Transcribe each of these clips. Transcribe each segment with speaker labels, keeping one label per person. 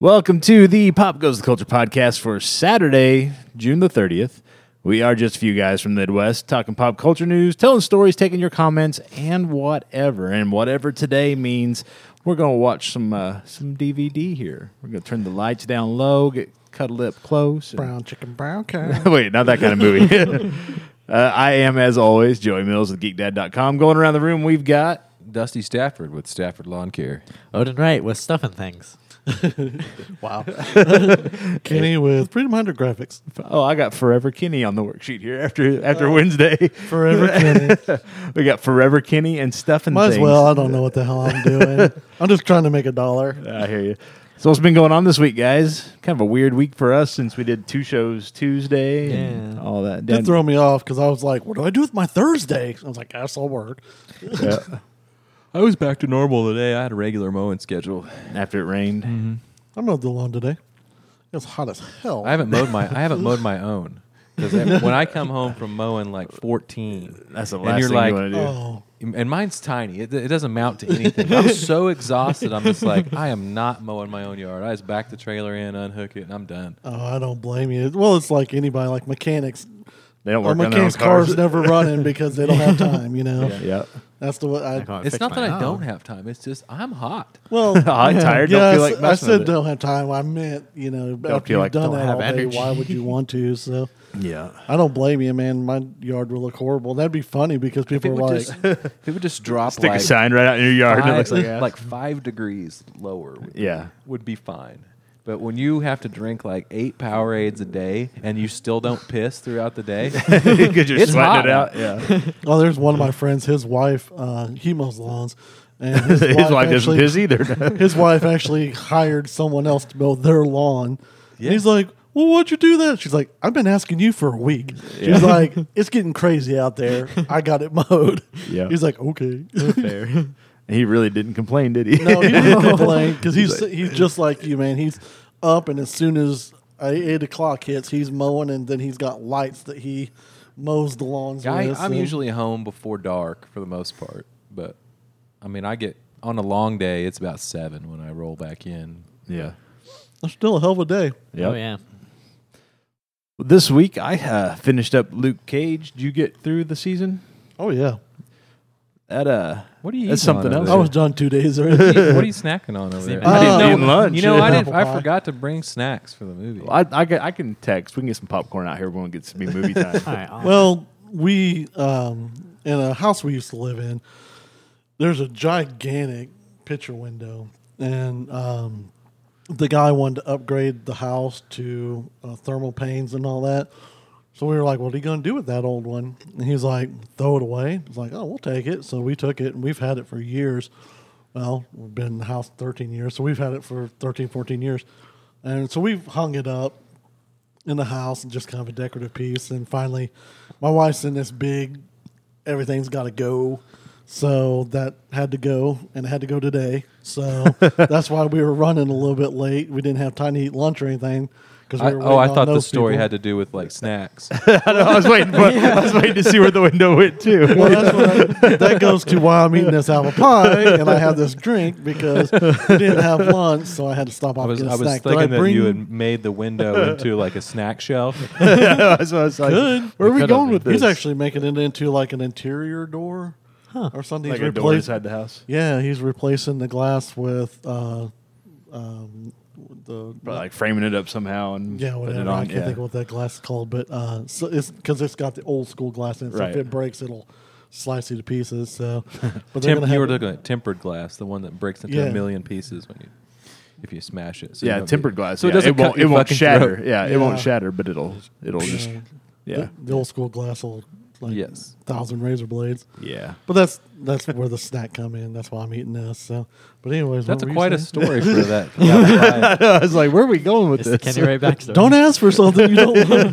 Speaker 1: Welcome to the Pop Goes the Culture podcast for Saturday, June the 30th. We are just a few guys from the Midwest talking pop culture news, telling stories, taking your comments, and whatever. And whatever today means, we're going to watch some uh, some DVD here. We're going to turn the lights down low, get cuddled up close. and-
Speaker 2: Brown chicken, brown cow.
Speaker 1: Wait, not that kind of movie. uh, I am, as always, Joey Mills with GeekDad.com. Going around the room, we've got
Speaker 3: Dusty Stafford with Stafford Lawn Care.
Speaker 4: Odin Wright with stuff and things. wow.
Speaker 2: Kenny with Freedom Hunter graphics.
Speaker 1: Oh, I got Forever Kenny on the worksheet here after after Wednesday.
Speaker 2: Forever Kenny.
Speaker 1: We got Forever Kenny and stuff and
Speaker 2: Might
Speaker 1: things.
Speaker 2: as well. I don't know what the hell I'm doing. I'm just trying to make a dollar.
Speaker 1: I hear you. So what's been going on this week, guys? Kind of a weird week for us since we did two shows Tuesday and
Speaker 4: Yeah.
Speaker 1: all that.
Speaker 2: Did throw me off because I was like, "What do I do with my Thursday?" I was like, "That's all word."
Speaker 1: Yeah,
Speaker 3: I was back to normal today. I had a regular mowing schedule.
Speaker 1: after it rained.
Speaker 2: I'm not the lawn today. It's hot as hell.
Speaker 3: I haven't mowed my I haven't mowed my own because when I come home from mowing like fourteen,
Speaker 1: That's the
Speaker 3: And
Speaker 1: last
Speaker 3: you're
Speaker 1: thing
Speaker 3: like,
Speaker 1: you want to do.
Speaker 2: oh,
Speaker 3: and mine's tiny. It, it doesn't mount to anything. I'm so exhausted. I'm just like I am not mowing my own yard. I just back the trailer in, unhook it, and I'm done.
Speaker 2: oh, I don't blame you. Well, it's like anybody, like mechanics.
Speaker 1: They don't
Speaker 2: Our
Speaker 1: work on their own
Speaker 2: mechanics'
Speaker 1: cars.
Speaker 2: cars never running because they don't have time. You know,
Speaker 1: yeah.
Speaker 2: that's the way. I,
Speaker 4: can't
Speaker 3: It's not
Speaker 4: fix
Speaker 3: that
Speaker 4: my
Speaker 3: I don't
Speaker 4: own.
Speaker 3: have time. It's just I'm hot.
Speaker 2: Well,
Speaker 1: Hot, tired, don't
Speaker 2: yeah, I
Speaker 1: feel
Speaker 2: s-
Speaker 1: like
Speaker 2: I
Speaker 1: messing with
Speaker 2: said
Speaker 1: it.
Speaker 2: don't have time. I meant you know after
Speaker 1: feel
Speaker 2: you've
Speaker 1: like-
Speaker 2: done
Speaker 4: don't
Speaker 2: that
Speaker 4: have
Speaker 2: all day,
Speaker 4: energy.
Speaker 2: why would you want to? So
Speaker 1: Yeah.
Speaker 2: I don't blame you, man. My yard will look horrible. That'd be funny because
Speaker 3: If it
Speaker 2: people are
Speaker 3: would
Speaker 2: like,
Speaker 3: just if it would just drop
Speaker 1: Stick
Speaker 3: like
Speaker 1: a sign right out in your yard. and it
Speaker 3: five,
Speaker 1: looks like,
Speaker 3: like five degrees lower. would
Speaker 1: yeah.
Speaker 3: would be fine. But when you have to drink like eight Powerades a day and you still don't piss throughout the day,
Speaker 1: Because you're
Speaker 3: It's
Speaker 1: sweating
Speaker 3: hot
Speaker 1: it out.
Speaker 3: out.
Speaker 1: Yeah.
Speaker 2: oh, there's one of my friends. His wife, uh, he mows lawns, and his,
Speaker 1: His
Speaker 2: wife,
Speaker 1: wife doesn't
Speaker 2: actually,
Speaker 1: piss either.
Speaker 2: his wife actually hired someone else to mow their lawn.
Speaker 3: Yeah.
Speaker 2: And he's like, "Well, why'd you do that?" She's like, "I've been asking you for a week." She's
Speaker 1: Yeah.
Speaker 2: like, "It's getting crazy out there. I got it mowed."
Speaker 1: Yeah.
Speaker 2: He's like, "Okay."
Speaker 4: Oh,
Speaker 1: Fair. he really didn't complain, did he?
Speaker 2: No, he didn't complain because he's
Speaker 1: He's
Speaker 2: he's, just like you, man. He's up, and as soon as eight, eight o'clock hits, he's mowing, and then he's got lights that he mows the lawns.
Speaker 3: I,
Speaker 2: with,
Speaker 3: I'm
Speaker 2: so-
Speaker 3: usually home before dark for the most part. But I mean, I get on a long day, it's about seven when I roll back in.
Speaker 1: yeah.
Speaker 2: That's still a hell of a day.
Speaker 1: Yep.
Speaker 4: Oh, yeah.
Speaker 1: This week I uh, finished up Luke Cage. Did you get through the season?
Speaker 2: Oh yeah,
Speaker 1: That uh,
Speaker 3: What are you
Speaker 1: That's
Speaker 3: eating on
Speaker 1: something
Speaker 3: over
Speaker 1: else.
Speaker 2: I
Speaker 3: there?
Speaker 2: was done two days already.
Speaker 3: what are you snacking on over there?
Speaker 1: I
Speaker 2: didn't
Speaker 3: know-
Speaker 1: eat lunch.
Speaker 3: You know, I, didn't,
Speaker 2: Apple
Speaker 3: I
Speaker 2: pie.
Speaker 3: forgot to bring snacks for the movie.
Speaker 1: I, I, ca- I can text. We can get some popcorn out here when it gets to be movie time.
Speaker 4: All right. I'll-
Speaker 2: well, we um, in a house we used to live in. There's a gigantic picture window, and um, the guy wanted to upgrade the house to uh, thermal panes and all that. So we were like, "What are you going to do with that old one?" And he's like, "Throw it away." I was like, "Oh, we'll take it." So we took it, and we've had it for years. Well, we've been in the house 13 years, so we've had it for 13, 14 years, and so we've hung it up in the house and just kind of a decorative piece. And finally, my wife's in this big, everything's got to go. So that had to go and it had to go today. So that's why we were running a little bit late. We didn't have time to eat lunch or anything. Cause we
Speaker 3: I-
Speaker 2: were
Speaker 3: oh, I
Speaker 2: waiting on
Speaker 3: thought the
Speaker 2: those
Speaker 3: story
Speaker 2: people.
Speaker 3: had to do with like snacks.
Speaker 1: I, know, I was waiting. For, I was waiting to see where the window went to.
Speaker 2: Well, that's what I, that goes to why I'm eating this apple pie and I have this drink because we didn't have lunch, so I had to stop off
Speaker 3: I was,
Speaker 2: and get
Speaker 3: I
Speaker 2: a
Speaker 3: was
Speaker 2: snack.
Speaker 3: thinking
Speaker 2: Did I
Speaker 3: that
Speaker 2: bring
Speaker 3: you had made the window into like a snack shelf.
Speaker 1: That's what I was like, Where are we going
Speaker 3: Could've been.
Speaker 1: with this?
Speaker 2: He's actually making it into like an interior door or something.
Speaker 1: like
Speaker 2: He's
Speaker 1: a door
Speaker 2: replaced-
Speaker 1: inside the house.
Speaker 2: Yeah, he's replacing the glass with uh, um, the
Speaker 1: Probably like framing it up somehow and
Speaker 2: yeah
Speaker 1: putting
Speaker 2: whatever.
Speaker 1: It on.
Speaker 2: I can't
Speaker 1: yeah.
Speaker 2: think of what that glass is called, but uh, so it's because it's got the old school glass in it. So
Speaker 1: Right.
Speaker 2: if it breaks, it'll slice you to pieces. So, but they're
Speaker 3: Temp-
Speaker 2: gonna
Speaker 3: you
Speaker 2: have
Speaker 3: were looking at tempered glass, the one that breaks into
Speaker 2: Yeah.
Speaker 3: a million pieces when you, if you smash it. So you
Speaker 1: yeah,
Speaker 3: don't
Speaker 1: tempered
Speaker 3: get-
Speaker 1: glass.
Speaker 3: So
Speaker 1: yeah,
Speaker 3: it doesn't
Speaker 1: won't.
Speaker 3: cut your
Speaker 1: it won't
Speaker 3: fucking
Speaker 1: shatter.
Speaker 3: throat.
Speaker 1: Yeah, it won't
Speaker 2: Yeah.
Speaker 1: shatter, but it'll it'll just
Speaker 2: uh,
Speaker 1: yeah
Speaker 2: the, the old school glass will like
Speaker 3: Yes.
Speaker 2: thousand razor blades.
Speaker 1: yeah.
Speaker 2: But that's that's where the snack come in. That's why I'm eating this. So, but anyways, what
Speaker 3: That's
Speaker 2: were you
Speaker 3: quite a
Speaker 2: saying?
Speaker 3: story for that. for that pie.
Speaker 1: I was like, where are we going with
Speaker 4: it's the
Speaker 1: this?
Speaker 4: Kenny Ray back story.
Speaker 2: Don't ask for something you don't want.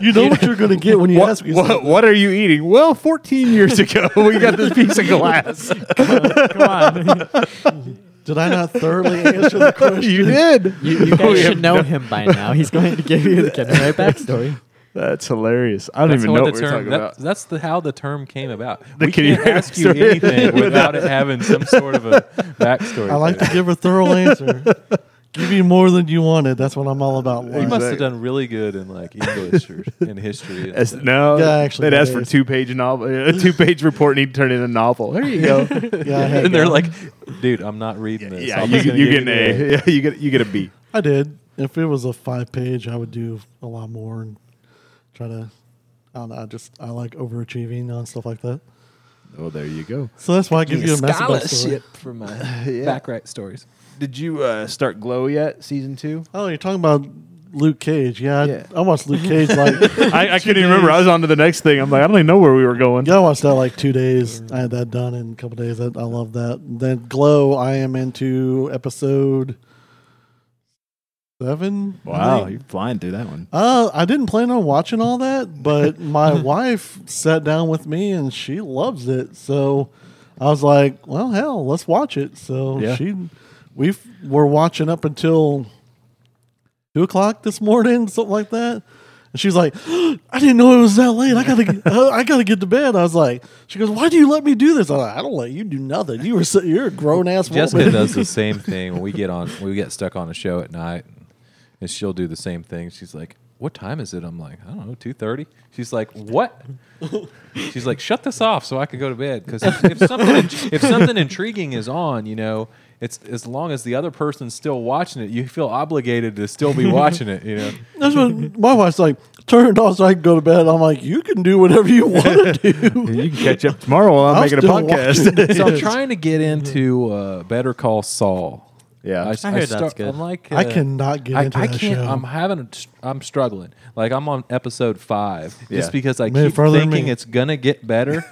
Speaker 2: you know what you're going to get when you
Speaker 1: What,
Speaker 2: ask me
Speaker 1: what, what are you eating? Well, 14 years ago, we got this piece of glass.
Speaker 4: Come on.
Speaker 2: Did I not thoroughly answer the question?
Speaker 1: Oh, you did. Oh,
Speaker 4: You, you
Speaker 1: We
Speaker 4: guys
Speaker 1: have
Speaker 4: should know him by now. He's going to give you the Kenny Ray backstory.
Speaker 1: That's hilarious. I don't
Speaker 3: That's
Speaker 1: even
Speaker 3: what
Speaker 1: know
Speaker 3: the
Speaker 1: what we're
Speaker 3: term-
Speaker 1: talking
Speaker 3: that-
Speaker 1: about.
Speaker 3: That's the how the term came about.
Speaker 1: The
Speaker 3: we
Speaker 1: Kenny
Speaker 3: can't
Speaker 1: Ray
Speaker 3: ask you
Speaker 1: story.
Speaker 3: anything without it having some sort of a backstory.
Speaker 2: I like
Speaker 3: to
Speaker 2: to give a thorough answer. give you more than you wanted. That's what I'm all about.
Speaker 3: You
Speaker 2: Lauren.
Speaker 3: must have done really good in like English or in history. and
Speaker 1: As-
Speaker 3: stuff.
Speaker 1: no,
Speaker 2: Yeah, actually,
Speaker 1: they'd
Speaker 2: that
Speaker 1: ask for
Speaker 2: is.
Speaker 1: two page novel, a two page report, and he'd turn in a novel. There you go.
Speaker 2: yeah, I had
Speaker 3: and they're
Speaker 2: that.
Speaker 3: like, dude, I'm not reading this.
Speaker 1: yeah,
Speaker 3: I'm
Speaker 1: you,
Speaker 3: just
Speaker 1: get-
Speaker 3: gonna
Speaker 1: you
Speaker 3: give
Speaker 1: get an A. Yeah, you get you get a B.
Speaker 2: I did. If it was a five page, I would do a lot more and try to. I don't know. I just I like overachieving on stuff like that.
Speaker 1: Oh, there you go.
Speaker 2: So that's why I give you a massive backstory.
Speaker 3: scholarship for my
Speaker 1: Yeah.
Speaker 3: backwrite stories.
Speaker 1: Did you uh, start Glow yet, season two?
Speaker 2: Oh, you're talking about Luke Cage. Yeah, I-
Speaker 1: Yeah.
Speaker 2: I, watched Luke Cage like
Speaker 1: I, I
Speaker 2: two
Speaker 1: couldn't even remember. I
Speaker 2: days.
Speaker 1: was on to the next thing. I'm like, I don't even know where we were going.
Speaker 2: Yeah, I watched that like two days. I had that done in a couple days. I, I love that. Then Glow, I am into episode seven. I
Speaker 1: Wow,
Speaker 2: think.
Speaker 1: you're flying through that one.
Speaker 2: Uh, I didn't plan on watching all that, but my wife sat down with me and she loves it. So I was like, "Well, hell, let's watch it." So
Speaker 1: Yeah.
Speaker 2: she, we f- were watching up until two o'clock this morning, something like that. And she's like, "I didn't know it was that late. I gotta, uh, I gotta get to bed." I was like, "She goes, why do you let me do this?" I'm like, "I don't let you do nothing. You were, so, you're a grown ass woman."
Speaker 3: Jessica does the same thing when we get on. We get stuck on a show at night, and she'll do the same thing. She's like, "What time is it?" I'm like, "I don't know, 2.30? She's like, "What?" She's like, "Shut this off so I can go to bed." Because if, if something if something intriguing is on, you know, it's as long as the other person's still watching it, you feel obligated to still be watching it. You know,
Speaker 2: That's what my wife's like. Turn it off so I can go to bed. I'm like, "You can do whatever you want to do."
Speaker 1: You can catch up tomorrow while I'm,
Speaker 2: I'm
Speaker 1: making a
Speaker 2: still
Speaker 1: podcast.
Speaker 3: so I'm trying to get into uh, Better Call Saul.
Speaker 1: yeah,
Speaker 3: s-
Speaker 4: I heard that's
Speaker 3: start-
Speaker 4: good.
Speaker 3: I'm like,
Speaker 2: I
Speaker 3: uh,
Speaker 2: cannot get
Speaker 3: I,
Speaker 2: into
Speaker 3: I
Speaker 2: that
Speaker 3: can't.
Speaker 2: show.
Speaker 3: I'm having. a str- I'm struggling. Like I'm on episode five,
Speaker 1: Yeah.
Speaker 3: just because I
Speaker 2: Made it
Speaker 3: keep
Speaker 2: further than
Speaker 3: thinking
Speaker 2: me.
Speaker 3: it's gonna get better,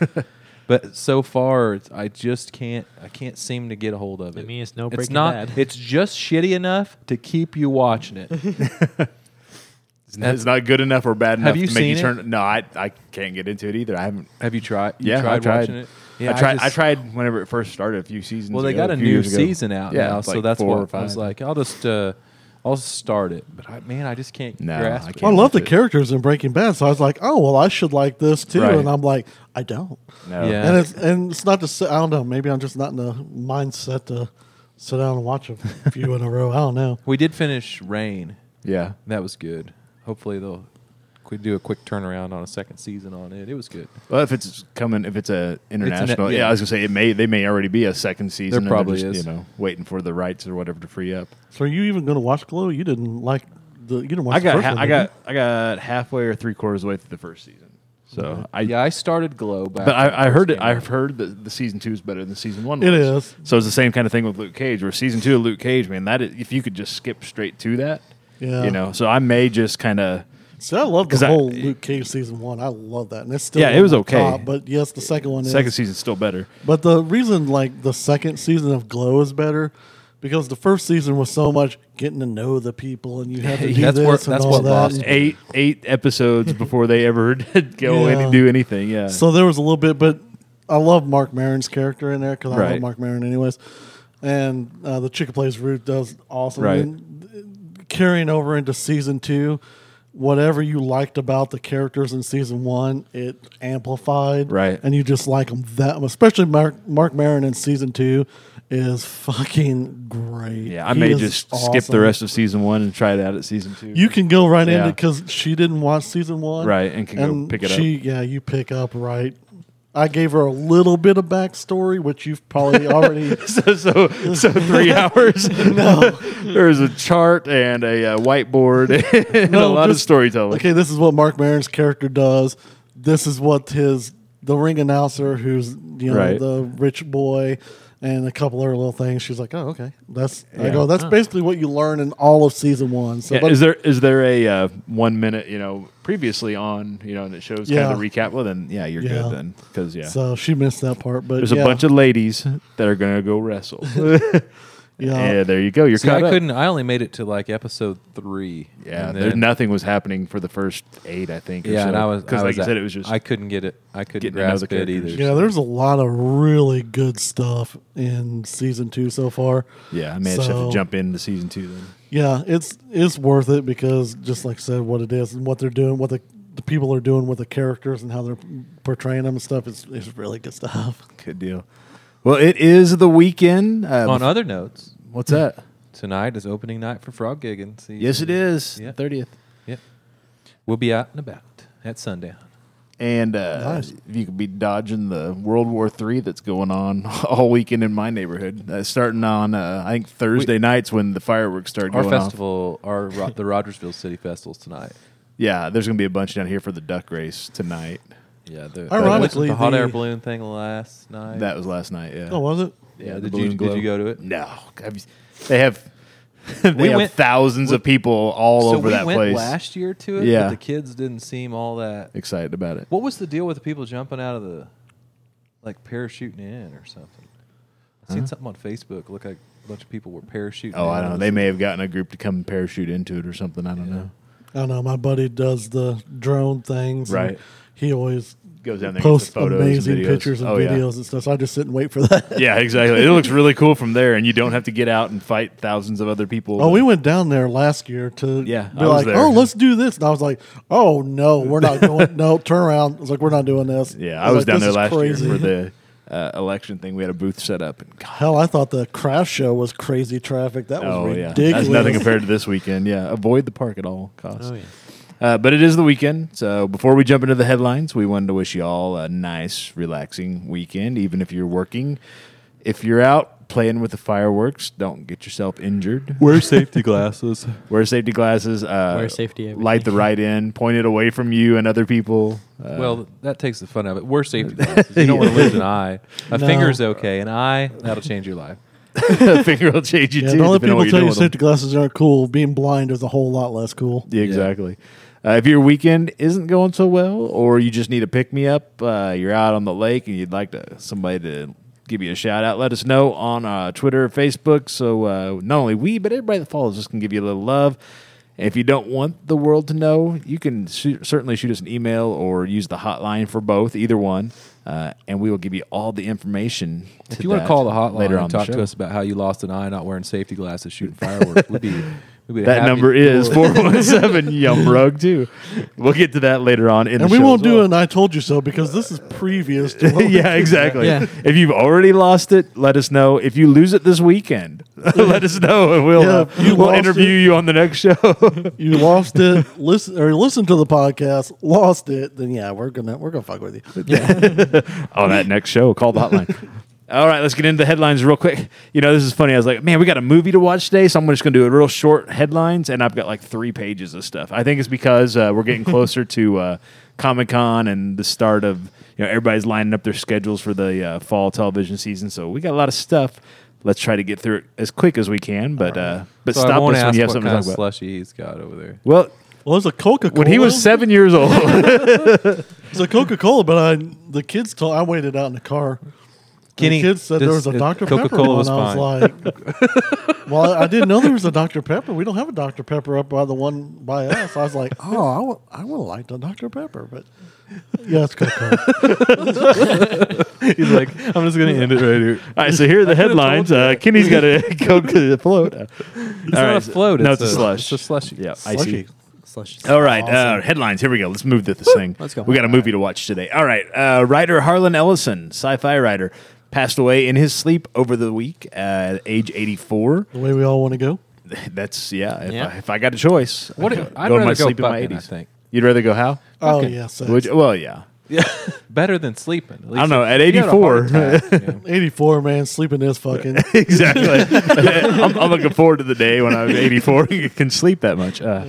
Speaker 3: but so far it's, I just can't. I can't seem to get a hold of it.
Speaker 4: To me, it's no
Speaker 3: it's
Speaker 4: Breaking
Speaker 3: not.
Speaker 4: Bad.
Speaker 3: It's just shitty enough to keep you watching it.
Speaker 1: it's, not, it's not good enough or bad enough
Speaker 3: you
Speaker 1: to make you
Speaker 3: seen it?
Speaker 1: turn. No, I I can't get into it either. I haven't.
Speaker 3: Have you tried? You
Speaker 1: yeah,
Speaker 3: tried
Speaker 1: I tried.
Speaker 3: watching it.
Speaker 1: I tried. I,
Speaker 3: just-
Speaker 1: tried whenever it first started a few seasons.
Speaker 3: Well, they
Speaker 1: ago,
Speaker 3: got a
Speaker 1: few
Speaker 3: new
Speaker 1: years ago.
Speaker 3: season out
Speaker 1: Yeah,
Speaker 3: now,
Speaker 1: it's
Speaker 3: so
Speaker 1: like
Speaker 3: that's
Speaker 1: four or
Speaker 3: what I was
Speaker 1: five.
Speaker 3: like. I'll just. Uh, I'll start it, but I, man, I just can't
Speaker 1: No,
Speaker 3: grasp
Speaker 1: I
Speaker 3: it.
Speaker 1: can't.
Speaker 2: Well, I love the
Speaker 1: It-
Speaker 2: characters in Breaking Bad, so I was like, "Oh, well, I should like this too,"
Speaker 1: Right.
Speaker 2: and I'm like, "I don't."
Speaker 1: No.
Speaker 3: Yeah.
Speaker 2: And it's and it's not to say I don't know. Maybe I'm just not in the mindset to sit down and watch a few in a row. I don't know.
Speaker 3: We did finish Rain.
Speaker 1: Yeah.
Speaker 3: That was good. Hopefully they'll qu- do a quick turnaround on a second season on it. It was good.
Speaker 1: Well, if it's coming, if it's a international, yeah.
Speaker 3: e- yeah.
Speaker 1: I was gonna say it may. They may already be a second season. and they're
Speaker 3: probably
Speaker 1: just,
Speaker 3: is.
Speaker 1: You know, waiting for the rights or whatever to free up.
Speaker 2: So are you even going to watch Glow? You didn't like the. You didn't watch.
Speaker 1: I
Speaker 2: the
Speaker 1: got.
Speaker 2: first
Speaker 1: Ha-
Speaker 2: one,
Speaker 1: I
Speaker 2: did you?
Speaker 1: got. I got halfway or three quarters way through the first season. So I.
Speaker 3: yeah, I started Glow back.
Speaker 1: But
Speaker 3: when
Speaker 1: I, I
Speaker 3: first
Speaker 1: heard it.
Speaker 3: came out.
Speaker 1: I've heard that the season two is better than season one.
Speaker 2: It
Speaker 1: was.
Speaker 2: is.
Speaker 1: So it's the same kind of thing with Luke Cage, where season two of Luke Cage, man, that is, if you could just skip straight to that,
Speaker 2: Yeah.
Speaker 1: you know. So I may just kind of.
Speaker 2: See, I love
Speaker 1: 'Cause
Speaker 2: the
Speaker 1: I-
Speaker 2: whole Luke Cage season one. I love that, and it's still
Speaker 1: Yeah, it
Speaker 2: on
Speaker 1: was
Speaker 2: my
Speaker 1: okay.
Speaker 2: top, but yes, the second one.
Speaker 1: Second
Speaker 2: is.
Speaker 1: season's still better.
Speaker 2: But the reason, like, the second season of Glow is better because the first season was so much getting to know the people, and you had to do
Speaker 3: That's
Speaker 2: this
Speaker 3: where-
Speaker 2: and
Speaker 3: that's
Speaker 2: all
Speaker 3: what
Speaker 2: that.
Speaker 3: lost it.
Speaker 1: Eight eight episodes before they ever did go in
Speaker 2: Yeah.
Speaker 1: and do anything. Yeah.
Speaker 2: So there was a little bit, but I love Mark Maron's character in there because I
Speaker 1: Right.
Speaker 2: love Mark Maron, anyways. And uh, the chick who plays Root does awesome.
Speaker 1: Right.
Speaker 2: And, uh, carrying over into season two, whatever you liked about the characters in season one, it amplified.
Speaker 1: Right.
Speaker 2: And you just like them that much. Especially Mark, Mark Maron in season two is fucking great.
Speaker 1: Yeah, I
Speaker 2: He
Speaker 1: may
Speaker 2: is
Speaker 1: just skip the
Speaker 2: awesome.
Speaker 1: rest of season one and try it out at season two.
Speaker 2: You can go right
Speaker 1: Yeah.
Speaker 2: into because she didn't watch season one,
Speaker 1: Right, and can go pick it up.
Speaker 2: she, Yeah, you pick up right. I gave her a little bit of backstory, which you've probably already.
Speaker 1: so, so, so three hours. no, there was a chart and a uh, whiteboard and a
Speaker 2: No,
Speaker 1: lot of
Speaker 2: just-
Speaker 1: storytelling.
Speaker 2: Okay, this is what Mark Maron's character does. This is what his the ring announcer, who's you know
Speaker 1: Right.
Speaker 2: the rich boy, and a couple other little things. She's like, oh, okay, that's. I
Speaker 1: Yeah.
Speaker 2: go. That's basically what you learn in all of season one. So,
Speaker 1: Yeah,
Speaker 2: but
Speaker 1: is there is there a uh, one minute you know previously on you know and it shows kind
Speaker 2: Yeah.
Speaker 1: of recap? Well, then yeah, you're
Speaker 2: Yeah.
Speaker 1: good then because yeah,
Speaker 2: so she missed that part. But
Speaker 1: there's
Speaker 2: yeah,
Speaker 1: a bunch of ladies that are gonna go wrestle.
Speaker 2: yeah.
Speaker 1: yeah, there you go. You're
Speaker 3: See,
Speaker 1: caught
Speaker 3: I
Speaker 1: up.
Speaker 3: couldn't. I only made it to like episode three.
Speaker 1: Yeah,
Speaker 3: and
Speaker 1: there,
Speaker 3: then-
Speaker 1: nothing was happening for the first eight, I think. Or
Speaker 3: Yeah,
Speaker 1: so.
Speaker 3: and I was
Speaker 1: because
Speaker 3: I
Speaker 1: like
Speaker 3: was
Speaker 1: you
Speaker 3: at-
Speaker 1: said, it was just
Speaker 3: I couldn't get it. I couldn't
Speaker 1: getting to know
Speaker 3: grasp
Speaker 1: the
Speaker 3: it either.
Speaker 1: characters.
Speaker 2: Yeah, there's a lot of really good stuff in season two so far.
Speaker 1: yeah. I may just have to
Speaker 2: So-
Speaker 1: jump into season two then.
Speaker 2: Yeah, it's it's worth it because just like I said, what it is and what they're doing, what the the people are doing with the characters and how they're portraying them and stuff is is really good stuff.
Speaker 1: Good deal. Well, it is the weekend. Uh,
Speaker 3: On other notes,
Speaker 1: what's that?
Speaker 3: tonight is opening night for Frog Gigging. Season.
Speaker 1: Yes, it is.
Speaker 3: Yeah.
Speaker 1: Thirtieth.
Speaker 3: Yep. We'll be out and about at sundown.
Speaker 1: And uh,
Speaker 2: Nice.
Speaker 1: if you could be dodging the World War III that's going on all weekend in my neighborhood, uh, starting on uh, I think Thursday nights when the fireworks start
Speaker 3: Our
Speaker 1: going off.
Speaker 3: festival, our Ro- the Rogersville City Festival's tonight.
Speaker 1: Yeah, there's gonna be a bunch down here for the duck race tonight.
Speaker 3: Yeah, the,
Speaker 2: Ironically,
Speaker 3: the hot air
Speaker 2: the-
Speaker 3: balloon thing last night.
Speaker 1: That was last night. Yeah.
Speaker 2: Oh, was it?
Speaker 3: yeah,
Speaker 1: the
Speaker 3: did
Speaker 1: balloon
Speaker 3: you
Speaker 1: glow.
Speaker 3: did you go to it?
Speaker 1: No, I mean, they have they
Speaker 3: We
Speaker 1: have
Speaker 3: went-
Speaker 1: thousands of people all
Speaker 3: so
Speaker 1: over
Speaker 3: we
Speaker 1: that
Speaker 3: went
Speaker 1: place.
Speaker 3: last year to it.
Speaker 1: Yeah.
Speaker 3: but the kids didn't seem all that.
Speaker 1: Excited about it.
Speaker 3: What was the deal with the people jumping out of the, like parachuting in or something? I seen something on Facebook. Look like a bunch of people were parachuting.
Speaker 1: Oh,
Speaker 3: in
Speaker 1: I don't
Speaker 3: out
Speaker 1: know.
Speaker 3: of
Speaker 1: They
Speaker 3: the-
Speaker 1: may have gotten a group to come and parachute into it or something. I don't know.
Speaker 2: I don't know. My buddy does the drone things. and
Speaker 1: Right.
Speaker 2: He always
Speaker 1: Goes down there, gets
Speaker 2: posts
Speaker 1: the photos,
Speaker 2: amazing
Speaker 1: and videos.
Speaker 2: pictures and
Speaker 1: Oh, yeah.
Speaker 2: videos and stuff. So I just sit and wait for that.
Speaker 1: Yeah, exactly. It looks really cool from there, and you don't have to get out and fight thousands of other people.
Speaker 2: Oh, we went down there last year to
Speaker 1: Yeah,
Speaker 2: be
Speaker 1: I was
Speaker 2: like,
Speaker 1: there.
Speaker 2: oh, let's do this. And I was like, oh, no, we're not going. no, turn around. I was like, we're not doing this.
Speaker 1: Yeah, I was
Speaker 2: like,
Speaker 1: down
Speaker 2: this
Speaker 1: there
Speaker 2: is
Speaker 1: last
Speaker 2: crazy.
Speaker 1: year for the uh, election thing. We had a booth set up, and God,
Speaker 2: Hell, I thought the crash show was crazy traffic. That was
Speaker 1: oh yeah,
Speaker 2: ridiculous.
Speaker 1: that's nothing compared to this weekend. Yeah, avoid the park at all costs.
Speaker 4: Oh yeah.
Speaker 1: Uh, but it is the weekend, so before we jump into the headlines, we wanted to wish you all a nice, relaxing weekend. Even if you're working, if you're out playing with the fireworks, don't get yourself injured.
Speaker 3: wear safety glasses.
Speaker 1: Wear safety glasses. Uh,
Speaker 4: Wear safety everything.
Speaker 1: Light the right end. Point it away from you and other people. Uh,
Speaker 3: well, that takes the fun out of it. Wear safety glasses. You don't want to lose an eye. A
Speaker 2: No.
Speaker 3: finger's okay. An eye that'll change your life.
Speaker 1: finger will change you
Speaker 2: Yeah,
Speaker 1: too.
Speaker 2: don't let
Speaker 1: depending on what
Speaker 2: people
Speaker 1: you're
Speaker 2: tell
Speaker 1: doing
Speaker 2: you
Speaker 1: with them.
Speaker 2: safety glasses aren't cool. Being blind is a whole lot less cool.
Speaker 1: Yeah, exactly. Uh, if your weekend isn't going so well, or you just need a pick me up, uh, you're out on the lake and you'd like to somebody to give you a shout out, let us know on uh, Twitter or Facebook. So uh, not only we, but everybody that follows us can give you a little love. And If you don't want the world to know, you can su- certainly shoot us an email or use the hotline for both, either one, uh, and we will give you all the information.
Speaker 3: If you want to call the hotline
Speaker 1: later on
Speaker 3: and
Speaker 1: the
Speaker 3: talk
Speaker 1: show.
Speaker 3: to us about how you lost an eye not wearing safety glasses shooting fireworks, we'd be, we'd be
Speaker 1: that
Speaker 3: happy
Speaker 1: number
Speaker 3: to-
Speaker 1: is four one seven Yum Rug too. We'll get to that later on in the
Speaker 2: And we
Speaker 1: show
Speaker 2: won't
Speaker 1: as
Speaker 2: do
Speaker 1: well.
Speaker 2: an I told you so because this is previous to what we
Speaker 1: yeah, exactly.
Speaker 4: Yeah.
Speaker 1: If you've already lost it, let us know. If you lose it this weekend, let us know, and we'll uh,
Speaker 2: Yeah, if you
Speaker 1: we'll
Speaker 2: lost
Speaker 1: interview
Speaker 2: it-
Speaker 1: you on the next show.
Speaker 2: you lost it, listen or listen to the podcast, lost it, then yeah, we're gonna we're gonna fuck with you.
Speaker 1: on Oh, that next show, call the hotline. All right, let's get into the headlines real quick. You know, this is funny. I was like, man, we got a movie to watch today, so I'm just going to do a real short headlines, and I've got like three pages of stuff. I think it's because uh, we're getting closer to uh, Comic Con and the start of, you know, everybody's lining up their schedules for the uh, fall television season, so we got a lot of stuff. Let's try to get through it as quick as we can, but uh, but
Speaker 3: So I
Speaker 1: stop
Speaker 3: won't
Speaker 1: us when
Speaker 3: ask
Speaker 1: you have
Speaker 3: what
Speaker 1: something
Speaker 3: kind
Speaker 1: to
Speaker 3: of
Speaker 1: talk about.
Speaker 3: slushy he's got over there.
Speaker 1: Well,
Speaker 2: Well, it's a Coca Cola.
Speaker 1: when he was seven years old,
Speaker 2: it's a Coca Cola, but I the kids told I waited out in the car.
Speaker 3: Kenny,
Speaker 2: the kids said there was
Speaker 3: this-
Speaker 2: a
Speaker 3: it-
Speaker 2: Dr Pepper
Speaker 3: Coca-Cola
Speaker 2: one.
Speaker 3: was
Speaker 2: I was like, well, I didn't know there was a Dr Pepper. We don't have a Dr Pepper up by the one by us. I was like, oh, I would have liked a Dr Pepper, but yeah, it's Coca Cola.
Speaker 3: he's like, I'm just going to end it right here.
Speaker 1: All right, so here are the
Speaker 3: could've told
Speaker 1: headlines.
Speaker 3: you
Speaker 1: Uh,
Speaker 3: that.
Speaker 1: Kenny's got a Coke to the float. It's
Speaker 3: It's not a float.
Speaker 1: No, it's, a, slush.
Speaker 3: It's a slushy.
Speaker 1: Yeah,
Speaker 2: Slushy.
Speaker 1: icy.
Speaker 4: Slush.
Speaker 1: All right, uh, headlines. Here we go. Let's move to this thing.
Speaker 4: Let's go.
Speaker 1: We got a movie to watch today. All right, uh, writer Harlan Ellison, sci-fi writer, passed away in his sleep over the week at age 84.
Speaker 2: The way we all want to go.
Speaker 1: That's yeah. If,
Speaker 4: Yeah.
Speaker 1: I, if I got a choice,
Speaker 3: What
Speaker 1: I
Speaker 3: if-
Speaker 1: could
Speaker 3: I'd
Speaker 1: to
Speaker 3: rather go bucking, I think.
Speaker 1: You'd rather go how?
Speaker 2: Oh yeah, so
Speaker 1: Would you- well, yeah.
Speaker 3: Yeah. Better than sleeping. At least
Speaker 1: I don't know. At
Speaker 3: if you had a heart
Speaker 1: 84.
Speaker 3: attack, you know.
Speaker 2: eighty four man sleeping is fucking.
Speaker 1: exactly. I'm, I'm looking forward to the day when I'm 84 and can sleep that much. Uh,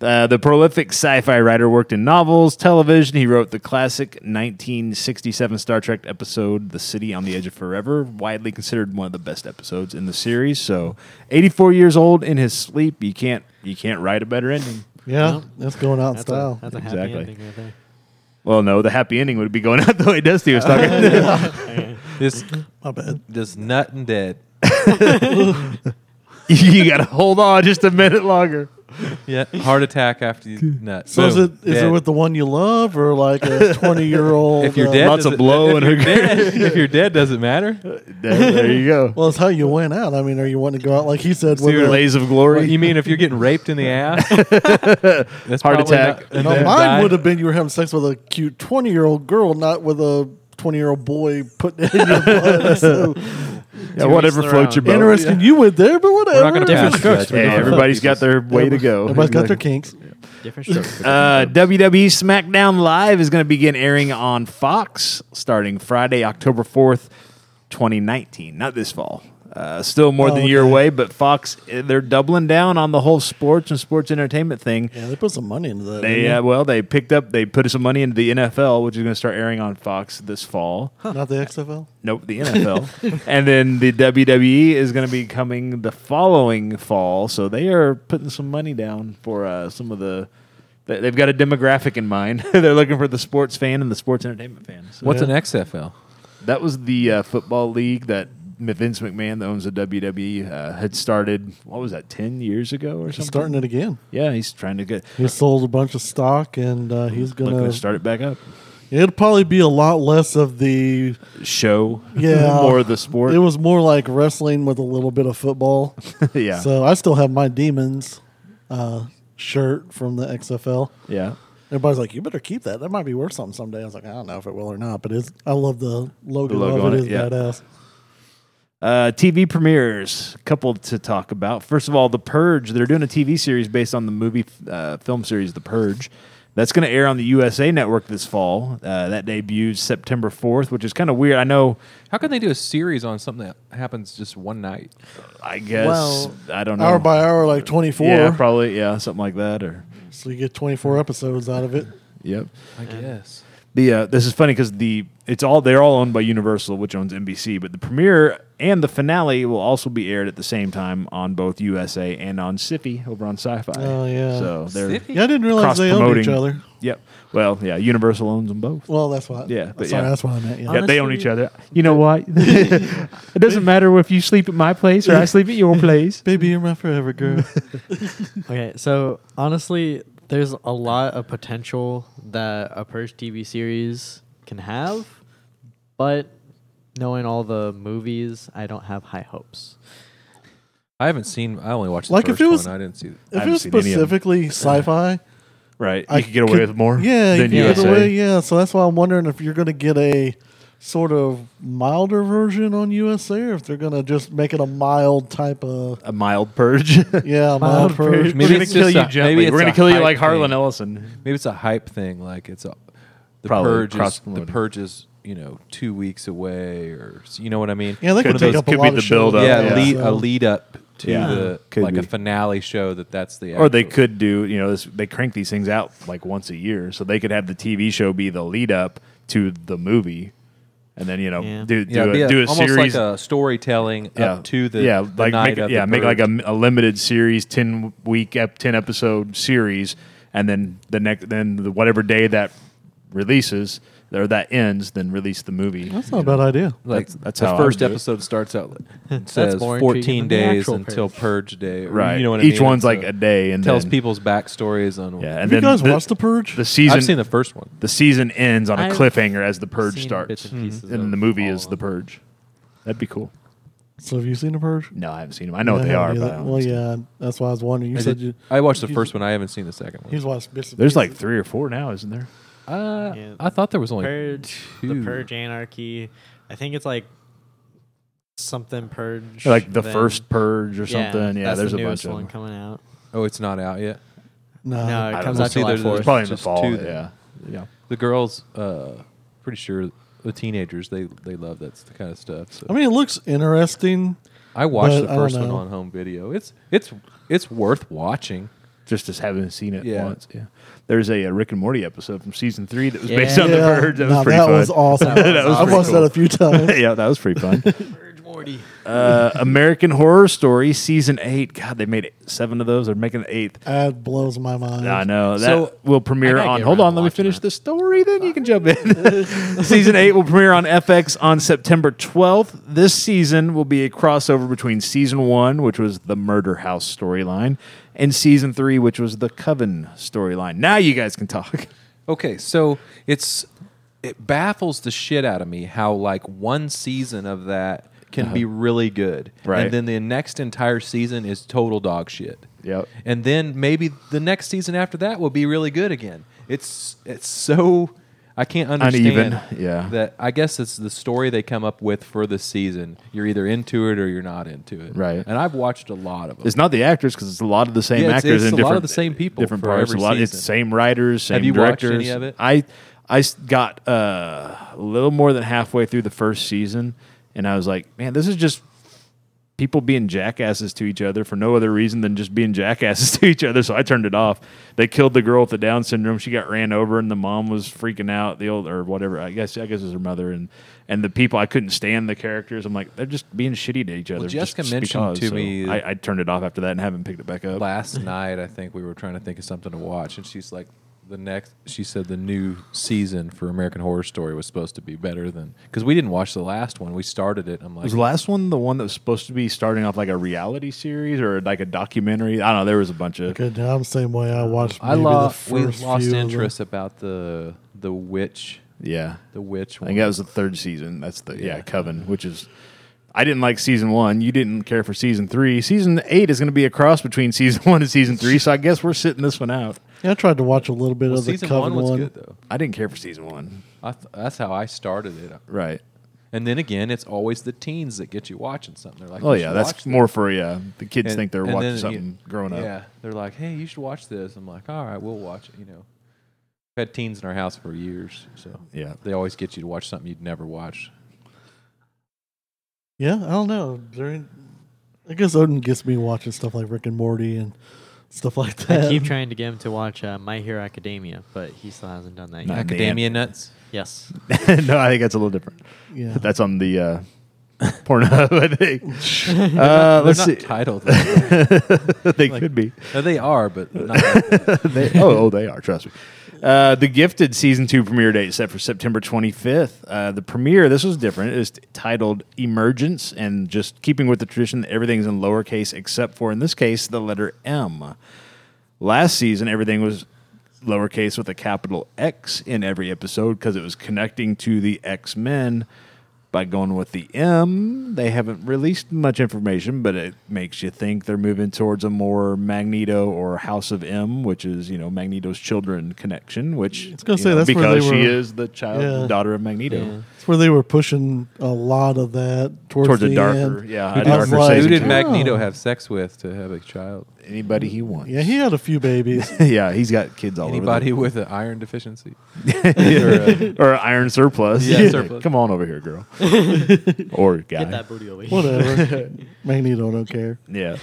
Speaker 1: uh, the prolific sci-fi writer worked in novels, television. He wrote the classic 1967 Star Trek episode "The City on the Edge of Forever," widely considered one of the best episodes in the series. So, 84 years old in his sleep, you can't you can't write a better ending.
Speaker 2: Yeah, that's going out in
Speaker 4: That's
Speaker 2: style.
Speaker 4: a, that's a happy
Speaker 1: Exactly.
Speaker 4: ending right there.
Speaker 1: Well, no, the happy ending would be going out the way Dusty was talking.
Speaker 3: This,
Speaker 2: My bad.
Speaker 3: this nut and dead.
Speaker 1: you got to hold on just a minute longer.
Speaker 3: Yeah. Heart attack after you nut.
Speaker 2: So is it
Speaker 3: Boom.
Speaker 2: is it
Speaker 3: Dead.
Speaker 2: with the one you love or like a twenty year old? uh,
Speaker 3: if you're dead,
Speaker 1: Lots of
Speaker 3: does it-
Speaker 1: blow
Speaker 3: if
Speaker 1: and
Speaker 3: you're
Speaker 1: hooker.
Speaker 3: dead- If you're dead, does it matter?
Speaker 1: There, there you go.
Speaker 2: well, it's how you went out. I mean, are you wanting to go out like he said? with
Speaker 1: Your
Speaker 2: a-
Speaker 1: lays of glory.
Speaker 3: Well, you mean if you're getting raped in the ass? That's
Speaker 1: Heart
Speaker 3: probably
Speaker 1: attack.
Speaker 3: not-
Speaker 2: No,
Speaker 3: then
Speaker 2: mine
Speaker 3: die.
Speaker 2: would have been you were having sex with a cute twenty year old girl, not with a twenty year old boy putting it in your blood. That's so
Speaker 1: Yeah, whatever
Speaker 4: their
Speaker 1: floats
Speaker 4: own.
Speaker 1: your boat.
Speaker 2: interesting. You went there, but whatever.
Speaker 3: We're not going to pass
Speaker 4: Different
Speaker 3: judgment.
Speaker 4: strokes for
Speaker 1: Yeah,
Speaker 3: on
Speaker 1: everybody's got
Speaker 3: people's-
Speaker 1: their way to go.
Speaker 2: Everybody's got their kinks.
Speaker 4: Different strokes.
Speaker 1: Uh, WWE SmackDown Live is going to begin airing on Fox starting Friday, October 4th, 2019. Not this fall. Uh, still more
Speaker 2: Oh,
Speaker 1: than a year
Speaker 2: okay.
Speaker 1: away, but Fox, eh, they're doubling down on the whole sports and sports entertainment thing.
Speaker 2: Yeah, they put some money into that.
Speaker 1: They, uh,
Speaker 2: didn't
Speaker 1: well, they picked up, they put some money into the NFL, which is going to start airing on Fox this fall.
Speaker 2: they? not the XFL.
Speaker 1: Nope, the NFL. and then the WWE is going to be coming the following fall. So they are putting some money down for uh, some of the. they- They've got a demographic in mind. They're looking for the sports fan and the sports entertainment fan. So
Speaker 3: What's
Speaker 2: Yeah.
Speaker 3: an XFL?
Speaker 1: that was the uh, football league that Vince McMahon, that owns the WWE, uh, had started. What was that? Ten years ago or something?
Speaker 2: He's starting it again.
Speaker 1: Yeah, he's trying to get
Speaker 2: He sold a bunch of stock, and uh, he's
Speaker 1: looking
Speaker 2: gonna.
Speaker 1: to start it back up.
Speaker 2: It'll probably be a lot less of the.
Speaker 1: Show,
Speaker 2: Yeah.
Speaker 1: more of the sport.
Speaker 2: It was more like wrestling with a little bit of football.
Speaker 1: yeah,
Speaker 2: So I still have my demons uh, shirt from the XFL.
Speaker 1: yeah.
Speaker 2: Everybody's like, "You better keep that. That might be worth something someday." I was like, "I don't know if it will or not, but it's." I love the logo.
Speaker 1: The logo
Speaker 2: of
Speaker 1: on
Speaker 2: it
Speaker 1: it,
Speaker 2: is
Speaker 1: yeah.
Speaker 2: badass.
Speaker 1: Uh, TV premieres, a couple to talk about. First of all, The Purge. They're doing a TV series based on the movie uh, film series The Purge. That's going to air on the USA Network this fall. Uh, that debuts September 4th, which is kind of weird. I know,
Speaker 3: How can they do a series on something that happens just one night?
Speaker 1: I guess,
Speaker 4: Well,
Speaker 1: I don't know.
Speaker 2: Hour by hour, like twenty four.
Speaker 1: Yeah, probably, yeah, something like that. Or,
Speaker 2: so you get twenty four episodes out of it.
Speaker 1: yep.
Speaker 3: I guess.
Speaker 1: The uh, this is funny because the it's all they're all owned by Universal, which owns NBC. But the premiere and the finale will also be aired at the same time on both USA and on SIFI over on Sci-Fi.
Speaker 2: Oh, yeah.
Speaker 1: so they're
Speaker 3: Sci-Fi?
Speaker 2: Yeah, I didn't realize
Speaker 1: cross
Speaker 2: they owned
Speaker 1: promoting
Speaker 2: each other.
Speaker 1: Yep. Well, yeah, Universal owns them both.
Speaker 2: Well, that's why.
Speaker 1: Yeah, but
Speaker 2: sorry,
Speaker 1: yeah.
Speaker 2: that's what I meant. Yeah.
Speaker 1: yeah, they own
Speaker 4: Honestly-
Speaker 1: each other. You know what? it doesn't matter if you sleep at my place or I sleep at your place.
Speaker 2: Baby, you're my forever girl.
Speaker 4: okay, so honestly, there's a lot of potential that a Purge TV series can have, but knowing all the movies, I don't have high hopes.
Speaker 3: I haven't seen. I only watched the
Speaker 2: Like, if
Speaker 3: first
Speaker 2: it was-
Speaker 3: one. I didn't see. it.
Speaker 2: if
Speaker 1: haven't
Speaker 2: it was
Speaker 1: seen any of them.
Speaker 2: specifically sci-fi,
Speaker 1: Right.
Speaker 2: I
Speaker 1: you could get away with more.
Speaker 2: Yeah,
Speaker 1: than
Speaker 2: you could
Speaker 1: USA.
Speaker 2: get away. Yeah, so that's why I'm wondering if you're going to get a sort of milder version on USA, or if they're going to just make it a mild type of
Speaker 1: A mild purge.
Speaker 2: yeah, a mild,
Speaker 4: Mild
Speaker 2: version.
Speaker 4: version.
Speaker 1: We're
Speaker 3: Maybe
Speaker 1: gonna
Speaker 3: it's
Speaker 1: kill
Speaker 3: just
Speaker 1: you
Speaker 3: a-
Speaker 1: gently.
Speaker 3: maybe it's
Speaker 1: We're gonna
Speaker 3: a
Speaker 1: kill you
Speaker 3: hype
Speaker 1: like Harlan
Speaker 3: thing.
Speaker 1: Ellison.
Speaker 3: Maybe it's a hype thing. Like it's a, the
Speaker 1: Probably
Speaker 3: purge. Is, the
Speaker 1: cross-promoting.
Speaker 3: purge is you know two weeks away, or you know what I mean.
Speaker 2: Yeah, they could,
Speaker 1: Could
Speaker 2: take
Speaker 1: those-
Speaker 2: up a
Speaker 1: could be
Speaker 2: lot
Speaker 1: the
Speaker 2: of show.
Speaker 1: build-up,
Speaker 3: yeah,
Speaker 1: Yeah.
Speaker 3: lead,
Speaker 2: So-
Speaker 3: a lead up to
Speaker 1: Yeah.
Speaker 3: the
Speaker 1: Could
Speaker 3: like a
Speaker 1: be.
Speaker 3: finale show that that's the
Speaker 1: Or they
Speaker 3: actual-
Speaker 1: could do, you know, this, they crank these things out like once a year, so they could have the TV show be the lead up to the movie, and then you know,
Speaker 4: Yeah.
Speaker 1: do do
Speaker 3: yeah,
Speaker 1: a,
Speaker 3: be
Speaker 1: do a
Speaker 3: almost
Speaker 1: series
Speaker 3: like a storytelling up to the
Speaker 1: yeah,
Speaker 3: the
Speaker 1: like
Speaker 3: night
Speaker 1: make,
Speaker 3: of the
Speaker 1: yeah, make
Speaker 3: purge.
Speaker 1: like a, a limited series, ten week, ep- ten episode series, and then the next, then the, whatever day that releases or that ends, then release the movie.
Speaker 2: That's not a bad idea.
Speaker 3: like
Speaker 1: That's- that's
Speaker 3: the
Speaker 1: how I
Speaker 3: first
Speaker 1: would do it.
Speaker 3: episode starts out it says
Speaker 4: more intriguing
Speaker 3: 14
Speaker 4: than the
Speaker 3: days
Speaker 4: actual
Speaker 3: until purge day or-
Speaker 1: right?
Speaker 3: you know what I
Speaker 1: Each
Speaker 3: mean?
Speaker 1: one's
Speaker 3: So
Speaker 1: like a day, and
Speaker 3: tells
Speaker 1: then-
Speaker 3: people's backstories on
Speaker 1: Yeah,
Speaker 2: Have
Speaker 1: and
Speaker 2: you
Speaker 1: then
Speaker 2: guys
Speaker 1: the,
Speaker 2: watched The Purge?
Speaker 1: the season.
Speaker 3: I've seen the first one
Speaker 1: the season ends on a
Speaker 4: I've
Speaker 1: cliffhanger as the purge
Speaker 4: seen
Speaker 1: starts,
Speaker 4: bits
Speaker 3: Hmm.
Speaker 4: and pieces
Speaker 1: and
Speaker 4: of
Speaker 1: the movie
Speaker 4: all
Speaker 1: is
Speaker 4: of
Speaker 1: the
Speaker 4: them.
Speaker 1: purge. That'd be cool.
Speaker 2: So have you seen The Purge?
Speaker 1: No, I haven't seen them. I know what
Speaker 2: Yeah,
Speaker 1: they
Speaker 2: I
Speaker 1: are,
Speaker 2: haven't
Speaker 1: but I
Speaker 2: either.
Speaker 1: don't
Speaker 2: well, yeah, that's why I was wondering. You
Speaker 3: I,
Speaker 2: said
Speaker 3: did-
Speaker 2: you
Speaker 3: I watched the
Speaker 2: you-
Speaker 3: first one I haven't seen the second one
Speaker 2: he's watched bits and
Speaker 1: There's like
Speaker 2: pieces.
Speaker 1: three or four now, isn't there?
Speaker 3: uh,
Speaker 4: Yeah.
Speaker 3: I thought there was only
Speaker 4: Purge,
Speaker 3: two.
Speaker 4: the Purge Anarchy. I think it's like something Purge.
Speaker 1: Like the
Speaker 4: then-
Speaker 1: first purge or something. Yeah,
Speaker 4: that's
Speaker 1: there's
Speaker 4: the
Speaker 1: a bunch
Speaker 4: newest
Speaker 1: of
Speaker 4: one
Speaker 1: them.
Speaker 4: coming out.
Speaker 3: oh it's not out yet
Speaker 2: No,
Speaker 4: No,
Speaker 1: I
Speaker 4: it
Speaker 1: don't
Speaker 4: comes
Speaker 1: know.
Speaker 4: out
Speaker 3: See,
Speaker 4: July
Speaker 3: there's- there's
Speaker 1: It's
Speaker 4: 4th.
Speaker 1: probably in the
Speaker 3: Just
Speaker 1: fall.
Speaker 3: two
Speaker 1: Yeah,
Speaker 3: then.
Speaker 1: yeah.
Speaker 3: the girls uh, pretty sure the teenagers they they love that kind of stuff so
Speaker 2: I mean it looks interesting.
Speaker 3: I watched
Speaker 2: But
Speaker 3: the
Speaker 2: I don't
Speaker 3: first one
Speaker 2: know.
Speaker 3: on home video. It's it's it's worth watching.
Speaker 1: Just as having seen it
Speaker 3: Yeah.
Speaker 1: once. Yeah. There's a, uh Rick and Morty episode from season three that was
Speaker 4: Yeah.
Speaker 1: based on the
Speaker 2: Yeah,
Speaker 1: birds. That
Speaker 2: no,
Speaker 1: was pretty
Speaker 2: that
Speaker 1: fun.
Speaker 2: was awesome.
Speaker 4: That was
Speaker 2: I've
Speaker 4: pretty
Speaker 2: watched
Speaker 1: cool.
Speaker 2: that a few times.
Speaker 1: yeah, that was pretty fun.
Speaker 4: Purge Morty.
Speaker 1: Uh, American Horror Story season eight. God, they made seven of those. They're making the eighth.
Speaker 2: That blows my mind.
Speaker 1: I know that
Speaker 3: So-
Speaker 1: will
Speaker 4: I
Speaker 1: premiere
Speaker 4: gotta
Speaker 1: on.
Speaker 4: get
Speaker 1: Hold
Speaker 4: around
Speaker 1: on,
Speaker 4: to
Speaker 1: let me
Speaker 4: watching
Speaker 1: finish
Speaker 4: that.
Speaker 1: the story, then you can jump in. season eight will premiere on FX on September 12th. This season will be a crossover between season one, which was the Murder House storyline, and season three, which was the Coven storyline. Now you guys can talk.
Speaker 3: Okay, so it's it baffles the shit out of me how like one season of that can be really good,
Speaker 1: Uh-huh. Right.
Speaker 3: And then the next entire season is total dog shit.
Speaker 1: Yep.
Speaker 3: And then maybe the next season after that will be really good again. It's it's so I can't understand
Speaker 1: Uneven, yeah.
Speaker 3: that. I guess it's the story they come up with for the season. You're either into it or you're not into it.
Speaker 1: Right.
Speaker 3: And I've watched a lot of them.
Speaker 1: It's not the actors because it's a lot of the same
Speaker 3: Yeah, it's-
Speaker 1: actors and
Speaker 3: it's a lot
Speaker 1: different
Speaker 3: of the same people
Speaker 1: different
Speaker 3: for
Speaker 1: parts.
Speaker 3: every
Speaker 1: a lot, it's
Speaker 3: season.
Speaker 1: same writers, same
Speaker 3: Have you watched
Speaker 1: directors.
Speaker 3: any of it?
Speaker 1: I I s- got uh, a little more than halfway through the first season, and I was like, man, this is just people being jackasses to each other for no other reason than just being jackasses to each other. So I turned it off. They killed the girl with the Down syndrome. She got ran over, and the mom was freaking out. The old or whatever. I guess I guess it was her mother and. And the people I couldn't stand the characters. I'm like they're just being shitty to each other. just
Speaker 3: Jessica mentioned
Speaker 1: because.
Speaker 3: to
Speaker 1: So
Speaker 3: me-
Speaker 1: I, I turned it off after that and haven't picked it back up.
Speaker 3: last night I think we were trying to think of something to watch, and she's like, the next. She said the new season for American Horror Story was supposed to be better than because we didn't watch the last one. We started it. I'm like,
Speaker 1: Was the last one the one that was supposed to be starting off like a reality series or like a documentary? I don't know. There was a bunch of.
Speaker 2: Good. I'm the same way. I watched.
Speaker 3: Um, I
Speaker 2: maybe
Speaker 3: lost.
Speaker 2: The
Speaker 3: We
Speaker 2: first
Speaker 3: lost
Speaker 2: few of them.
Speaker 3: interest about the the witch.
Speaker 1: Yeah.
Speaker 3: The witch.
Speaker 1: I
Speaker 3: One.
Speaker 1: think that was the third season. That's the yeah,
Speaker 3: Yeah.
Speaker 1: Coven, which is I didn't like season one. You didn't care for season three. Season eight is going to be a cross between season one and season three. So I guess we're sitting this one out.
Speaker 2: Yeah, I tried to watch a little bit
Speaker 3: Well,
Speaker 2: of the
Speaker 3: season
Speaker 2: Coven
Speaker 3: one
Speaker 2: one.
Speaker 3: was good though.
Speaker 1: I didn't care for season one.
Speaker 3: I th- that's how I started it.
Speaker 1: Right.
Speaker 3: And then again, it's always the teens that get you watching something. They're like,
Speaker 1: Oh
Speaker 3: "You
Speaker 1: yeah,
Speaker 3: should
Speaker 1: that's
Speaker 3: watch this."
Speaker 1: more for yeah. The kids
Speaker 3: And-
Speaker 1: think they're
Speaker 3: and
Speaker 1: watching
Speaker 3: then,
Speaker 1: something
Speaker 3: yeah,
Speaker 1: growing up.
Speaker 3: Yeah, they're like, "Hey, you should watch this." I'm like, "All right, we'll watch it." You know, we've had teens in our house for years, so
Speaker 1: Yeah.
Speaker 3: they always get you to watch something you'd never watch.
Speaker 2: Yeah, I don't know. During, I guess Odin gets me watching stuff like Rick and Morty and stuff like that.
Speaker 4: I keep trying to get him to watch uh, My Hero Academia, but he still hasn't done that yet.
Speaker 1: Nice.
Speaker 3: Academia nuts.
Speaker 4: Yes.
Speaker 1: no, I think that's a little different.
Speaker 2: Yeah.
Speaker 1: That's on the uh, Pornhub. I think.
Speaker 3: They're not-
Speaker 1: Uh,
Speaker 3: they're
Speaker 1: let's
Speaker 3: not
Speaker 1: see.
Speaker 3: titled. like that.
Speaker 1: they
Speaker 3: Like-
Speaker 1: could be.
Speaker 3: No, they are, but they're not like that.
Speaker 1: they, oh, oh, they are. Trust me. Uh, the Gifted season two premiere date set for September 25th. Uh, the premiere, this was different. It was titled Emergence, and just keeping with the tradition, that everything's in lowercase except for, in this case, the letter M. Last season, everything was lowercase with a capital X in every episode because it was connecting to the X Men. By going with the M, they haven't released much information, but it makes you think they're moving towards a more Magneto or House of M, which is you know Magneto's children connection. Which
Speaker 2: was gonna
Speaker 1: you
Speaker 2: say,
Speaker 1: know,
Speaker 2: that's where
Speaker 1: because
Speaker 2: they
Speaker 1: she
Speaker 2: were-
Speaker 1: is the child,
Speaker 2: Yeah.
Speaker 1: daughter of Magneto.
Speaker 4: Yeah.
Speaker 2: That's where they were pushing a lot of that towards,
Speaker 1: Towards
Speaker 2: the
Speaker 1: a darker,
Speaker 2: end.
Speaker 1: yeah,
Speaker 2: I
Speaker 1: a
Speaker 2: was
Speaker 1: darker
Speaker 2: like, "Oh,
Speaker 3: Who
Speaker 1: season.
Speaker 3: did
Speaker 1: two.
Speaker 3: Magneto have sex with to have a child?
Speaker 1: Anybody he wants.
Speaker 2: Yeah, he had a few babies.
Speaker 1: yeah, he's got kids all
Speaker 3: Anybody
Speaker 1: over.
Speaker 3: with an iron deficiency?
Speaker 1: Anybody or, iron surplus.
Speaker 3: Yeah,
Speaker 1: Yeah,
Speaker 3: surplus.
Speaker 1: Come on over here, girl. or guy.
Speaker 4: Get that booty away.
Speaker 2: Whatever. Magneto don't care.
Speaker 1: Yeah.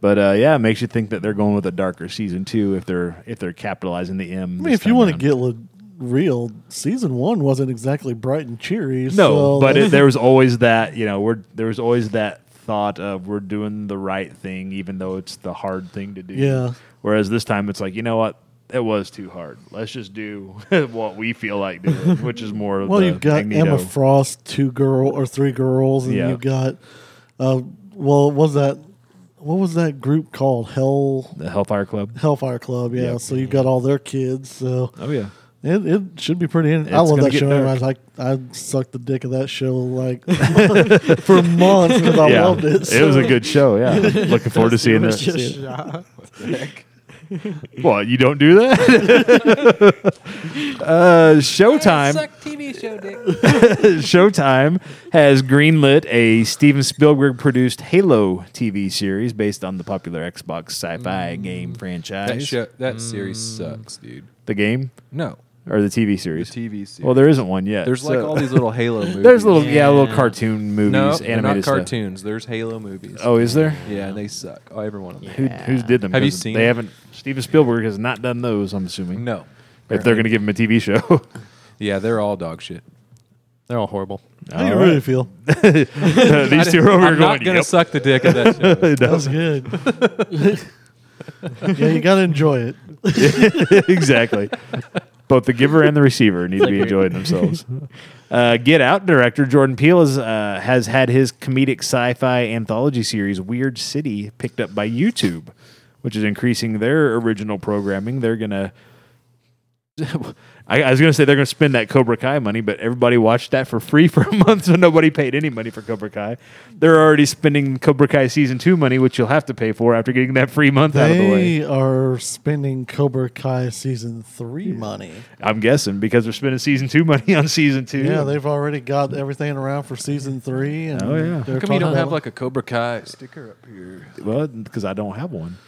Speaker 1: But uh, yeah, it makes you think that they're going with a darker season two if they're if they're capitalizing the M.
Speaker 2: I mean, if you want to get le- real, season one wasn't exactly bright and cheery.
Speaker 1: no,
Speaker 2: so
Speaker 1: but
Speaker 2: that's-
Speaker 1: it, there was always that you know we're there was always that thought of we're doing the right thing even though it's the hard thing to do.
Speaker 2: Yeah.
Speaker 1: Whereas this time it's like you know what it was too hard. Let's just do what we feel like doing, which is more. of
Speaker 2: well,
Speaker 1: the
Speaker 2: you've got
Speaker 1: Magneto.
Speaker 2: Emma Frost, two girl or three girls, and
Speaker 1: Yeah.
Speaker 2: you've got uh, well, what was that what was that group called? Hell
Speaker 1: the Hellfire Club.
Speaker 2: Hellfire Club, yeah.
Speaker 1: Yep.
Speaker 2: So you've got all their kids. So
Speaker 1: Oh yeah.
Speaker 2: it, it should be pretty. In-
Speaker 1: It's
Speaker 2: I love
Speaker 1: gonna
Speaker 2: that
Speaker 1: get
Speaker 2: show.
Speaker 1: dark.
Speaker 2: I was like I sucked the dick of that show like for months because I
Speaker 1: yeah.
Speaker 2: loved it.
Speaker 1: It was
Speaker 2: so-
Speaker 1: a good show. Yeah, looking forward to seeing
Speaker 4: Just
Speaker 1: that.
Speaker 4: shot.
Speaker 1: What you don't do that? uh, Showtime.
Speaker 3: TV show, dick.
Speaker 1: Showtime has greenlit a Steven Spielberg produced Halo TV series based on the popular Xbox sci-fi game
Speaker 3: Mm. That,
Speaker 1: franchise.
Speaker 3: show, that
Speaker 4: Mm.
Speaker 3: series sucks, dude.
Speaker 1: the game
Speaker 3: No,
Speaker 1: or the TV
Speaker 3: the
Speaker 1: series?
Speaker 3: TV series.
Speaker 1: Well, there isn't one yet.
Speaker 3: There's like
Speaker 1: so-
Speaker 3: all these little Halo movies.
Speaker 1: There's little yeah, little
Speaker 4: Yeah.
Speaker 1: cartoon movies,
Speaker 3: no, they're
Speaker 1: animated
Speaker 3: not
Speaker 1: stuff.
Speaker 3: cartoons. There's Halo movies.
Speaker 1: Oh, is there?
Speaker 3: yeah, and they suck. Oh, every one of them.
Speaker 1: Who who's did them?
Speaker 3: Have you
Speaker 1: 'Cause
Speaker 3: seen
Speaker 1: They
Speaker 3: it?
Speaker 1: haven't. Steven Spielberg has not done those. I'm assuming.
Speaker 3: No,
Speaker 1: If they're going to give him a TV show.
Speaker 3: yeah, they're all dog shit.
Speaker 4: They're all horrible.
Speaker 2: How do you
Speaker 1: All right.
Speaker 2: really feel?
Speaker 1: These two are over
Speaker 3: I'm
Speaker 1: here
Speaker 3: not
Speaker 1: going.
Speaker 3: gonna
Speaker 1: "Yep."
Speaker 3: suck the dick of that show.
Speaker 2: That was good. yeah, you gotta enjoy it.
Speaker 1: exactly. Both the giver and the receiver need to be
Speaker 4: Agreed.
Speaker 1: enjoying themselves. Uh, Get Out director Jordan Peele has, uh, has had his comedic sci-fi anthology series Weird City picked up by YouTube, which is increasing their original programming. They're gonna. I, I was gonna say they're gonna spend that Cobra Kai money, but everybody watched that for free for a month, so nobody paid any money for Cobra Kai. They're already spending Cobra Kai season two money, which you'll have to pay for after getting that free month out of the way.
Speaker 2: They are spending Cobra Kai season three money.
Speaker 1: I'm guessing because they're spending season two money on season two.
Speaker 2: Yeah, they've already got everything around for season three. And
Speaker 1: Oh, yeah.
Speaker 2: they're
Speaker 1: How
Speaker 3: How come you
Speaker 2: talking
Speaker 3: don't have
Speaker 2: about-
Speaker 3: like a Cobra Kai sticker up here?
Speaker 1: well because I don't have one.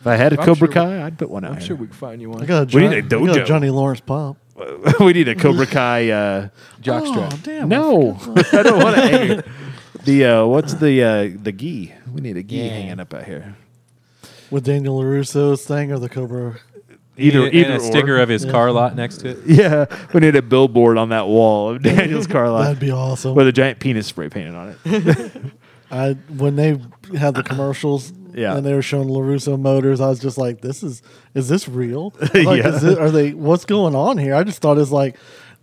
Speaker 1: If I had a
Speaker 3: I'm
Speaker 1: Cobra
Speaker 3: sure we-
Speaker 1: Kai, I'd put one out.
Speaker 3: I'm
Speaker 1: here.
Speaker 3: sure we can find you
Speaker 2: I
Speaker 3: one.
Speaker 2: got a,
Speaker 1: We need
Speaker 2: Johnny-
Speaker 1: a
Speaker 2: I got
Speaker 1: dojo.
Speaker 2: a Johnny Lawrence pump.
Speaker 1: we need a Cobra Kai. Uh,
Speaker 3: Jockstrap.
Speaker 2: Oh, damn.
Speaker 1: no, I don't want to. The uh, what's the uh, the gi? We need a gi
Speaker 4: Yeah.
Speaker 1: hanging up out here.
Speaker 2: With Daniel LaRusso's thing or the Cobra.
Speaker 1: Either
Speaker 3: and
Speaker 1: either
Speaker 3: a
Speaker 1: or.
Speaker 3: sticker of his car lot next to it.
Speaker 1: Yeah, we need a billboard on that wall of Daniel's car lot
Speaker 2: That'd be awesome.
Speaker 1: with a giant penis spray painted on it.
Speaker 2: I when they had the commercials
Speaker 1: Uh-uh. Yeah.
Speaker 2: and they were showing Larusso Motors, I was just like, "This is is this real? Like,
Speaker 1: Yeah.
Speaker 2: is it, are they? What's going on here?" I just thought it's like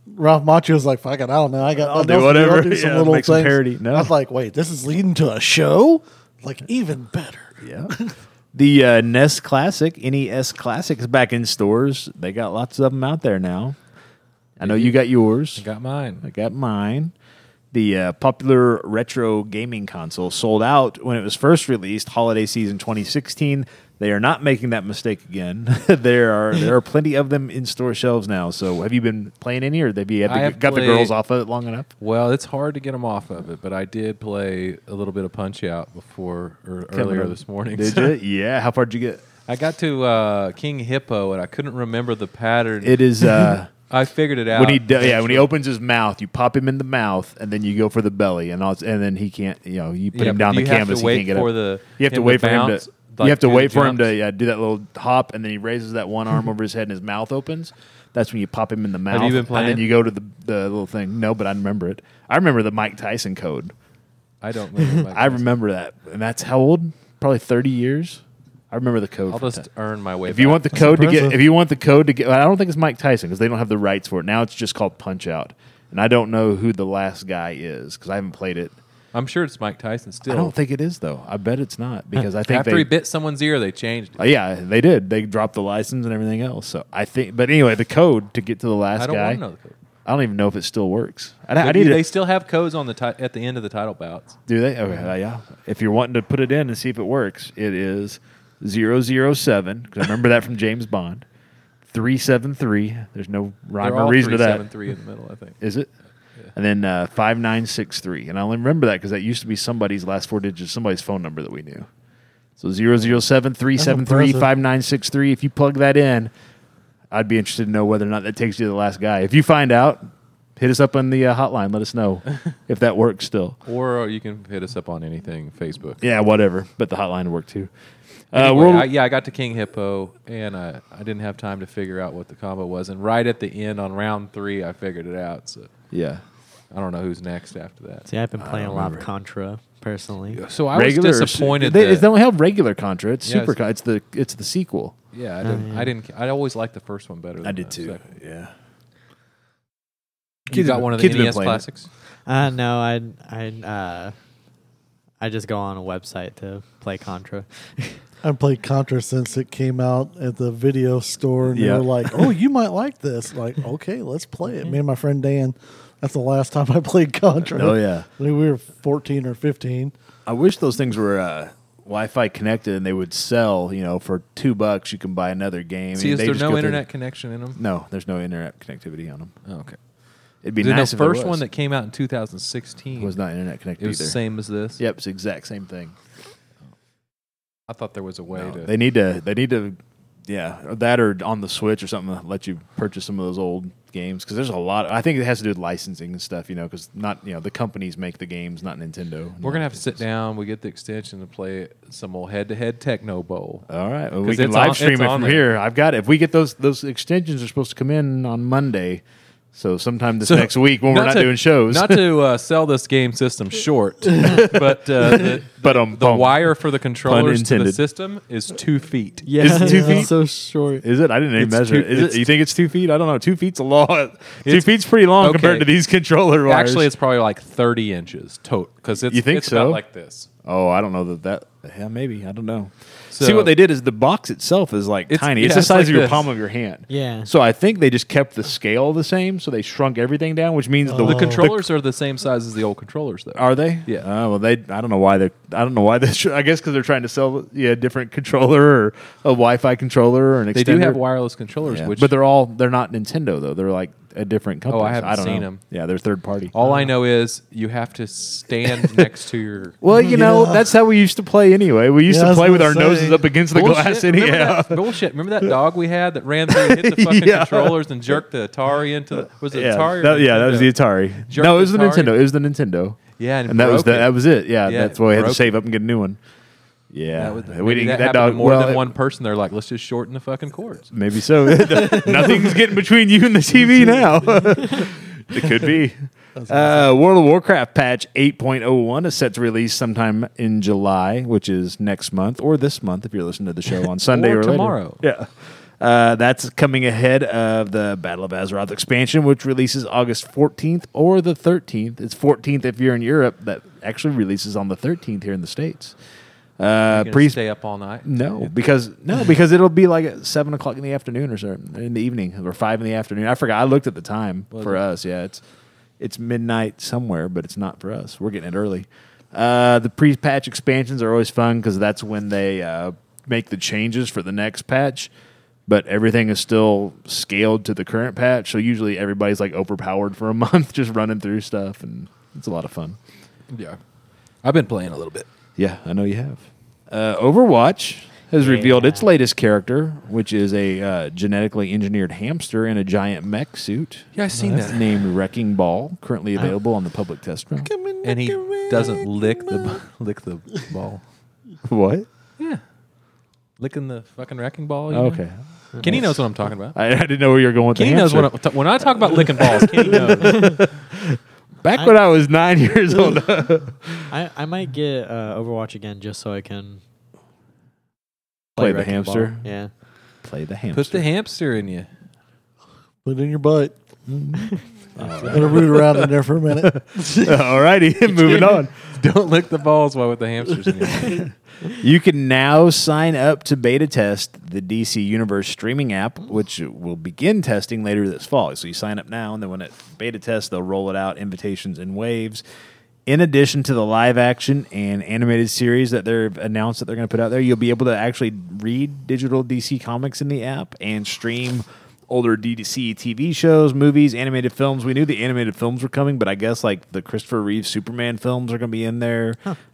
Speaker 2: Ralph Macchio's like, "Fuck it, I don't know. I got
Speaker 1: I'll do
Speaker 2: nothing to
Speaker 1: whatever.
Speaker 2: I'll do some
Speaker 1: Yeah,
Speaker 2: little
Speaker 1: make some
Speaker 2: things."
Speaker 1: parody. No.
Speaker 2: I was like, "Wait, this is leading to a show? Like even better."
Speaker 1: Yeah. The uh, NES Classic, NES Classic is back in stores. They got lots of them out there now. I know you got yours.
Speaker 3: I got mine.
Speaker 1: I got mine. The uh, popular retro gaming console sold out when it was first released, holiday season 2016. They are not making that mistake again. there are there are plenty of them in store shelves now. So, have you been playing any, or have you had
Speaker 3: I
Speaker 1: the,
Speaker 3: have
Speaker 1: got the girls
Speaker 3: played-
Speaker 1: off of it long enough?
Speaker 3: Well, it's hard to get them off of it, but I did play a little bit of Punch Out before or earlier this morning.
Speaker 1: did
Speaker 3: so-
Speaker 1: you? Yeah. How far did you get?
Speaker 3: I got to uh, King Hippo and I couldn't remember the pattern.
Speaker 1: It is uh,
Speaker 3: I figured it out.
Speaker 1: when he do, yeah when he opens his mouth, you pop him in the mouth, and then you go for the belly, and all, and then he can't. You know, you put
Speaker 3: Yeah,
Speaker 1: him
Speaker 3: but
Speaker 1: down
Speaker 3: do
Speaker 1: the
Speaker 3: you have
Speaker 1: canvas,
Speaker 3: to
Speaker 1: he
Speaker 3: wait
Speaker 1: can't get
Speaker 3: for
Speaker 1: up.
Speaker 3: the-
Speaker 1: you have to
Speaker 3: him to
Speaker 1: wait for
Speaker 3: bounce,
Speaker 1: him to.
Speaker 3: like,
Speaker 1: you have to
Speaker 3: do the
Speaker 1: wait for him to
Speaker 3: jumps?
Speaker 1: yeah, do that little hop, and then he raises that one arm over his head, and his mouth opens. That's when you pop him in the mouth.
Speaker 3: you been
Speaker 1: And
Speaker 3: playing?
Speaker 1: then you go to the the little thing. No, but I remember it. I remember the Mike Tyson code.
Speaker 3: I don't remember. my
Speaker 1: I remember that, and that's how old? Probably thirty years. I remember the code.
Speaker 3: I'll
Speaker 1: for
Speaker 3: just
Speaker 1: that.
Speaker 3: earn my way.
Speaker 1: If you
Speaker 3: back.
Speaker 1: want the code to get,
Speaker 2: impressive.
Speaker 1: if you want the code to get, I don't think it's Mike Tyson because they don't have the rights for it. Now it's just called Punch Out, and I don't know who the last guy is because I haven't played it.
Speaker 3: I'm sure it's Mike Tyson still.
Speaker 1: I don't think it is though. I bet it's not because I think
Speaker 3: After
Speaker 1: they,
Speaker 3: he bit someone's ear, they changed. It.
Speaker 1: Uh, yeah, they did. They dropped the license and everything else. So I think, but anyway, the code to get to the last
Speaker 3: I don't
Speaker 1: guy.
Speaker 3: want to know the code.
Speaker 1: I don't even know if it still works. I, I
Speaker 3: But
Speaker 1: need
Speaker 3: you- they
Speaker 1: to,
Speaker 3: still have codes on the ti- at the end of the title bouts.
Speaker 1: Do they? Okay, uh, yeah. If you're wanting to put it in and see if it works, it is 007, because I remember that from James Bond. 373. There's no rhyme
Speaker 3: They're
Speaker 1: or
Speaker 3: all
Speaker 1: reason to
Speaker 3: three, seven,
Speaker 1: that.
Speaker 3: three in the middle. I think.
Speaker 1: Is it? And then uh, 5963. And I only remember that because that used to be somebody's last four digits, somebody's phone number that we knew. So 007 373 5963. If you plug that in, I'd be interested to know whether or not that takes you to the last guy. If you find out, hit us up on the uh, hotline. Let us know if that works still.
Speaker 3: Or you can hit us up on anything Facebook.
Speaker 1: Yeah, whatever. But the hotline worked too. Uh,
Speaker 3: Anyway,
Speaker 1: World-
Speaker 3: I, yeah, I got to King Hippo, and I, I didn't have time to figure out what the combo was. And right at the end on round three, I figured it out. So
Speaker 1: yeah.
Speaker 3: I don't know who's next after that.
Speaker 4: See, I've been playing a lot of Contra personally.
Speaker 3: So I
Speaker 1: Regular
Speaker 3: was
Speaker 1: or su-
Speaker 3: disappointed.
Speaker 1: They,
Speaker 3: that,
Speaker 1: they don't have regular Contra. It's
Speaker 3: Yeah,
Speaker 1: Super
Speaker 3: it's-
Speaker 1: Contra. It's the it's the sequel.
Speaker 3: yeah, I
Speaker 1: Oh,
Speaker 3: didn't. I didn't. I always liked the first one better. Than the second.
Speaker 1: Yeah.
Speaker 3: You got one of the
Speaker 1: kids been
Speaker 3: NES
Speaker 1: playing it.
Speaker 3: classics.
Speaker 4: Uh, no, I I uh, I just go on a website to play Contra.
Speaker 2: I played Contra since it came out at the video store, and
Speaker 1: Yeah.
Speaker 2: they were like, "Oh, you might like this." Like, okay, let's play it. Me and my friend Dan. That's the last time I played Contra.
Speaker 1: Oh, yeah.
Speaker 2: I think we were fourteen or fifteen.
Speaker 1: I wish those things were uh, Wi-Fi connected and they would sell. You know, for two bucks you can buy another game.
Speaker 3: See, is
Speaker 1: They
Speaker 3: there
Speaker 1: just
Speaker 3: no
Speaker 1: go through-
Speaker 3: internet connection in them?
Speaker 1: No, there's no internet connectivity on them.
Speaker 3: Oh, okay.
Speaker 1: It'd be
Speaker 3: Then
Speaker 1: nice.
Speaker 3: the
Speaker 1: if there
Speaker 3: first
Speaker 1: was.
Speaker 3: one that came out in 2016
Speaker 1: It was not internet
Speaker 3: It
Speaker 1: connected
Speaker 3: was the
Speaker 1: either.
Speaker 3: same as this.
Speaker 1: Yep, it's the exact same thing.
Speaker 3: I thought there was a way
Speaker 1: No,
Speaker 3: to.
Speaker 1: They need to. They need to. Yeah, or that or on the Switch or something. to Let you purchase some of those old games because there's a lot. I think it has to do with licensing and stuff. You know, because not you know the companies make the games, not Nintendo.
Speaker 3: we're gonna have to sit down. We get the extension to play some old head-to-head Techno Bowl.
Speaker 1: All right, well, we
Speaker 3: 'Cause
Speaker 1: can
Speaker 3: it's on-
Speaker 1: live stream it
Speaker 3: it's
Speaker 1: from
Speaker 3: on there.
Speaker 1: here. I've got. It. If we get those those extensions are supposed to come in on Monday, so sometime this
Speaker 3: So,
Speaker 1: next week when we're not
Speaker 3: to-
Speaker 1: doing shows.
Speaker 3: Not to uh, sell this game system short, but uh, the,
Speaker 1: but um,
Speaker 3: the wire for the controllers to the
Speaker 1: intended.
Speaker 3: system is two feet.
Speaker 1: Is it two feet?
Speaker 4: so short.
Speaker 1: Is it? I didn't even
Speaker 3: It's
Speaker 1: measure
Speaker 3: two-
Speaker 1: it. Is
Speaker 3: it's-
Speaker 1: it. You think it's two feet? I don't know. Two feet's a lot. Two feet's pretty long
Speaker 3: okay.
Speaker 1: compared to these controller wires.
Speaker 3: Actually, it's probably like thirty inches total because it's
Speaker 1: You think
Speaker 3: it's about
Speaker 1: so?
Speaker 3: like this.
Speaker 1: oh, I don't know that that. Yeah, maybe I don't know. See what they did is the box itself is like
Speaker 3: It's-
Speaker 1: tiny. it's
Speaker 3: yeah,
Speaker 1: the
Speaker 3: it's
Speaker 1: size
Speaker 3: like
Speaker 1: of your
Speaker 3: this.
Speaker 1: palm of your hand.
Speaker 4: Yeah.
Speaker 1: So I think they just kept the scale the same, so they shrunk everything down, which means
Speaker 2: Oh.
Speaker 1: the,
Speaker 3: The controllers are the same size as the old controllers, though.
Speaker 1: Are they?
Speaker 3: Yeah.
Speaker 1: Uh, well, they. I don't know why they. I don't know why they. I guess because they're trying to sell yeah a different controller or a Wi-Fi controller or an extender.
Speaker 3: they do have wireless controllers,
Speaker 1: Yeah.
Speaker 3: which Oh,
Speaker 1: but they're all they're not Nintendo though. They're like a different company.
Speaker 3: haven't
Speaker 1: I don't
Speaker 3: seen
Speaker 1: know.
Speaker 3: 'em.
Speaker 1: Yeah, they're third party.
Speaker 3: all I know is you have to stand next to your.
Speaker 1: Well, you know
Speaker 2: Yeah.
Speaker 1: that's how we used to play anyway. We used
Speaker 2: Yeah, I
Speaker 1: to
Speaker 2: was
Speaker 1: play with
Speaker 2: gonna
Speaker 1: our
Speaker 2: say.
Speaker 1: noses up against the glass
Speaker 3: Remember
Speaker 1: anyhow.
Speaker 3: that- bullshit. Remember that dog we had that ran through and hit the fucking
Speaker 1: Yeah.
Speaker 3: controllers and jerked the Atari into the. Was it
Speaker 1: Yeah,
Speaker 3: Atari? or
Speaker 1: that, yeah, that was the
Speaker 3: Nintendo?
Speaker 1: Atari.
Speaker 3: Jerk
Speaker 1: no, it was the
Speaker 3: Atari.
Speaker 1: Nintendo. It was the Nintendo.
Speaker 3: Yeah, and it
Speaker 1: that was
Speaker 3: broke
Speaker 1: the,
Speaker 3: it.
Speaker 1: that was it. Yeah,
Speaker 3: Yeah,
Speaker 1: that's
Speaker 3: it
Speaker 1: why we had to
Speaker 3: broke
Speaker 1: save up and get a new one. Yeah,
Speaker 3: That was-
Speaker 1: we
Speaker 3: maybe
Speaker 1: didn't
Speaker 3: that
Speaker 1: get that
Speaker 3: happened to
Speaker 1: dog.
Speaker 3: more
Speaker 1: well,
Speaker 3: than
Speaker 1: it-
Speaker 3: one person. They're like, let's just shorten the fucking cords.
Speaker 1: Maybe so. Nothing's getting between you and the TV now. it could be. Uh, World of Warcraft patch 8.01 is set to release sometime in July, which is next month or this month if you're listening to the show on Sunday or,
Speaker 3: Or
Speaker 1: later.
Speaker 3: tomorrow.
Speaker 1: Yeah. Uh, that's coming ahead of the Battle of Azeroth expansion, which releases August 14th or the 13th. It's 14th if you're in Europe. That actually releases on the 13th here in the States. Uh,
Speaker 3: Gonna
Speaker 1: pre-
Speaker 3: stay up all night.
Speaker 1: no, because no, because it'll be like at seven o'clock in the afternoon or so, in the evening or five in the afternoon. I forgot. I looked at the time for us. Yeah, it's it's midnight somewhere, but it's not for us. We're getting it early. Uh, the pre-patch expansions are always fun because that's when they uh, make the changes for the next patch. But everything is still scaled to the current patch, so usually everybody's like overpowered for a month, just running through stuff, and it's a lot of fun.
Speaker 3: Yeah, I've been playing a little bit.
Speaker 1: Yeah, I know you have. Uh, Overwatch has revealed its latest character, which is a uh, genetically engineered hamster in a giant mech suit.
Speaker 3: Yeah, I seen
Speaker 1: That's
Speaker 3: that.
Speaker 1: Named Wrecking Ball, currently available on the public test run.
Speaker 3: And he doesn't lick the lick the ball.
Speaker 1: what?
Speaker 3: Yeah, licking the fucking wrecking ball. you know?
Speaker 1: Okay.
Speaker 3: Kenny knows what I'm talking about.
Speaker 1: Oh, I, I didn't know where you were going with
Speaker 3: Kenny
Speaker 1: the
Speaker 3: knows
Speaker 1: hamster.
Speaker 3: when I, when I talk about licking balls. Kenny knows.
Speaker 1: Back when I was nine years old.
Speaker 4: I, I might get uh, Overwatch again just so I can
Speaker 1: Play the
Speaker 4: wrecking
Speaker 1: hamster.
Speaker 4: ball. Yeah.
Speaker 1: Play the hamster.
Speaker 3: Put the hamster in you.
Speaker 2: Put it in your butt.
Speaker 4: Mm-hmm.
Speaker 2: It'll root around in there for a minute.
Speaker 1: All righty, moving on.
Speaker 3: Don't lick the balls while with the hamsters in you.
Speaker 1: You can now sign up to beta test the DC Universe streaming app, which will begin testing later this fall. So you sign up now, and then when it beta tests, they'll roll it out invitations in waves. In addition to the live action and animated series that they've announced that they're going to put out there, you'll be able to actually read digital DC comics in the app and stream older DDC TV shows, movies, animated films. We knew the animated films were coming, but I guess like the Christopher Reeve Superman films are going to be in there,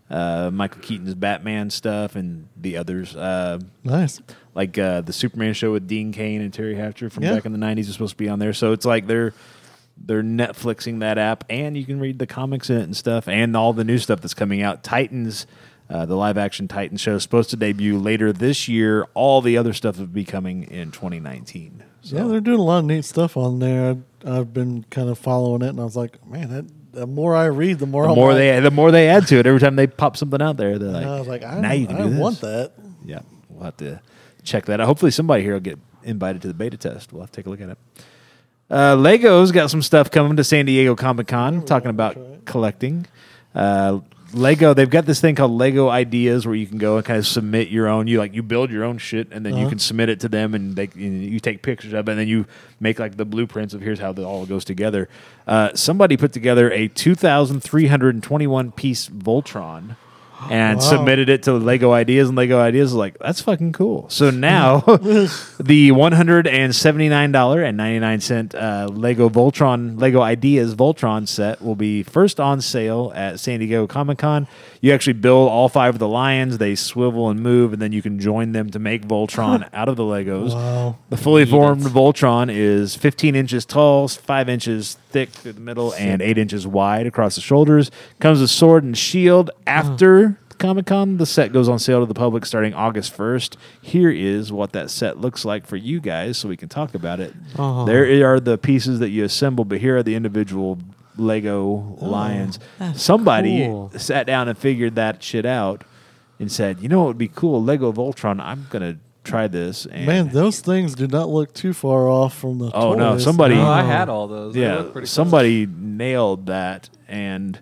Speaker 1: uh, Michael Keaton's Batman stuff, and the others. Uh,
Speaker 2: nice.
Speaker 1: like uh, the Superman show with Dean Kane and Terry Hatcher from
Speaker 2: Yeah.
Speaker 1: back in the '90s is supposed to be on there. So it's like they're they're Netflixing that app, and you can read the comics in it and stuff, and all the new stuff that's coming out. Titans, uh, the live action Titans show, is supposed to debut later this year. All the other stuff will be coming in 2019. So
Speaker 2: Yeah, they're doing a lot of neat stuff on there. I, I've been kind of following it, and I was like, man, that, the more I read, the more
Speaker 1: the
Speaker 2: I'm
Speaker 1: more
Speaker 2: like-
Speaker 1: they the more they add to it, every time they pop something out there, they're like,
Speaker 2: And I was like, I,
Speaker 1: now you can
Speaker 2: I
Speaker 1: do this.
Speaker 2: want that.
Speaker 1: Yeah, we'll have to check that out. Hopefully, somebody here will get invited to the beta test. We'll have to take a look at it. Uh, Lego's got some stuff coming to San Diego Comic
Speaker 2: Oh,
Speaker 1: Con, talking about collecting. Uh, Lego, they've got this thing called Lego Ideas, where you can go and kind of submit your own. You like you build your own shit, and then you
Speaker 2: Uh-huh.
Speaker 1: can submit it to them, and they and you take pictures of, it, and then you make like the blueprints of here's how it all goes together. Uh, somebody put together a 2,321 piece Voltron and
Speaker 2: Wow.
Speaker 1: submitted it to Lego Ideas, and Lego Ideas was like, "That's fucking cool." So now, the one hundred and seventy nine dollar and ninety nine cent uh, Lego Voltron Lego Ideas Voltron set will be first on sale at San Diego Comic Con. You actually build all five of the lions; they swivel and move, and then you can join them to make Voltron out of the Legos.
Speaker 2: Wow.
Speaker 1: The fully formed Voltron is 15 inches tall, 5 inches thick through the middle, and 8 inches wide across the shoulders. Comes with sword and shield. After Comic Con, the set goes on sale to the public starting August 1st. Here is what that set looks like for you guys so we can talk about it.
Speaker 4: Aw.
Speaker 1: There are the pieces that you assemble, but here are the individual Lego lions. Somebody
Speaker 4: cool.
Speaker 1: sat down and figured that shit out and said, you know what would be cool? Lego Voltron, I'm going to. Try this, and
Speaker 2: Man, those things do not look too far off from the.
Speaker 1: Oh, no,
Speaker 2: toys.
Speaker 1: somebody-
Speaker 3: Oh,
Speaker 1: No.
Speaker 3: I had all those. They look
Speaker 1: yeah,
Speaker 3: pretty cool.
Speaker 1: somebody nailed that, and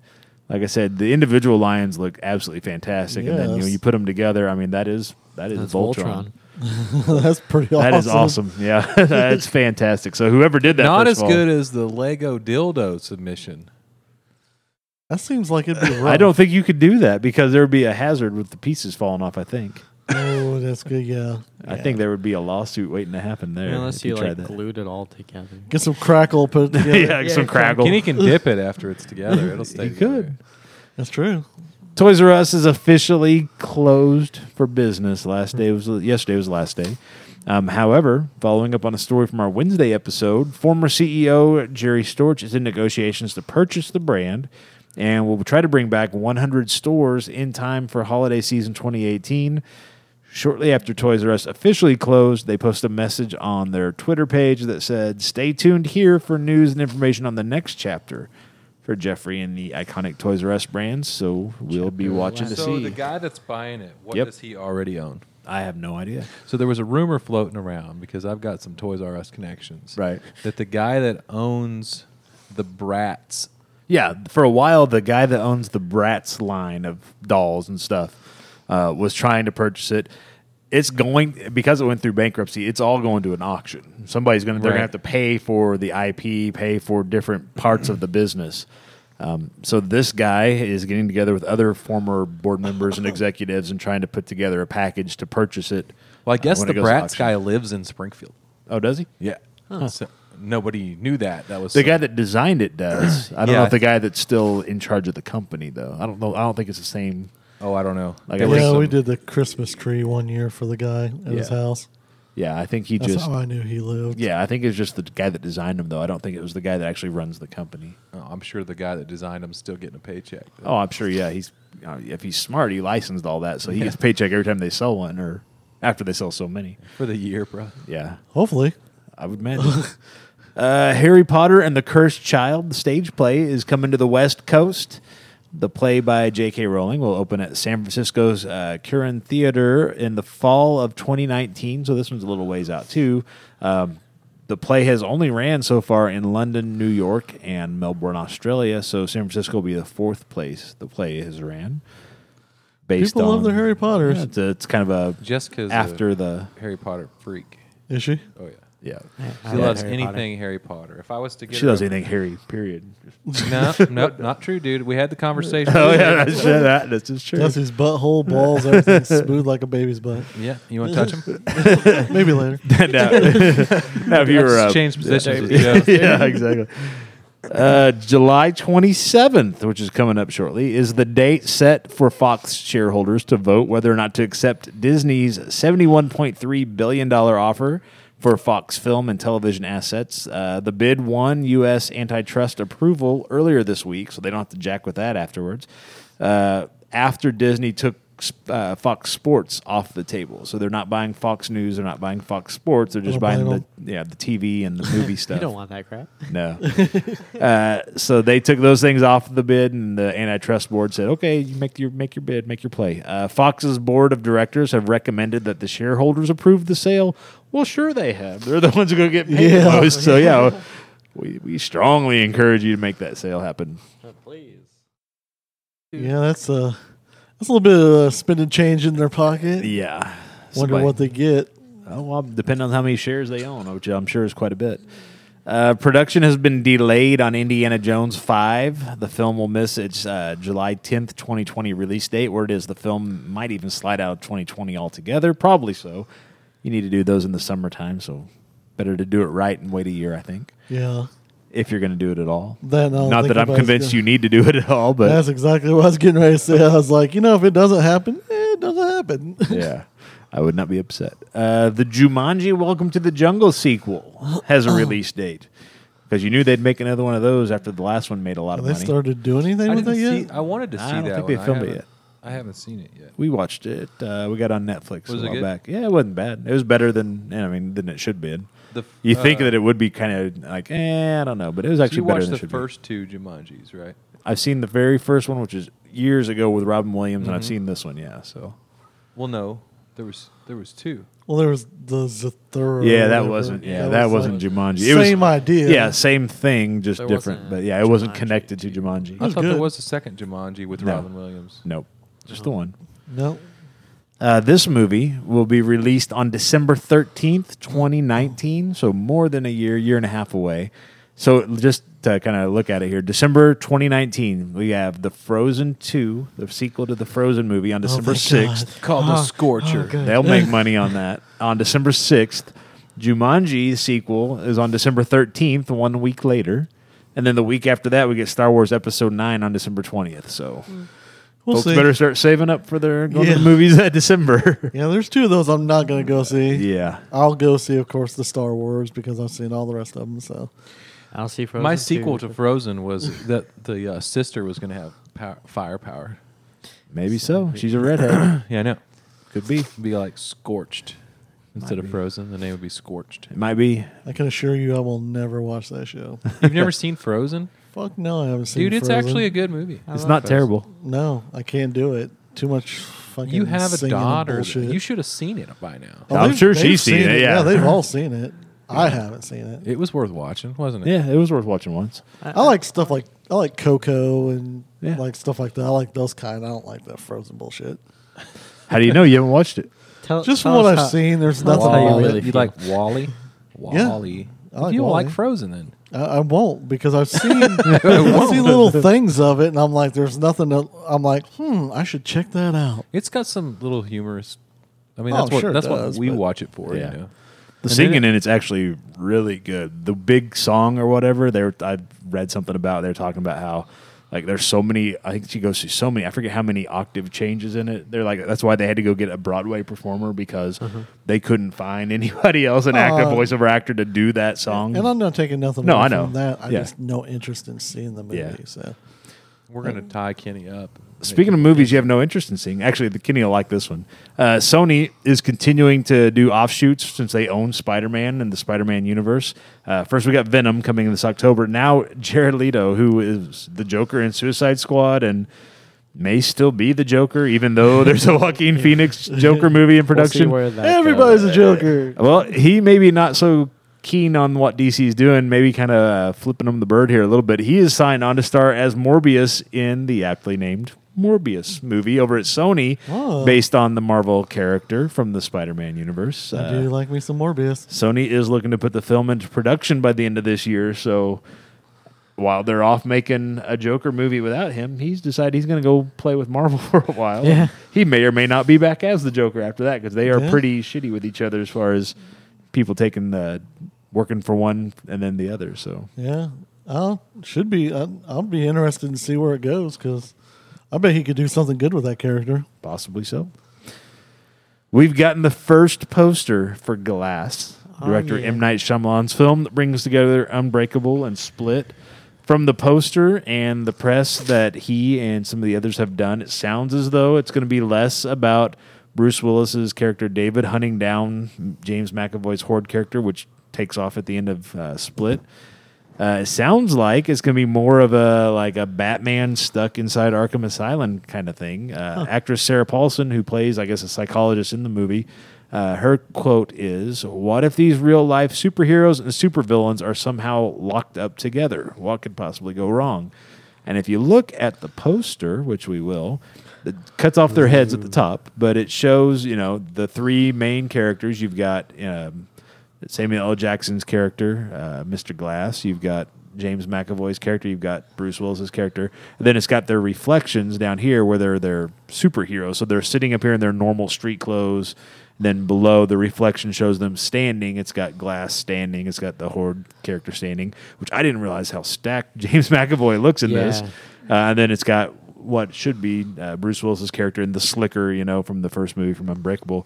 Speaker 1: like I said, the individual lions look absolutely fantastic, and then you, know,
Speaker 2: Yes.
Speaker 1: you put them together. I mean, that is That is
Speaker 4: That's
Speaker 1: Voltron.
Speaker 4: Voltron.
Speaker 2: That's pretty awesome.
Speaker 1: That is awesome. Yeah, that's fantastic. So whoever did that,
Speaker 3: Not
Speaker 1: first
Speaker 3: as
Speaker 1: of all-
Speaker 3: good as the Lego dildo submission.
Speaker 2: That seems like it'd be rough.
Speaker 1: I don't think you could do that because there would be a hazard with the pieces falling off. I think.
Speaker 2: Oh, that's good. Yeah.
Speaker 1: I think there would be a lawsuit waiting to happen there.
Speaker 4: Unless
Speaker 1: if
Speaker 4: you like
Speaker 1: tried that.
Speaker 4: glued it all together.
Speaker 2: Get some crackle, put it
Speaker 1: yeah,
Speaker 2: together.
Speaker 1: like some
Speaker 4: yeah,
Speaker 1: craggle.
Speaker 3: Kenny can dip it after it's together. It'll stay.
Speaker 1: He could.
Speaker 3: together.
Speaker 2: That's true.
Speaker 1: Toys R Us is officially closed for business. Last day was yesterday was the last day. Um, however, following up on a story from our Wednesday episode, former CEO Jerry Storch is in negotiations to purchase the brand and will try to bring back 100 stores in time for holiday season 2018. Shortly after Toys R Us officially closed, they posted a message on their Twitter page that said, Stay tuned here for news and information on the next chapter for Jeffrey and the iconic Toys R Us brands. So we'll be watching to
Speaker 3: So
Speaker 1: see.
Speaker 3: the guy that's buying it, what
Speaker 1: Yep.
Speaker 3: does he already own?
Speaker 1: I have no idea.
Speaker 3: So there was a rumor floating around because I've got some Toys R Us connections.
Speaker 1: Right.
Speaker 3: That the guy that owns the Bratz
Speaker 1: Yeah, for a while, the guy that owns the Bratz line of dolls and stuff uh, was trying to purchase it. It's going because it went through bankruptcy. It's all going to an auction. Somebody's going to they're
Speaker 3: Right.
Speaker 1: going to have to pay for the IP, pay for different parts of the business. Um, so this guy is getting together with other former board members and executives and trying to put together a package to purchase it.
Speaker 3: Well, I
Speaker 1: uh,
Speaker 3: guess
Speaker 1: when
Speaker 3: the
Speaker 1: it goes to
Speaker 3: Bratz
Speaker 1: auction.
Speaker 3: guy lives in Springfield.
Speaker 1: Oh, does he?
Speaker 3: Yeah. So nobody knew that. That was
Speaker 1: The
Speaker 3: some-
Speaker 1: guy that designed it does. I don't
Speaker 3: Yeah,
Speaker 1: know
Speaker 3: I
Speaker 1: if the
Speaker 3: th-
Speaker 1: guy that's still in charge of the company though. I don't know. I don't think it's the same.
Speaker 3: Oh, I don't know.
Speaker 1: Like,
Speaker 3: There
Speaker 1: I
Speaker 3: was
Speaker 1: think-
Speaker 2: yeah, we
Speaker 3: some-
Speaker 2: did the Christmas tree one year for the guy at his
Speaker 1: Yeah.
Speaker 2: house.
Speaker 1: Yeah, I think he
Speaker 2: That's
Speaker 1: just.
Speaker 2: how I knew he lived.
Speaker 1: Yeah, I think it was just the guy that designed him though. I don't think it was the guy that actually runs the company.
Speaker 3: Oh, I'm sure the guy that designed him's still getting a paycheck.
Speaker 1: Oh, I'm sure. Yeah, he's uh, if he's smart, he licensed all that, so he gets paycheck every time they sell one or after they sell so many.
Speaker 3: For the year, bro.
Speaker 1: Yeah,
Speaker 2: Hopefully.
Speaker 1: I would imagine. uh, Harry Potter and the Cursed Child, the stage play, is coming to the West Coast. The play by J.K. Rowling will open at San Francisco's uh, Curran Theater in the fall of 2019. So this one's a little ways out too. Um, the play has only ran so far in London, New York, and Melbourne, Australia. So San Francisco will be the fourth place the play has ran. Based
Speaker 2: People love
Speaker 1: on-
Speaker 2: their Harry Potters.
Speaker 1: Yeah, it's, a- it's kind of a
Speaker 3: Jessica's
Speaker 1: after
Speaker 3: a
Speaker 1: the
Speaker 3: Harry Potter freak.
Speaker 2: Is she?
Speaker 3: Oh yeah.
Speaker 1: yeah.
Speaker 3: She loves anything Harry Potter. If I was to get
Speaker 1: She
Speaker 3: her
Speaker 1: loves
Speaker 3: a-
Speaker 1: anything Harry. Period.
Speaker 3: No, no, not true, dude. We had the conversation.
Speaker 1: Oh yeah, that's, that, that's just true.
Speaker 2: That's his butthole, balls, everything's smooth like a baby's butt.
Speaker 3: Yeah, you want to touch him?
Speaker 2: Maybe later.
Speaker 1: now, now if you were
Speaker 3: Let's
Speaker 1: uh,
Speaker 3: change positions.
Speaker 1: yeah,
Speaker 3: with Joe.
Speaker 1: exactly. Uh, July 27th, which is coming up shortly, is the date set for Fox shareholders to vote whether or not to accept Disney's $71.3 billion offer for Fox film and television assets. Uh, the bid won U.S. antitrust approval earlier this week, so they don't have to jack with that afterwards. Uh, after Disney took uh, Fox Sports off the table, so they're not buying Fox News, they're not buying Fox Sports, they're just
Speaker 2: They're buying
Speaker 1: buying the yeah the TV and the movie stuff.
Speaker 4: You don't want that crap.
Speaker 1: No. uh, so they took those things off the bid, and the antitrust board said, "Okay, you make your make your bid, make your play." Uh, Fox's board of directors have recommended that the shareholders approve the sale. Well, sure they have. They're the ones who go get paid the
Speaker 2: Yeah.
Speaker 1: most. So yeah, we we strongly encourage you to make that sale happen.
Speaker 4: Please.
Speaker 2: Yeah, that's uh that's a little bit of uh, spending change in their pocket.
Speaker 1: Yeah.
Speaker 2: Wonder what they get.
Speaker 1: Oh, well, depending on how many shares they own, which I'm sure is quite a bit. Uh, production has been delayed on Indiana Jones 5. The film will miss its uh, July 10th, 2020 release date. Where it is, the film might even slide out of 2020 altogether. Probably so. You need to do those in the summertime, so better to do it right and wait a year, I think,
Speaker 2: Yeah.
Speaker 1: if you're going to do it at all.
Speaker 2: That, and I don't
Speaker 1: Not
Speaker 2: think
Speaker 1: that I'm
Speaker 2: anybody's
Speaker 1: convinced
Speaker 2: gonna-
Speaker 1: you need to do it at all, but
Speaker 2: That's exactly what I was getting ready to say. I was like, you know, if it doesn't happen, eh, it doesn't happen.
Speaker 1: yeah, I would not be upset. Uh, the Jumanji Welcome to the Jungle sequel has a release date because you knew they'd make another one of those after the last one made a lot
Speaker 2: Have
Speaker 1: of
Speaker 2: they
Speaker 1: money.
Speaker 2: started doing anything
Speaker 3: I,
Speaker 2: with
Speaker 3: didn't
Speaker 2: it
Speaker 3: see,
Speaker 2: yet?
Speaker 3: I wanted to see
Speaker 1: I don't
Speaker 3: that.
Speaker 1: think they
Speaker 3: one. I
Speaker 1: filmed it
Speaker 3: haven't-
Speaker 1: yet.
Speaker 3: I haven't seen it yet.
Speaker 1: we watched it. Uh, we got on Netflix
Speaker 3: Was
Speaker 1: a
Speaker 3: it
Speaker 1: while
Speaker 3: good?
Speaker 1: back. Yeah, it wasn't bad. It was better than I mean than it should be.
Speaker 3: The f-
Speaker 1: You think
Speaker 3: uh,
Speaker 1: that it would be kind of like eh, I don't know, but it was
Speaker 3: So you
Speaker 1: actually better
Speaker 3: watched
Speaker 1: than it
Speaker 3: the
Speaker 1: should
Speaker 3: first two Jumanjis, right?
Speaker 1: be. I've seen the very first one, which is years ago with Robin Williams, and I've
Speaker 3: Mm-hmm.
Speaker 1: seen this one. Yeah, so
Speaker 3: Well, no, there was there was two.
Speaker 2: Well, there was the, the third.
Speaker 1: yeah,
Speaker 2: or
Speaker 1: that
Speaker 2: whatever.
Speaker 1: wasn't yeah, that
Speaker 2: was
Speaker 1: wasn't
Speaker 2: like-
Speaker 1: Jumanji.
Speaker 2: same idea.
Speaker 1: Yeah, same thing, just
Speaker 4: There
Speaker 1: different.
Speaker 4: wasn't
Speaker 1: But yeah, it wasn't
Speaker 4: Jumanji.
Speaker 1: connected to Jumanji.
Speaker 3: I
Speaker 2: was
Speaker 3: thought there
Speaker 2: good.
Speaker 3: was a second Jumanji with
Speaker 1: No.
Speaker 3: Robin Williams.
Speaker 1: Nope, just the one.
Speaker 2: No.
Speaker 1: Uh, Uh, this movie will be released on December 13th, 2019. So more than a year, year and a half away. So just to kind of look at it here, December 2019, we have The Frozen 2, the sequel to the Frozen movie on December
Speaker 2: thank
Speaker 1: 6th.
Speaker 2: Oh God. Ah,
Speaker 3: Called the
Speaker 4: Oh,
Speaker 3: Scorcher.
Speaker 4: oh, good.
Speaker 1: They'll make money on that. On December 6th, Jumanji the sequel is on December 13th, one week later. And then the week after that, we get Star Wars Episode 9 on December 20th. So
Speaker 2: We'll
Speaker 1: folks
Speaker 2: see.
Speaker 1: better start saving up for their going to
Speaker 2: Hmm. Yeah.
Speaker 1: the movies that December.
Speaker 2: Yeah, there's two of those I'm not going to go see.
Speaker 1: yeah.
Speaker 2: I'll go see, of course, the Star Wars because I've seen all the rest of them. So
Speaker 4: I'll see Frozen.
Speaker 3: My
Speaker 4: two.
Speaker 3: sequel to Frozen was that the uh, sister was going to have power, firepower.
Speaker 1: Maybe so. She's a redhead.
Speaker 3: Yeah, I know.
Speaker 1: Could be.
Speaker 3: Be like scorched instead of frozen. The name would be scorched.
Speaker 1: It might be.
Speaker 2: I can assure you, I will never watch that show.
Speaker 3: You've never seen Frozen,
Speaker 2: Fuck no, I haven't seen.
Speaker 3: dude? It's
Speaker 2: Frozen.
Speaker 3: actually a good movie.
Speaker 4: I
Speaker 1: It's
Speaker 4: love
Speaker 1: not
Speaker 4: those.
Speaker 1: terrible.
Speaker 2: no. I can't do it. Too much fucking.
Speaker 3: You have a
Speaker 2: singing and
Speaker 3: daughter. that-
Speaker 2: bullshit. Oh,
Speaker 3: You should have seen it by now.
Speaker 1: I'm
Speaker 2: they've-
Speaker 1: sure
Speaker 2: they've
Speaker 1: she's seen it, yeah.
Speaker 2: yeah, they've all seen it. I haven't seen it.
Speaker 3: It was worth watching, wasn't it?
Speaker 1: Yeah, it was worth watching once.
Speaker 2: I like stuff like I like Coco and
Speaker 1: Yeah.
Speaker 2: like stuff like that. I like those kind. I don't like that frozen bullshit.
Speaker 1: How do you know you haven't watched it?
Speaker 4: Tell,
Speaker 2: Just from
Speaker 4: tell
Speaker 2: what
Speaker 4: us
Speaker 2: I've
Speaker 4: how-
Speaker 2: seen, there's
Speaker 4: tell us
Speaker 2: nothing
Speaker 4: how you
Speaker 2: about it.
Speaker 4: really
Speaker 3: You
Speaker 4: feel.
Speaker 3: like Wally?
Speaker 2: Yeah,
Speaker 3: Wally.
Speaker 2: I like
Speaker 3: you don't like
Speaker 2: Wall-E.
Speaker 3: Frozen then?
Speaker 2: I, I won't because I've seen I've seen little things of it, and I'm like, there's nothing. To, I'm like, hmm, I should check that out.
Speaker 3: It's got some little humorous. I mean,
Speaker 2: Oh,
Speaker 3: that's what
Speaker 2: sure it
Speaker 3: that's
Speaker 2: does,
Speaker 3: what we
Speaker 2: but-
Speaker 3: watch it for.
Speaker 1: Yeah. The
Speaker 3: You know, And then
Speaker 1: singing
Speaker 3: it-
Speaker 1: in it's actually really good. The big song or whatever, there I read something about. They're talking about how like there's so many. I think she goes through so many. I forget how many octave changes in it. They're like that's why they had to go get a Broadway performer because they couldn't find anybody else an active
Speaker 2: Uh,
Speaker 1: voiceover actor to do that song.
Speaker 2: And I'm not taking nothing
Speaker 1: No,
Speaker 2: away
Speaker 1: I know.
Speaker 2: from that. I
Speaker 1: Yeah.
Speaker 2: just no interest in seeing the movie.
Speaker 1: Yeah.
Speaker 2: So
Speaker 3: we're gonna tie Kenny up.
Speaker 1: Speaking of movies, you have no interest in seeing. Actually, the Kenny will like this one. Uh, Sony is continuing to do offshoots since they own Spider Man and the Spider Man universe. Uh, first, we got Venom coming this October. Now, Jared Leto, who is the Joker in Suicide Squad and may still be the Joker, even though there's a Joaquin Phoenix Joker movie in
Speaker 4: We'll see
Speaker 1: production.
Speaker 4: where that
Speaker 2: everybody's
Speaker 4: goes.
Speaker 2: a Joker.
Speaker 1: Well, he maybe not so keen on what DC's doing, maybe kind of uh, flipping him the bird here a little bit. He is signed on to star as Morbius in the aptly named Morbius movie over at Sony,
Speaker 2: Oh.
Speaker 1: based on the Marvel character from the Spider Man universe.
Speaker 2: I
Speaker 1: Uh,
Speaker 2: do like me some Morbius.
Speaker 1: Sony is looking to put the film into production by the end of this year, so. While they're off making a Joker movie without him, he's decided he's going to go play with Marvel for a while.
Speaker 4: Yeah.
Speaker 1: He may or may not be back as the Joker after that because they are
Speaker 2: Yeah.
Speaker 1: pretty shitty with each other as far as people taking the working for one and then the other. So
Speaker 2: Yeah, I should be. I, I'll be interested to see where it goes because I bet he could do something good with that character.
Speaker 1: possibly so. We've gotten the first poster for Glass,
Speaker 4: Oh,
Speaker 1: director
Speaker 4: yeah.
Speaker 1: M. Night Shyamalan's film that brings together Unbreakable and Split. From the poster and the press that he and some of the others have done, it sounds as though it's going to be less about Bruce Willis's character David hunting down James McAvoy's Horde character, which takes off at the end of uh, Split. Uh, it sounds like it's going to be more of a like a Batman stuck inside Arkham Asylum kind of thing. Uh, Actress Sarah Paulson, who plays, I guess, a psychologist in the movie, uh, her quote is, "What if these real life superheroes and supervillains are somehow locked up together? What could possibly go wrong?" And if you look at the poster, which we will, it cuts off their heads at the top, but it shows you know the three main characters. You've got. Um, Samuel L. Jackson's character, uh, Mr. Glass. You've got James McAvoy's character. You've got Bruce Willis's character. And then it's got their reflections down here where they're they're superheroes. So they're sitting up here in their normal street clothes. Then below the reflection shows them standing. It's got Glass standing. It's got the Horde character standing, which I didn't realize how stacked James McAvoy looks in this.
Speaker 4: Yeah.
Speaker 1: Uh, and then it's got what should be uh, Bruce Willis's character in the slicker, you know, from the first movie from Unbreakable.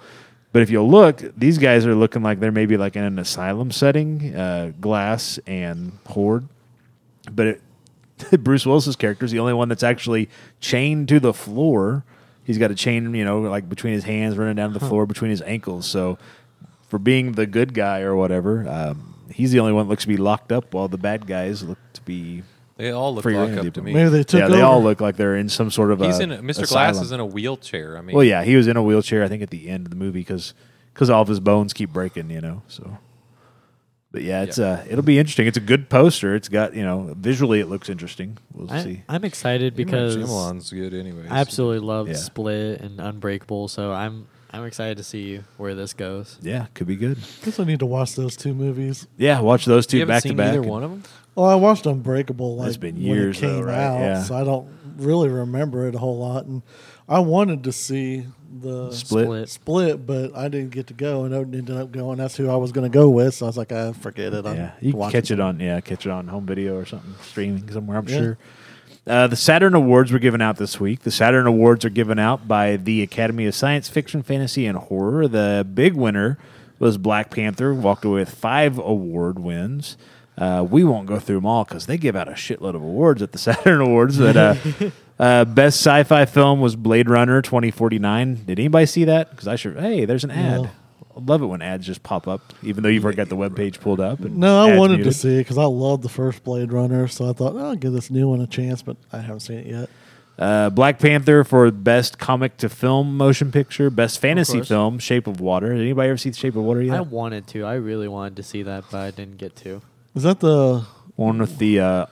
Speaker 1: But if you look, these guys are looking like they're maybe like in an asylum setting, uh, Glass and Horde. But it, Bruce Willis's character is the only one that's actually chained to the floor. He's got a chain, you know, like between his hands, running down the floor between his ankles. So for being the good guy or whatever, um, he's the only one that looks to be locked up, while the bad guys look to be
Speaker 3: They all look
Speaker 1: For your
Speaker 3: like up to
Speaker 1: interview.
Speaker 3: me.
Speaker 2: Maybe they took.
Speaker 1: yeah, they
Speaker 2: over.
Speaker 1: all look like they're in some sort of.
Speaker 3: He's
Speaker 1: a,
Speaker 3: in a, Mr.
Speaker 1: asylum.
Speaker 3: Glass is in a wheelchair. I mean,
Speaker 1: Well, yeah, he was in a wheelchair. I think at the end of the movie because all of his bones keep breaking, you know. So, but yeah, it's
Speaker 3: Yeah.
Speaker 1: uh, it'll be interesting. It's a good poster. It's got you know visually it looks interesting. We'll
Speaker 4: I,
Speaker 1: see.
Speaker 4: I'm excited
Speaker 3: Because
Speaker 4: because
Speaker 3: Shyamalan's good, anyways.
Speaker 4: I absolutely loved
Speaker 1: Yeah.
Speaker 4: Split and Unbreakable, so I'm I'm excited to see where this goes.
Speaker 1: Yeah, could be good.
Speaker 2: Guess I need to watch those two movies.
Speaker 1: Yeah, watch those two
Speaker 3: you haven't
Speaker 1: back
Speaker 3: seen
Speaker 1: to back.
Speaker 3: either one of them.
Speaker 2: Well, I watched Unbreakable. Like,
Speaker 1: That's been
Speaker 2: when
Speaker 1: years,
Speaker 2: it
Speaker 1: though,
Speaker 2: came
Speaker 1: right?
Speaker 2: out,
Speaker 1: Yeah.
Speaker 2: so I don't really remember it a whole lot. And I wanted to see the
Speaker 1: Split.
Speaker 4: Split.
Speaker 2: split, but I didn't get to go, and Odin ended up going. That's who I was going to go with. So I was like, I forget it. I'm
Speaker 1: Yeah, you can
Speaker 2: watching
Speaker 1: catch it on yeah, catch it on home video or something streaming somewhere. I'm
Speaker 2: Yeah.
Speaker 1: sure. Uh, the Saturn Awards were given out this week. The Saturn Awards are given out by the Academy of Science Fiction, Fantasy, and Horror. The big winner was Black Panther, walked away with five award wins. Uh, we won't go through them all because they give out a shitload of awards at the Saturn Awards. But uh, uh, best sci-fi film was Blade Runner 2049. Did anybody see that? Because I sure. Hey, there's an ad.
Speaker 2: No.
Speaker 1: I love it when ads just pop up, even though you've already got the web page pulled up. and
Speaker 2: No, I
Speaker 1: ads
Speaker 2: wanted
Speaker 1: muted.
Speaker 2: to see it because I loved the first Blade Runner, so I thought "Oh, I'll give this new one a chance, but I haven't seen it yet.
Speaker 1: Uh, Black Panther for best comic to film motion picture, best fantasy
Speaker 4: course.
Speaker 1: film, Shape of Water. Did anybody ever see The Shape of Water
Speaker 4: I
Speaker 1: yet?
Speaker 4: wanted to. I really wanted to see that, but I didn't get to.
Speaker 2: Is that the
Speaker 1: One with the uh,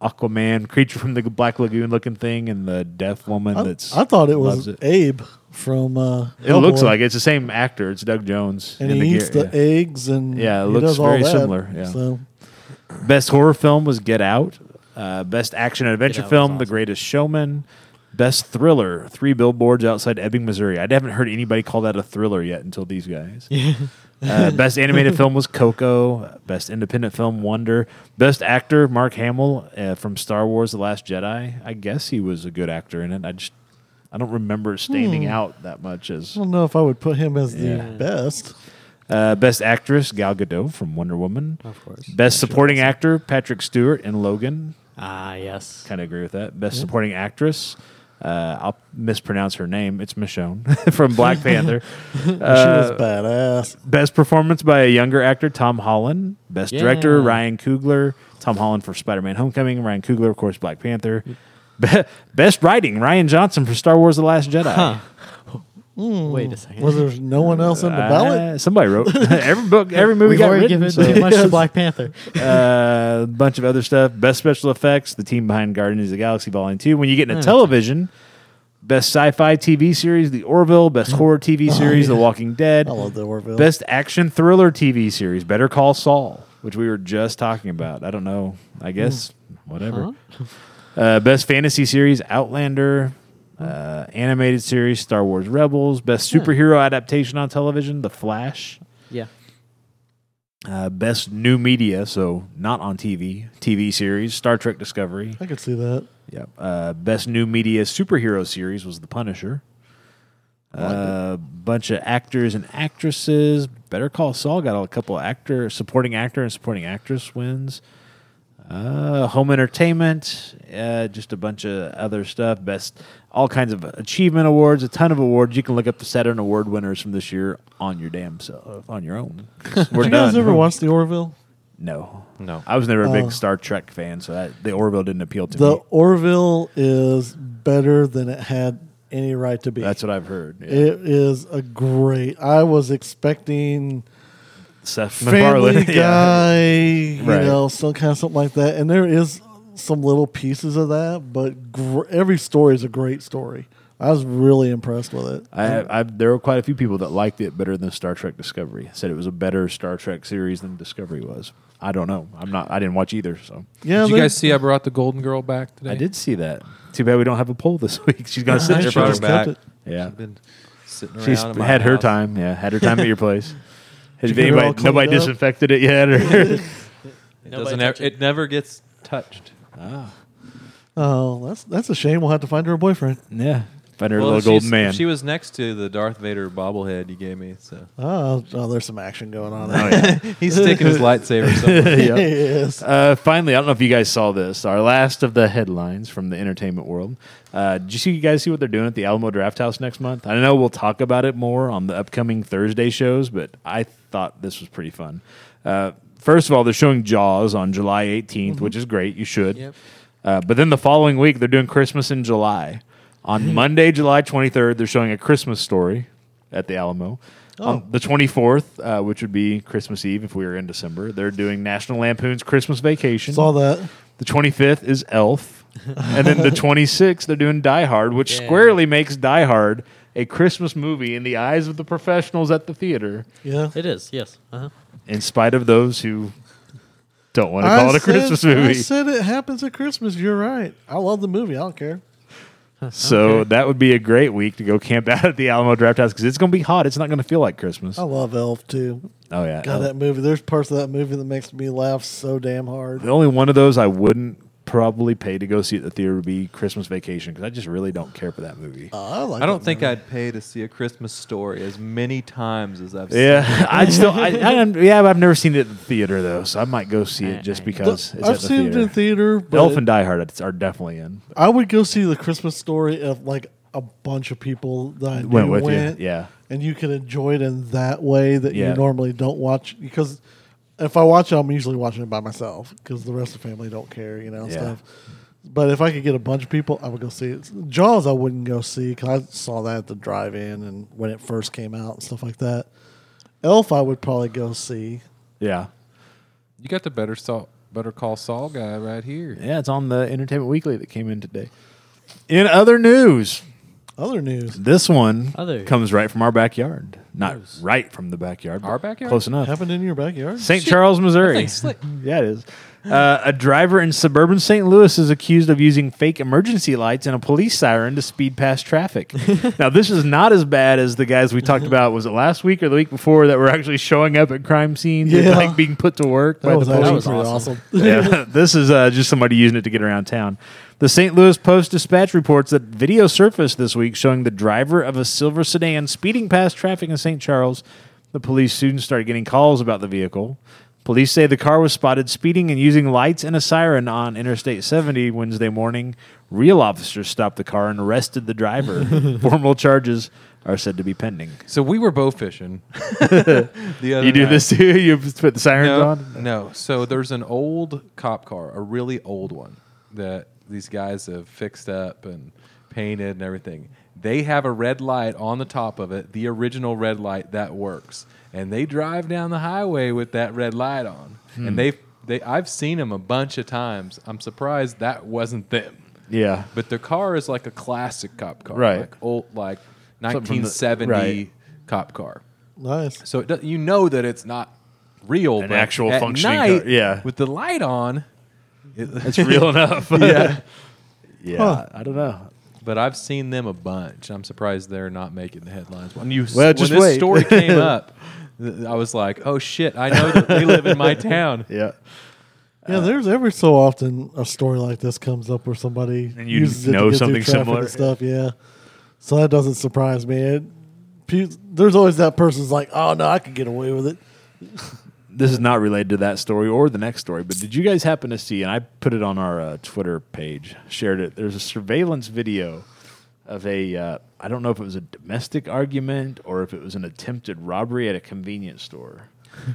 Speaker 1: Aquaman creature from the Black Lagoon looking thing and the deaf woman.
Speaker 2: I,
Speaker 1: that's
Speaker 2: I thought it
Speaker 1: loves
Speaker 2: was
Speaker 1: it.
Speaker 2: Abe from. Uh,
Speaker 1: It looks
Speaker 2: Hellboy,
Speaker 1: like it's the same actor. It's Doug Jones.
Speaker 2: and
Speaker 1: in
Speaker 2: he eats
Speaker 1: gear,
Speaker 2: the
Speaker 1: yeah.
Speaker 2: eggs and
Speaker 1: Yeah, it
Speaker 2: he
Speaker 1: looks
Speaker 2: does all
Speaker 1: very
Speaker 2: that,
Speaker 1: similar, yeah.
Speaker 2: So
Speaker 1: Best horror film was Get Out. Uh, best action and adventure
Speaker 4: Out was
Speaker 1: film, The
Speaker 4: awesome.
Speaker 1: Greatest Showman. Best thriller, Three Billboards Outside Ebbing, Missouri. I haven't heard anybody call that a thriller yet until these guys. uh, best animated film was Coco. Best independent film, Wonder. Best actor, Mark Hamill uh, from Star Wars: The Last Jedi. I guess he was a good actor in it. I just I don't remember it standing
Speaker 4: Hmm.
Speaker 1: out that much as
Speaker 2: I don't know if I would put him as the
Speaker 1: Yeah.
Speaker 2: best.
Speaker 1: uh, best actress, Gal Gadot from Wonder Woman.
Speaker 4: Of course.
Speaker 1: Best supporting actor, Patrick Stewart in Logan.
Speaker 4: Ah, yes.
Speaker 1: kind of agree with that. Best supporting actress. Uh, I'll mispronounce her name. It's Michonne from Black Panther.
Speaker 2: she
Speaker 1: Uh,
Speaker 2: was badass.
Speaker 1: best performance by a younger actor, Tom Holland. Best director,
Speaker 4: Yeah.
Speaker 1: Ryan Coogler. Tom Holland for Spider Man Homecoming. Ryan Coogler, of course, Black Panther. Be- best writing, Ryan Johnson for Star Wars The Last Jedi.
Speaker 4: Huh. Wait a second.
Speaker 2: Was there no one else in the ballot?
Speaker 1: Uh, somebody wrote every book, every movie
Speaker 4: We've
Speaker 1: got
Speaker 4: already
Speaker 1: written.
Speaker 4: given
Speaker 1: so-
Speaker 4: too much to Black Panther.
Speaker 1: uh, a bunch of other stuff. Best special effects, the team behind Guardians of the Galaxy Volume 2. When you get into
Speaker 4: Okay.
Speaker 1: television, best sci fi TV series, The Orville, best horror TV series, The Walking Dead,
Speaker 2: I love the Orville.
Speaker 1: best action thriller TV series, Better Call Saul, which we were just talking about. I don't know. I guess, whatever. Uh, best fantasy series, Outlander. Uh, animated series, Star Wars Rebels. Best
Speaker 4: Yeah.
Speaker 1: superhero adaptation on television, The Flash
Speaker 4: Yeah.
Speaker 1: uh, best new media, so not on TV, TV series, Star Trek Discovery.
Speaker 2: I could see that.
Speaker 1: Yep. Uh, best new media superhero series was The Punisher. A uh, bunch of actors and actresses. Better Call Saul got a couple of actor, supporting actor and supporting actress wins. Uh, home entertainment, uh, just a bunch of other stuff. Best, all kinds of achievement awards, a ton of awards. You can look up the Saturn Award winners from this year on your damn self, on your own. 'Cause We're
Speaker 2: Did you
Speaker 1: done.
Speaker 2: guys ever watch the Orville?
Speaker 1: No,
Speaker 3: No.
Speaker 1: I was never a
Speaker 2: Oh.
Speaker 1: big Star Trek fan, so that, the Orville didn't appeal to
Speaker 2: The
Speaker 1: me.
Speaker 2: Orville is better than it had any right to be.
Speaker 1: That's what I've heard. Yeah.
Speaker 2: It is a great. I was expecting
Speaker 1: Seth
Speaker 2: Family
Speaker 1: MacFarlane. yeah.
Speaker 2: Guy, you
Speaker 1: Right.
Speaker 2: know, some kind of something like that. And there is some little pieces of that, but gr- every story is a great story. I was really impressed with it.
Speaker 1: I, I, there were quite a few people that liked it better than Star Trek Discovery. Said it was a better Star Trek series than Discovery was. I don't know. I'm not. I didn't watch either. So
Speaker 2: Yeah,
Speaker 3: Did you
Speaker 2: there-
Speaker 3: guys see I brought the Golden Girl back today?
Speaker 1: I did see that. Too bad we don't have a poll this week. She's gonna sit
Speaker 3: I
Speaker 1: there.
Speaker 3: brought
Speaker 1: For
Speaker 3: her
Speaker 2: should've kept
Speaker 3: back.
Speaker 2: it.
Speaker 1: yeah,
Speaker 3: She's been sitting around.
Speaker 1: she's
Speaker 3: in my
Speaker 1: had her
Speaker 3: house.
Speaker 1: time. Yeah, had her time at your place. Has
Speaker 2: Did you get it all
Speaker 1: anybody
Speaker 2: cleaned
Speaker 1: nobody
Speaker 2: up?
Speaker 1: disinfected it yet? Or
Speaker 3: It,
Speaker 4: Nobody
Speaker 3: doesn't
Speaker 4: touch
Speaker 3: ever, it never gets touched.
Speaker 1: Ah,
Speaker 2: Oh, that's that's a shame. We'll have to find her a boyfriend.
Speaker 1: yeah, find her
Speaker 3: Well,
Speaker 1: a
Speaker 3: if
Speaker 1: little golden
Speaker 3: she's-
Speaker 1: man.
Speaker 3: She was next to the Darth Vader bobblehead you gave me, so
Speaker 2: Oh, oh there's some action going on.
Speaker 1: Oh,
Speaker 2: there.
Speaker 1: yeah.
Speaker 3: he's sticking his lightsaber somewhere.
Speaker 1: Yep.
Speaker 2: Yes.
Speaker 1: Uh, finally, I don't know if you guys saw this. Our last of the headlines from the entertainment world. Uh, did you see? You guys see what they're doing at the Alamo Draft House next month? I know we'll talk about it more on the upcoming Thursday shows, but I thought this was pretty fun. Uh, first of all, they're showing Jaws on July 18th, which is great. You should.
Speaker 4: Yep.
Speaker 1: Uh, but then the following week, they're doing Christmas in July. On Monday, July 23rd, they're showing a Christmas story at the Alamo.
Speaker 2: Oh.
Speaker 1: On the 24th, uh, which would be Christmas Eve if we were in December, they're doing National Lampoon's Christmas Vacation.
Speaker 2: Saw that.
Speaker 1: The 25th is Elf. and then the 26th, they're doing Die Hard, which
Speaker 4: Yeah.
Speaker 1: squarely makes Die Hard a Christmas movie in the eyes of the professionals at the theater,
Speaker 2: Yeah.
Speaker 4: It is, yes. Uh-huh.
Speaker 1: in spite of those who don't want to
Speaker 2: I
Speaker 1: call it a
Speaker 2: said-
Speaker 1: Christmas
Speaker 2: I
Speaker 1: movie.
Speaker 2: said it happens at Christmas. You're right. I love the movie. I don't care.
Speaker 1: So that would be a great week to go camp out at the Alamo Draft House because it's going to be hot. It's not going to feel like Christmas.
Speaker 2: I
Speaker 1: Oh,
Speaker 2: love Elf too.
Speaker 1: yeah. Oh.
Speaker 2: God, that movie. There's parts of that movie that makes me laugh so damn hard.
Speaker 1: the only one of those I wouldn't probably pay to go see at the theater would be Christmas Vacation because I just really don't care for that movie.
Speaker 2: I, like
Speaker 3: I don't
Speaker 2: that
Speaker 3: think
Speaker 2: movie.
Speaker 3: I'd pay to see a Christmas story as many times as I've seen.
Speaker 1: yeah, I still, I, I, don't- yeah, but I've never seen it at the theater though, so I might go see it just because it's
Speaker 2: I've
Speaker 1: at the
Speaker 2: seen
Speaker 1: theater.
Speaker 2: it in theater. But
Speaker 1: Elf and Die Hard are definitely in.
Speaker 2: I would go see the Christmas story if like a bunch of people that I knew
Speaker 1: Went with
Speaker 2: went,
Speaker 1: you, yeah.
Speaker 2: and you can enjoy it in that way that
Speaker 1: Yeah.
Speaker 2: you normally don't watch because if I watch it, I'm usually watching it by myself because the rest of the family don't care, you know,
Speaker 1: Yeah.
Speaker 2: stuff. But if I could get a bunch of people, I would go see it. Jaws, I wouldn't go see because I saw that at the drive-in and when it first came out and stuff like that. Elf, I would probably go see.
Speaker 1: Yeah,
Speaker 3: You got the better Saul, better call Saul guy right here.
Speaker 1: yeah, it's on the Entertainment Weekly that came in today. In other news,
Speaker 2: Other news
Speaker 1: this one
Speaker 4: Other.
Speaker 1: comes right from our backyard. Not right from the backyard. but
Speaker 3: Our backyard?
Speaker 1: Close enough.
Speaker 2: happened in your backyard.
Speaker 1: St. Charles, Missouri.
Speaker 3: That thing's slick.
Speaker 1: yeah, it is. Uh, a driver in suburban St. Louis is accused of using fake emergency lights and a police siren to speed past traffic. now, this is not as bad as the guys we talked about. Was it last week or the week before that were actually showing up at crime scenes and
Speaker 2: Yeah.
Speaker 1: like being put to work by
Speaker 2: That was
Speaker 1: the police?
Speaker 2: actually
Speaker 4: was
Speaker 2: pretty
Speaker 4: awesome.
Speaker 2: awesome.
Speaker 1: yeah, this is uh, just somebody using it to get around town. The St. Louis Post Dispatch reports that video surfaced this week showing the driver of a silver sedan speeding past traffic in St. Charles. The police soon started getting calls about the vehicle. Police say the car was spotted speeding and using lights and a siren on Interstate 70 Wednesday morning. Real officers stopped the car and arrested the driver. Formal charges are said to be pending.
Speaker 3: So we were bow fishing. the other
Speaker 1: You do
Speaker 3: night.
Speaker 1: this too? You put the sirens
Speaker 3: No,
Speaker 1: on?
Speaker 3: no. So there's an old cop car, a really old one that these guys have fixed up and painted and everything. They have a red light on the top of it, the original red light that works, and they drive down the highway with that red light on.
Speaker 1: Hmm.
Speaker 3: And they, they, I've seen them a bunch of times. I'm surprised that wasn't them.
Speaker 1: Yeah.
Speaker 3: But the car is like a classic cop car,
Speaker 1: Right.
Speaker 3: Like old, like
Speaker 1: Something from the-
Speaker 3: 1970
Speaker 1: right.
Speaker 3: cop car.
Speaker 2: Nice.
Speaker 3: So it does, you know that it's not real,
Speaker 1: An
Speaker 3: but
Speaker 1: actual
Speaker 3: at
Speaker 1: functioning
Speaker 3: night,
Speaker 1: car, yeah.
Speaker 3: with the light on.
Speaker 1: It's real enough.
Speaker 3: yeah,
Speaker 1: yeah.
Speaker 2: Huh.
Speaker 1: I don't know.
Speaker 3: but I've seen them a bunch. I'm surprised they're not making the headlines. When you
Speaker 1: Well,
Speaker 3: when
Speaker 1: just
Speaker 3: this
Speaker 1: wait.
Speaker 3: story came up, th- I was like, oh shit! I know that they live in my town.
Speaker 1: Yeah. Uh,
Speaker 2: Yeah, there's every so often a story like this comes up where somebody
Speaker 1: And you
Speaker 2: uses it
Speaker 1: know
Speaker 2: to get
Speaker 1: something
Speaker 2: through traffic
Speaker 1: similar.
Speaker 2: and stuff. Yeah, so that doesn't surprise me. It, pe- there's always that person's like, "Oh no, I could get away with it."
Speaker 1: this is not related to that story or the next story, but did you guys happen to see? And I put it on our uh, Twitter page, shared it. There's a surveillance video of a, uh, I don't know if it was a domestic argument or if it was an attempted robbery at a convenience store.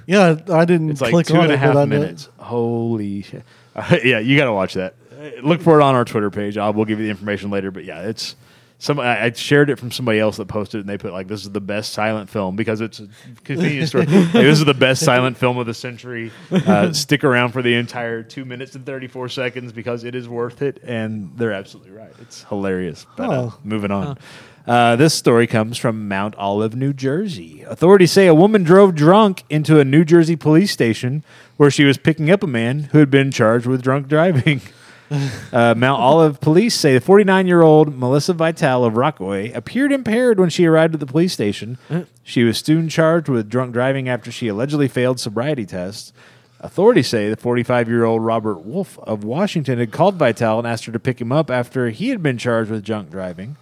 Speaker 2: Yeah, I didn't
Speaker 1: It's
Speaker 2: click
Speaker 1: like two
Speaker 2: on
Speaker 1: and
Speaker 2: it,
Speaker 1: a half
Speaker 2: but I know-
Speaker 1: minutes. Holy shit. yeah, you got to watch that. Uh, Look for it on our Twitter page. I will give you the information later, but yeah, it's. Some, I I shared it from somebody else that posted, it and they put like, "This is the best silent film because it's a convenience store. Like, this is the best silent film of the century. Uh, stick around for the entire two minutes and thirty four seconds because it is worth it." And they're absolutely right. It's hilarious. But uh,
Speaker 2: Huh.
Speaker 1: moving on. Uh, this story comes from Mount Olive, New Jersey. Authorities say a woman drove drunk into a New Jersey police station where she was picking up a man who had been charged with drunk driving. Uh, Mount Olive police say the 49 year old Melissa Vital of Rockaway appeared impaired when she arrived at the police station. She was soon charged with drunk driving after she allegedly failed sobriety tests. Authorities say the 45 year old Robert Wolf of Washington had called Vital and asked her to pick him up after he had been charged with drunk driving.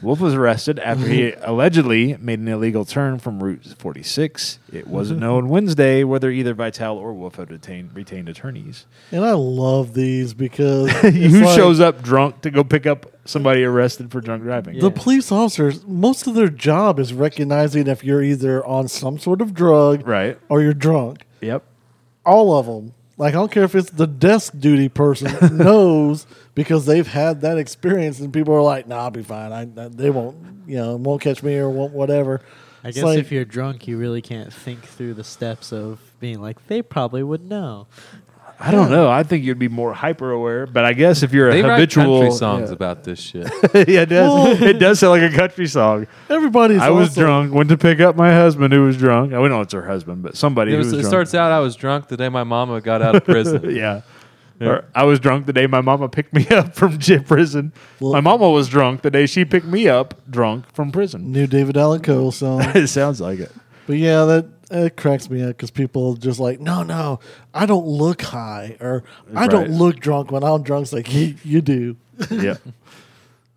Speaker 1: Wolf was arrested after he allegedly made an illegal turn from Route 46. It wasn't known Wednesday whether either Vital or Wolf had retained, retained attorneys
Speaker 2: and I love these because
Speaker 1: who shows up drunk to go pick up somebody arrested for drunk driving?
Speaker 2: The police officers, most of their job is recognizing if you're either on some sort of drug,
Speaker 1: Right.
Speaker 2: or you're drunk.
Speaker 1: Yep.
Speaker 2: all of them. Like I don't care if it's the desk duty person knows because they've had that experience, and people are like, "Nah, I'll be fine. I, I- they won't, you know, won't catch me or won't whatever."
Speaker 4: I
Speaker 2: It's
Speaker 4: guess
Speaker 2: like-
Speaker 4: if you're drunk, you really can't think through the steps of being like, they probably would know.
Speaker 1: I don't know. I think you'd be more hyper aware, but I guess if you're a
Speaker 3: They write
Speaker 1: habitual
Speaker 3: country songs
Speaker 1: yeah.
Speaker 3: about this shit.
Speaker 1: yeah, it does. it does sound like a country song.
Speaker 2: Everybody's.
Speaker 1: I was
Speaker 2: also-
Speaker 1: drunk. Went to pick up my husband, who was drunk. I don't know it's her husband, but somebody
Speaker 3: it,
Speaker 1: who
Speaker 3: was,
Speaker 1: was,
Speaker 3: it
Speaker 1: drunk.
Speaker 3: starts out, I was drunk the day my mama got out of prison.
Speaker 1: yeah. Or I was drunk the day my mama picked me up from j- prison.
Speaker 2: Well-
Speaker 1: my mama was drunk the day she picked me up drunk from prison.
Speaker 2: New David Allen Coe song.
Speaker 1: it sounds like it.
Speaker 2: But yeah, that it cracks me up because people just like, no, no, I don't look high or I
Speaker 1: Right.
Speaker 2: don't look drunk when I'm drunk. It's like, "Yeah, you do.
Speaker 1: yeah.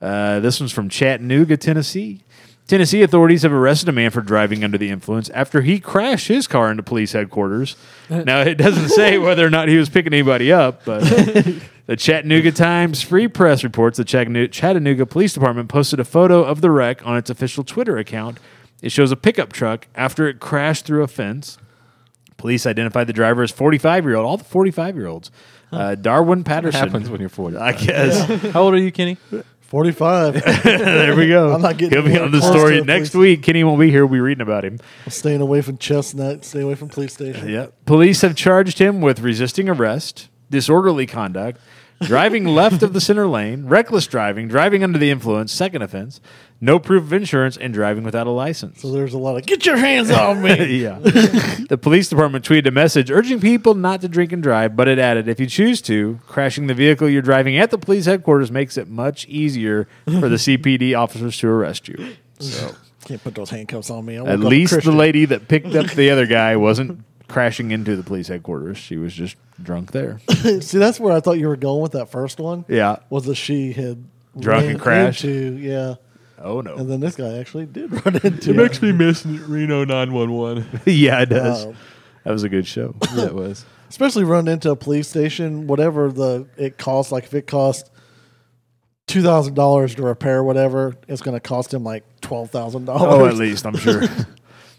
Speaker 1: Uh, this one's from Chattanooga, Tennessee. Tennessee authorities have arrested a man for driving under the influence after he crashed his car into police headquarters. Now, it doesn't say whether or not he was picking anybody up, but the Chattanooga Times Free Press reports the Chattanoo- Chattanooga Police Department posted a photo of the wreck on its official Twitter account. It shows a pickup truck after it crashed through a fence. Police identified the driver as 45 year old, all the 45 year olds. Uh, Darwin
Speaker 3: What
Speaker 1: Patterson.
Speaker 3: happens when you're 40?
Speaker 1: I guess.
Speaker 3: How old are you, Kenny?
Speaker 2: 45.
Speaker 1: There we go.
Speaker 2: I'm not getting
Speaker 1: He'll be
Speaker 2: anywhere
Speaker 1: on the
Speaker 2: close to
Speaker 1: story
Speaker 2: a
Speaker 1: next
Speaker 2: police-
Speaker 1: week. Kenny won't be here. We'll be reading about him.
Speaker 2: staying away from Chestnut, stay away from police station.
Speaker 1: Yeah. Police have charged him with resisting arrest, disorderly conduct, driving left of the center lane, reckless driving, driving under the influence, second offense, no proof of insurance, and driving without a license.
Speaker 2: So there's a lot of get your hands off me.
Speaker 1: yeah. the police department tweeted a message urging people not to drink and drive, but it added, if you choose to, crashing the vehicle you're driving at the police headquarters makes it much easier for the CPD officers to arrest you. So.
Speaker 2: Can't put those handcuffs on me. I woke
Speaker 1: At
Speaker 2: up a
Speaker 1: least
Speaker 2: Christian.
Speaker 1: the lady that picked up the other guy wasn't crashing into the police headquarters. She was just drunk there.
Speaker 2: See, that's where I thought you were going with that first one.
Speaker 1: Yeah.
Speaker 2: Was that she had
Speaker 1: Drunk and
Speaker 2: ran
Speaker 1: crashed.
Speaker 2: into- yeah.
Speaker 1: Oh
Speaker 2: And
Speaker 1: no.
Speaker 2: then this guy actually did run into
Speaker 3: It makes me miss Reno 911.
Speaker 1: yeah, it does.
Speaker 2: Wow.
Speaker 1: That was a good show.
Speaker 3: yeah, it was.
Speaker 2: especially run into a police station, whatever the it costs. Like if it costs two thousand dollars to repair whatever, it's going to cost him like twelve thousand
Speaker 1: Oh, at
Speaker 2: dollars.
Speaker 1: least I'm sure.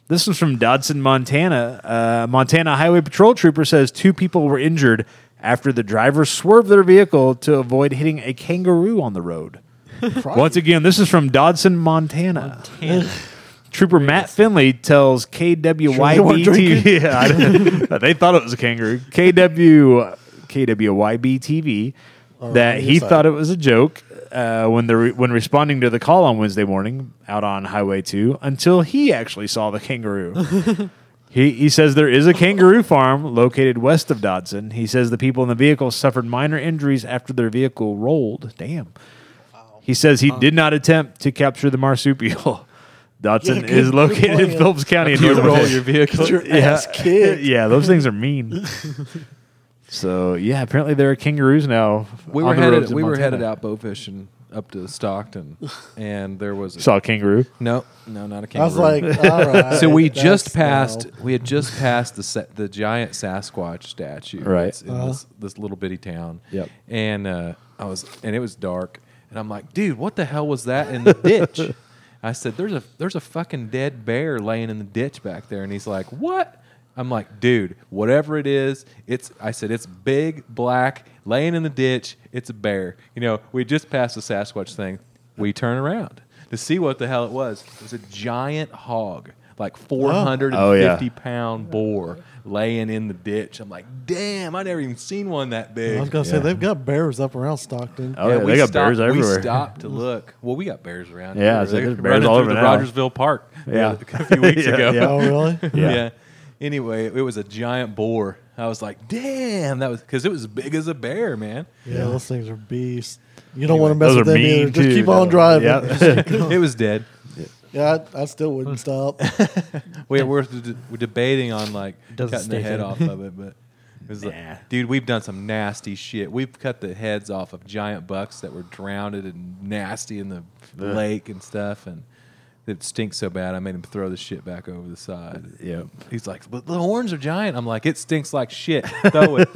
Speaker 1: This was from Dodson, Montana. Uh, Montana Highway Patrol trooper says two people were injured after the driver swerved their vehicle to avoid hitting a kangaroo on the road. Once again, this is from Dodson, Montana. Trooper Matt Finley tells
Speaker 2: Sure they weren't
Speaker 1: KWYB
Speaker 2: drinking?
Speaker 1: TV. Yeah, I didn't- they thought it was a kangaroo. KW KWYB TV that
Speaker 2: right,
Speaker 1: he
Speaker 2: yes, I-
Speaker 1: thought it was a joke uh, when the re- when responding to the call on Wednesday morning out on Highway 2 until he actually saw the kangaroo. He, he says there is a kangaroo farm located west of Dodson. He says the people in the vehicle suffered minor injuries after their vehicle rolled. Damn. He says he did not attempt to capture the marsupial. Dodson
Speaker 2: Yeah, good-
Speaker 1: is
Speaker 2: good
Speaker 1: located in
Speaker 2: plan.
Speaker 1: Phillips County in
Speaker 3: You
Speaker 1: northern
Speaker 3: roll
Speaker 1: Virginia.
Speaker 3: your vehicle.
Speaker 2: Your ass kicked.
Speaker 1: yeah, those things are mean. so yeah, apparently there are kangaroos now.
Speaker 3: We
Speaker 1: on
Speaker 3: were
Speaker 1: the
Speaker 3: headed.
Speaker 1: roads in
Speaker 3: We were
Speaker 1: Montana.
Speaker 3: headed out bow fishing up to Stockton, and there was a,
Speaker 1: Saw a kangaroo.
Speaker 3: no, no, not a kangaroo.
Speaker 2: I was like, all right.
Speaker 3: so we
Speaker 2: that's
Speaker 3: just passed.
Speaker 2: now.
Speaker 3: We had just passed the sa- the giant Sasquatch statue,
Speaker 1: Right.
Speaker 3: that's In this,
Speaker 2: Uh-huh.
Speaker 3: this little bitty town.
Speaker 1: Yep.
Speaker 3: And uh, I was, and it was dark, and I'm like, dude, what the hell was that in the ditch? I said, there's a there's a fucking dead bear laying in the ditch back there, and he's like, what? I'm like, dude, whatever it is, it's. I said, it's big, black, laying in the ditch. It's a bear. You know, we just passed the Sasquatch thing. We turn around to see what the hell it was. It was a giant hog, like four hundred
Speaker 1: Oh,
Speaker 3: and
Speaker 1: yeah.
Speaker 3: fifty pound boar laying in the ditch. I'm like, damn, I never even seen one that big.
Speaker 2: I was going to
Speaker 1: Yeah.
Speaker 2: say, they've got bears up around Stockton.
Speaker 1: Oh yeah,
Speaker 3: we
Speaker 1: they got
Speaker 3: stopped-
Speaker 1: bears everywhere.
Speaker 3: We stopped to look. Well, we got bears around.
Speaker 1: Yeah,
Speaker 3: here.
Speaker 1: it's like
Speaker 3: They're
Speaker 1: there's bears
Speaker 3: running
Speaker 1: all
Speaker 3: through
Speaker 1: over
Speaker 3: the
Speaker 1: now.
Speaker 3: Rogersville Park.
Speaker 1: Yeah.
Speaker 3: a few weeks
Speaker 1: Yeah,
Speaker 3: ago.
Speaker 1: yeah.
Speaker 2: Oh, really?
Speaker 1: Yeah.
Speaker 3: Yeah. Anyway, it was a giant boar. I was like, damn, that was because it was big as a bear, man.
Speaker 2: Yeah, those things are beasts. You don't want to mess
Speaker 1: Those are
Speaker 2: with them
Speaker 1: mean
Speaker 2: either. Just
Speaker 1: too.
Speaker 2: keep on driving.
Speaker 1: Yeah.
Speaker 3: it was dead.
Speaker 2: Yeah, I, I still wouldn't stop.
Speaker 3: We were d- we're debating on like
Speaker 4: Doesn't
Speaker 3: cutting the
Speaker 4: stay
Speaker 3: head
Speaker 4: dead.
Speaker 3: off of it, but it was
Speaker 1: Nah.
Speaker 3: like, dude, we've done some nasty shit. We've cut the heads off of giant bucks that were drowned and nasty in the lake and stuff, and it stinks so bad. I made him throw the shit back over the side.
Speaker 1: Yep.
Speaker 3: He's like, but the horns are giant. I'm like, it stinks like shit. Throw it.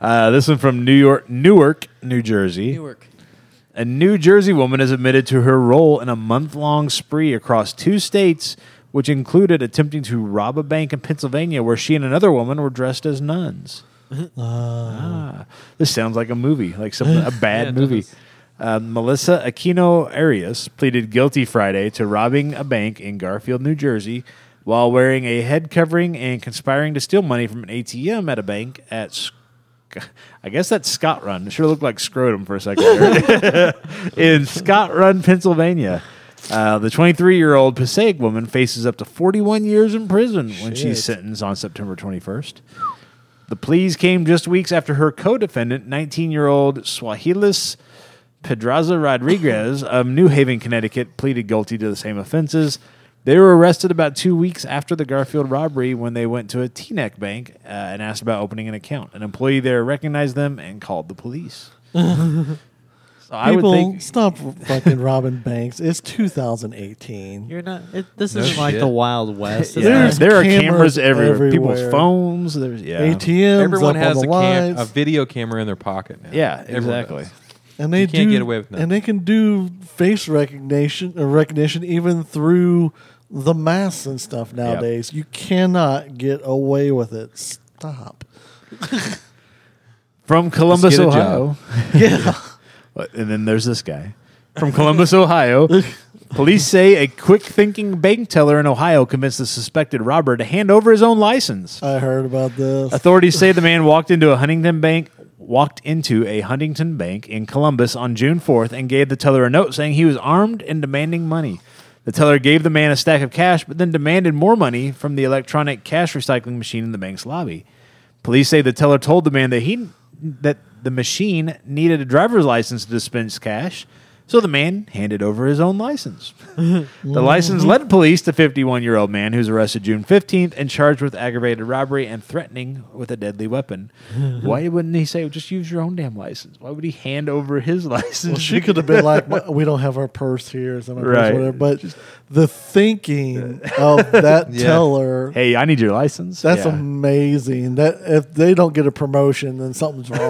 Speaker 1: Uh, this one from New York, Newark, New Jersey.
Speaker 4: Newark.
Speaker 1: A New Jersey woman has admitted to her role in a month long spree across two states, which included attempting to rob a bank in Pennsylvania where she and another woman were dressed as nuns.
Speaker 4: Uh.
Speaker 1: Ah, this sounds like a movie, like some, a bad
Speaker 4: Yeah, it
Speaker 1: movie.
Speaker 4: does.
Speaker 1: Uh, Melissa Aquino Arias pleaded guilty Friday to robbing a bank in Garfield, New Jersey, while wearing a head covering and conspiring to steal money from an ATM at a bank at. Sc- I guess that's Scott Run. It sure looked like scrotum for a second there. in Scott Run, Pennsylvania. Uh, the 23 year old Passaic woman faces up to 41 years in prison when she's sentenced on September 21st. The pleas came just weeks after her co defendant, 19 year old Swahilis Pedraza Rodriguez of New Haven, Connecticut, pleaded guilty to the same offenses. They were arrested about two weeks after the Garfield robbery when they went to a Teaneck bank uh, and asked about opening an account. An employee there recognized them and called the police. so I would
Speaker 2: People,
Speaker 1: think
Speaker 2: stop fucking robbing banks. It's 2018.
Speaker 4: You're not. It, this
Speaker 3: No
Speaker 4: isn't like the
Speaker 3: shit.
Speaker 4: Wild West.
Speaker 1: Yeah,
Speaker 2: There's
Speaker 1: there are
Speaker 2: cameras
Speaker 1: cameras everywhere. People's
Speaker 2: everywhere.
Speaker 1: phones. There's yeah.
Speaker 2: ATMs,
Speaker 3: Everyone
Speaker 2: up on
Speaker 3: has a,
Speaker 2: the
Speaker 3: cam-
Speaker 2: lines,
Speaker 3: a video camera in their pocket now.
Speaker 1: Yeah,
Speaker 3: Everyone
Speaker 1: exactly.
Speaker 3: does.
Speaker 2: and they
Speaker 3: you can't
Speaker 2: do,
Speaker 3: get away with nothing.
Speaker 2: And they can do face recognition or recognition even through the masks and stuff nowadays. You cannot get away with it. Stop.
Speaker 1: From Columbus,
Speaker 3: get a
Speaker 1: Ohio.
Speaker 2: Yeah.
Speaker 1: But- And then there's this guy from Columbus, Ohio. Police say a quick thinking bank teller in Ohio convinced the suspected robber to hand over his own license.
Speaker 2: I heard about this.
Speaker 1: Authorities say the man walked into a Huntington bank, walked into a Huntington bank in Columbus on June 4th and gave the teller a note saying he was armed and demanding money. The teller gave the man a stack of cash but then demanded more money from the electronic cash recycling machine in the bank's lobby. Police say the teller told the man that he that the machine needed a driver's license to dispense cash. So the man handed over his own license. The license led police to 51 year old man who's arrested June 15th and charged with aggravated robbery and threatening with a deadly weapon. Why wouldn't he say, just use your own damn license? Why would he hand over his license?
Speaker 2: Well, she could have been like, "My- "We don't have our purse here," or something,
Speaker 1: Right.
Speaker 2: whatever. But the thinking of that
Speaker 3: Yeah.
Speaker 2: teller.
Speaker 1: hey, I need your license.
Speaker 2: That's
Speaker 1: Yeah.
Speaker 2: amazing. That if they don't get a promotion, then something's wrong.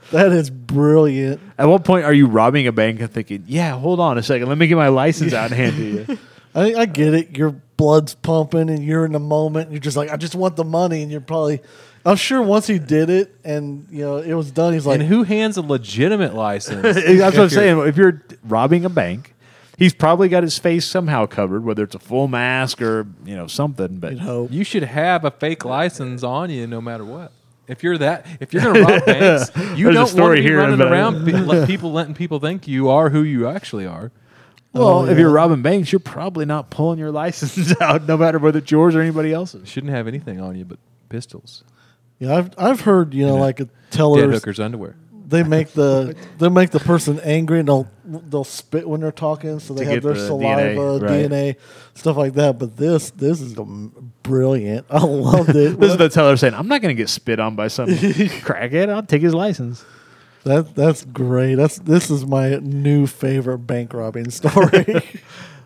Speaker 2: that is brilliant.
Speaker 1: At what point are you robbing a bank and thinking, yeah, hold on a second, let me get my license out and hand to you?
Speaker 2: I, I get it. Your blood's pumping, and you're in the moment. And you're just like, I just want the money, and you're probably. I'm sure once he did it, and you know it was done. He's like,
Speaker 3: and who hands a legitimate license?
Speaker 1: That's what I'm
Speaker 3: If you're-
Speaker 1: saying. If you're robbing a bank, he's probably got his face somehow covered, whether it's a full mask or you know something. But
Speaker 2: You'd hope.
Speaker 3: You should have a fake license on you no matter what. If you're that, if you're gonna rob banks, you
Speaker 1: There's a
Speaker 3: don't
Speaker 1: story
Speaker 3: want to be
Speaker 1: here
Speaker 3: running
Speaker 1: about it.
Speaker 3: around pe- let people letting people think you are who you actually are.
Speaker 1: Well,
Speaker 2: Oh,
Speaker 1: if
Speaker 2: yeah.
Speaker 1: you're robbing banks, you're probably not pulling your license out, no matter whether it's yours or anybody else's.
Speaker 3: Shouldn't have anything on you but pistols,
Speaker 2: yeah, I've I've heard you know
Speaker 3: Yeah.
Speaker 2: like a
Speaker 3: dead
Speaker 2: teller.
Speaker 3: hookers, underwear.
Speaker 2: They make the they make the person angry, and they'll they'll spit when they're talking, so
Speaker 1: To
Speaker 2: they have
Speaker 1: get
Speaker 2: their
Speaker 1: the
Speaker 2: saliva,
Speaker 1: DNA,
Speaker 2: DNA,
Speaker 1: right.
Speaker 2: stuff like that. But this this is am- brilliant. I loved it.
Speaker 1: This is the teller saying, "I'm not going to get spit on by some crackhead. I'll take his license."
Speaker 2: that that's great. That's this is my new favorite bank robbing story.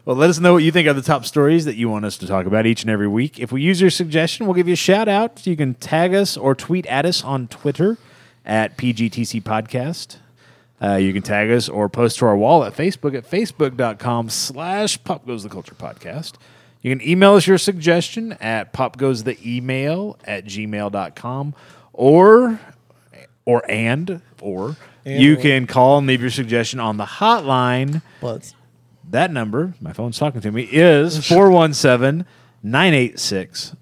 Speaker 1: Well, let us know what you think of the top stories that you want us to talk about each and every week. If we use your suggestion, we'll give you a shout out. You can tag us or tweet at us on Twitter at PGTC Podcast. Uh, you can tag us or post to our wall at Facebook at facebook.com slash Pop Goes the Culture Podcast. You can email us your suggestion at popgoestheemail at gmail.com or or and or
Speaker 2: And
Speaker 1: you
Speaker 2: or.
Speaker 1: can call and leave your suggestion on the hotline
Speaker 2: but
Speaker 1: that number, my phone's talking to me, is 417 986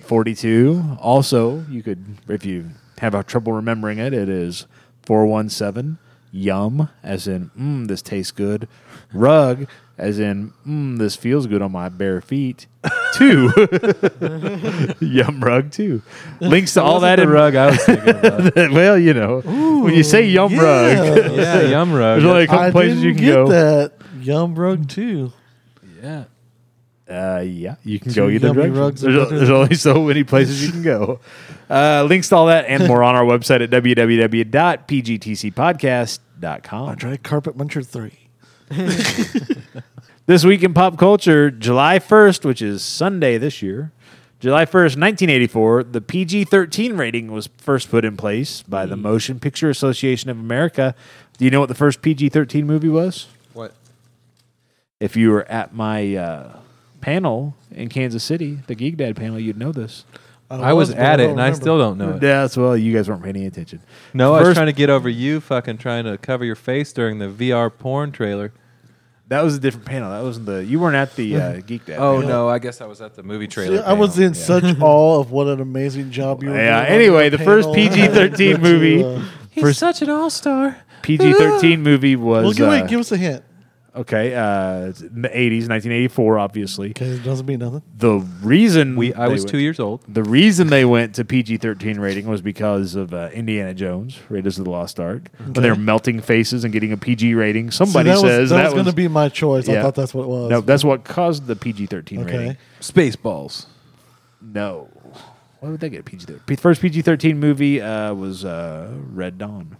Speaker 1: 7842. Also, you could, if you have a trouble remembering it, it is 417 yum, as in, mmm, this tastes good. Rug, as in, mmm, this feels good on my bare feet. Two. yum rug, two. Links to all that in
Speaker 3: in rug. I was thinking about.
Speaker 1: well, you know, when you say yum rug,
Speaker 2: yeah.
Speaker 3: yeah, yum rug.
Speaker 1: There's only- A couple
Speaker 2: I
Speaker 1: places
Speaker 2: didn't
Speaker 1: you can
Speaker 2: get
Speaker 1: go.
Speaker 2: that yum rug too.
Speaker 3: yeah.
Speaker 1: Uh, yeah, you can
Speaker 2: Two
Speaker 1: go either
Speaker 2: yummy
Speaker 1: direction.
Speaker 2: rugs
Speaker 1: there's,
Speaker 2: and butter.
Speaker 1: there's only so many places you can go. Uh, links to all that and more on our website at www.pgtcpodcast.com.
Speaker 2: Andre Carpet Muncher three.
Speaker 1: This week in pop culture, July 1st, which is Sunday this year, July 1st, 1984, the PG 13 rating was first put in place by
Speaker 2: Hmm.
Speaker 1: the Motion Picture Association of America. Do you know what the first PG 13 movie was?
Speaker 3: What?
Speaker 1: If you were at my uh, panel in Kansas City, the Geek Dad panel, you'd know this.
Speaker 3: I was
Speaker 2: but
Speaker 3: at it
Speaker 2: don't
Speaker 3: and I
Speaker 2: remember.
Speaker 3: still don't know it.
Speaker 1: That's well, you guys weren't paying any attention.
Speaker 3: No, I was
Speaker 1: First-
Speaker 3: trying to get over you fucking trying to cover your face during the VR porn trailer.
Speaker 1: That was a different panel. That wasn't the. You weren't at the uh, geek dad.
Speaker 3: Oh
Speaker 1: panel.
Speaker 3: no, I guess I was at the movie trailer.
Speaker 2: I was
Speaker 3: panel.
Speaker 2: in such awe of what an amazing job you were
Speaker 1: Yeah,
Speaker 2: doing on
Speaker 1: anyway,
Speaker 2: that
Speaker 1: the first
Speaker 2: panel.
Speaker 1: PG-13
Speaker 2: But you,
Speaker 1: movie.
Speaker 2: uh,
Speaker 3: He's
Speaker 1: First-
Speaker 3: such an all star.
Speaker 1: PG thirteen movie was
Speaker 2: well, give,
Speaker 1: uh,
Speaker 2: wait, give us a hint.
Speaker 1: okay. Uh, it's in the eighties, nineteen eighty four, obviously.
Speaker 2: Okay, it doesn't mean nothing.
Speaker 1: The reason
Speaker 3: We I
Speaker 1: they
Speaker 3: was
Speaker 1: went-
Speaker 3: two years old.
Speaker 1: The reason they went to PG 13 rating was because of uh, Indiana Jones, Raiders of the Lost Ark. When they're melting faces and getting a PG rating, somebody
Speaker 2: See, that
Speaker 1: says
Speaker 2: was, that, was, going to be my choice. I
Speaker 1: Yeah.
Speaker 2: thought that's what it was.
Speaker 1: No, that's what caused the PG 13
Speaker 2: Okay.
Speaker 1: rating.
Speaker 3: Spaceballs.
Speaker 1: No. Why would they get PG 13? First PG 13 movie uh, was uh, Red Dawn.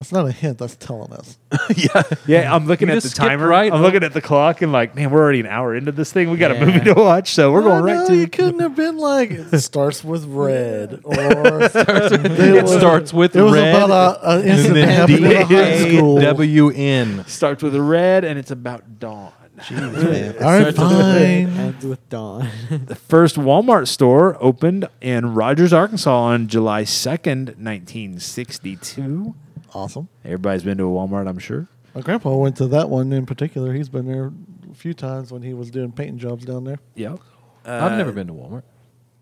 Speaker 2: that's not a hint. That's telling us.
Speaker 3: yeah.
Speaker 1: Yeah, I'm looking at
Speaker 3: You
Speaker 1: the
Speaker 3: just skipped
Speaker 1: timer.
Speaker 3: right
Speaker 1: I'm
Speaker 3: over-
Speaker 1: looking at the clock and like, man, we're already an hour into this thing. We got
Speaker 4: Yeah.
Speaker 1: a movie to watch, so we're going
Speaker 2: Oh,
Speaker 1: right
Speaker 2: no,
Speaker 1: to
Speaker 2: you couldn't have been like it starts with red or They
Speaker 3: It
Speaker 2: were-
Speaker 3: starts with
Speaker 2: it was
Speaker 3: red.
Speaker 2: about a, an incident that happened in high school.
Speaker 3: D-A-W-N.
Speaker 1: starts with a red and it's about dawn.
Speaker 2: All right,
Speaker 4: Starts with red,
Speaker 2: fine.
Speaker 4: Ends with dawn.
Speaker 1: The first Walmart store opened in Rogers, Arkansas on July 2nd, 1962.
Speaker 2: Awesome.
Speaker 1: Everybody's been to a Walmart, I'm sure.
Speaker 2: My grandpa went to that one in particular. He's been there a few times when he was doing painting jobs down there.
Speaker 1: Yep.
Speaker 3: I've never been to Walmart.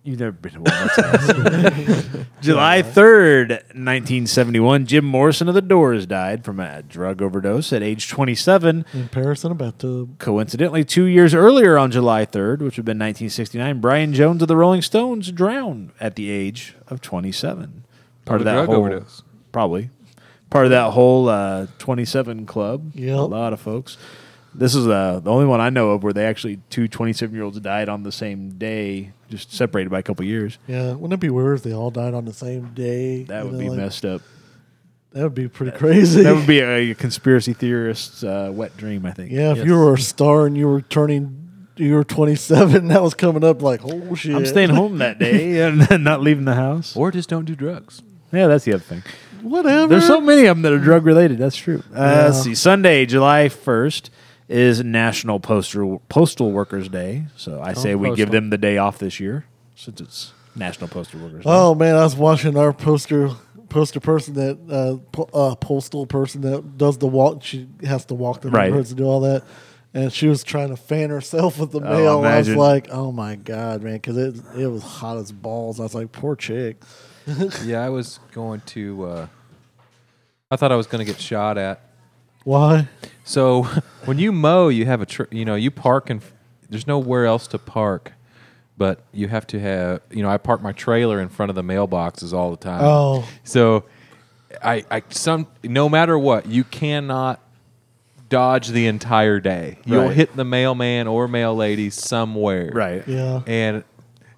Speaker 1: You've never been to Walmart. July 3rd, 1971, Jim Morrison of the Doors died from a drug overdose at age 27.
Speaker 2: In Paris and about to
Speaker 1: Coincidentally, two years earlier on July 3rd, which would have been 1969, Brian Jones of the Rolling Stones drowned at the age of 27. Part
Speaker 3: Of
Speaker 1: of
Speaker 3: a
Speaker 1: that
Speaker 3: drug
Speaker 1: whole,
Speaker 3: overdose.
Speaker 1: probably part of that whole uh, 27 club.
Speaker 2: Yep.
Speaker 1: a lot of folks. This is uh, the only one I know of where they actually two 27 year olds died on the same day, just separated by a couple years.
Speaker 2: yeah. Wouldn't it be weird if they all died on the same day?
Speaker 1: That
Speaker 2: You
Speaker 1: would
Speaker 2: know,
Speaker 1: be
Speaker 2: like,
Speaker 1: messed up.
Speaker 2: That would be pretty crazy.
Speaker 1: That would be a, conspiracy theorist's uh, wet dream, I think.
Speaker 2: yeah. If
Speaker 4: Yes.
Speaker 2: you were a star and you were turning, you were twenty seven. That was coming up like oh shit.
Speaker 1: I'm staying home that day and not leaving the house.
Speaker 3: Or just don't do drugs.
Speaker 1: Yeah, that's the other thing.
Speaker 2: Whatever.
Speaker 1: There's so many of them that are drug related. That's true. Uh,
Speaker 2: Yeah.
Speaker 1: Let's see. Sunday, July 1st is National Postal Postal Workers Day. So I say we give
Speaker 4: postal.
Speaker 1: them the day off this year since it's National Postal Workers Day.
Speaker 2: Oh man, I was watching our poster poster person that uh, po- uh postal person that does the walk. She has to walk the
Speaker 1: Right.
Speaker 2: neighborhoods and do all that. And she was trying to fan herself with the
Speaker 1: Oh,
Speaker 2: mail. I was
Speaker 1: imagine.
Speaker 2: like, "Oh my god, man!" Because it it was hot as balls. I was like, "Poor chick."
Speaker 3: Yeah, I was going to. Uh, I thought I was going to get shot at.
Speaker 2: Why?
Speaker 3: So when you mow, you have a tr- you know you park and there's nowhere else to park, but you have to have you know I park my trailer in front of the mailboxes all the time.
Speaker 2: Oh.
Speaker 3: so I I some no matter what you cannot dodge the entire day. You'll
Speaker 1: Right.
Speaker 3: hit the mailman or mail lady somewhere.
Speaker 1: right.
Speaker 2: Yeah.
Speaker 3: and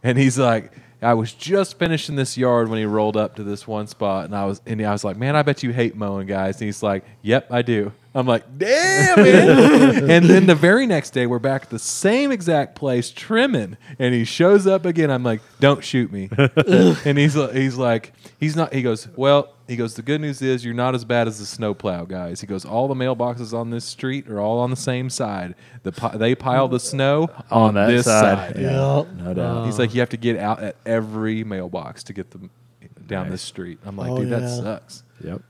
Speaker 3: and he's like I was just finishing this yard when he rolled up to this one spot, and I was and I was like, "Man, I bet you hate mowing, guys." And he's like, "Yep, I do." I'm like, "Damn it!" and then the very next day, we're back at the same exact place trimming, and he shows up again. I'm like, "Don't shoot me!" and he's li- he's like, he's not. He goes, "Well," he goes, "The good news is you're not as bad as the snowplow guys." He goes, "All the mailboxes on this street are all on the same side. The pi- they pile the snow on,
Speaker 1: that
Speaker 3: this
Speaker 1: side. Uh,
Speaker 3: side.
Speaker 2: Yeah.
Speaker 1: No doubt.
Speaker 3: He's like, you have to get out at every mailbox to get them down this street. I'm like,
Speaker 2: Oh,
Speaker 3: dude,
Speaker 2: yeah.
Speaker 3: that sucks.
Speaker 1: Yep.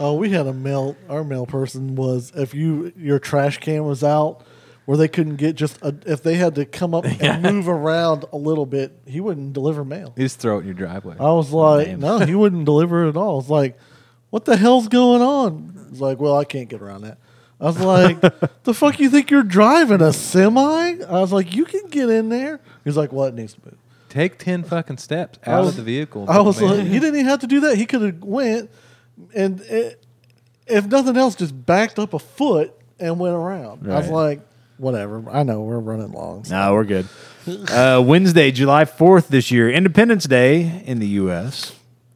Speaker 2: Oh, we had a mail. Our mail person was if you your trash can was out, where they couldn't get just a, if they had to come up and move around a little bit, he wouldn't deliver mail.
Speaker 3: You just throw it in your driveway.
Speaker 2: I was like,
Speaker 1: Damn.
Speaker 2: no, he wouldn't deliver it at all. It's like, what the hell's going on? He's like, well, I can't get around that. I was like, the fuck you think you're driving a semi? I was like, you can get in there. He's like, well, it needs to move.
Speaker 3: Take ten fucking steps
Speaker 2: I
Speaker 3: out
Speaker 2: was-
Speaker 3: of the vehicle. and
Speaker 2: I
Speaker 3: put
Speaker 2: was
Speaker 3: them in.
Speaker 2: like, he didn't even have to do that. He could have went and it, if nothing else, just backed up a foot and went around. I was
Speaker 1: Right.
Speaker 2: like, whatever. I know we're running long.
Speaker 1: No, we're good. Uh, Wednesday, July 4th this year, Independence Day in the U.S.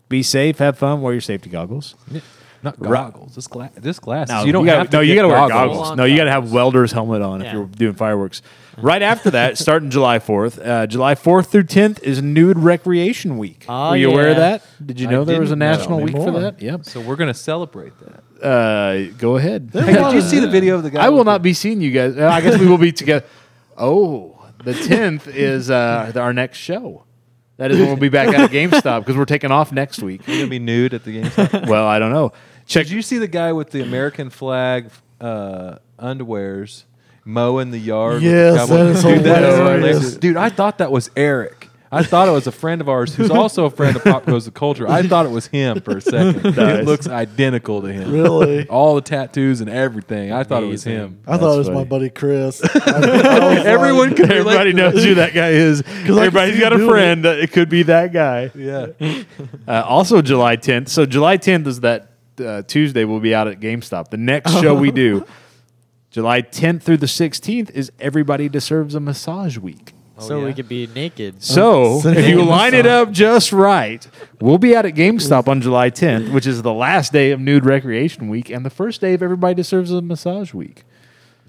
Speaker 1: Be safe, have fun, wear your safety goggles.
Speaker 3: not
Speaker 1: Ro-
Speaker 3: goggles. Just gla- just glasses.
Speaker 1: No,
Speaker 3: you don't
Speaker 1: gotta,
Speaker 3: have to.
Speaker 1: no, you
Speaker 3: get
Speaker 1: gotta wear
Speaker 3: goggles.
Speaker 1: goggles. No, you got to have welder's helmet on if
Speaker 4: Yeah.
Speaker 1: you're doing fireworks. Right after that, starting July 4th, uh, July 4th through 10th is Nude Recreation Week.
Speaker 4: Oh,
Speaker 1: Were you aware of
Speaker 4: yeah.
Speaker 1: that? Did you
Speaker 3: I
Speaker 1: know there was a
Speaker 3: didn't know.
Speaker 1: national week for
Speaker 2: Anymore.
Speaker 1: that? Yep.
Speaker 3: So we're gonna celebrate that.
Speaker 1: Uh, go ahead.
Speaker 3: Hey, did you see the video of the guy?
Speaker 1: I will
Speaker 3: with the-
Speaker 1: not be seeing you guys. Uh, I guess we will be together. Oh, the 10th is uh, our next show. That is when we'll be back at GameStop because we're taking off next week.
Speaker 3: You're gonna be nude at the game.
Speaker 1: Well, I don't know. Check
Speaker 3: Did you see the guy with the American flag? uh, underwears mowing the yard.
Speaker 2: Yes,
Speaker 3: with the cowboy-
Speaker 2: that is
Speaker 3: dude, that is
Speaker 2: hilarious.
Speaker 3: hilarious. Dude, I thought that was Eric. I thought it was a friend of ours who's also a friend of Pop Goes the Culture. I thought it was him for a second.
Speaker 1: Nice.
Speaker 3: It looks identical to him.
Speaker 2: Really?
Speaker 3: All the tattoos and everything. I thought it was him.
Speaker 2: I thought it was
Speaker 1: funny.
Speaker 2: my buddy Chris. I- I was
Speaker 3: Everyone
Speaker 2: like-
Speaker 3: could relate
Speaker 1: Everybody
Speaker 3: to
Speaker 1: knows who that guy is.
Speaker 2: I can
Speaker 1: Everybody's
Speaker 2: see
Speaker 1: got
Speaker 2: you
Speaker 1: a
Speaker 2: doing
Speaker 1: friend. that It could be that guy.
Speaker 3: Yeah.
Speaker 1: Uh, also, July 10th. So, July 10th is that uh, Tuesday we'll be out at GameStop. The next show we do, July 10th through the 16th, is Everybody Deserves a Massage Week.
Speaker 4: so
Speaker 3: yeah?
Speaker 4: we could be naked.
Speaker 1: So,
Speaker 2: so
Speaker 1: if
Speaker 2: they
Speaker 1: you
Speaker 2: want
Speaker 1: line it up just right, we'll be out at GameStop on July 10th, which is the last day of Nude Recreation Week and the first day of Everybody Deserves a Massage Week.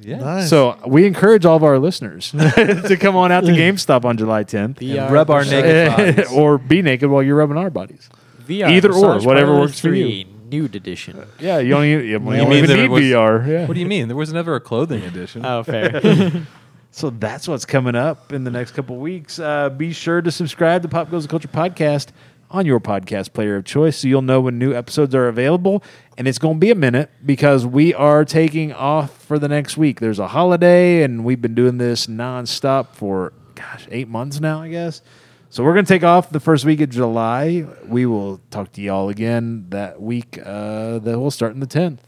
Speaker 3: Yeah.
Speaker 2: Nice.
Speaker 1: So, we encourage all of our listeners to come on out to GameStop on July 10th
Speaker 4: VR
Speaker 3: rub our naked
Speaker 1: Eh,
Speaker 3: bodies.
Speaker 1: or be naked while you're rubbing our bodies.
Speaker 4: VR
Speaker 1: Either or,
Speaker 4: massage
Speaker 1: whatever
Speaker 4: parlor
Speaker 1: works for you.
Speaker 4: three, Nude edition.
Speaker 1: Yeah, you don't even, you don't
Speaker 2: mean
Speaker 1: even
Speaker 3: that
Speaker 1: need
Speaker 3: it was-
Speaker 1: VR. Yeah.
Speaker 3: What do you mean? There was never a clothing edition.
Speaker 4: Oh, fair.
Speaker 1: So that's what's coming up in the next couple weeks. Uh, be sure to subscribe to Pop Goes the Culture podcast on your podcast player of choice so you'll know when new episodes are available. And it's going to be a minute because we are taking off for the next week. There's a holiday, and we've been doing this nonstop for, gosh, eight months now, I guess. So we're going to take off the first week of July. We will talk to y'all again that week uh, that will start in the 10th.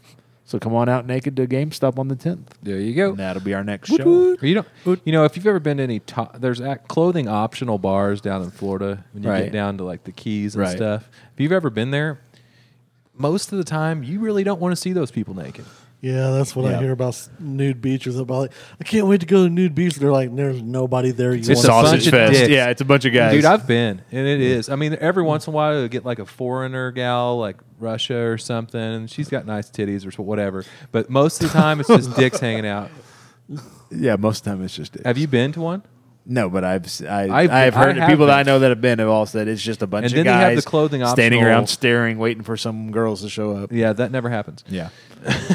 Speaker 1: So come on out naked to GameStop on the 10th.
Speaker 3: There you go.
Speaker 1: And that'll be our next
Speaker 3: Woot
Speaker 1: show.
Speaker 3: woot. You don't. You know, if you've ever been to any, to- there's at clothing optional bars down in Florida. When you
Speaker 1: Right.
Speaker 3: get down to like the Keys and
Speaker 1: Right.
Speaker 3: stuff, if you've ever been there, most of the time you really don't want to see those people naked.
Speaker 2: yeah, that's what
Speaker 1: Yeah.
Speaker 2: I hear about s- nude beaches. About like, I can't wait to go to nude beach. They're like, there's nobody there. You
Speaker 1: It's
Speaker 3: It's
Speaker 2: wanna
Speaker 3: a
Speaker 2: see."
Speaker 1: sausage
Speaker 3: bunch of
Speaker 1: fest.
Speaker 3: dicks.
Speaker 1: Yeah, it's a bunch of guys.
Speaker 3: Dude, I've been, and it is. I mean, every once in a while, you'll get like a foreigner gal, like Russia or something, and she's got nice titties or so- whatever. But most of the time, it's just dicks hanging out.
Speaker 1: yeah, most of the time it's just dicks.
Speaker 3: Have you been to one?
Speaker 1: No, but I've s- I,
Speaker 3: I've
Speaker 1: I've,
Speaker 3: been- I
Speaker 1: heard that
Speaker 3: have
Speaker 1: people that I
Speaker 3: been.
Speaker 1: know that have been have all said it's just a bunch
Speaker 3: And
Speaker 1: of
Speaker 3: then they
Speaker 1: guys
Speaker 3: have the clothing
Speaker 1: standing
Speaker 3: optional-
Speaker 1: around staring, waiting for some girls to show up.
Speaker 3: Yeah, that never happens.
Speaker 1: Yeah,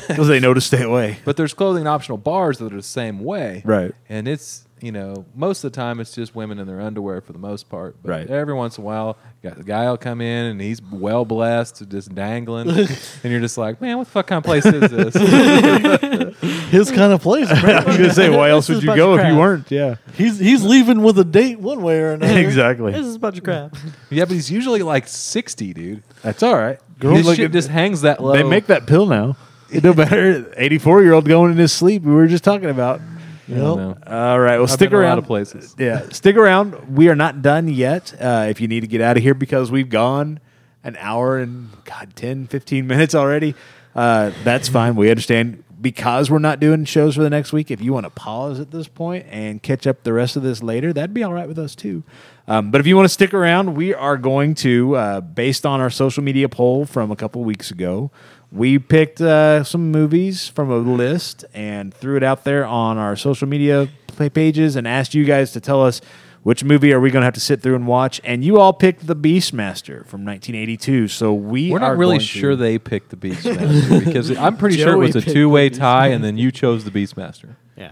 Speaker 1: because they know to stay away.
Speaker 3: But there's clothing optional bars that are the same way.
Speaker 1: Right.
Speaker 3: And it's, you know, most of the time it's just women in their underwear for the most part. But
Speaker 1: Right.
Speaker 3: every once in a while, you got the guy will come in and he's well blessed, just dangling. and you're just like, man, what the fuck kind of place is this?
Speaker 2: his kind of place.
Speaker 1: I was gonna say, why else
Speaker 4: This
Speaker 1: would
Speaker 4: is
Speaker 1: you
Speaker 4: a bunch
Speaker 1: go
Speaker 4: of
Speaker 1: if you
Speaker 4: crap.
Speaker 1: weren't? Yeah,
Speaker 2: he's he's leaving with a date one way or another.
Speaker 4: this
Speaker 1: exactly.
Speaker 4: is a bunch of crap.
Speaker 3: yeah, but he's usually like 60, dude.
Speaker 1: That's all right.
Speaker 3: This
Speaker 1: look
Speaker 3: shit
Speaker 1: at-
Speaker 3: just hangs that low.
Speaker 1: They make that pill now. It don't matter. Eighty-four year old going in his sleep. We were just talking about.
Speaker 3: I don't
Speaker 2: Yep.
Speaker 3: know.
Speaker 1: All right. Well,
Speaker 3: I've
Speaker 1: stick
Speaker 3: been
Speaker 1: around.
Speaker 3: A lot of places.
Speaker 1: Yeah, stick around. We are not done yet. Uh, if you need to get out of here because we've gone an hour and God, 10, 15 minutes already, uh, that's fine. We understand because we're not doing shows for the next week. If you want to pause at this point and catch up the rest of this later, that'd be all right with us too. Um, but if you want to stick around, we are going to, uh, based on our social media poll from a couple weeks ago, we picked uh, some movies from a list and threw it out there on our social media pla- pages and asked you guys to tell us which movie are we going to have to sit through and watch. And you all picked The Beastmaster from 1982. So we
Speaker 3: We're
Speaker 1: are
Speaker 3: not really
Speaker 1: going to-
Speaker 3: sure they picked the Beastmaster because I'm pretty sure it
Speaker 4: Joey
Speaker 3: was a
Speaker 4: picked the
Speaker 3: two way tie, and then you chose the Beastmaster.
Speaker 4: Yeah.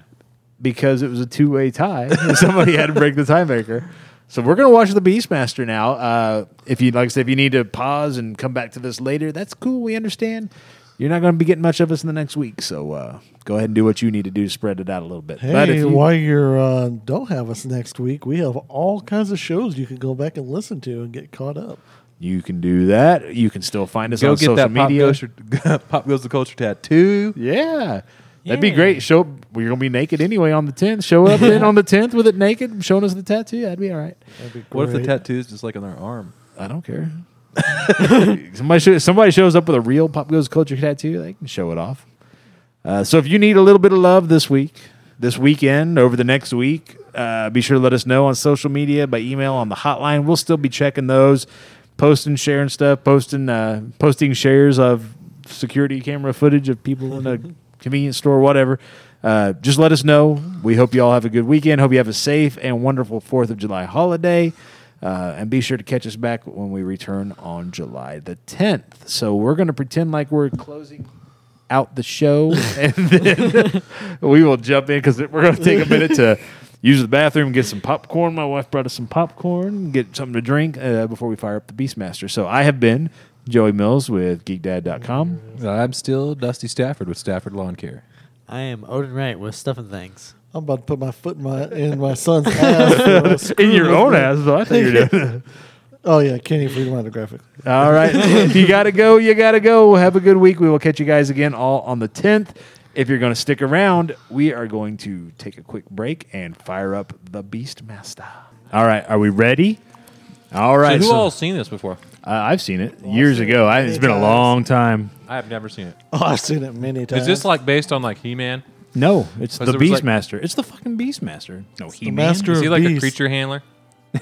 Speaker 1: because it was a two way tie. Somebody had to break the tiebreaker. So we're gonna watch the Beastmaster now. Uh, if you like, I said, if you need to pause and come back to this later, that's cool. We understand. You're not gonna be getting much of us in the next week, so uh, go ahead and do what you need to do to spread it out a little bit. but if
Speaker 2: Hey,
Speaker 1: you,
Speaker 2: while you uh, don't have us next week, we have all kinds of shows you can go back and listen to and get caught up.
Speaker 1: you can do that. You can still find us
Speaker 3: Go
Speaker 1: on
Speaker 3: get
Speaker 1: social
Speaker 3: that pop
Speaker 1: media.
Speaker 3: goes, pop goes the culture tattoo.
Speaker 1: Yeah. That'd be
Speaker 4: Yeah.
Speaker 1: great. Show we're gonna be naked anyway on the tenth. Show up in on the tenth with it naked, showing us the tattoo. That'd be all right.
Speaker 3: What if the
Speaker 2: Great.
Speaker 3: tattoo's just like on their arm?
Speaker 1: I don't care. somebody, sho- somebody shows up with a real Pop Goes the Culture tattoo, they can show it off. Uh, so if you need a little bit of love this week, this weekend, over the next week, uh, be sure to let us know on social media, by email, on the hotline. We'll still be checking those, posting, sharing stuff, posting, uh, posting shares of security camera footage of people in a convenience store, whatever. Uh, just let us know. We hope you all have a good weekend. Hope you have a safe and wonderful Fourth of July holiday. Uh, and be sure to catch us back when we return on July the 10th. So we're going to pretend like we're closing out the show, and then we will jump in because we're going to take a minute to use the bathroom, get some popcorn. My wife brought us some popcorn, get something to drink uh, before we fire up the Beastmaster. So I have been Joey Mills with GeekDad.com.
Speaker 3: I'm still Dusty Stafford with Stafford Lawn Care.
Speaker 4: I am Odin Wright with Stuff and Things.
Speaker 2: I'm about to put my foot in my in my son's ass. for a screw
Speaker 1: In your
Speaker 2: with
Speaker 1: own
Speaker 2: me.
Speaker 1: ass, though. I think you're doing it.
Speaker 2: Oh yeah, Kenny Freedom Undergraphic.
Speaker 1: All right. if you got to go, you got to go. Have a good week. We will catch you guys again all on the 10th. If you're going to stick around, we are going to take a quick break and fire up the Beast Master. All right. Are we ready? All
Speaker 3: So
Speaker 1: right.
Speaker 3: who
Speaker 1: so-
Speaker 3: all seen this before?
Speaker 1: I- I've seen it years
Speaker 2: seen it
Speaker 1: ago. I,
Speaker 2: many
Speaker 1: it's been a
Speaker 2: times.
Speaker 1: long time.
Speaker 3: I have never seen it.
Speaker 2: Oh, I've seen it many times.
Speaker 3: Is this like based on like He Man?
Speaker 1: No, it's the
Speaker 3: there was, like-
Speaker 1: Beastmaster. it's the fucking Beastmaster. No, he
Speaker 2: master
Speaker 3: Is he
Speaker 2: You're a
Speaker 3: like a
Speaker 2: beast.
Speaker 3: creature handler?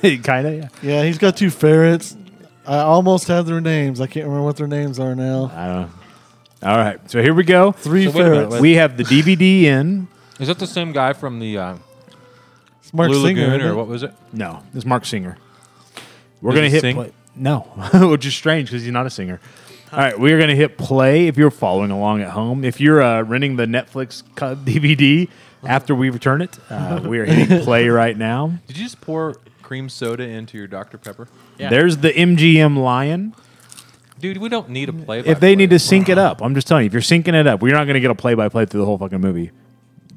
Speaker 1: kind of. Yeah.
Speaker 2: Yeah, he's got two ferrets. I almost had their names. I can't remember what their names are now.
Speaker 1: I don't. know. All right. So here we go. Uh,
Speaker 2: Three
Speaker 3: Ah, So wait a minute,
Speaker 2: ferrets.
Speaker 3: wait-
Speaker 1: We have the DVD in.
Speaker 3: Is that the same guy from the uh,
Speaker 2: It's Mark
Speaker 3: Blue
Speaker 2: Singer,
Speaker 3: Lagoon
Speaker 2: isn't
Speaker 3: or
Speaker 2: it?
Speaker 3: what was it?
Speaker 1: No, it's Mark Singer. We're
Speaker 3: Does
Speaker 1: gonna
Speaker 3: he
Speaker 1: hit
Speaker 3: sing?
Speaker 1: play. No, which is strange because he's not a singer. All right, we are gonna hit play. If you're following along at home, if you're uh, renting the Netflix co- DVD after we return it, uh, we are hitting play right now.
Speaker 3: Did you just pour cream soda into your Dr Pepper?
Speaker 4: Yeah.
Speaker 1: There's the MGM Lion.
Speaker 3: Dude, we don't need a play.
Speaker 1: if they need to sync it up, I'm just telling you, if you're syncing it up, we're not going to get a play by play through the whole fucking movie.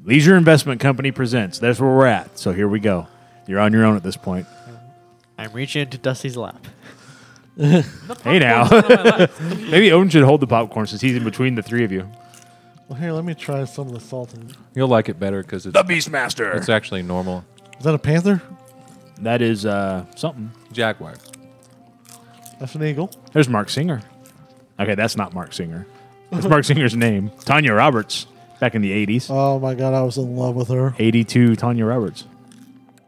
Speaker 1: Leisure Investment Company presents. That's where we're at. So here we go. You're on your own at this point.
Speaker 4: I'm reaching into Dusty's lap.
Speaker 1: Hey now. Maybe Odin should hold the popcorn since he's in between the three of you.
Speaker 2: Well, here, let me try some of the salt. and-
Speaker 3: you'll like it better because it's
Speaker 1: The Beastmaster.
Speaker 3: it's actually normal
Speaker 2: Is that a panther?
Speaker 1: that is uh, something.
Speaker 3: jaguar.
Speaker 2: That's an eagle.
Speaker 1: There's Mark Singer. Okay, that's not Mark Singer. That's Mark Singer's name. Tanya Roberts back in the 80s.
Speaker 2: Oh my god, I was in love with her.
Speaker 1: 82 Tanya Roberts.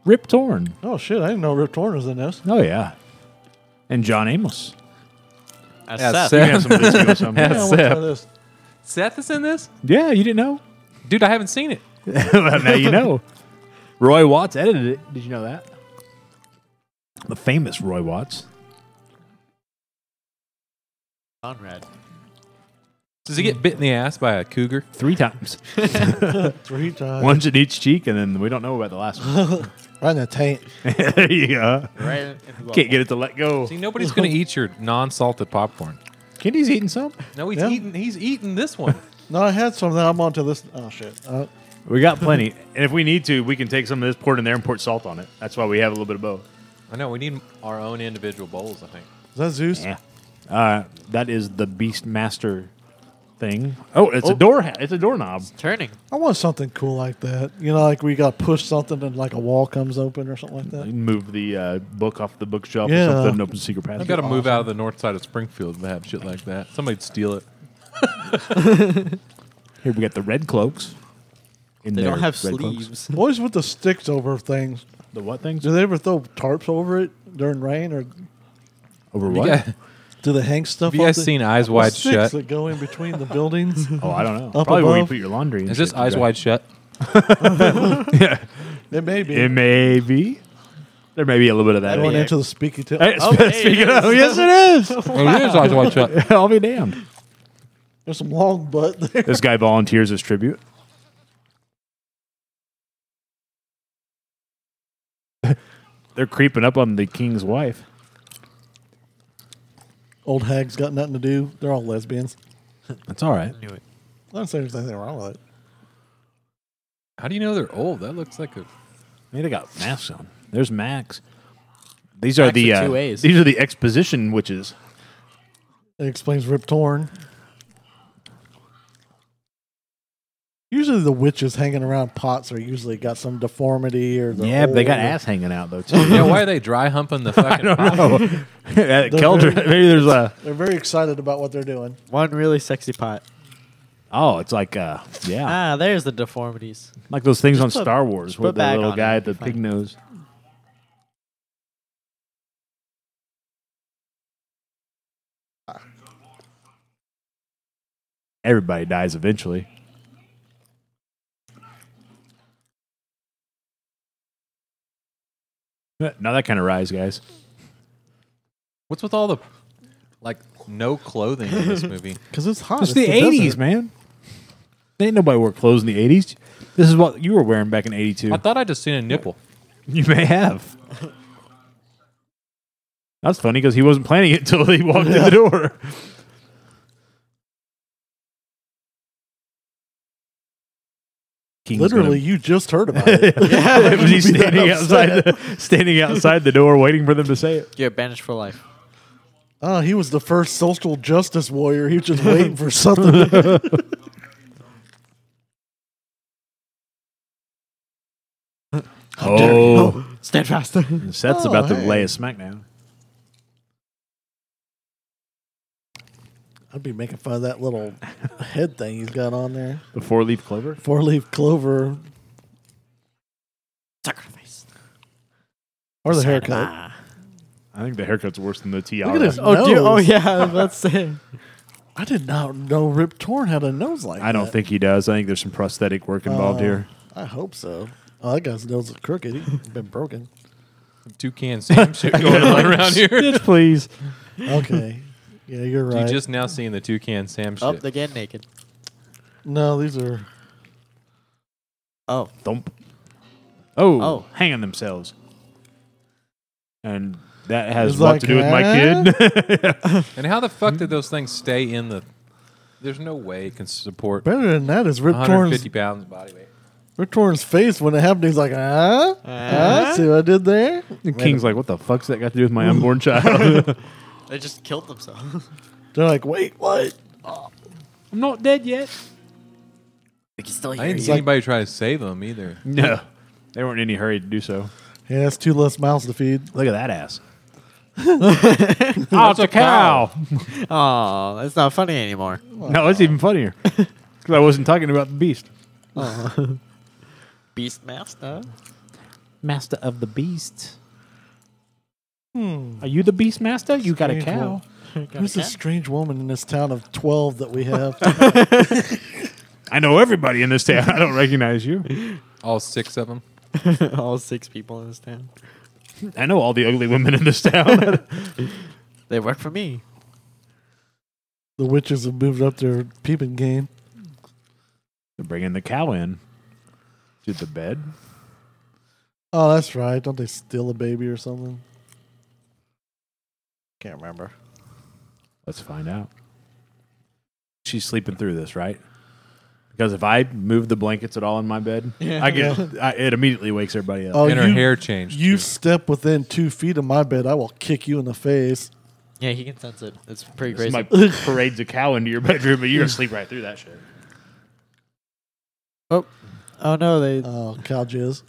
Speaker 1: Rip Torn.
Speaker 2: Oh shit, I didn't know Rip Torn was in this.
Speaker 1: Oh, yeah. And John Amos.
Speaker 4: As
Speaker 3: As
Speaker 4: Seth.
Speaker 1: You can have some of this too, or something.
Speaker 2: Yeah, I wanna try this.
Speaker 3: Seth is in this,
Speaker 1: Yeah, you didn't know?
Speaker 3: dude. I haven't seen it.
Speaker 1: well, now you know. Roy Watts edited it. Did you know that? The famous Roy Watts.
Speaker 4: Conrad.
Speaker 3: Does he get bit in the ass by a cougar?
Speaker 1: Three times.
Speaker 2: Three times.
Speaker 1: Once in each cheek, and then we don't know about the last one.
Speaker 2: Right in the taint.
Speaker 1: there you go.
Speaker 4: Right. in the
Speaker 1: Can't get it to let go.
Speaker 3: See, nobody's gonna eat your non-salted popcorn.
Speaker 1: Kenny's eating some.
Speaker 3: No, he's
Speaker 2: Yeah.
Speaker 3: eating. He's eating this one.
Speaker 2: No, I had some of that. I'm onto this. Oh shit. Uh,
Speaker 1: We got plenty. and if we need to, we can take some of this, pour it in there, and pour salt on it. That's why we have a little bit of both.
Speaker 3: I know. We need our own individual bowls. I think.
Speaker 2: is that Zeus?
Speaker 1: Yeah. Uh, that is the Beastmaster thing. Oh, it's a door hat. It's a doorknob.
Speaker 4: Turning.
Speaker 2: I want something cool like that. You know, like we got to push something and like a wall comes open or something like
Speaker 1: You
Speaker 2: that.
Speaker 1: can move the uh, book off the bookshelf
Speaker 2: Yeah.
Speaker 1: or something and open secret
Speaker 3: You
Speaker 1: passage.
Speaker 3: got to move out of the north side of Springfield to have shit like that. Somebody'd steal it.
Speaker 1: Here we got the red cloaks. In
Speaker 4: They
Speaker 1: their
Speaker 4: don't have
Speaker 1: red cloaks.
Speaker 4: sleeves.
Speaker 2: Boys with the sticks over things.
Speaker 1: The what things?
Speaker 2: Do they ever throw tarps over it during rain, or
Speaker 1: Over
Speaker 3: You
Speaker 1: what?
Speaker 3: got-
Speaker 2: do
Speaker 3: have
Speaker 2: they hang stuff?
Speaker 3: you
Speaker 2: off
Speaker 3: guys
Speaker 2: the-
Speaker 3: seen Eyes
Speaker 2: the
Speaker 3: Wide
Speaker 2: sticks
Speaker 3: Shut?
Speaker 2: that go in between the buildings?
Speaker 1: Oh, I don't know.
Speaker 2: Up
Speaker 1: Probably where you
Speaker 2: above?
Speaker 1: put your laundry. and
Speaker 3: Is this
Speaker 1: shit,
Speaker 3: Eyes
Speaker 1: right?
Speaker 3: Wide Shut?
Speaker 2: It may be
Speaker 1: It may be. There may be a little bit of that. in
Speaker 2: going
Speaker 1: it.
Speaker 2: into the speaky tip.
Speaker 1: Hey,
Speaker 4: Oh, hey,
Speaker 1: speaking
Speaker 4: it
Speaker 1: of, yes, it
Speaker 3: Oh, it is Eyes Wide Shut.
Speaker 1: is. I'll be damned.
Speaker 2: There's some long butt there.
Speaker 1: This guy volunteers as tribute. They're creeping up on the king's wife.
Speaker 2: Old hags got nothing to do. They're all lesbians.
Speaker 1: That's all right.
Speaker 4: Knew it.
Speaker 2: I don't say there's anything wrong with it.
Speaker 3: How do you know they're old? That looks like a.
Speaker 1: I mean, they got masks on. There's Max. These are
Speaker 4: Max
Speaker 1: the
Speaker 4: with
Speaker 1: uh,
Speaker 4: two A's.
Speaker 1: these are the exposition witches.
Speaker 2: It explains Rip Torn. Usually the witches hanging around pots are usually got some deformity or they're
Speaker 1: Yeah, but they got
Speaker 2: old or-
Speaker 1: ass hanging out though too.
Speaker 3: Yeah, why are they dry humping the fucking? pot?
Speaker 1: Oh, yeah, Keldra. Maybe there's a.
Speaker 2: They're very excited about what they're doing.
Speaker 4: One really sexy pot.
Speaker 1: Oh, it's like uh, yeah,
Speaker 4: Ah, there's the deformities.
Speaker 1: like those things on
Speaker 4: put-
Speaker 1: Star Wars
Speaker 4: just
Speaker 1: with
Speaker 4: put
Speaker 1: the
Speaker 4: back
Speaker 1: little
Speaker 4: on
Speaker 1: guy
Speaker 4: it,
Speaker 1: with the
Speaker 4: it'd be
Speaker 1: pig
Speaker 4: fine.
Speaker 1: nose. Everybody dies eventually. Not that kind of rise, guys.
Speaker 3: What's with all the like no clothing in this movie?
Speaker 2: Because it's hot.
Speaker 1: It's the eighties, man. Ain't nobody wore clothes in the eighties. This is what you were wearing back in eighty two.
Speaker 3: I thought I just seen a nipple.
Speaker 1: You may have. That's funny because he wasn't planning it until he walked in the door. King's
Speaker 2: Literally, you just heard about it.
Speaker 1: gonna, was he standing outside, the, standing outside the door, waiting for them to say it.
Speaker 4: You're banished for life.
Speaker 2: Oh, he was the first social justice warrior. He was just waiting for something.
Speaker 1: Oh,
Speaker 4: Stand faster.
Speaker 1: Seth's
Speaker 2: Oh,
Speaker 1: about to
Speaker 2: hey.
Speaker 1: lay a smack now.
Speaker 2: I'd be making fun of that little head thing he's got on there.
Speaker 1: The four leaf clover.
Speaker 2: Four leaf clover
Speaker 4: Sacrifice.
Speaker 2: or the haircut.
Speaker 1: I think the haircut's worse than the tiara.
Speaker 2: Look at his
Speaker 4: Oh,
Speaker 2: nose.
Speaker 4: dude. Oh, yeah. That's it.
Speaker 2: I did not know Rip Torn had a nose like that.
Speaker 1: I don't think he does. I think there's some prosthetic work involved
Speaker 2: Oh,
Speaker 1: here.
Speaker 2: I hope so. Oh, that guy's nose is crooked. He's been broken.
Speaker 3: Two cans Sam shit going on around here.
Speaker 1: Stitch, please.
Speaker 2: Okay. Yeah, you're right.
Speaker 3: You just now seeing the two can Sam shit.
Speaker 4: Up they again Oh, naked.
Speaker 2: no, these are.
Speaker 4: Oh.
Speaker 1: Thump. Oh,
Speaker 4: Oh.
Speaker 1: hanging themselves. And that has
Speaker 2: It's
Speaker 1: what
Speaker 2: like,
Speaker 1: to do with my
Speaker 2: huh?
Speaker 1: kid.
Speaker 3: and how the fuck did those things stay in the? There's no way it can support
Speaker 2: Better than that is Rip Torn's,
Speaker 3: 150 pounds body weight.
Speaker 2: Rip Torn's face when it happened. He's like, ah, ah,
Speaker 3: Uh-huh.
Speaker 4: Ah.
Speaker 2: see what I did there?
Speaker 1: and King's like, what the fuck's that got to do with my unborn child?
Speaker 4: They just killed themselves.
Speaker 2: They're like, wait, what?
Speaker 1: I'm not dead yet.
Speaker 4: we can still
Speaker 3: I didn't see
Speaker 2: like-
Speaker 3: anybody try to save them either.
Speaker 1: No. They weren't in any hurry to do so.
Speaker 2: Yeah, that's two less mouths to feed.
Speaker 1: Look at that ass. oh, it's a cow.
Speaker 4: Oh, it's not funny anymore.
Speaker 1: No, it's even funnier. Because I wasn't talking about the beast.
Speaker 4: Beastmaster.
Speaker 1: Master of the beast. Are you the beast master? You got
Speaker 2: a Hmm. Strange cow. one. Who's this
Speaker 4: cat?
Speaker 2: strange woman in this town of 12 that we have?
Speaker 1: I know everybody in this town. I don't recognize you.
Speaker 3: All six of them.
Speaker 4: All six people in this town.
Speaker 1: I know all the ugly women in this town.
Speaker 4: They work for me.
Speaker 2: the witches have moved up their peeping game.
Speaker 1: They're bringing the cow in to the bed.
Speaker 2: Oh, that's right. Don't they steal a baby or something? Can't remember.
Speaker 1: Let's find out. She's sleeping through this, right? Because if I move the blankets at all in my bed, I get I, it immediately wakes everybody up.
Speaker 2: Oh,
Speaker 3: and her
Speaker 2: you-
Speaker 3: hair changed.
Speaker 2: You
Speaker 3: too.
Speaker 2: step within two feet of my bed, I will kick you in the face.
Speaker 4: Yeah, he can sense it. It's pretty
Speaker 1: This
Speaker 4: crazy.
Speaker 1: might parades a cow into your bedroom, but you're gonna sleep right through that shit.
Speaker 4: oh no, they.
Speaker 2: Oh, cow jizz.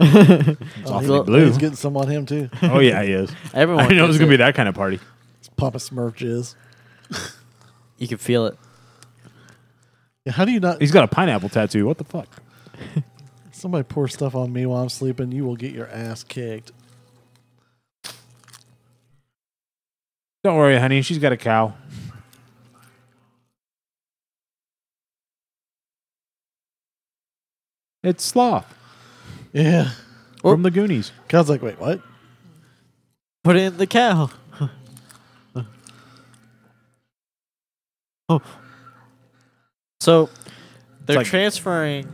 Speaker 1: It's
Speaker 2: Oh,
Speaker 1: awfully
Speaker 4: he's-
Speaker 1: blue.
Speaker 2: He's getting some on him too.
Speaker 1: oh yeah, he is.
Speaker 4: everyone.
Speaker 1: I know it was
Speaker 4: gets
Speaker 1: gonna be that kind of party.
Speaker 2: It's Papa Smurf jizz.
Speaker 4: You can feel it.
Speaker 2: Yeah, How do you not?
Speaker 1: He's got a pineapple tattoo. What the fuck?
Speaker 2: Somebody pour stuff on me while I'm sleeping. You will get your ass kicked.
Speaker 1: Don't worry, honey. She's got a cow. It's Sloth
Speaker 2: Yeah.
Speaker 1: from the Goonies.
Speaker 2: Cow's like, wait, what?
Speaker 4: Put it in the cow. oh. So they're
Speaker 1: like-
Speaker 4: transferring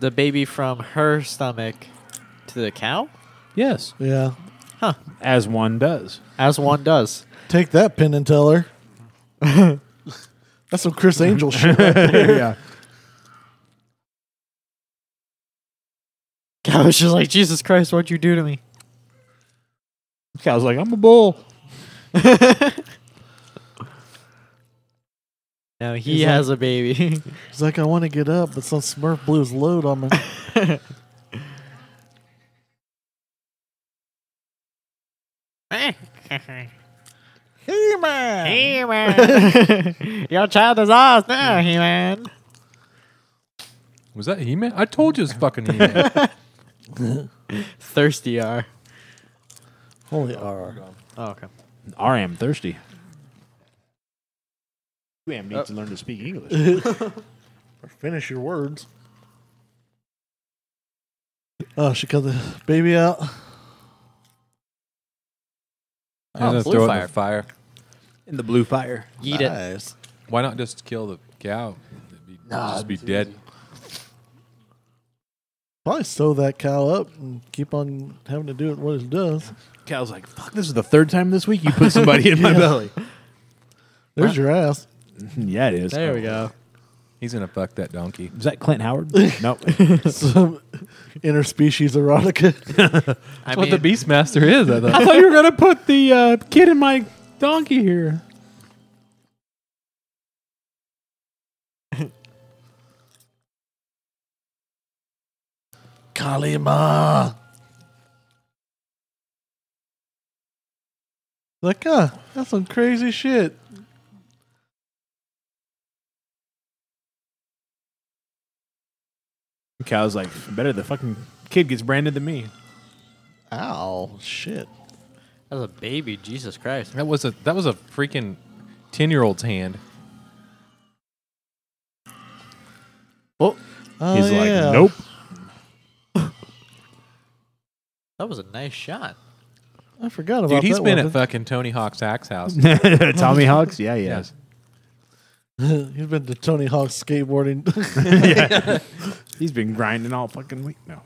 Speaker 4: the baby from her stomach to the cow,
Speaker 1: Yes,
Speaker 2: Yeah.
Speaker 1: as one does.
Speaker 4: as one does.
Speaker 2: Take that, Penn and Teller. That's some Chris Angel shit.
Speaker 1: yeah.
Speaker 4: Cow is just like, Jesus Christ, what'd you do to me?
Speaker 1: Cow's like, I'm a bull.
Speaker 4: No, he
Speaker 2: He's like-
Speaker 4: has a baby.
Speaker 2: He's like, I want to get up, but some Smurf blew his load on me.
Speaker 4: He-Man. Your child is ours now, He-Man.
Speaker 3: was that He Man? I told you it was fucking He Man.
Speaker 4: Thirsty are.
Speaker 2: Holy R.
Speaker 4: Oh, okay.
Speaker 1: I am thirsty. You am needs to learn to speak English.
Speaker 2: Finish your words. Oh, she cut the baby out.
Speaker 3: and then
Speaker 4: blue
Speaker 3: throw it in
Speaker 4: fire.
Speaker 3: the fire.
Speaker 1: In the blue fire.
Speaker 4: Eat it.
Speaker 2: nice.
Speaker 3: Why not just kill the cow? It'd be- just be dead.
Speaker 2: Probably sew that cow up and keep on having to do it what it does.
Speaker 1: Cow's like, fuck, this is the third time this week you put somebody in my belly.
Speaker 2: There's your ass.
Speaker 1: yeah, it is.
Speaker 4: There we go.
Speaker 3: He's gonna fuck that donkey.
Speaker 1: Is that Clint Howard? nope.
Speaker 2: Some interspecies erotica.
Speaker 4: I
Speaker 3: That's what the Beastmaster is. I thought.
Speaker 1: I thought you were gonna put the uh, kid in my donkey here.
Speaker 2: Kalima. Like, uh, that's some crazy shit.
Speaker 1: Cow's like, better the fucking kid gets branded than me.
Speaker 2: Ow, shit.
Speaker 4: As a baby, Jesus Christ.
Speaker 3: That was a that was a freaking ten year old's hand.
Speaker 4: Oh,
Speaker 2: Oh,
Speaker 1: He's
Speaker 2: yeah.
Speaker 1: like, nope.
Speaker 4: that was a nice shot.
Speaker 2: I forgot about
Speaker 3: Dude, he's
Speaker 2: that
Speaker 3: been
Speaker 2: weapon.
Speaker 3: at fucking Tony Hawk's axe house.
Speaker 1: Tommy Hawks? Yeah, yeah.
Speaker 3: Yes.
Speaker 2: he's been to Tony Hawk skateboarding.
Speaker 1: He's been grinding all fucking week. No.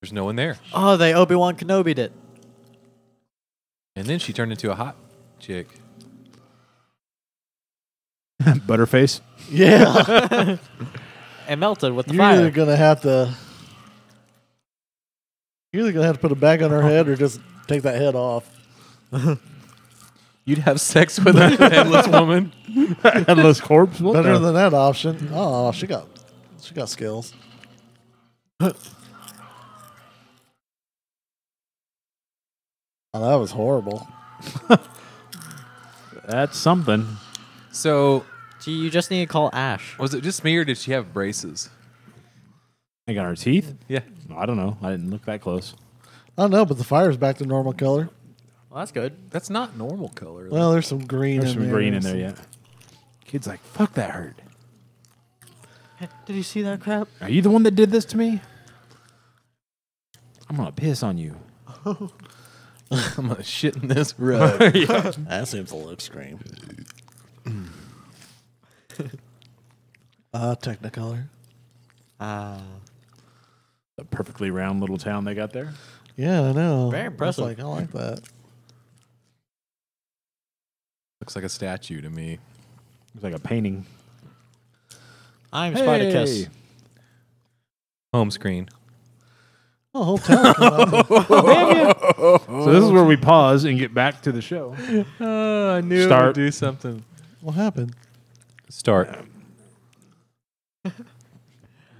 Speaker 3: There's no one there.
Speaker 4: Oh, they Obi Wan Kenobi it.
Speaker 3: And then she turned into a hot chick.
Speaker 1: Butterface?
Speaker 2: yeah,
Speaker 4: It melted with the
Speaker 2: you're either
Speaker 4: fire.
Speaker 2: gonna have to. You're either gonna have to put a bag on her head or just take that head off.
Speaker 3: You'd have sex with a headless woman.
Speaker 1: Headless corpse? What
Speaker 2: Better
Speaker 1: the-
Speaker 2: than that option. Oh, she got, she got skills. oh, that was horrible.
Speaker 1: That's something.
Speaker 3: So
Speaker 4: Gee, you just need to call Ash.
Speaker 3: was it just me or did she have braces?
Speaker 1: Like on her teeth?
Speaker 3: Yeah.
Speaker 1: I don't know. I didn't look that close.
Speaker 2: I don't know, but the fire's back to normal color.
Speaker 4: Well, that's good.
Speaker 3: That's not normal color.
Speaker 2: Well, there's some green.
Speaker 1: There's
Speaker 2: in
Speaker 1: some
Speaker 2: there
Speaker 1: green in there yet. Kid's like, fuck that hurt.
Speaker 4: Did you see that crap?
Speaker 1: Are you the one that did this to me? I'm gonna piss on you.
Speaker 3: I'm gonna shit in this rug.
Speaker 2: That seems a lip screen. Ah, Technicolor.
Speaker 4: Uh,
Speaker 1: The perfectly round little town they got there.
Speaker 2: Yeah, I know.
Speaker 4: Very
Speaker 2: That's
Speaker 4: impressive.
Speaker 2: Like, I like that.
Speaker 3: Looks like a statue to me.
Speaker 1: It's like a painting.
Speaker 4: I'm Spartacus.
Speaker 1: Hey.
Speaker 3: Home screen.
Speaker 2: Oh, whole town came out.
Speaker 1: So this is where we pause and get back to the show.
Speaker 3: Oh, I knew
Speaker 1: it would Start.
Speaker 3: do something.
Speaker 2: What happened?
Speaker 3: Start.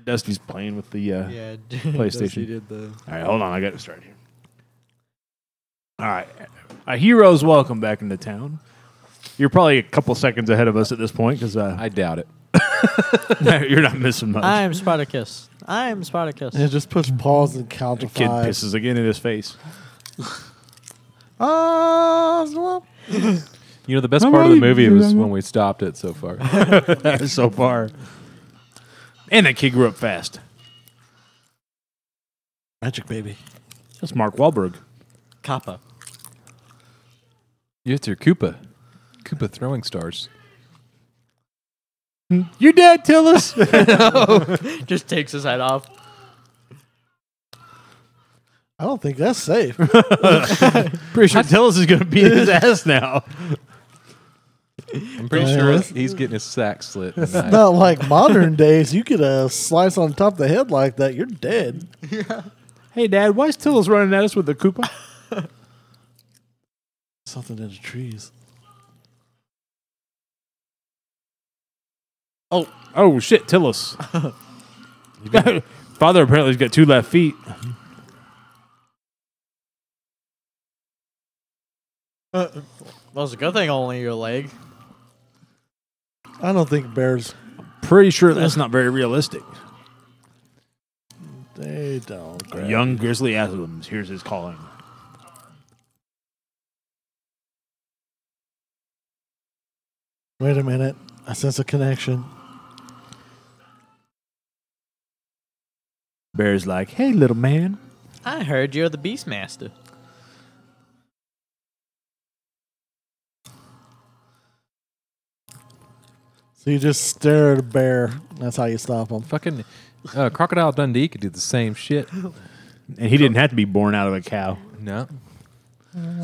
Speaker 1: Dusty's playing with the. Uh,
Speaker 4: Yeah,
Speaker 1: PlayStation. Dusty
Speaker 4: did the
Speaker 1: All right, hold on. I got to start here. All right, a hero's welcome back into town. You're probably a couple seconds ahead of us at this point because uh,
Speaker 3: I doubt it.
Speaker 1: you're not missing much.
Speaker 4: I'm Spartacus. I'm Spartacus.
Speaker 2: Yeah, just push pause and count to
Speaker 1: Kid
Speaker 2: five.
Speaker 1: pisses again in his face.
Speaker 2: Ah, well,
Speaker 3: You know, the best
Speaker 1: I'm
Speaker 3: part of the
Speaker 1: right,
Speaker 3: movie
Speaker 1: dude,
Speaker 3: was
Speaker 1: I'm
Speaker 3: when we stopped it so far.
Speaker 1: so far. And that kid grew up fast.
Speaker 2: magic baby.
Speaker 1: That's Mark Wahlberg.
Speaker 4: Kappa.
Speaker 3: It's your Koopa. Koopa throwing stars.
Speaker 1: Your dad tell us.
Speaker 4: Just takes his head off.
Speaker 2: I don't think that's safe.
Speaker 1: Pretty sure Tillis is going to be in his ass now.
Speaker 3: I'm pretty
Speaker 2: Yeah,
Speaker 3: sure
Speaker 2: that's-
Speaker 3: he's getting his sack slit.
Speaker 2: it's not like modern days. You get a slice on top of the head like that, you're dead.
Speaker 1: Hey, Dad, why is Tillis running at us with the Koopa?
Speaker 2: Something in the trees.
Speaker 1: Oh, shit, Tillis. Father apparently has got two left feet.
Speaker 4: Well, it's a good thing only your leg.
Speaker 2: I don't think bears.
Speaker 1: Pretty sure that's not very realistic.
Speaker 2: They don't. grab-
Speaker 1: Young Grizzly Adams, here's his calling.
Speaker 2: Wait a minute. I sense a connection.
Speaker 1: Bear's like, hey, little man.
Speaker 4: I heard you're the Beastmaster.
Speaker 2: So you just stare at a bear. That's how you stop them.
Speaker 3: Fucking uh, Crocodile Dundee could do the same shit.
Speaker 1: And he didn't have to be born out of a cow.
Speaker 3: No.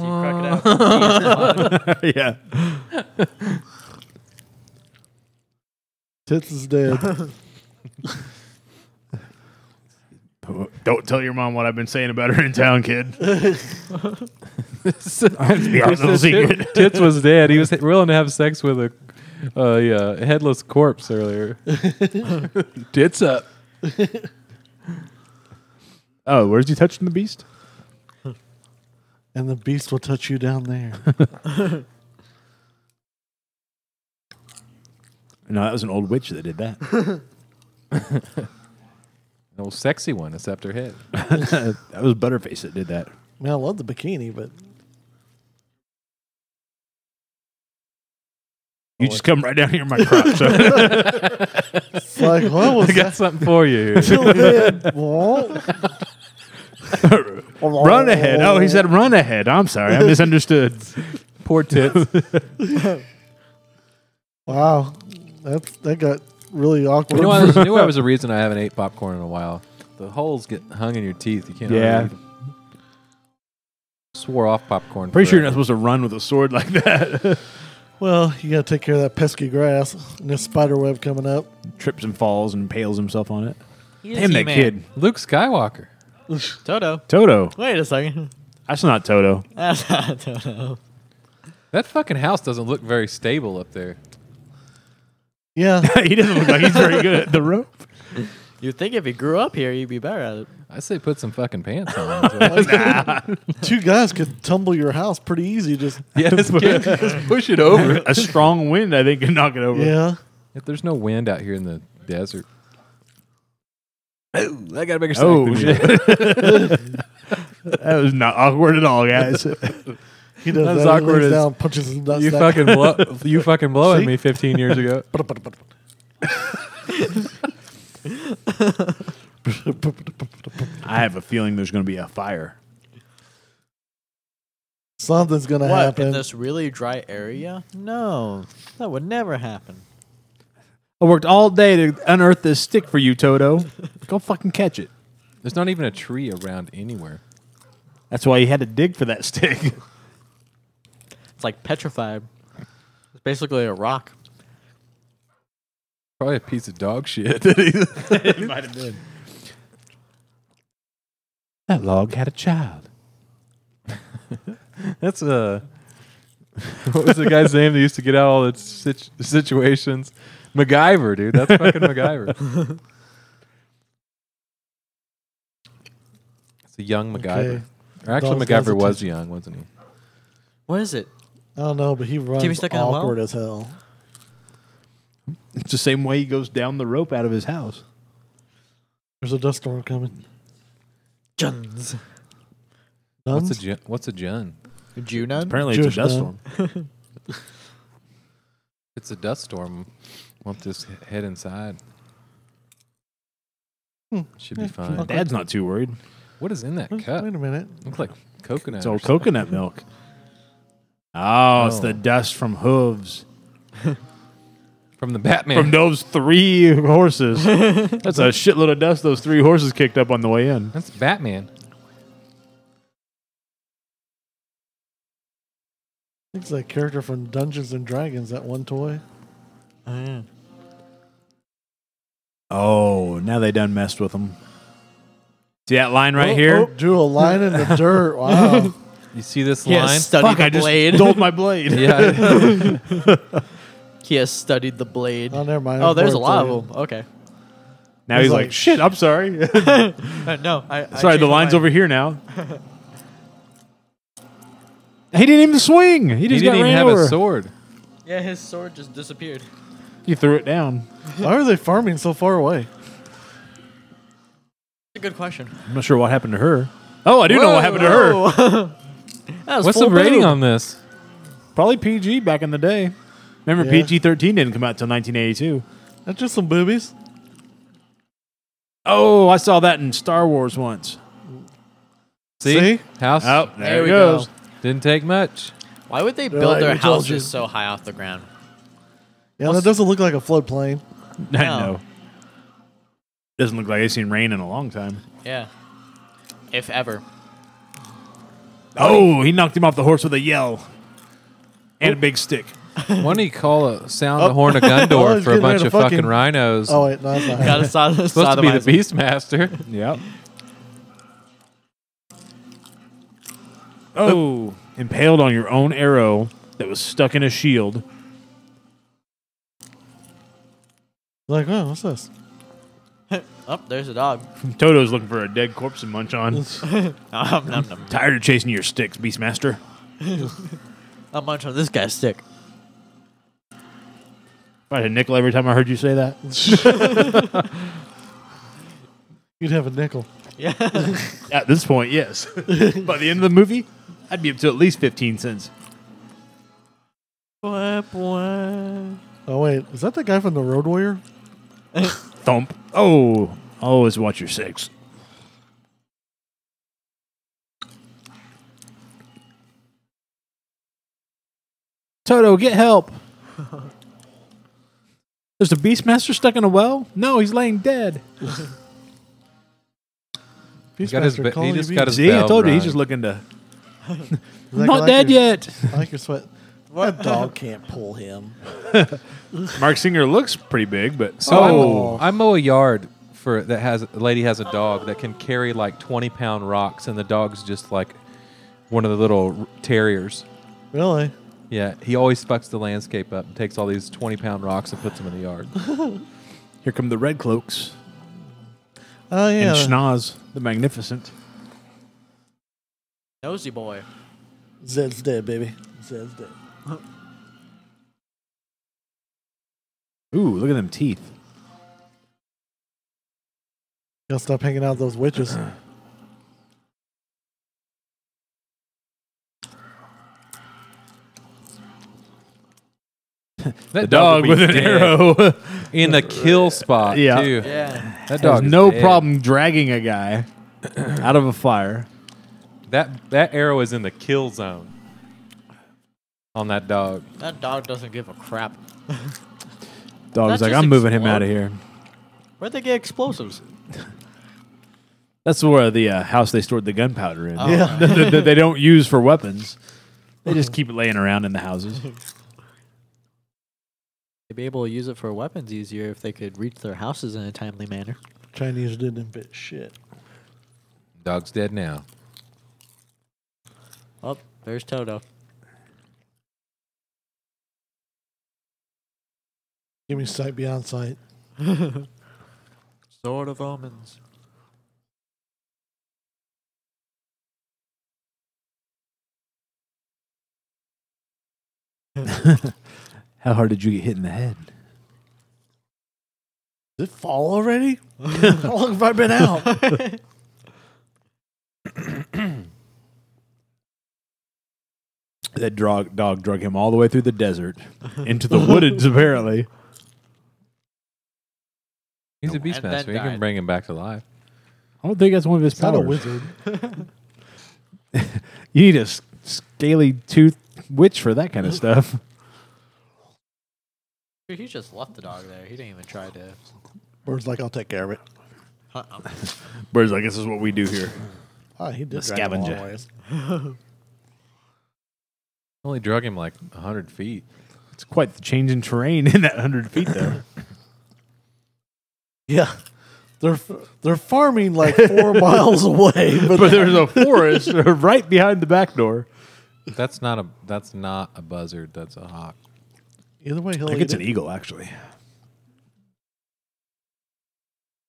Speaker 1: yeah.
Speaker 2: Tits is dead.
Speaker 1: Don't tell your mom what I've been saying about her in town, kid.
Speaker 3: He
Speaker 1: our little
Speaker 3: said
Speaker 1: secret.
Speaker 3: Tit- Tits was dead. He was willing to have sex with a uh, yeah, headless corpse earlier. Tits up.
Speaker 1: Oh, where's you touching the beast?
Speaker 2: and the beast will touch you down there.
Speaker 1: No, that was an old witch that did that.
Speaker 3: An old sexy one, except her head.
Speaker 1: that was Butterface that did that.
Speaker 2: Man, I love the bikini, but
Speaker 1: You just come right down here in my crotch.
Speaker 2: it's like, what was
Speaker 3: I got something for you. here.
Speaker 2: Run
Speaker 1: run ahead. Oh, he said run ahead. I'm sorry. I misunderstood.
Speaker 3: Poor tits.
Speaker 2: Wow, that that got really awkward.
Speaker 3: You know, I was, knew I was a reason I haven't ate popcorn in a while. The holes get hung in your teeth. You can't.
Speaker 1: Yeah.
Speaker 3: really- swore off popcorn.
Speaker 1: Pretty sure you're not
Speaker 3: forever.
Speaker 1: supposed to run with a sword like that.
Speaker 2: well, you got to take care of that pesky grass and this spider web coming up.
Speaker 1: Trips and falls and pales himself on it.
Speaker 4: He is
Speaker 1: Damn that
Speaker 4: He-Man.
Speaker 1: kid.
Speaker 3: Luke Skywalker.
Speaker 4: Toto.
Speaker 1: Toto.
Speaker 4: Wait a second.
Speaker 1: That's not Toto.
Speaker 4: That's not Toto.
Speaker 3: That fucking house doesn't look very stable up there.
Speaker 2: Yeah,
Speaker 1: he doesn't look like he's very good at the rope.
Speaker 4: You'd think if he grew up here, he'd be better at it.
Speaker 3: I say put some fucking pants on.
Speaker 2: two guys could tumble your house pretty easy. Just
Speaker 3: yeah, this kid, just push it over.
Speaker 1: A strong wind, I think, can knock it over.
Speaker 2: yeah,
Speaker 3: If there's no wind out here in the desert. Oh, I got a bigger
Speaker 1: Oh,
Speaker 3: than you.
Speaker 1: shit. that was not awkward at all, guys.
Speaker 2: he does
Speaker 3: That's
Speaker 2: that. He
Speaker 3: awkward
Speaker 2: lays
Speaker 3: as-
Speaker 2: down, punches his nuts.
Speaker 3: You
Speaker 2: down.
Speaker 3: fucking blow, you fucking blow at
Speaker 2: See?
Speaker 3: me 15 years ago.
Speaker 1: I have a feeling there's going to be a fire.
Speaker 2: something's gonna
Speaker 4: what in
Speaker 2: happen.
Speaker 4: this really dry area? No, that would never happen.
Speaker 1: I worked all day to unearth this stick for you, Toto. Go fucking catch it.
Speaker 3: There's not even a tree around anywhere.
Speaker 1: That's why you had to dig for that stick.
Speaker 4: It's like petrified. It's basically a rock.
Speaker 3: Probably a piece of dog shit.
Speaker 1: it might have been. That log had a child.
Speaker 3: That's uh, what was the guy's name that used to get out all the situ- situations? MacGyver, dude. That's fucking MacGyver. It's a young MacGyver.
Speaker 2: Okay.
Speaker 3: Or actually,
Speaker 2: Dolls, dolls,
Speaker 3: MacGyver was
Speaker 2: attention.
Speaker 3: young, wasn't he?
Speaker 4: What is it?
Speaker 2: I don't know, but he
Speaker 4: Jimmy
Speaker 2: runs
Speaker 4: stuck in a well?
Speaker 2: awkward as hell.
Speaker 1: It's the same way he goes down the rope out of his house.
Speaker 2: There's a dust storm coming.
Speaker 4: Juns.
Speaker 3: What's a
Speaker 2: Nuns?
Speaker 3: jun? What's a jun?
Speaker 4: Junon?
Speaker 1: Apparently,
Speaker 2: Jewish
Speaker 1: it's a dust
Speaker 2: man.
Speaker 1: storm.
Speaker 3: It's a dust storm. Want this h- head inside?
Speaker 2: Hmm.
Speaker 3: Should be
Speaker 2: Yeah,
Speaker 3: fine.
Speaker 2: okay.
Speaker 1: Dad's not too worried.
Speaker 3: What is in that
Speaker 2: Wait a
Speaker 3: cup?
Speaker 2: minute.
Speaker 3: Looks like coconut.
Speaker 1: It's
Speaker 3: or
Speaker 1: old
Speaker 3: something.
Speaker 1: coconut milk. Oh, it's
Speaker 3: Oh.
Speaker 1: the dust from hooves
Speaker 3: from the Batman.
Speaker 1: from those three horses. That's a shitload of dust those three horses kicked up on the way in.
Speaker 3: That's Batman.
Speaker 2: It's that character from Dungeons and Dragons. That one toy.
Speaker 4: Oh, yeah.
Speaker 1: Oh, now they done messed with them. See that line right
Speaker 2: Oh,
Speaker 1: here?
Speaker 2: oh, drew a line in the dirt. Wow.
Speaker 3: You see this
Speaker 4: He
Speaker 3: line?
Speaker 4: has studied
Speaker 1: Fuck,
Speaker 4: the
Speaker 1: I just
Speaker 4: blade.
Speaker 1: stole my blade.
Speaker 3: yeah.
Speaker 4: he has studied the blade.
Speaker 2: oh, never mind.
Speaker 4: oh,
Speaker 2: I'm
Speaker 4: there's a
Speaker 2: bored
Speaker 4: lot
Speaker 2: too.
Speaker 4: of them. Okay.
Speaker 1: Now he's,
Speaker 2: He's
Speaker 1: like,
Speaker 2: like,
Speaker 1: shit, I'm sorry.
Speaker 4: Uh, no, I, I
Speaker 1: sorry,
Speaker 4: changed
Speaker 1: the
Speaker 4: my
Speaker 1: line's
Speaker 4: mind.
Speaker 1: over here now. he didn't even swing. He
Speaker 3: he
Speaker 1: just got
Speaker 3: didn't even
Speaker 1: ran
Speaker 3: have
Speaker 1: over.
Speaker 3: a sword.
Speaker 4: Yeah, his sword just disappeared.
Speaker 1: He threw it down.
Speaker 2: Why are they farming so far away?
Speaker 4: That's a good question.
Speaker 1: I'm not sure what happened to her. Oh, I do know what happened to her.
Speaker 4: That was
Speaker 3: What's
Speaker 4: full
Speaker 3: the rating
Speaker 4: boob.
Speaker 3: on this?
Speaker 1: Probably PG back in the day. Remember,
Speaker 2: Yeah.
Speaker 1: PG-13 didn't come out till 1982.
Speaker 2: That's just some boobies.
Speaker 1: Oh, I saw that in Star Wars once.
Speaker 3: See?
Speaker 2: See?
Speaker 3: House
Speaker 1: Oh, there,
Speaker 4: There
Speaker 1: it
Speaker 4: we
Speaker 1: goes.
Speaker 4: go.
Speaker 3: didn't take much.
Speaker 4: Why would they
Speaker 2: They're
Speaker 4: build
Speaker 2: like,
Speaker 4: their
Speaker 2: "We told you."
Speaker 4: houses so high off the ground?
Speaker 2: Yeah, that doesn't look like a floodplain.
Speaker 1: I
Speaker 4: No.
Speaker 1: know. Doesn't look like I've seen rain in a long time.
Speaker 4: Yeah. If ever.
Speaker 1: Oh, he knocked him off the horse with a yell and a big stick.
Speaker 3: Why don't you call a sound the horn of Gundor
Speaker 2: he's getting
Speaker 3: for a
Speaker 2: ready
Speaker 3: bunch
Speaker 2: to
Speaker 3: of fucking
Speaker 2: fucking-
Speaker 3: rhinos?
Speaker 2: Oh wait, no, that's not
Speaker 4: Gotta
Speaker 2: happening.
Speaker 4: sod-
Speaker 3: supposed to be the
Speaker 4: sodomize
Speaker 3: Beastmaster.
Speaker 1: Yep. Oh, impaled on your own arrow that was stuck in a shield.
Speaker 2: Like, oh, what's this?
Speaker 4: Oh, there's a dog.
Speaker 1: Toto's looking for a dead corpse to munch on.
Speaker 4: Nom, nom, nom.
Speaker 1: Tired of chasing your sticks, Beastmaster.
Speaker 4: I'll munch on this guy's stick.
Speaker 1: If I had a nickel every time I heard you say that.
Speaker 2: You'd have a nickel.
Speaker 4: Yeah.
Speaker 1: At this point, yes. By the end of the movie, I'd be up to at least 15 cents.
Speaker 4: Boy, boy.
Speaker 2: Oh wait, is that the guy from the Road Warrior?
Speaker 1: Thump. Oh, always watch your six. Toto, get help. Is the Beastmaster stuck in a well? No, he's laying dead.
Speaker 3: He got his
Speaker 2: Beastmaster,
Speaker 3: ba-
Speaker 2: call
Speaker 3: he
Speaker 2: your
Speaker 3: just got
Speaker 2: beast.
Speaker 3: his
Speaker 1: See, I
Speaker 3: bell
Speaker 1: told you, he's
Speaker 3: rung.
Speaker 1: just looking to.
Speaker 2: Is that
Speaker 1: Not
Speaker 2: guy
Speaker 1: dead
Speaker 2: like your-
Speaker 1: yet.
Speaker 2: I like your sweat. That dog can't pull him.
Speaker 1: Mark Singer looks pretty big, but
Speaker 3: So
Speaker 2: Oh.
Speaker 3: I, mow, I mow a yard for that has a lady has a dog that can carry like twenty pound rocks, and the dog's just like one of the little r- terriers.
Speaker 2: Really?
Speaker 3: Yeah, he always fucks the landscape up and takes all these twenty pound rocks and puts them in the yard.
Speaker 1: here come the Red Cloaks
Speaker 2: Oh
Speaker 1: and
Speaker 2: yeah.
Speaker 1: Schnoz the Magnificent.
Speaker 4: Nosy boy.
Speaker 2: Zed's dead, baby. Zed's dead.
Speaker 1: Ooh, look at them teeth.
Speaker 2: Gotta stop hanging out with those witches.
Speaker 3: That
Speaker 1: The dog
Speaker 3: would
Speaker 1: with
Speaker 3: be
Speaker 1: an
Speaker 3: dead
Speaker 1: arrow.
Speaker 3: in the kill spot
Speaker 1: Yeah.
Speaker 3: too.
Speaker 4: Yeah.
Speaker 3: That
Speaker 1: There's
Speaker 3: dog is
Speaker 1: no
Speaker 3: dead.
Speaker 1: problem dragging a guy out of a fire.
Speaker 3: That that arrow is in the kill zone on that dog.
Speaker 4: That dog doesn't give a crap.
Speaker 1: Dog's
Speaker 4: That
Speaker 1: like,
Speaker 4: just
Speaker 1: I'm moving him
Speaker 4: explode?
Speaker 1: out of here.
Speaker 4: Where'd they get explosives?
Speaker 1: That's where the uh, house they stored the gunpowder in.
Speaker 4: Oh, Yeah.
Speaker 1: that that they don't use for weapons. They just keep it laying around in the houses.
Speaker 4: They'd be able to use it for weapons easier if they could reach their houses in a timely manner.
Speaker 2: Chinese didn't invent shit.
Speaker 3: Dog's dead now.
Speaker 4: Oh, there's Toto.
Speaker 2: Give me sight beyond sight.
Speaker 4: Sword of omens.
Speaker 1: How hard did you get hit in the head?
Speaker 2: Did it fall already? How long have I been out?
Speaker 1: That drug, dog drug him all the way through the desert into the woodeds, apparently.
Speaker 3: He's a
Speaker 4: And then
Speaker 3: beastmaster. You can
Speaker 4: died.
Speaker 3: bring him back to life.
Speaker 1: I don't think that's one of his
Speaker 2: It's not a
Speaker 1: powers.
Speaker 2: wizard.
Speaker 1: You need a s- scaly tooth witch for that kind of stuff.
Speaker 4: He just left the dog there. He didn't even try to
Speaker 2: Bird's like, I'll take care of it.
Speaker 4: hunt him.
Speaker 1: Bird's like, this is what we do here.
Speaker 2: Ah, he did
Speaker 1: The
Speaker 2: drag him a long
Speaker 1: scavenger.
Speaker 2: ways.
Speaker 3: Only drug him like hundred feet.
Speaker 1: It's quite the change in terrain in that 100 feet, though.
Speaker 2: Yeah. They're they're farming like four miles away, but,
Speaker 1: but there's a forest right behind the back door.
Speaker 3: That's not a that's not a buzzard. That's a hawk.
Speaker 2: either way he'll
Speaker 1: I think
Speaker 2: eat
Speaker 1: it's
Speaker 2: it.
Speaker 1: an eagle, actually.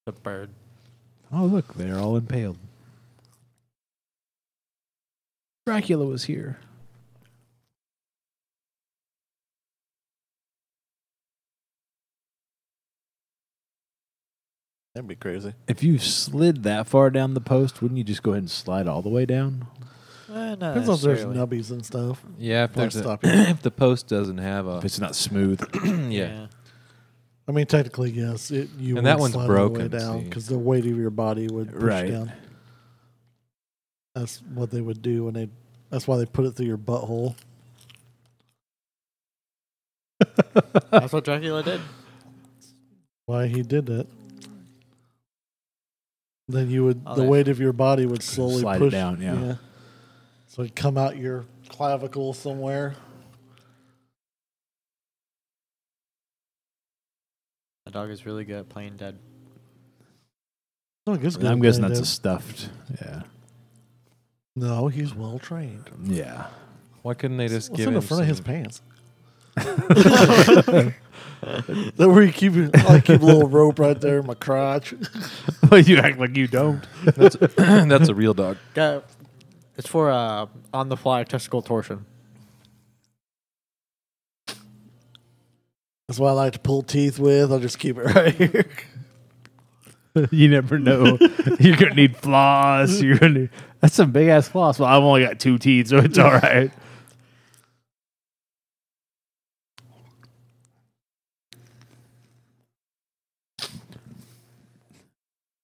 Speaker 4: The bird.
Speaker 1: Oh, look, they're all impaled. Dracula was here. e-
Speaker 2: That'd be crazy.
Speaker 1: If you slid that far down the post, wouldn't you just go ahead and slide all the way down?
Speaker 4: Eh, not
Speaker 2: Depends on if there's
Speaker 4: necessarily.
Speaker 2: nubbies and stuff.
Speaker 3: Yeah, if
Speaker 2: Well,
Speaker 3: there's a,
Speaker 2: stop it.
Speaker 3: if the post doesn't have a
Speaker 1: If it's not smooth.
Speaker 3: yeah.
Speaker 2: I mean, technically, yes. It, you
Speaker 3: And that
Speaker 2: would
Speaker 3: one's
Speaker 2: slide all the way
Speaker 3: broken,
Speaker 2: down
Speaker 3: see.
Speaker 2: because the weight of your body would push
Speaker 1: Right.
Speaker 2: down. That's what they would do when they. That's why they put it through your butthole.
Speaker 4: That's what Dracula did.
Speaker 2: Why he did that? Then you would
Speaker 4: Oh,
Speaker 2: the
Speaker 4: they-
Speaker 2: weight of your body would slowly
Speaker 1: Slide it
Speaker 2: push
Speaker 1: down, yeah.
Speaker 2: So it'd come out your clavicle somewhere.
Speaker 4: The dog is really good at playing dead.
Speaker 2: No, he's good
Speaker 1: I'm
Speaker 2: at
Speaker 1: guessing
Speaker 2: playing
Speaker 1: that's a
Speaker 2: dead.
Speaker 1: stuffed. Yeah.
Speaker 2: no, he's well trained.
Speaker 1: Yeah.
Speaker 3: Why couldn't they just
Speaker 2: What's
Speaker 3: give
Speaker 2: in
Speaker 3: him
Speaker 2: the front of his
Speaker 3: some-
Speaker 2: pants? that where you keep it- I keep a little rope right there in my crotch.
Speaker 1: you act like you don't.
Speaker 3: That's, that's a real dog.
Speaker 4: Got it's for uh, on the fly testicle torsion.
Speaker 2: That's why I like to pull teeth with. I'll just keep it right here.
Speaker 1: you never know. You're gonna need floss. You're gonna. Need, that's some big ass floss. Well, I've only got two teeth, so it's all right.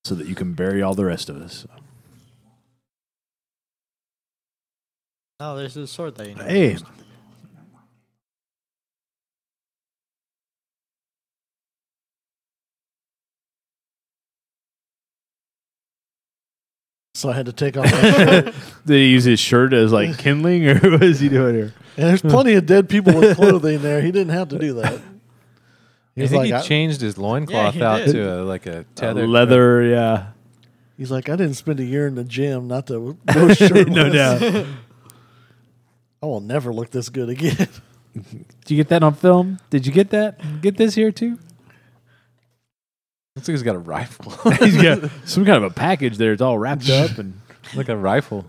Speaker 1: So that you can bury all the rest of us.
Speaker 4: No, Oh, there's a sword that you need.
Speaker 1: Hey.
Speaker 2: So I had to take off. My shirt.
Speaker 1: Did he use his shirt as like kindling, or what is he doing here?
Speaker 2: And there's plenty of dead people with clothing there. He didn't have to do that.
Speaker 3: I
Speaker 2: He's
Speaker 3: think
Speaker 2: like,
Speaker 3: he
Speaker 2: I,
Speaker 3: changed his loincloth
Speaker 4: he
Speaker 3: out
Speaker 4: did.
Speaker 3: to a, like a
Speaker 1: Uh,
Speaker 3: tether.
Speaker 1: leather, yeah,
Speaker 2: he's like, I didn't spend a year in the gym, not to go shirtless.
Speaker 1: no doubt. Did
Speaker 2: I will never look this good again.
Speaker 1: you get that on film? Did you get that? Get this here too?
Speaker 3: Looks like he's got a rifle.
Speaker 1: He's got some kind of a package there. It's all wrapped up, and
Speaker 3: like a rifle.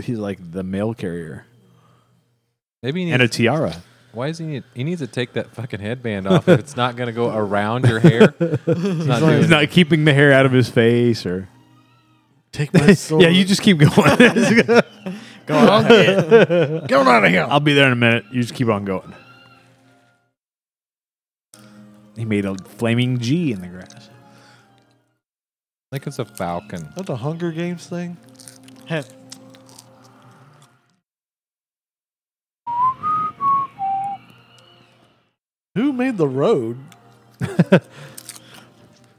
Speaker 1: he's like the mail carrier
Speaker 3: Maybe he needs,
Speaker 1: and a tiara.
Speaker 3: why does he need? He needs to take that fucking headband off if it's not gonna go around your hair. It's not doing
Speaker 1: He's not keeping the hair out of his face, or
Speaker 2: Take my sword.
Speaker 1: yeah, you just keep going.
Speaker 4: Go on.
Speaker 2: get out of here.
Speaker 1: I'll be there in a minute. You just keep on going. He made a flaming G in the grass.
Speaker 3: like it's a falcon.
Speaker 2: That's a Hunger Games thing. Who made the road?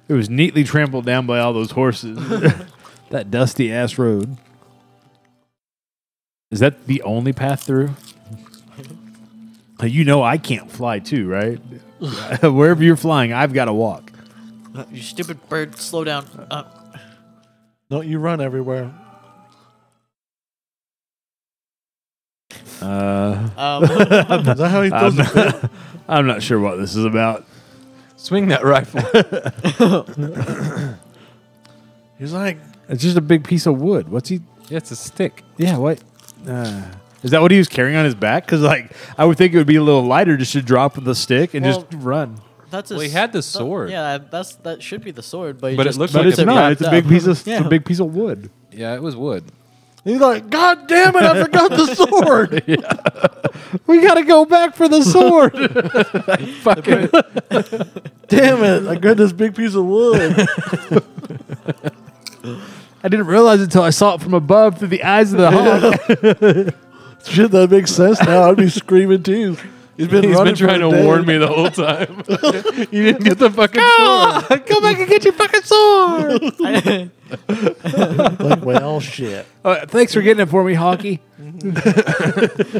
Speaker 1: It was neatly trampled down by all those horses. that dusty ass road. Is that the only path through? Uh, You know I can't fly too, right? Wherever you're flying, I've got to walk.
Speaker 4: Uh, you stupid bird, slow down. Uh,
Speaker 2: Don't you run everywhere?
Speaker 1: Uh,
Speaker 4: um,
Speaker 2: Is that how he
Speaker 1: I'm,
Speaker 2: throws it?
Speaker 1: not, I'm not sure what this is about.
Speaker 3: Swing that rifle.
Speaker 2: He's like,
Speaker 1: It's just a big piece of wood. What's he?
Speaker 3: yeah, it's a stick.
Speaker 1: Yeah, what? Uh, is that what he was carrying on his back? Because like I would think it would be a little lighter just to drop the stick and
Speaker 4: Well,
Speaker 1: just run.
Speaker 4: that's a
Speaker 3: Well, he
Speaker 4: s-
Speaker 3: had the
Speaker 4: that-
Speaker 3: sword.
Speaker 4: yeah, that's that should be the sword, but he
Speaker 3: But it
Speaker 4: just
Speaker 3: looks
Speaker 4: keeps
Speaker 1: But
Speaker 3: like
Speaker 1: it's
Speaker 3: it's
Speaker 1: not.
Speaker 4: wrapped
Speaker 1: It's a
Speaker 4: up.
Speaker 1: big piece of
Speaker 4: yeah.
Speaker 1: it's a big piece of wood.
Speaker 3: Yeah, it was wood.
Speaker 2: he's like, God damn it, I forgot the sword.
Speaker 1: We gotta go back for the sword.
Speaker 3: Fucking
Speaker 2: damn it, I grabbed this big piece of wood.
Speaker 1: I didn't realize until I saw it from above through the eyes of the hawk.
Speaker 2: Shit, that makes sense now. I'd be screaming too. He's been,
Speaker 3: He's
Speaker 2: running
Speaker 3: been trying
Speaker 2: for a
Speaker 3: to
Speaker 2: day.
Speaker 3: warn me the whole time. you didn't get the fucking sword.
Speaker 1: go back and get your fucking sword.
Speaker 2: Like, well, shit.
Speaker 1: Uh, thanks for getting it for me, Hockey.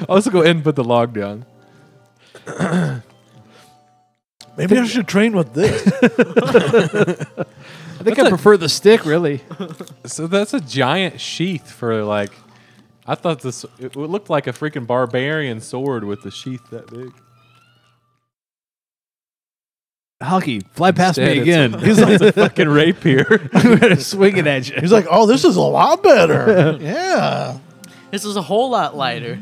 Speaker 3: I'll also go ahead and put the log down.
Speaker 2: Maybe I should train with this.
Speaker 1: I think I prefer the stick, really.
Speaker 3: So that's a giant sheath for like. I thought this it it looked like a freaking barbarian sword with the sheath that big.
Speaker 1: Hockey, fly past
Speaker 3: Instead,
Speaker 1: me
Speaker 3: it's-
Speaker 1: again.
Speaker 3: He's like a fucking rapier.
Speaker 1: I'm gonna swing it at you.
Speaker 2: He's like, oh, this is a lot better. yeah.
Speaker 4: This is a whole lot lighter.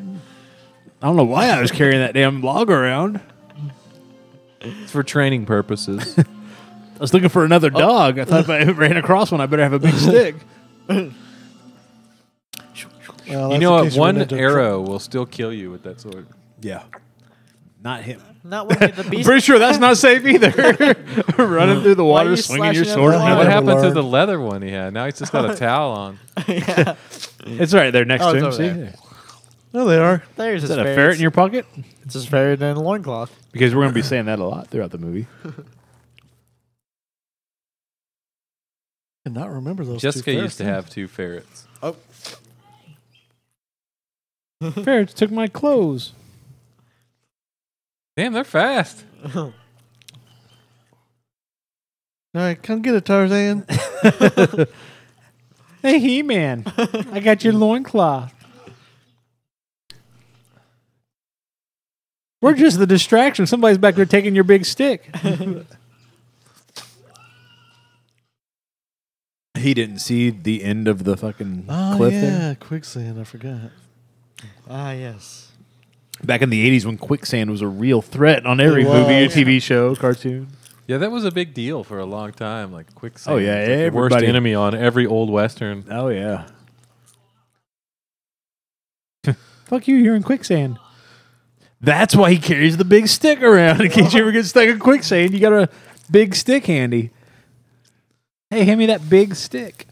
Speaker 1: I don't know why I was carrying that damn log around.
Speaker 3: It's for training purposes.
Speaker 1: I was looking for another dog. I thought if I ran across one, I better have a big stick.
Speaker 2: Well,
Speaker 3: you
Speaker 2: that's
Speaker 3: know
Speaker 2: in
Speaker 3: what?
Speaker 2: case you run
Speaker 3: One
Speaker 2: into tr-
Speaker 3: arrow will still kill you with that sword.
Speaker 1: Yeah, not him.
Speaker 4: Not when you're the beast.
Speaker 1: Pretty sure that's not safe either. Running through the
Speaker 4: are
Speaker 1: water,
Speaker 4: you
Speaker 1: swinging your
Speaker 4: slashing at
Speaker 1: sword.
Speaker 4: the
Speaker 1: at
Speaker 4: I
Speaker 2: never
Speaker 3: what
Speaker 1: him.
Speaker 3: happened to
Speaker 2: learned.
Speaker 3: the leather one he had? Now he's just got a towel on.
Speaker 4: yeah.
Speaker 1: It's right there next
Speaker 4: Oh,
Speaker 1: to
Speaker 4: it's
Speaker 1: him.
Speaker 4: over
Speaker 1: See?
Speaker 4: there.
Speaker 2: There they are.
Speaker 4: There's
Speaker 1: Is that a ferret in your pocket?
Speaker 4: It's just ferret in a loincloth.
Speaker 1: Because we're going to be saying that a lot throughout the movie.
Speaker 2: I cannot remember those. two
Speaker 3: Jessica used to
Speaker 2: ferrets.
Speaker 3: have two ferrets.
Speaker 1: Ferrets took my clothes.
Speaker 3: Damn, they're fast.
Speaker 2: All right, come get it, Tarzan.
Speaker 1: Hey, He Man, I got your loincloth. We're just the distraction. Somebody's back there taking your big stick. he didn't see the end of the fucking
Speaker 2: Oh
Speaker 1: cliff
Speaker 2: yeah,
Speaker 1: there.
Speaker 2: quicksand. I forgot.
Speaker 4: Ah, yes.
Speaker 1: Back in the 80s when quicksand was a real threat on every
Speaker 2: It
Speaker 1: movie or
Speaker 2: was.
Speaker 1: TV show, cartoon.
Speaker 3: Yeah, that was a big deal for a long time. Like quicksand.
Speaker 1: Oh, yeah,
Speaker 3: was, like, the worst
Speaker 1: everybody-
Speaker 3: enemy on every old western.
Speaker 1: Oh, yeah. Fuck you, you're in quicksand. That's why he carries the big stick around in case you ever get stuck in quicksand. You got a big stick handy. Hey, hand me that big stick.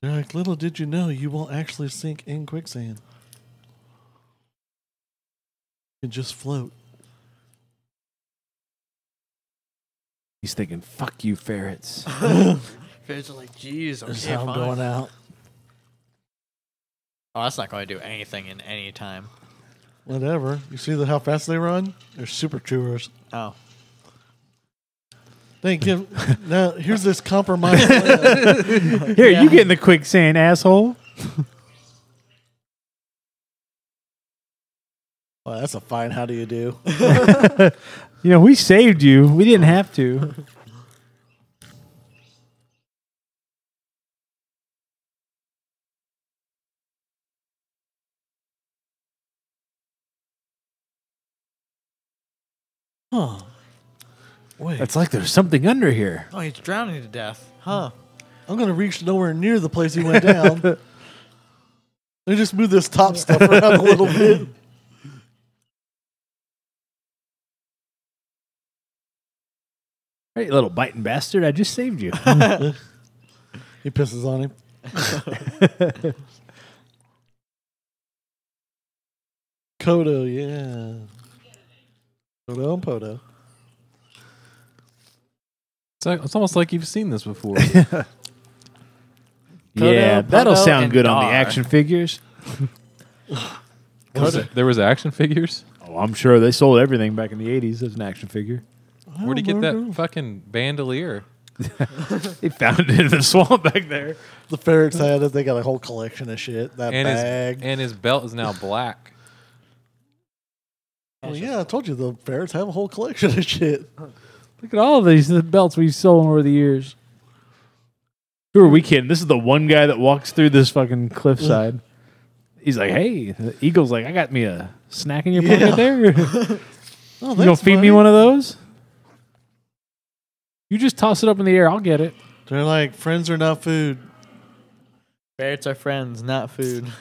Speaker 2: They're like, little did you know, you won't actually sink in quicksand. You just float.
Speaker 1: He's thinking, fuck you, ferrets.
Speaker 4: Fans are like, jeez,
Speaker 2: That's how I'm going out.
Speaker 4: Oh, that's not going to do anything in any time.
Speaker 2: Whatever. You see the, how fast they run? They're super chewers.
Speaker 4: Oh.
Speaker 2: They give. now here's this compromise. plan.
Speaker 1: Here, you get in the quicksand, asshole.
Speaker 2: Well, that's a fine. How do you do?
Speaker 1: You know, we saved you. We didn't have to.
Speaker 2: Huh. Wait.
Speaker 1: It's like there's something under here.
Speaker 4: Oh, he's drowning to death. Huh.
Speaker 2: I'm gonna reach nowhere near the place he went down. They just move this top stuff around a little bit.
Speaker 1: Hey, little biting bastard, I just saved you.
Speaker 2: He pisses on him. Kodo, yeah. Kodo and Podo.
Speaker 3: It's, like, it's almost like you've seen this before.
Speaker 1: yeah,
Speaker 4: Kodo,
Speaker 1: that'll
Speaker 4: Pogo,
Speaker 1: sound
Speaker 4: and
Speaker 1: good on the
Speaker 4: Dar.
Speaker 1: action figures.
Speaker 3: Was it- there was action figures.
Speaker 1: Oh, I'm sure they sold everything back in the 80s as an action figure.
Speaker 3: Where'd you
Speaker 2: Oh,
Speaker 3: get that fucking bandolier?
Speaker 1: They found it in the swamp back there.
Speaker 2: The ferrets had it. They got a whole collection of shit. That
Speaker 3: And
Speaker 2: bag.
Speaker 3: his and his belt is now black.
Speaker 2: oh, yeah, I told you the ferrets have a whole collection of shit.
Speaker 1: Look at all these the belts we've stolen over the years. Who are we kidding? This is the one guy that walks through this fucking cliffside. He's like, hey, the eagle's like, I got me a snack in your
Speaker 2: Yeah.
Speaker 1: pocket there. you
Speaker 2: Oh,
Speaker 1: gonna feed me one of those? You just toss it up in the air. I'll get it.
Speaker 2: They're like friends are not food.
Speaker 4: Ferrets are friends, not food.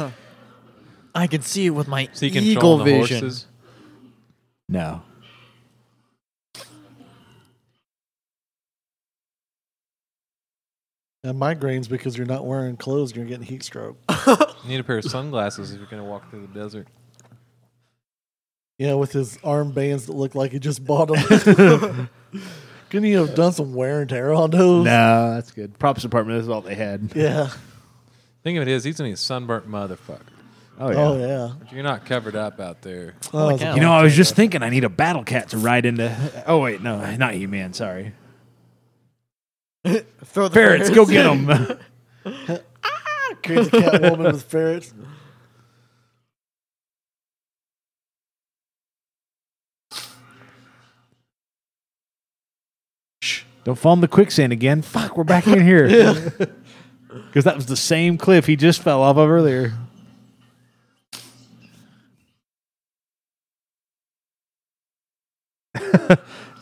Speaker 4: I can see it with my
Speaker 3: So you can
Speaker 4: eagle
Speaker 3: the
Speaker 4: vision.
Speaker 3: horses.
Speaker 1: No.
Speaker 2: And migraines because you're not wearing clothes. and You're getting heat stroke.
Speaker 3: You need a pair of sunglasses if you're gonna walk through the desert.
Speaker 2: Yeah, with his armbands that look like he just bought them. Couldn't he have done some wear and tear on those?
Speaker 1: No, that's good. Props department, that's all they had.
Speaker 2: Yeah.
Speaker 3: Think of it as he's gonna be a sunburnt motherfucker.
Speaker 1: Oh,
Speaker 2: Oh yeah.
Speaker 3: If you're not covered up out there.
Speaker 2: Oh, it's a-
Speaker 4: cow.
Speaker 1: You know, I was just thinking I need a battle cat to ride into. Oh wait, no, not he man. Sorry,
Speaker 4: Throw the
Speaker 1: ferrets, go get them.
Speaker 2: crazy cat woman with ferrets.
Speaker 1: Don't fall in the quicksand again. Fuck, we're back in here. Because that was the same cliff he just fell off of earlier.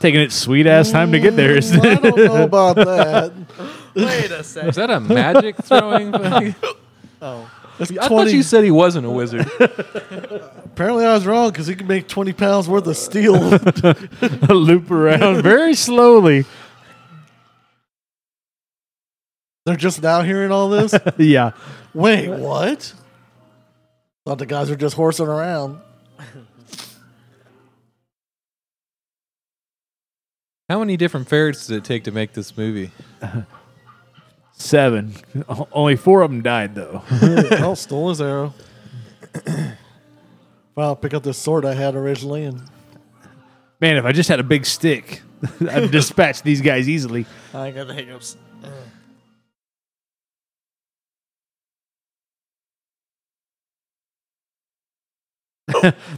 Speaker 1: Taking its sweet ass time to get there, isn't
Speaker 2: Well, I
Speaker 1: it?
Speaker 2: don't know about that.
Speaker 4: Wait a
Speaker 3: Is
Speaker 4: second.
Speaker 3: that a magic throwing? thing?
Speaker 4: Oh.
Speaker 2: That's
Speaker 3: I thought
Speaker 2: 20
Speaker 3: you said he wasn't a wizard.
Speaker 2: Apparently, I was wrong because he can make twenty pounds worth of steel.
Speaker 1: a loop around very slowly.
Speaker 2: They're just now hearing all this.
Speaker 1: Yeah.
Speaker 2: Wait, what? Thought the guys were just horsing around.
Speaker 3: How many different ferrets did it take to make this movie?
Speaker 1: Seven. O- Only four of them died, though.
Speaker 2: oh, stole his arrow. Well, I'll pick up this sword I had originally and
Speaker 1: Man, if I just had a big stick, I'd dispatch these guys easily.
Speaker 2: I got the hiccups.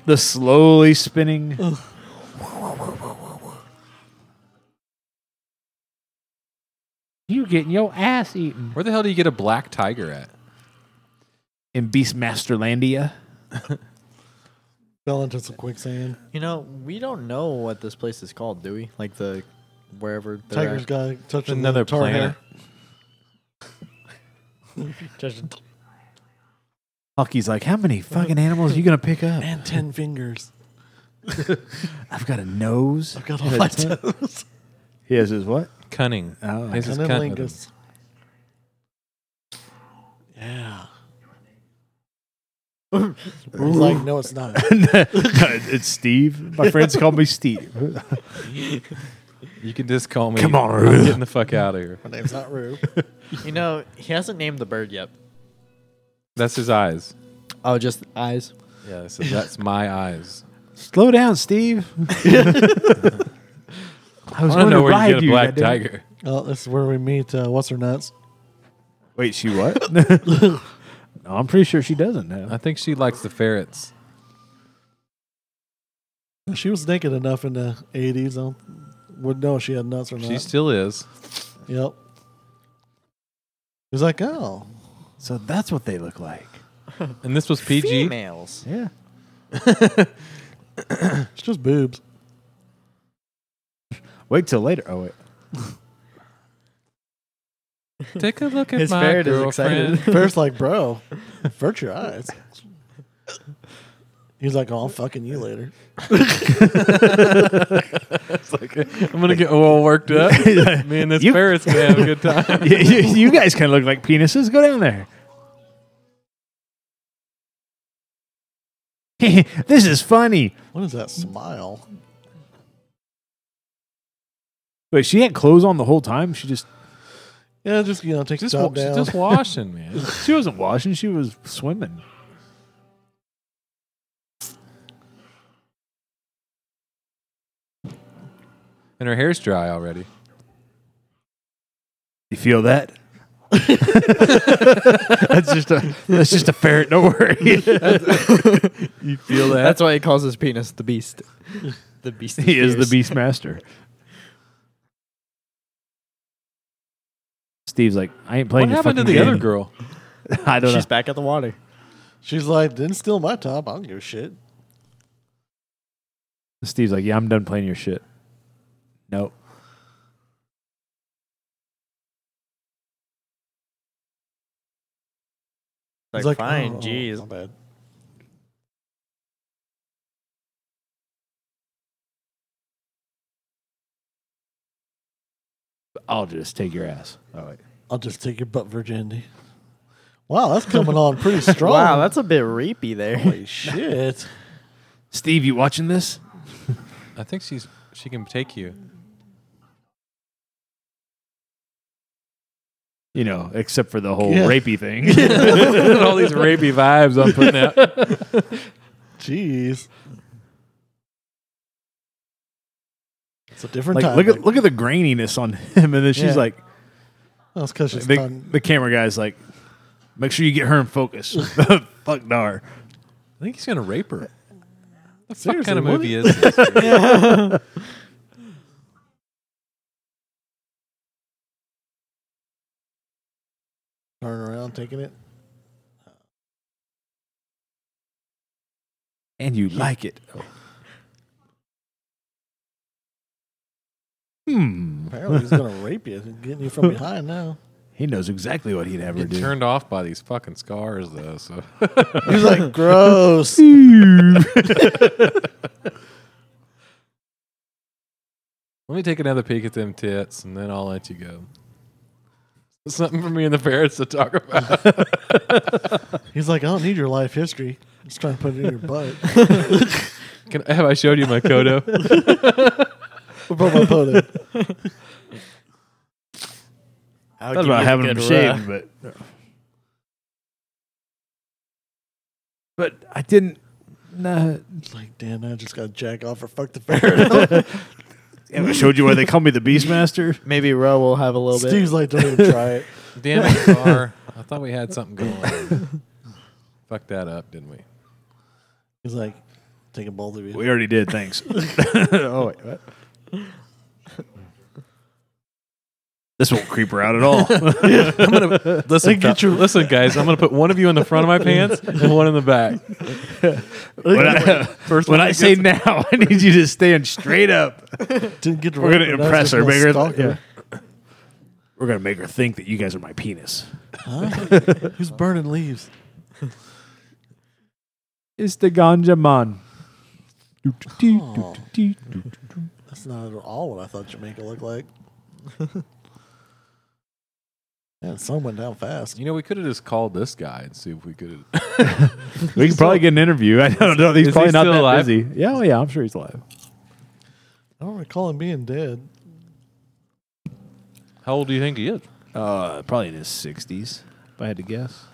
Speaker 1: The slowly spinning. you getting your ass eaten
Speaker 3: Where the hell do you get a black tiger at?
Speaker 1: in Beastmasterlandia.
Speaker 2: Fell into some quicksand.
Speaker 4: You know, we don't know what this place is called, do we? Like the wherever they're
Speaker 2: Tiger's
Speaker 4: at.
Speaker 2: guy touching
Speaker 3: Another
Speaker 2: the tar
Speaker 3: planet.
Speaker 4: Just-
Speaker 1: Hucky's like, how many fucking animals are you gonna pick up?
Speaker 2: hair. And ten fingers.
Speaker 1: I've got a nose.
Speaker 2: I've got all my toes.
Speaker 1: He has his what?
Speaker 3: Cunning.
Speaker 1: Oh,
Speaker 3: This is cunning.
Speaker 2: Cunnilingus. Yeah. He's like, no, it's not.
Speaker 1: it's Steve. My friends call me Steve.
Speaker 3: You can just call me.
Speaker 1: Come on,
Speaker 3: I'm
Speaker 1: Ruth.
Speaker 3: getting the fuck out of here.
Speaker 2: My name's not Rue.
Speaker 4: you know, he hasn't named the bird yet.
Speaker 3: That's his eyes.
Speaker 4: Oh, just eyes.
Speaker 3: Yeah, so that's my eyes.
Speaker 1: Slow down, Steve. I
Speaker 3: I
Speaker 1: was going
Speaker 3: want to know
Speaker 1: to
Speaker 3: where you
Speaker 1: ride
Speaker 3: get a
Speaker 1: you,
Speaker 3: black
Speaker 1: goddammit.
Speaker 3: tiger.
Speaker 2: Well, this is where we meet uh, what's her nuts.
Speaker 1: Wait, she what? no, I'm pretty sure she doesn't know.
Speaker 3: I think she likes the ferrets.
Speaker 2: She was naked enough in the eighties. I would know if she had nuts or not.
Speaker 3: She still is.
Speaker 2: yep. He's like, oh,
Speaker 1: So that's what they look like.
Speaker 3: And this was PG.
Speaker 4: Females.
Speaker 1: Yeah.
Speaker 2: it's just boobs.
Speaker 1: Wait till later. Oh wait.
Speaker 3: Take a look at
Speaker 4: His
Speaker 3: my
Speaker 4: ferret is
Speaker 3: girlfriend.
Speaker 4: excited.
Speaker 2: First, like, bro, vert your eyes. He's like, oh, I'm fucking you later.
Speaker 3: It's like, I'm gonna get all worked up. Me and this
Speaker 1: You-
Speaker 3: ferret's gonna have a good time.
Speaker 1: you, you, you guys kind of look like penises. Go down there. this is funny.
Speaker 2: What is that smile?
Speaker 1: Wait, she had clothes on the whole time. She just
Speaker 2: Yeah, just you know, take the
Speaker 3: Just,
Speaker 2: top
Speaker 3: wa-
Speaker 2: down.
Speaker 3: just washing, man.
Speaker 1: she wasn't washing. She was swimming.
Speaker 3: And her hair's dry already.
Speaker 1: You feel that? that's just a that's just a ferret. Don't worry.
Speaker 3: You feel that?
Speaker 4: That's why he calls his penis the beast. the beast.
Speaker 1: he is the
Speaker 4: fierce.
Speaker 1: beast master. Steve's like, I ain't
Speaker 3: what
Speaker 1: playing. your
Speaker 3: happened to the
Speaker 1: fucking
Speaker 3: other
Speaker 1: game."
Speaker 3: girl?
Speaker 1: I don't know.
Speaker 4: She's back at the water.
Speaker 2: She's like, didn't steal my top. I don't give a shit.
Speaker 1: Steve's like, yeah, I'm done playing your shit. Nope.
Speaker 4: Like,
Speaker 2: He's like,
Speaker 4: fine,
Speaker 2: oh,
Speaker 4: jeez.
Speaker 2: my bad.
Speaker 1: I'll just take your ass. All right.
Speaker 2: I'll just take your butt virginity. Wow, that's coming on pretty strong.
Speaker 4: Wow, that's a bit rapey there.
Speaker 2: holy shit.
Speaker 1: Steve, you watching this?
Speaker 3: I think she's she can take you.
Speaker 1: You know, except for the whole
Speaker 2: Yeah.
Speaker 1: rapey thing.
Speaker 3: all these rapey vibes I'm putting out.
Speaker 2: Jeez. It's a different
Speaker 1: like,
Speaker 2: time.
Speaker 1: look at look at the graininess on him, and then she's
Speaker 2: Yeah.
Speaker 1: like,
Speaker 2: that's because she's
Speaker 1: the,
Speaker 2: con-
Speaker 1: the camera guy's like, make sure you get her in focus. Fuck Dar.
Speaker 3: I think he's gonna rape her. The fuck
Speaker 2: Seriously,
Speaker 3: kind of
Speaker 2: what
Speaker 3: movie is this?
Speaker 2: turn around, taking it.
Speaker 1: And you like it. Hmm.
Speaker 2: Apparently, he's gonna rape you, getting you from behind now.
Speaker 1: He knows exactly what he'd have her
Speaker 3: Get
Speaker 1: do.
Speaker 3: turned off by these fucking scars though. So
Speaker 2: He's like, gross.
Speaker 3: let me take another peek at them tits, and then I'll let you go. Something for me and the parents to talk about.
Speaker 2: He's like, I don't need your life history. Just trying to put it in your butt.
Speaker 3: Can, have I showed you my Kodo?
Speaker 2: What about my photo?
Speaker 4: I'll
Speaker 1: Thought about
Speaker 4: give you a
Speaker 1: having him
Speaker 4: good
Speaker 1: shaved, but but I didn't. no.
Speaker 2: It's like, damn, I just got to jack off or fuck the Pharaoh.
Speaker 1: I showed you why they call me the Beastmaster.
Speaker 4: Maybe Roe will have a little
Speaker 2: Steve's
Speaker 4: bit.
Speaker 2: like, don't even try it.
Speaker 3: Damn it, Car. I thought we had something going. Fucked that up, didn't we?
Speaker 2: He's like, take a bowl of you.
Speaker 1: We already did. Thanks. oh wait, what? This won't creep her out at all.
Speaker 3: I'm gonna listen.
Speaker 2: Get
Speaker 3: gu- listen, guys. I'm gonna put one of you in the front of my pants and one in the back.
Speaker 1: when I,
Speaker 3: First
Speaker 1: when
Speaker 3: one
Speaker 1: I say now, I need you to stand straight up.
Speaker 2: Didn't get to
Speaker 1: We're gonna
Speaker 2: rip it, I was
Speaker 1: impress
Speaker 2: just
Speaker 1: her.
Speaker 2: gonna
Speaker 1: Make her.
Speaker 2: stalk her.
Speaker 1: yeah. We're gonna make her think that you guys are my penis.
Speaker 2: Who's burning leaves?
Speaker 1: It's the ganja man.
Speaker 2: That's not at all what I thought Jamaica looked like. and sun went down fast.
Speaker 3: You know, we could have just called this guy and see if we could.
Speaker 1: We can probably get an interview. I don't know. He's
Speaker 3: Is he
Speaker 1: probably not
Speaker 3: still
Speaker 1: that
Speaker 3: alive?
Speaker 1: busy. Yeah, oh yeah, I'm sure he's alive.
Speaker 2: I don't recall him being dead.
Speaker 3: How old do you think he is? What
Speaker 1: Uh, probably in his 60s, if I had to guess.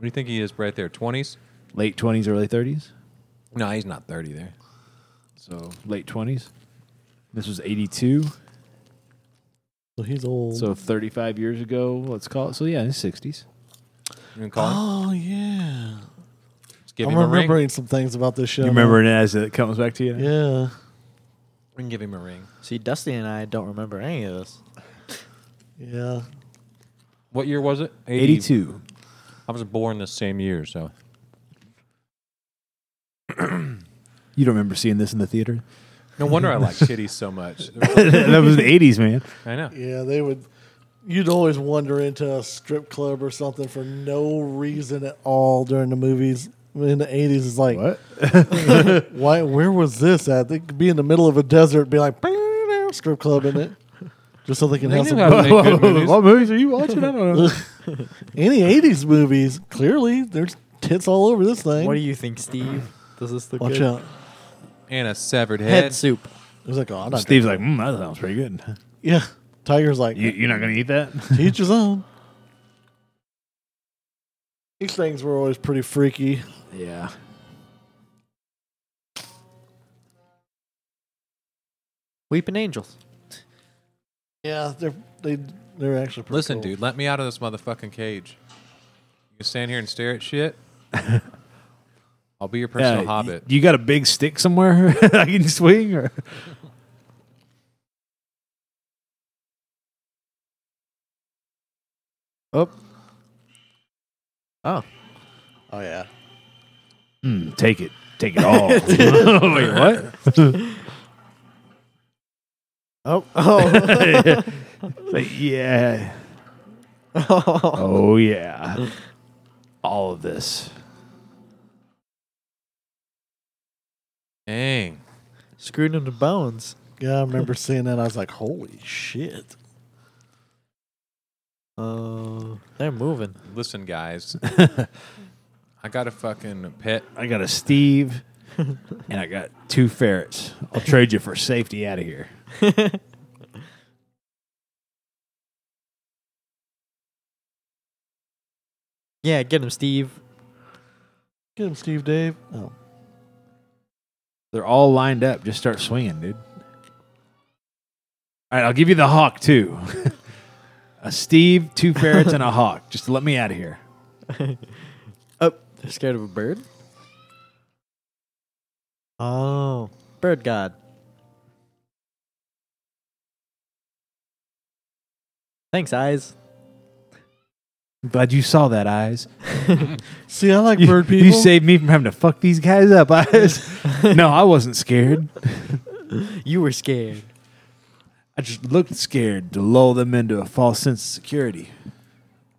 Speaker 3: do you think he is? Right there, twenties?
Speaker 1: Late 20s, early 30s.
Speaker 3: No, he's not thirty there. So
Speaker 1: Late 20s. This was 82,
Speaker 2: So he's old.
Speaker 1: so 35 years ago. Let's call it. So yeah, in his 60s.
Speaker 3: you gonna call him?
Speaker 2: oh yeah,
Speaker 3: Just give
Speaker 2: I'm
Speaker 3: him a ring.
Speaker 2: remembering some things about this show.
Speaker 1: You remember it as it comes back to you? now?
Speaker 2: Yeah,
Speaker 3: We can give him a ring.
Speaker 4: See, Dusty and I don't remember any of this.
Speaker 2: yeah.
Speaker 3: What year was it? 80.
Speaker 1: 82.
Speaker 3: I was born the same year, so
Speaker 1: You don't remember seeing this in the theater?
Speaker 3: no wonder I like titties so much.
Speaker 1: that was the 80s, man.
Speaker 3: I know.
Speaker 2: Yeah, they would. You'd always wander into a strip club or something for no reason at all during the movies in the eighties. It's like, why? Where was this at? They could be in the middle of a desert, be like, "Bing," strip club in it, just so they can
Speaker 3: They
Speaker 2: have
Speaker 3: knew
Speaker 2: some.
Speaker 3: how to make good movies.
Speaker 1: what movies are you watching? I don't know.
Speaker 2: Any eighties movies? Clearly, there's tits all over this thing.
Speaker 4: What do you think, Steve? Does this look
Speaker 2: Watch
Speaker 4: good?
Speaker 2: out!
Speaker 3: And a severed head.
Speaker 4: Head soup.
Speaker 2: It was like, oh, I'm not.
Speaker 1: Steve's like, mm, that sounds pretty good.
Speaker 2: drinking." yeah. Tiger's like,
Speaker 1: You, you're not going to eat that?
Speaker 2: Teach his own. These things were always pretty freaky.
Speaker 1: yeah.
Speaker 4: Weeping angels.
Speaker 2: Yeah, they're they they're actually pretty
Speaker 3: Listen,
Speaker 2: cool.
Speaker 3: dude, let me out of this motherfucking cage. You can stand here and stare at shit. I'll be your personal
Speaker 1: Yeah,
Speaker 3: hobbit.
Speaker 1: You got a big stick somewhere I can swing? Or?
Speaker 4: Oh. Oh.
Speaker 2: Oh yeah,
Speaker 1: Mm, take it. Take it all. Wait, what?
Speaker 4: Oh. Oh.
Speaker 1: Like, yeah.
Speaker 4: oh.
Speaker 1: Oh, yeah. All of this.
Speaker 3: Dang.
Speaker 4: Screwed him to bones.
Speaker 2: yeah. I remember seeing that. I was like, holy shit!
Speaker 4: Uh, they're moving.
Speaker 3: Listen, guys. I got a fucking pet.
Speaker 1: I got a Steve and I got two ferrets. I'll trade you for safety out of here.
Speaker 4: Yeah, get him, Steve.
Speaker 2: Get him, Steve, Dave. Oh,
Speaker 1: They're all lined up. Just start swinging, dude. All right, I'll give you the hawk, too. a Steve, two ferrets, and a hawk. Just let me out of here.
Speaker 4: Oh, they're scared of a bird? Oh, bird god. Thanks, eyes.
Speaker 1: I'm glad you saw that, Eyes.
Speaker 2: see, I like
Speaker 1: You-
Speaker 2: bird people.
Speaker 1: You saved me from having to fuck these guys up. I no, I wasn't scared.
Speaker 4: You were scared.
Speaker 1: I just looked scared to lull them into a false sense of security.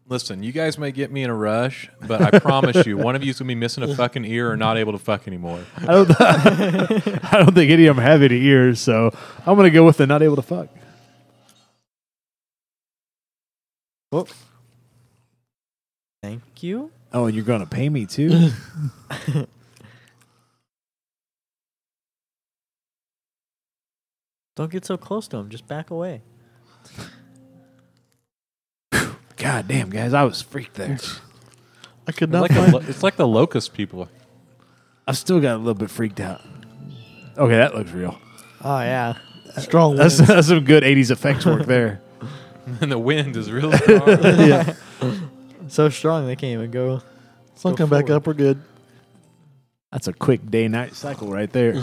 Speaker 3: Listen, you guys may get me in a rush, but I promise you, one of you's gonna be missing a fucking ear or not able to fuck anymore.
Speaker 1: I don't, I don't think any of them have any ears, so I'm going to go with the not able to fuck.
Speaker 4: Oh. Thank you.
Speaker 1: Oh, and you're going to pay me too?
Speaker 4: Don't get so close to him. Just back away.
Speaker 1: God damn, guys, I was freaked there.
Speaker 2: I could
Speaker 3: It's
Speaker 2: not
Speaker 3: like, the
Speaker 2: find.
Speaker 3: lo- it's like the locust people.
Speaker 1: I still got a little bit freaked out. Okay, that looks real.
Speaker 4: Oh yeah.
Speaker 2: Strong
Speaker 1: That's,
Speaker 2: winds.
Speaker 1: that's some good 80s effects work there.
Speaker 3: and the wind is really hard.
Speaker 1: yeah.
Speaker 4: So strong they can't even go.
Speaker 2: Sun come back
Speaker 4: forward.
Speaker 2: up. We're good.
Speaker 1: That's a quick day night cycle right there.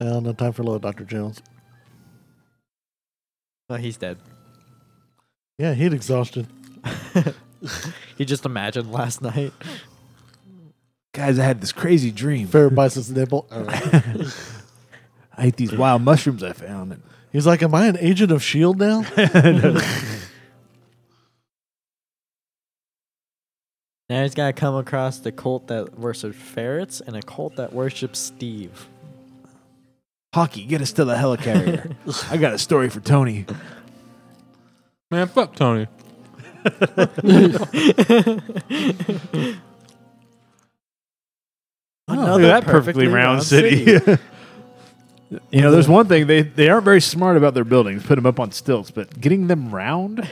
Speaker 2: Now, no time for love, Doctor Jones.
Speaker 4: Oh, he's dead.
Speaker 2: Yeah, heat exhaustion.
Speaker 4: He just imagined last night.
Speaker 1: Guys, I had this crazy dream.
Speaker 2: Fair bison's nipple. Uh,
Speaker 1: I ate these wild mushrooms I found. And
Speaker 2: He's like, "Am I an agent of Shield now?"
Speaker 4: Now he's gotta come across the cult that worships ferrets and a cult that worships Steve.
Speaker 1: Hockey, get us to the helicarrier. I got a story for Tony.
Speaker 3: Man, fuck Tony.
Speaker 4: Another
Speaker 1: Look at that perfectly, round, city. you know, there's one thing they, they aren't very smart about their buildings, put them up on stilts, but getting them round,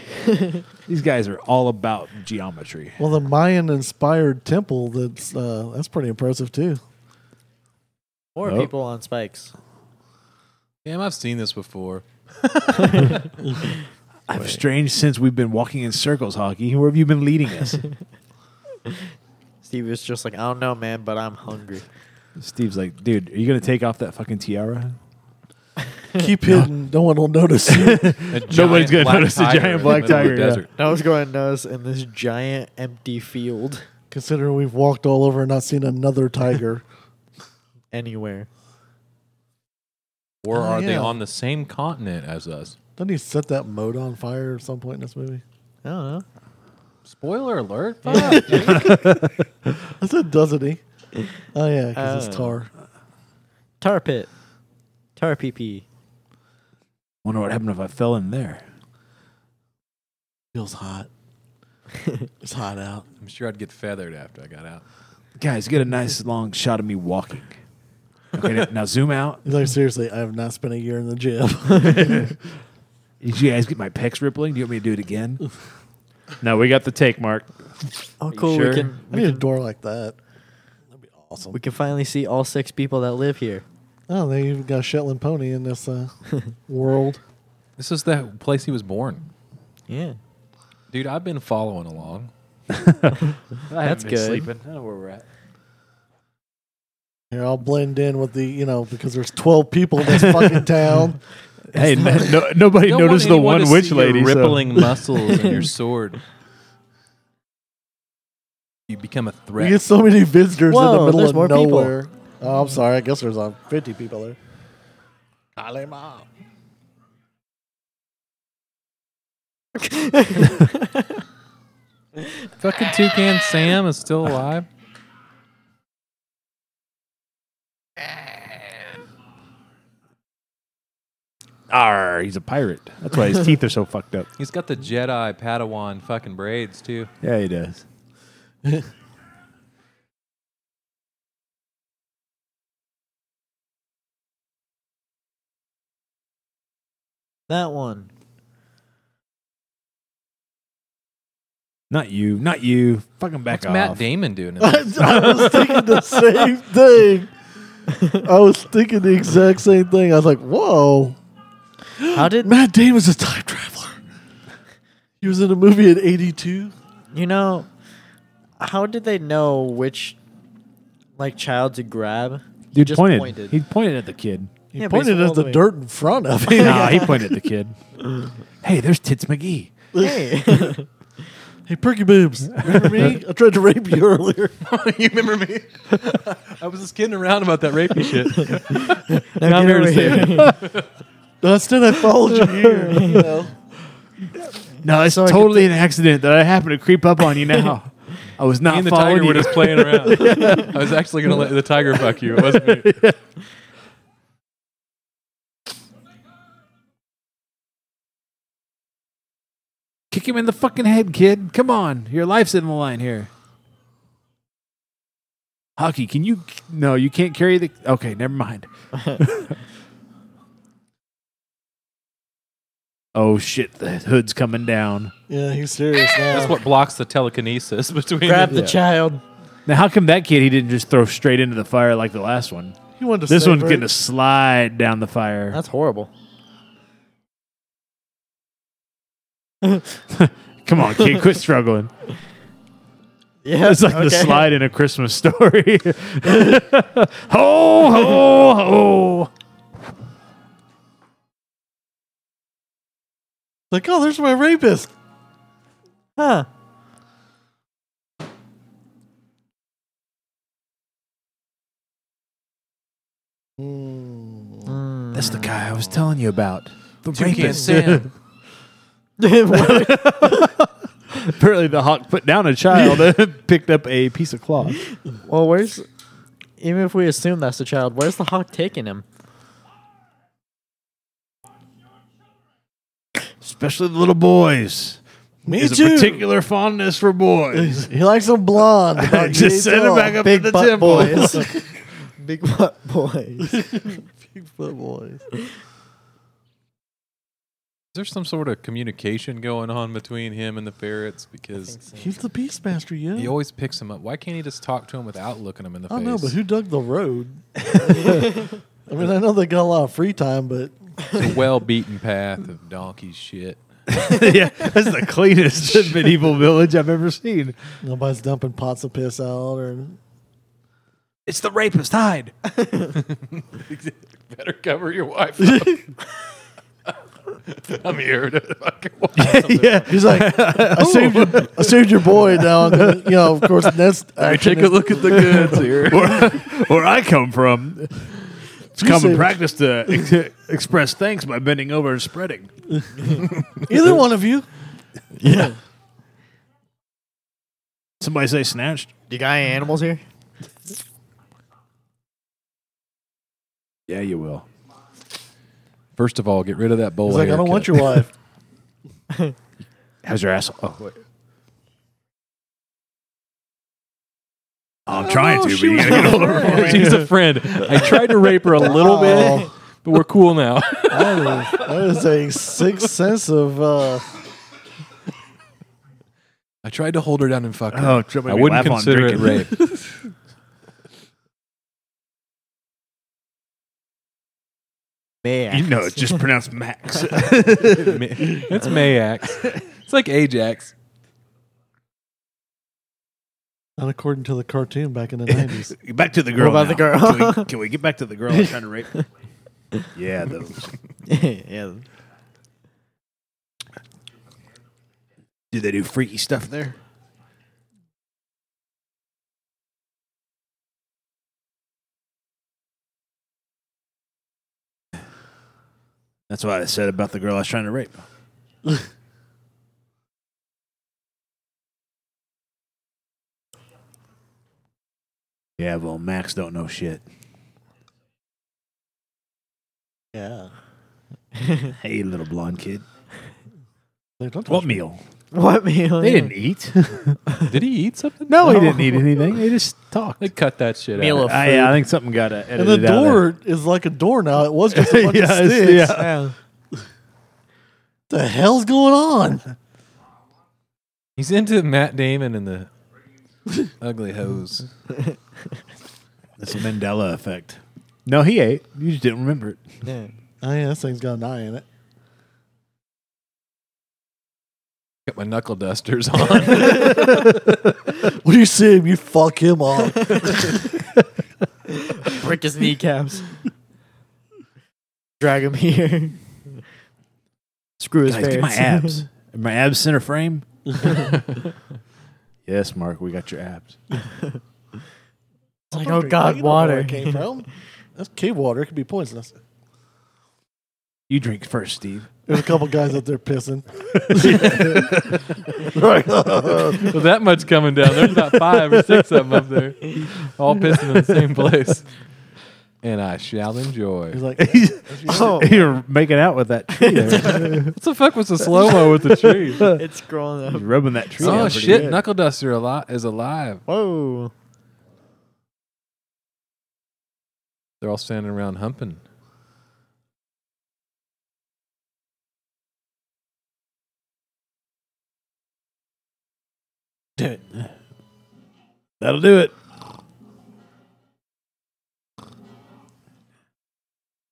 Speaker 1: these guys are all about geometry.
Speaker 2: Well, the Mayan-inspired temple. That's uh, that's pretty impressive too.
Speaker 4: More
Speaker 1: Oh.
Speaker 4: people on spikes.
Speaker 3: Damn, I've seen this before.
Speaker 1: I have a strange sense we've been walking in circles, Hockey. Where have you been leading us?
Speaker 4: Steve was just like, I don't know, man, but I'm hungry.
Speaker 1: Steve's like, dude, are you going to take off that fucking tiara?
Speaker 2: Keep hidden. No one will notice. you.
Speaker 3: A
Speaker 1: Nobody's
Speaker 3: giant
Speaker 1: gonna
Speaker 3: black
Speaker 1: notice a
Speaker 3: tiger
Speaker 1: giant
Speaker 3: in the
Speaker 1: black
Speaker 3: middle of the
Speaker 1: tiger, yeah.
Speaker 3: desert.
Speaker 4: No one's going to notice in this giant empty field
Speaker 2: Considering we've walked all over and not seen another tiger.
Speaker 4: anywhere.
Speaker 3: Or
Speaker 2: Oh,
Speaker 3: are they
Speaker 2: yeah.
Speaker 3: on the same continent as us?
Speaker 2: Doesn't he set that moat on fire at some point in this movie?
Speaker 4: I don't know.
Speaker 3: Spoiler alert! Fuck.
Speaker 2: I said, doesn't he? Oh yeah, because
Speaker 4: Oh.
Speaker 2: it's tar.
Speaker 4: Tar pit. Tar pee pee.
Speaker 1: Wonder what happened if I fell in there.
Speaker 2: Feels hot. it's hot out.
Speaker 3: I'm sure I'd get feathered after I got out.
Speaker 1: Guys, get a nice long shot of me walking. Okay, now zoom out.
Speaker 2: He's like, seriously, I have not spent a year in the gym.
Speaker 1: Did you guys get my pecs rippling? Do you want me to do it again? no, we got the take mark.
Speaker 4: Oh,
Speaker 1: you
Speaker 4: cool.
Speaker 1: sure?
Speaker 4: We, can,
Speaker 2: I
Speaker 4: we,
Speaker 2: need a
Speaker 4: can,
Speaker 2: door like that. That'd be awesome.
Speaker 4: we can finally see all six people that live here.
Speaker 2: oh, they even got a Shetland pony in this uh, world.
Speaker 3: This is the place he was born,
Speaker 4: Yeah.
Speaker 3: dude. I've been following along.
Speaker 4: That's been good. sleeping.
Speaker 1: I know where we're at.
Speaker 2: Here, I'll blend in with the, you know, because there's 12 people in this fucking town.
Speaker 1: Hey, n- no, nobody
Speaker 3: Don't
Speaker 1: noticed
Speaker 3: want
Speaker 1: the
Speaker 3: anyone
Speaker 1: one
Speaker 3: to
Speaker 1: witch
Speaker 3: see
Speaker 1: lady.
Speaker 3: Your
Speaker 1: so-
Speaker 3: rippling muscles and your sword. You become a
Speaker 2: You
Speaker 3: threat.
Speaker 2: get so many visitors
Speaker 4: Whoa,
Speaker 2: in the middle
Speaker 4: there's more
Speaker 2: of
Speaker 4: people.
Speaker 2: nowhere. Oh, I'm sorry. I guess there's uh, 50 people there.
Speaker 3: Fucking toucan Sam is still alive.
Speaker 1: Arr, he's a pirate. That's why his teeth are so fucked up.
Speaker 3: He's got the Jedi Padawan fucking braids too.
Speaker 1: Yeah, he does.
Speaker 4: That one.
Speaker 1: Not you. Not you. Fucking back
Speaker 3: What's
Speaker 1: off.
Speaker 3: Matt Damon doing? In
Speaker 2: I
Speaker 3: this?
Speaker 2: was thinking the same thing. I was thinking the exact same thing. I was like, whoa.
Speaker 4: How did
Speaker 2: Matt Damon's a time traveler. He was in a movie in 82.
Speaker 4: You know, how did they know which like child to grab? He
Speaker 1: Dude
Speaker 4: just
Speaker 1: pointed.
Speaker 4: pointed.
Speaker 1: He pointed at the kid.
Speaker 2: He
Speaker 4: Yeah, but he's
Speaker 2: pointed
Speaker 4: all
Speaker 2: at
Speaker 4: the
Speaker 2: the
Speaker 4: way-
Speaker 2: dirt in front of him.
Speaker 1: nah, he pointed at the kid. hey, there's Tits McGee.
Speaker 4: Hey.
Speaker 2: Hey, perky boobs. Remember me? I tried to rape you earlier.
Speaker 3: you remember me? I was just kidding around about that rapey shit.
Speaker 4: now
Speaker 3: I'm
Speaker 4: get
Speaker 3: here to
Speaker 4: over
Speaker 3: say
Speaker 4: here.
Speaker 2: Dustin, I followed you here. You know.
Speaker 1: No, it's
Speaker 4: I could
Speaker 1: totally an accident that I happened to creep up on you now. I was
Speaker 3: Me
Speaker 1: not
Speaker 3: and the
Speaker 1: following
Speaker 3: tiger
Speaker 1: you.
Speaker 3: were just playing around. I was actually gonna let the tiger fuck you. It wasn't me.
Speaker 1: Kick him in the fucking head, kid. Come on. Your life's in the line here. Hockey, can you? No, you can't carry the. Okay, never mind. oh shit, the hood's coming down.
Speaker 2: Yeah, he's serious now.
Speaker 3: That's what blocks the telekinesis between.
Speaker 4: grab
Speaker 3: the,
Speaker 4: the child.
Speaker 1: Now, how come that kid he didn't just throw straight into the fire like the last one?
Speaker 2: He wanted to
Speaker 1: This one's
Speaker 2: savor it.
Speaker 1: getting a slide down the fire.
Speaker 4: That's horrible.
Speaker 1: Come on, kid, quit struggling.
Speaker 4: Yeah,
Speaker 1: It's like the slide in a Christmas story. ho, ho, ho.
Speaker 2: like, oh, there's my rapist.
Speaker 4: Huh.
Speaker 1: That's the guy I was telling you about. The
Speaker 3: Toucan
Speaker 1: rapist.
Speaker 3: Sam.
Speaker 1: Apparently, the hawk put down a child and picked up a piece of cloth.
Speaker 4: well, where's even if we assume that's the child? Where's the hawk taking him?
Speaker 1: Especially the little boys.
Speaker 2: Me
Speaker 1: There's
Speaker 2: too.
Speaker 1: a particular fondness for boys.
Speaker 2: he likes them blonde. about
Speaker 1: Just
Speaker 2: eight
Speaker 1: send him
Speaker 2: tall.
Speaker 1: back up
Speaker 4: Big
Speaker 1: to the
Speaker 4: butt
Speaker 1: temple.
Speaker 4: boys. Big butt boys.
Speaker 2: Bigfoot boys.
Speaker 3: Is there some sort of communication going on between him and the ferrets? Because
Speaker 2: He's the Beastmaster, yeah.
Speaker 3: he always picks him up. Why can't he just talk to him without looking him in the
Speaker 2: I
Speaker 3: face?
Speaker 2: know, but who dug the road? I mean, I know they got a lot of free time, but
Speaker 3: It's a well beaten path of donkey shit.
Speaker 1: yeah, that's the cleanest medieval village I've ever seen.
Speaker 2: nobody's dumping pots of piss out or
Speaker 1: It's the rapist. Hide.
Speaker 3: Better cover your wife. up. I'm here to fucking watch.
Speaker 1: yeah.
Speaker 2: He's like, I saved, your, I saved your boy.
Speaker 1: Oh.
Speaker 2: Now, I'm gonna- you know, of course, that's
Speaker 3: Take a look at the goods here.
Speaker 1: Where, where I come from, it's
Speaker 2: You
Speaker 1: common
Speaker 2: say-
Speaker 1: practice to ex- express thanks by bending over and spreading.
Speaker 2: Either one of you.
Speaker 4: Yeah.
Speaker 1: Somebody say snatched.
Speaker 4: Do you got any animals here?
Speaker 1: Yeah, you will.
Speaker 3: First of all, get rid of that bowl.
Speaker 2: He's like, I don't want your wife.
Speaker 1: How's your asshole? Oh, wait. Oh, I'm trying to, but you gotta get over it.
Speaker 3: She's a friend. I tried to rape her a little bit,
Speaker 2: Oh.
Speaker 3: but we're cool now.
Speaker 2: That is, that is a sixth sense of. Uh,
Speaker 3: I tried to hold her down and fuck her.
Speaker 1: Oh, Joe made
Speaker 3: I
Speaker 1: me
Speaker 3: wouldn't
Speaker 1: laugh on
Speaker 3: consider it
Speaker 1: drinking.
Speaker 3: rape.
Speaker 4: Man.
Speaker 1: You know, it's just pronounced Max.
Speaker 3: That's Mayax. It's like Ajax.
Speaker 2: not according to the cartoon back in the nineties.
Speaker 1: back to the girl.
Speaker 4: What about
Speaker 1: now.
Speaker 4: the girl?
Speaker 1: Can we, can we get back to the girl I'm trying to rape? her? yeah, those.
Speaker 4: yeah.
Speaker 1: Do they do freaky stuff there? That's what I said about the girl I was trying to rape. yeah, well, Max don't know shit.
Speaker 2: Yeah.
Speaker 1: Hey, little blonde kid.
Speaker 2: Like, don't
Speaker 1: What
Speaker 2: touch
Speaker 1: meal?
Speaker 4: What meal?
Speaker 1: They didn't eat.
Speaker 3: Did he eat something?
Speaker 1: no, he didn't eat anything. They just talked.
Speaker 3: They cut that shit
Speaker 4: Meal
Speaker 3: out.
Speaker 4: of-
Speaker 1: I, yeah, I think something got uh,
Speaker 2: And the
Speaker 1: edited out of there.
Speaker 2: door is like a door now. It was just a bunch
Speaker 1: Yeah,
Speaker 2: of
Speaker 1: it's-
Speaker 2: sticks.
Speaker 1: yeah.
Speaker 4: Yeah.
Speaker 2: What the hell's going on?
Speaker 3: He's into Matt Damon and the ugly hose.
Speaker 1: That's a Mandela effect. No, he ate. You just didn't remember it.
Speaker 4: yeah.
Speaker 2: Oh, yeah, this thing's got an eye in it.
Speaker 3: Got my knuckle dusters on.
Speaker 2: When you see him, you fuck him up.
Speaker 4: Break his kneecaps. Drag him here. Screw his
Speaker 1: Guys,
Speaker 4: face.
Speaker 1: get my abs. Are my abs center frame. yes, Mark, we got your abs.
Speaker 4: It's like, oh God, water.
Speaker 2: It came from. That's cave water. It could be poisonous.
Speaker 1: You drink first, Steve.
Speaker 2: There's a couple guys out there pissing. They're like,
Speaker 3: well, that much coming down. There's about five or six of them up there, all pissing in the same place. And I shall
Speaker 2: He's
Speaker 3: enjoy.
Speaker 2: like,
Speaker 4: Oh,
Speaker 1: You're making out with that tree. there.
Speaker 3: What the fuck was the slow mo with the tree?
Speaker 4: it's growing up.
Speaker 1: You're rubbing that tree.
Speaker 3: oh
Speaker 1: down pretty
Speaker 3: shit!
Speaker 1: good.
Speaker 3: Knuckle duster ali- is alive.
Speaker 4: Whoa.
Speaker 3: They're all standing around humping.
Speaker 1: That'll do it.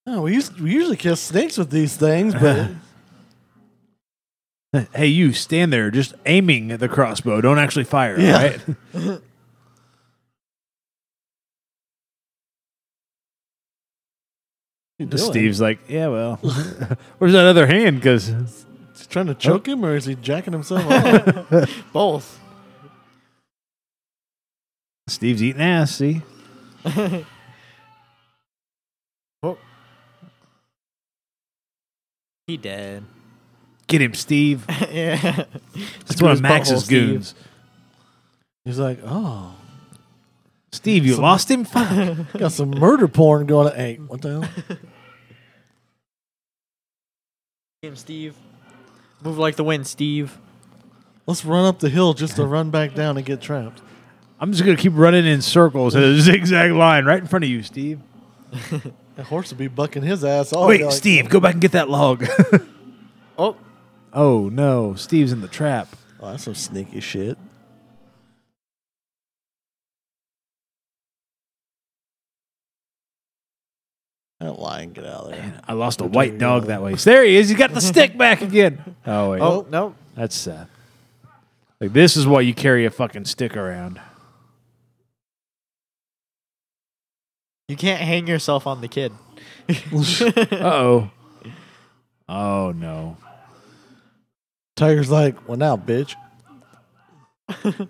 Speaker 2: No, we, used, we usually kill snakes with these things, but
Speaker 1: Hey, you stand there just aiming at the crossbow. Don't actually fire.
Speaker 2: Yeah.
Speaker 1: All right.
Speaker 2: What you doing?
Speaker 1: Steve's like, yeah, well, where's that other hand? Because
Speaker 2: Is he trying to choke him or is he jacking himself? off?
Speaker 4: Both.
Speaker 1: Steve's eating ass. See,
Speaker 4: He dead.
Speaker 1: get him, Steve.
Speaker 4: yeah.
Speaker 1: That's one of
Speaker 4: his
Speaker 1: Max's
Speaker 4: butthole, Steve.
Speaker 1: goons.
Speaker 2: He's like, oh,
Speaker 1: Steve, you
Speaker 2: Some-
Speaker 1: lost him. Fuck.
Speaker 2: got some murder porn going on. Hey, what the hell?
Speaker 4: Him, Steve. Move like the wind, Steve.
Speaker 2: Let's run up the hill just to run back down and get trapped.
Speaker 1: I'm just gonna keep running in circles in a zigzag line right in front of you, Steve.
Speaker 2: That horse would be bucking his ass off.
Speaker 1: Wait,
Speaker 2: They're like,
Speaker 1: Steve, go back and get that log.
Speaker 4: Oh,
Speaker 1: oh no, Steve's in the trap.
Speaker 2: Oh, that's some sneaky shit. I don't lie and get out of there.
Speaker 1: I lost a white dog that way. There he is. He got the stick back again. Oh wait,
Speaker 4: oh, no.
Speaker 1: that's Seth. Like this is why you carry a fucking stick around.
Speaker 4: You can't hang yourself on the kid.
Speaker 1: Uh oh. Oh no.
Speaker 2: Tiger's like, well, now, bitch.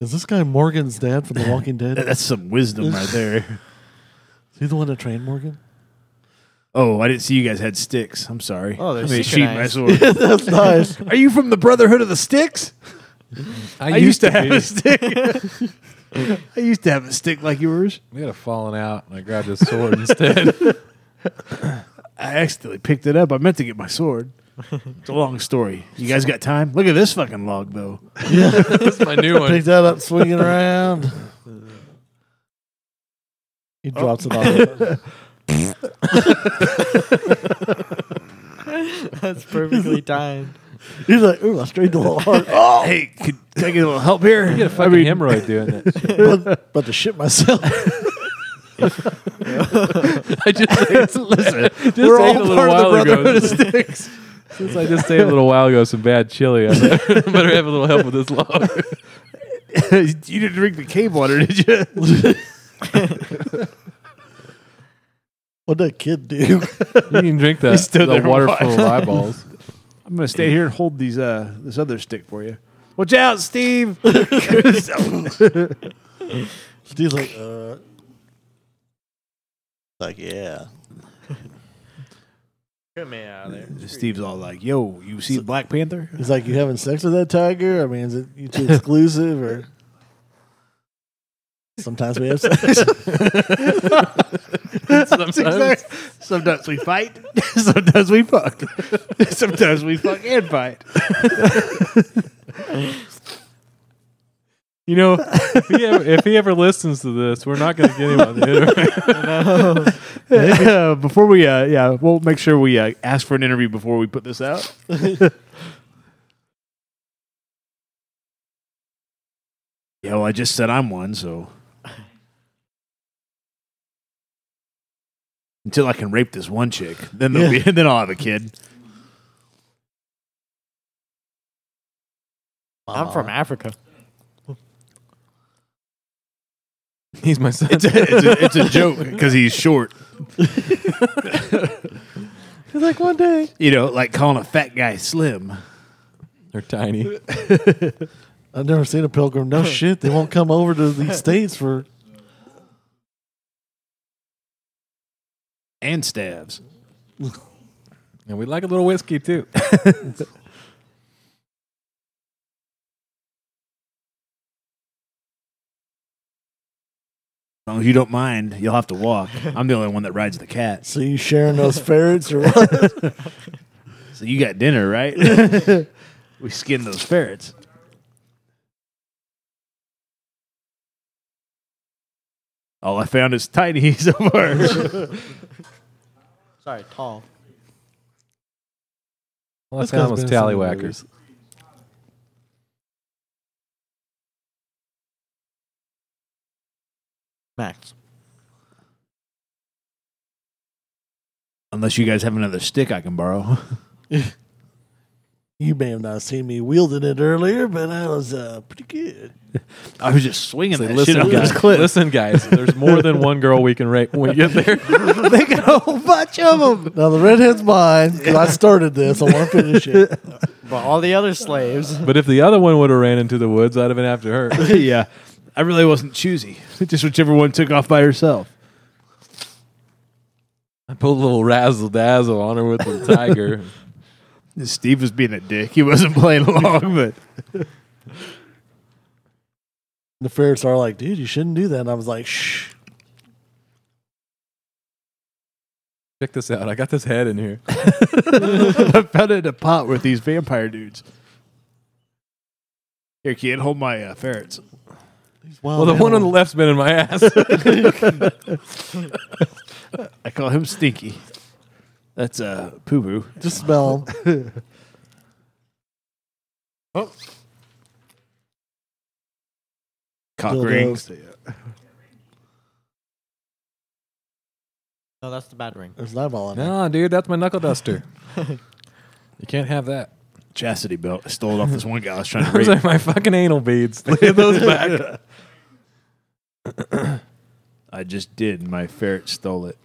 Speaker 2: Is this guy Morgan's dad from The Walking Dead?
Speaker 1: That's some wisdom right there.
Speaker 2: Is he the one that trained Morgan?
Speaker 1: Oh, I didn't see you guys had sticks. I'm sorry.
Speaker 4: Oh, they're
Speaker 1: I mean,
Speaker 4: synchronized.
Speaker 1: my sword.
Speaker 2: That's nice.
Speaker 1: Are you from the Brotherhood of the Sticks?
Speaker 3: I,
Speaker 1: I, used, to, have
Speaker 3: be.
Speaker 1: a stick. I used to have a stick like yours.
Speaker 3: We had a falling out, and I grabbed his sword instead.
Speaker 1: I accidentally picked it up. I meant to get my sword. It's a long story. You guys got time? Look at this fucking log, though.
Speaker 3: That's my new one.
Speaker 2: Pick that up, swinging around. He drops it off.
Speaker 4: That's perfectly timed.
Speaker 2: He's like, ooh, I straight to the heart. Oh,
Speaker 1: Hey, could, can I get a little help here?
Speaker 3: You get a fucking
Speaker 1: I mean,
Speaker 3: hemorrhoid doing that. shit.
Speaker 2: about, about to shit myself.
Speaker 3: I just ate,
Speaker 1: Listen,
Speaker 3: just
Speaker 1: we're all
Speaker 3: ate a little
Speaker 1: part
Speaker 3: while
Speaker 1: of the
Speaker 3: ago.
Speaker 1: Brotherhood of Sticks.
Speaker 3: Since I just ate a little while ago some bad chili, I better, I better have a little help with this log.
Speaker 1: you didn't drink the cave water, did you?
Speaker 2: What'd that kid do?
Speaker 3: You can drink that,
Speaker 1: He's still
Speaker 3: that
Speaker 1: there
Speaker 3: water
Speaker 1: watching.
Speaker 3: full of eyeballs.
Speaker 1: I'm gonna stay here and hold these uh this other stick for you. Watch out, Steve.
Speaker 2: Steve's like, uh, like yeah.
Speaker 4: Good man out of there.
Speaker 1: Steve's all like, "Yo, you see Black Panther?"
Speaker 2: He's like, you having sex with that tiger? I mean, is it you two exclusive or? Sometimes we have sex.
Speaker 3: Sometimes.
Speaker 1: Exactly. Sometimes we fight. Sometimes we fuck. Sometimes we fuck and fight.
Speaker 3: You know, if he, ever, if he ever listens to this, we're not going to get him on the internet.
Speaker 1: Uh, before we, uh, yeah, we'll make sure we uh, ask for an interview before we put this out. yeah, well, I just said I'm one, so until I can rape this one chick, then there'll be, then I'll have a kid.
Speaker 4: I'm from Africa.
Speaker 3: He's my son.
Speaker 1: It's a, it's a, it's a joke because he's short.
Speaker 2: He's like, one day.
Speaker 1: You know, like calling a fat guy slim.
Speaker 3: They're tiny.
Speaker 2: I've never seen a pilgrim. No shit, they won't come over to these states for.
Speaker 1: and stabs.
Speaker 3: And we like a little whiskey, too.
Speaker 1: As long as you don't mind, you'll have to walk. I'm the only one that rides the cat.
Speaker 2: So you sharing those ferrets or what?
Speaker 1: So you got dinner, right? we skinned those ferrets. All I found is tiny so far.
Speaker 4: Sorry, tall.
Speaker 3: All I
Speaker 2: This
Speaker 3: found
Speaker 2: guy's been in
Speaker 3: was
Speaker 2: some
Speaker 3: tallywhackers.
Speaker 2: movies.
Speaker 4: Max.
Speaker 1: Unless you guys have another stick I can borrow.
Speaker 2: You may have not seen me wielding it earlier, but I was uh, pretty good.
Speaker 1: I was just swinging
Speaker 3: Say,
Speaker 1: that shit
Speaker 3: listen,
Speaker 1: up this
Speaker 3: guys,
Speaker 1: clip.
Speaker 3: listen, guys. There's more than one girl we can rape when we get there.
Speaker 1: they got a whole bunch of them.
Speaker 2: Now the redhead's mine 'cause I started this. I want to finish it.
Speaker 4: But all the other slaves.
Speaker 3: But if the other one would have ran into the woods, I'd have been after her.
Speaker 1: yeah, I really wasn't choosy. Just whichever one took off by herself.
Speaker 3: I pulled a little razzle dazzle on her with the tiger.
Speaker 1: Steve was being a dick. He wasn't playing along, but
Speaker 2: The ferrets are like, dude, you shouldn't do that. And I was like, shh.
Speaker 3: Check this out. I got this head in here.
Speaker 1: I found it in a pot with these vampire dudes. Here, kid, hold my uh, ferrets.
Speaker 3: Well, the one on the left's been in my ass.
Speaker 1: I call him Stinky. That's uh, Poo Poo.
Speaker 2: just smell. 'em.
Speaker 1: Cock
Speaker 2: Dildo.
Speaker 1: rings.
Speaker 4: No, that's the bad ring.
Speaker 2: There's an eyeball in it.
Speaker 3: no, dude, that's my knuckle duster. you can't have that.
Speaker 1: Chastity belt. I stole it off this one guy I was trying to
Speaker 3: Those
Speaker 1: rape.
Speaker 3: are my fucking anal beads. Look at those back.
Speaker 1: I just did, and my ferret stole it.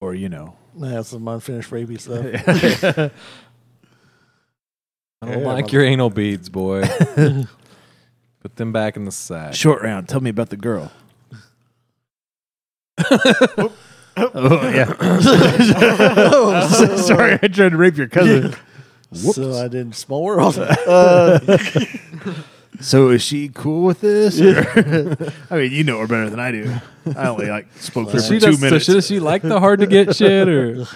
Speaker 1: Or, you know.
Speaker 2: That's some unfinished rabies stuff.
Speaker 3: I
Speaker 2: Yeah,
Speaker 3: don't like
Speaker 2: my-
Speaker 3: your anal beads, boy. Put them back in the sack.
Speaker 1: Short round. Tell me about the girl. oh, yeah. Sorry, I tried to rape your cousin.
Speaker 2: So I did small world.
Speaker 1: So is she cool with this? or- I mean, you know her better than I do. I only like spoke to her
Speaker 3: Does
Speaker 1: for
Speaker 3: she,
Speaker 1: two
Speaker 3: does,
Speaker 1: minutes.
Speaker 3: does she- does she like the hard to get shit or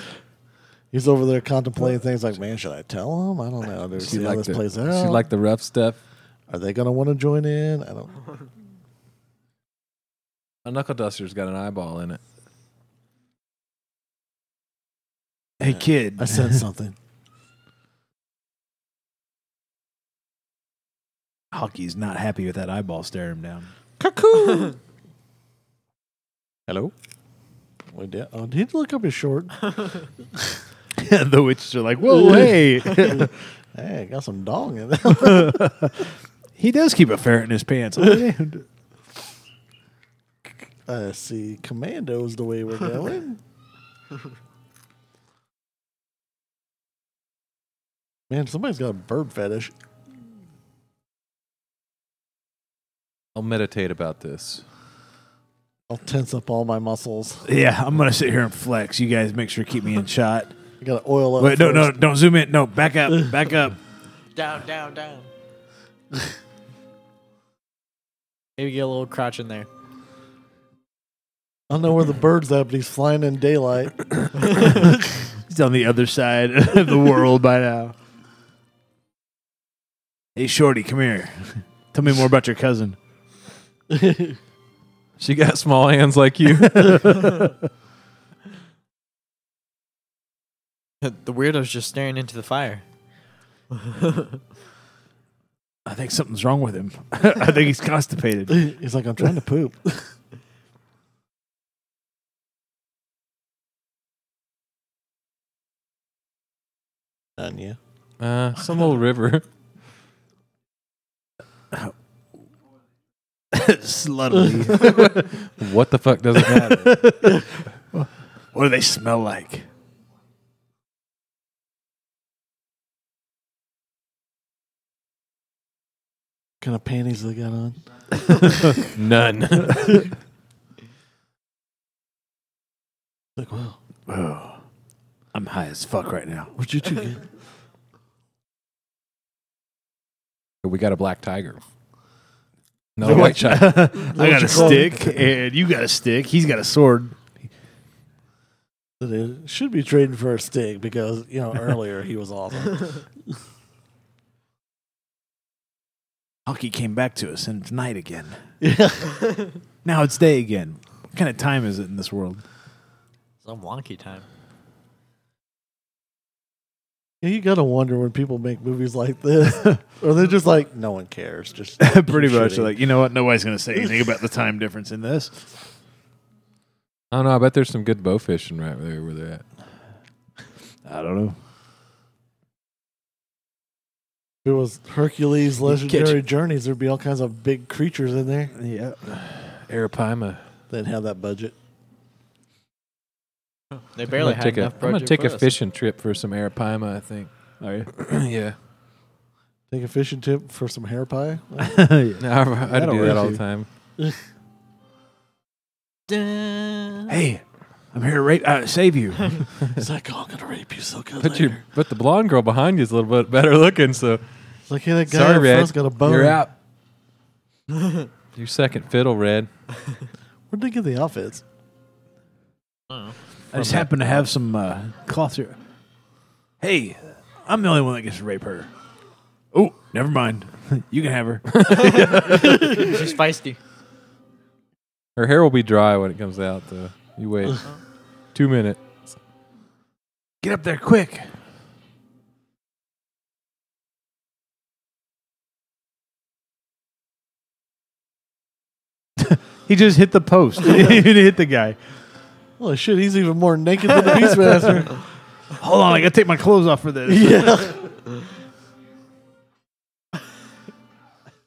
Speaker 2: He's over there contemplating things like, man, should I tell him? I don't know. Dude, see how
Speaker 3: like
Speaker 2: this
Speaker 3: the,
Speaker 2: plays out.
Speaker 3: she like the rough stuff?
Speaker 2: Are they gonna want to join in? I don't.
Speaker 3: A knuckle duster's got an eyeball in it.
Speaker 1: hey, kid.
Speaker 2: I sense something.
Speaker 1: Hockey's not happy with that eyeball staring him down.
Speaker 3: Hello?
Speaker 2: Wait, did, oh, did he look up his short?
Speaker 1: the witches are like, whoa, hey.
Speaker 2: Hey, got some dong in there.
Speaker 1: he does keep a ferret in his pants.
Speaker 2: I see. Commando's the way we're going. Man, somebody's got a bird fetish.
Speaker 3: I'll meditate about this.
Speaker 2: I'll tense up all my muscles.
Speaker 1: yeah, I'm going to sit here and flex. You guys make sure to keep me in shot.
Speaker 2: I gotta oil up.
Speaker 1: Wait, no, no,
Speaker 2: first.
Speaker 1: don't zoom in. No, back up, back up.
Speaker 4: Down, down, down. Maybe get a little crotch in there.
Speaker 2: I don't know where the bird's at, but he's flying in daylight.
Speaker 1: He's on the other side of the world by now. Hey, Shorty, come here. Tell me more about your cousin.
Speaker 3: She got small hands like you.
Speaker 4: the weirdo's just staring into the fire.
Speaker 1: I think something's wrong with him. I think he's constipated.
Speaker 2: he's like, I'm trying to poop. Done yeah.
Speaker 3: Uh, some old river.
Speaker 1: Slutty.
Speaker 3: What the fuck does it matter?
Speaker 1: What do they smell like?
Speaker 2: kind of panties they got on?
Speaker 3: None.
Speaker 2: Like, wow,
Speaker 1: Oh, I'm high as fuck right now.
Speaker 2: where'd you two get?
Speaker 3: we got a black tiger. No, a white tiger.
Speaker 1: I got a stick, and you got a stick. He's got a sword.
Speaker 2: that it should be trading for a stick because you know earlier he was awesome.
Speaker 1: Hockey came back to us, and it's night again.
Speaker 2: yeah,
Speaker 1: Now it's day again. What kind of time is it in this world?
Speaker 4: Some wonky time.
Speaker 2: you gotta wonder when people make movies like this, or they're just like no one cares. Just
Speaker 1: Pretty
Speaker 2: keep
Speaker 1: much.
Speaker 2: shooting."
Speaker 1: Like, you know what? Nobody's going to say anything about the time difference in this.
Speaker 3: I don't know. I bet there's some good bow fishing right there where they're at.
Speaker 1: I don't know.
Speaker 2: If it was Hercules' legendary
Speaker 1: Catch-
Speaker 2: journeys, there'd be all kinds of big creatures in there.
Speaker 1: Yeah.
Speaker 3: Arapaima.
Speaker 2: They didn't have that budget.
Speaker 4: They
Speaker 3: I'm gonna
Speaker 4: barely had
Speaker 3: take a,
Speaker 4: enough
Speaker 3: I'm gonna
Speaker 4: budget
Speaker 3: take
Speaker 4: for
Speaker 3: a
Speaker 4: us.
Speaker 3: fishing trip for some arapaima. I think.
Speaker 2: Oh,
Speaker 1: Are you?
Speaker 3: yeah.
Speaker 2: Take a fishing tip for some hair pie.
Speaker 3: No, I, I
Speaker 1: That'll
Speaker 3: do that
Speaker 1: work.
Speaker 3: all the time.
Speaker 1: Hey, I'm here to rape, uh, save you.
Speaker 2: It's like, oh, I'm gonna rape you so good.
Speaker 3: But
Speaker 2: later.
Speaker 3: you, but the blonde girl behind you is a little bit better looking. So
Speaker 2: It's like, hey, that guy
Speaker 3: sorry,
Speaker 2: up
Speaker 3: Red.
Speaker 2: front's got a bone.
Speaker 3: You're out. Your second fiddle, Red.
Speaker 2: Where'd they get the outfits?
Speaker 1: I just happen to have some uh, cloth here. Hey, I'm the only one that gets to rape her. Oh, never mind. you can have her.
Speaker 4: She's feisty.
Speaker 3: Her hair will be dry when it comes out. Though you wait
Speaker 4: Uh-huh.
Speaker 3: two minutes.
Speaker 1: Get up there quick. he just hit the post. he hit the guy.
Speaker 2: Holy shit, he's even more naked than the Beastmaster.
Speaker 1: Hold on, I gotta take my clothes off for this.
Speaker 2: yeah.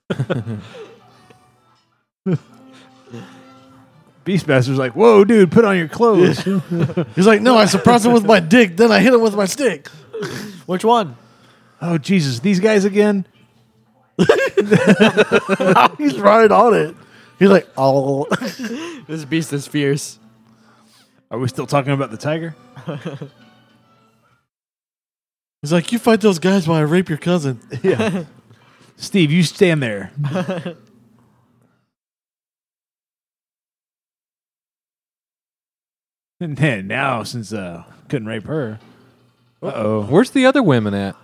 Speaker 1: Beastmaster's like, whoa, dude, put on your clothes.
Speaker 2: He's like, no, I surprised him with my dick, then I hit him with my stick.
Speaker 4: Which one?
Speaker 1: oh, Jesus, these guys again?
Speaker 2: He's right on it. He's like, oh,
Speaker 4: This beast is fierce.
Speaker 1: Are we still talking about the tiger?
Speaker 2: he's like, you fight those guys while I rape your cousin.
Speaker 1: Yeah. Steve, you stand there. and then now, since uh, couldn't rape her, uh-oh,
Speaker 3: Where's the other women at?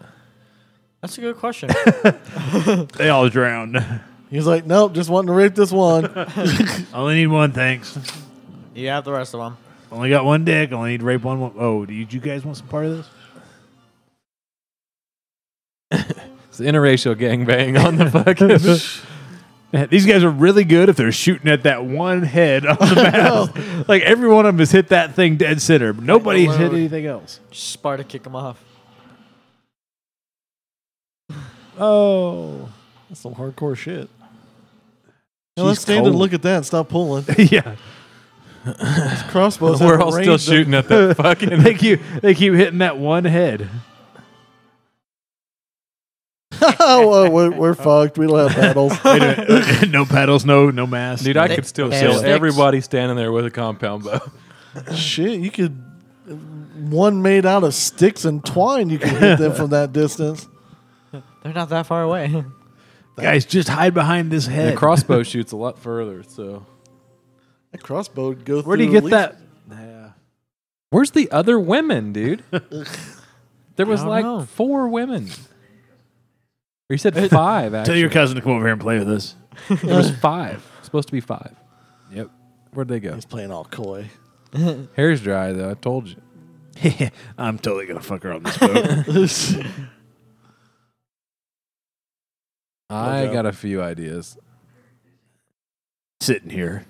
Speaker 4: That's a good question.
Speaker 1: they all drowned.
Speaker 2: He's like, nope, just wanting to rape this one.
Speaker 1: only need one, thanks.
Speaker 4: you have the rest of them.
Speaker 1: Only got one dick. Only need to rape one. one. Oh, do you, do you guys want some part of this?
Speaker 3: It's the interracial gangbang on the fucking.
Speaker 1: Man, these guys are really good if they're shooting at that one head on the map. like every one of them has hit that thing dead center. But nobody's hit
Speaker 4: Overload.
Speaker 1: anything else.
Speaker 4: Just Sparta kick them off.
Speaker 1: Oh,
Speaker 2: That's some hardcore shit. Now
Speaker 1: She's
Speaker 2: let's stand and
Speaker 1: cold.
Speaker 2: look at that and stop pulling.
Speaker 1: yeah.
Speaker 2: These crossbows
Speaker 3: We're
Speaker 2: have
Speaker 3: all
Speaker 2: range
Speaker 3: still
Speaker 2: of-
Speaker 3: shooting at that fucking.
Speaker 1: they keep they keep hitting that one head.
Speaker 2: oh, we're, we're fucked. We don't have paddles.
Speaker 1: no paddles, no no mask.
Speaker 3: Dude, I
Speaker 4: They-
Speaker 3: could still
Speaker 4: they
Speaker 3: kill
Speaker 4: have
Speaker 3: everybody standing there with a compound bow.
Speaker 2: Shit, you could one made out of sticks and twine. You can hit them from that distance.
Speaker 4: They're not that far away.
Speaker 1: guys, just hide behind this
Speaker 3: The
Speaker 1: head.
Speaker 3: crossbow shoots a lot further. So,
Speaker 2: That crossbow would go.
Speaker 1: Where do you
Speaker 2: through
Speaker 1: get
Speaker 2: at
Speaker 1: that?
Speaker 3: where's the other women, dude? There was
Speaker 4: don't
Speaker 3: like
Speaker 4: know.
Speaker 3: four women. Or you said five. Actually,
Speaker 1: Tell your cousin to come over here and play with us.
Speaker 3: there was five. Supposed to be five.
Speaker 1: Yep.
Speaker 3: Where'd they
Speaker 2: least-
Speaker 3: go?
Speaker 2: He's playing all coy.
Speaker 3: Hair's dry though. I told you.
Speaker 1: I'm totally gonna fuck her on this boat.
Speaker 3: I
Speaker 2: Okay.
Speaker 3: got a few ideas.
Speaker 1: Sitting here.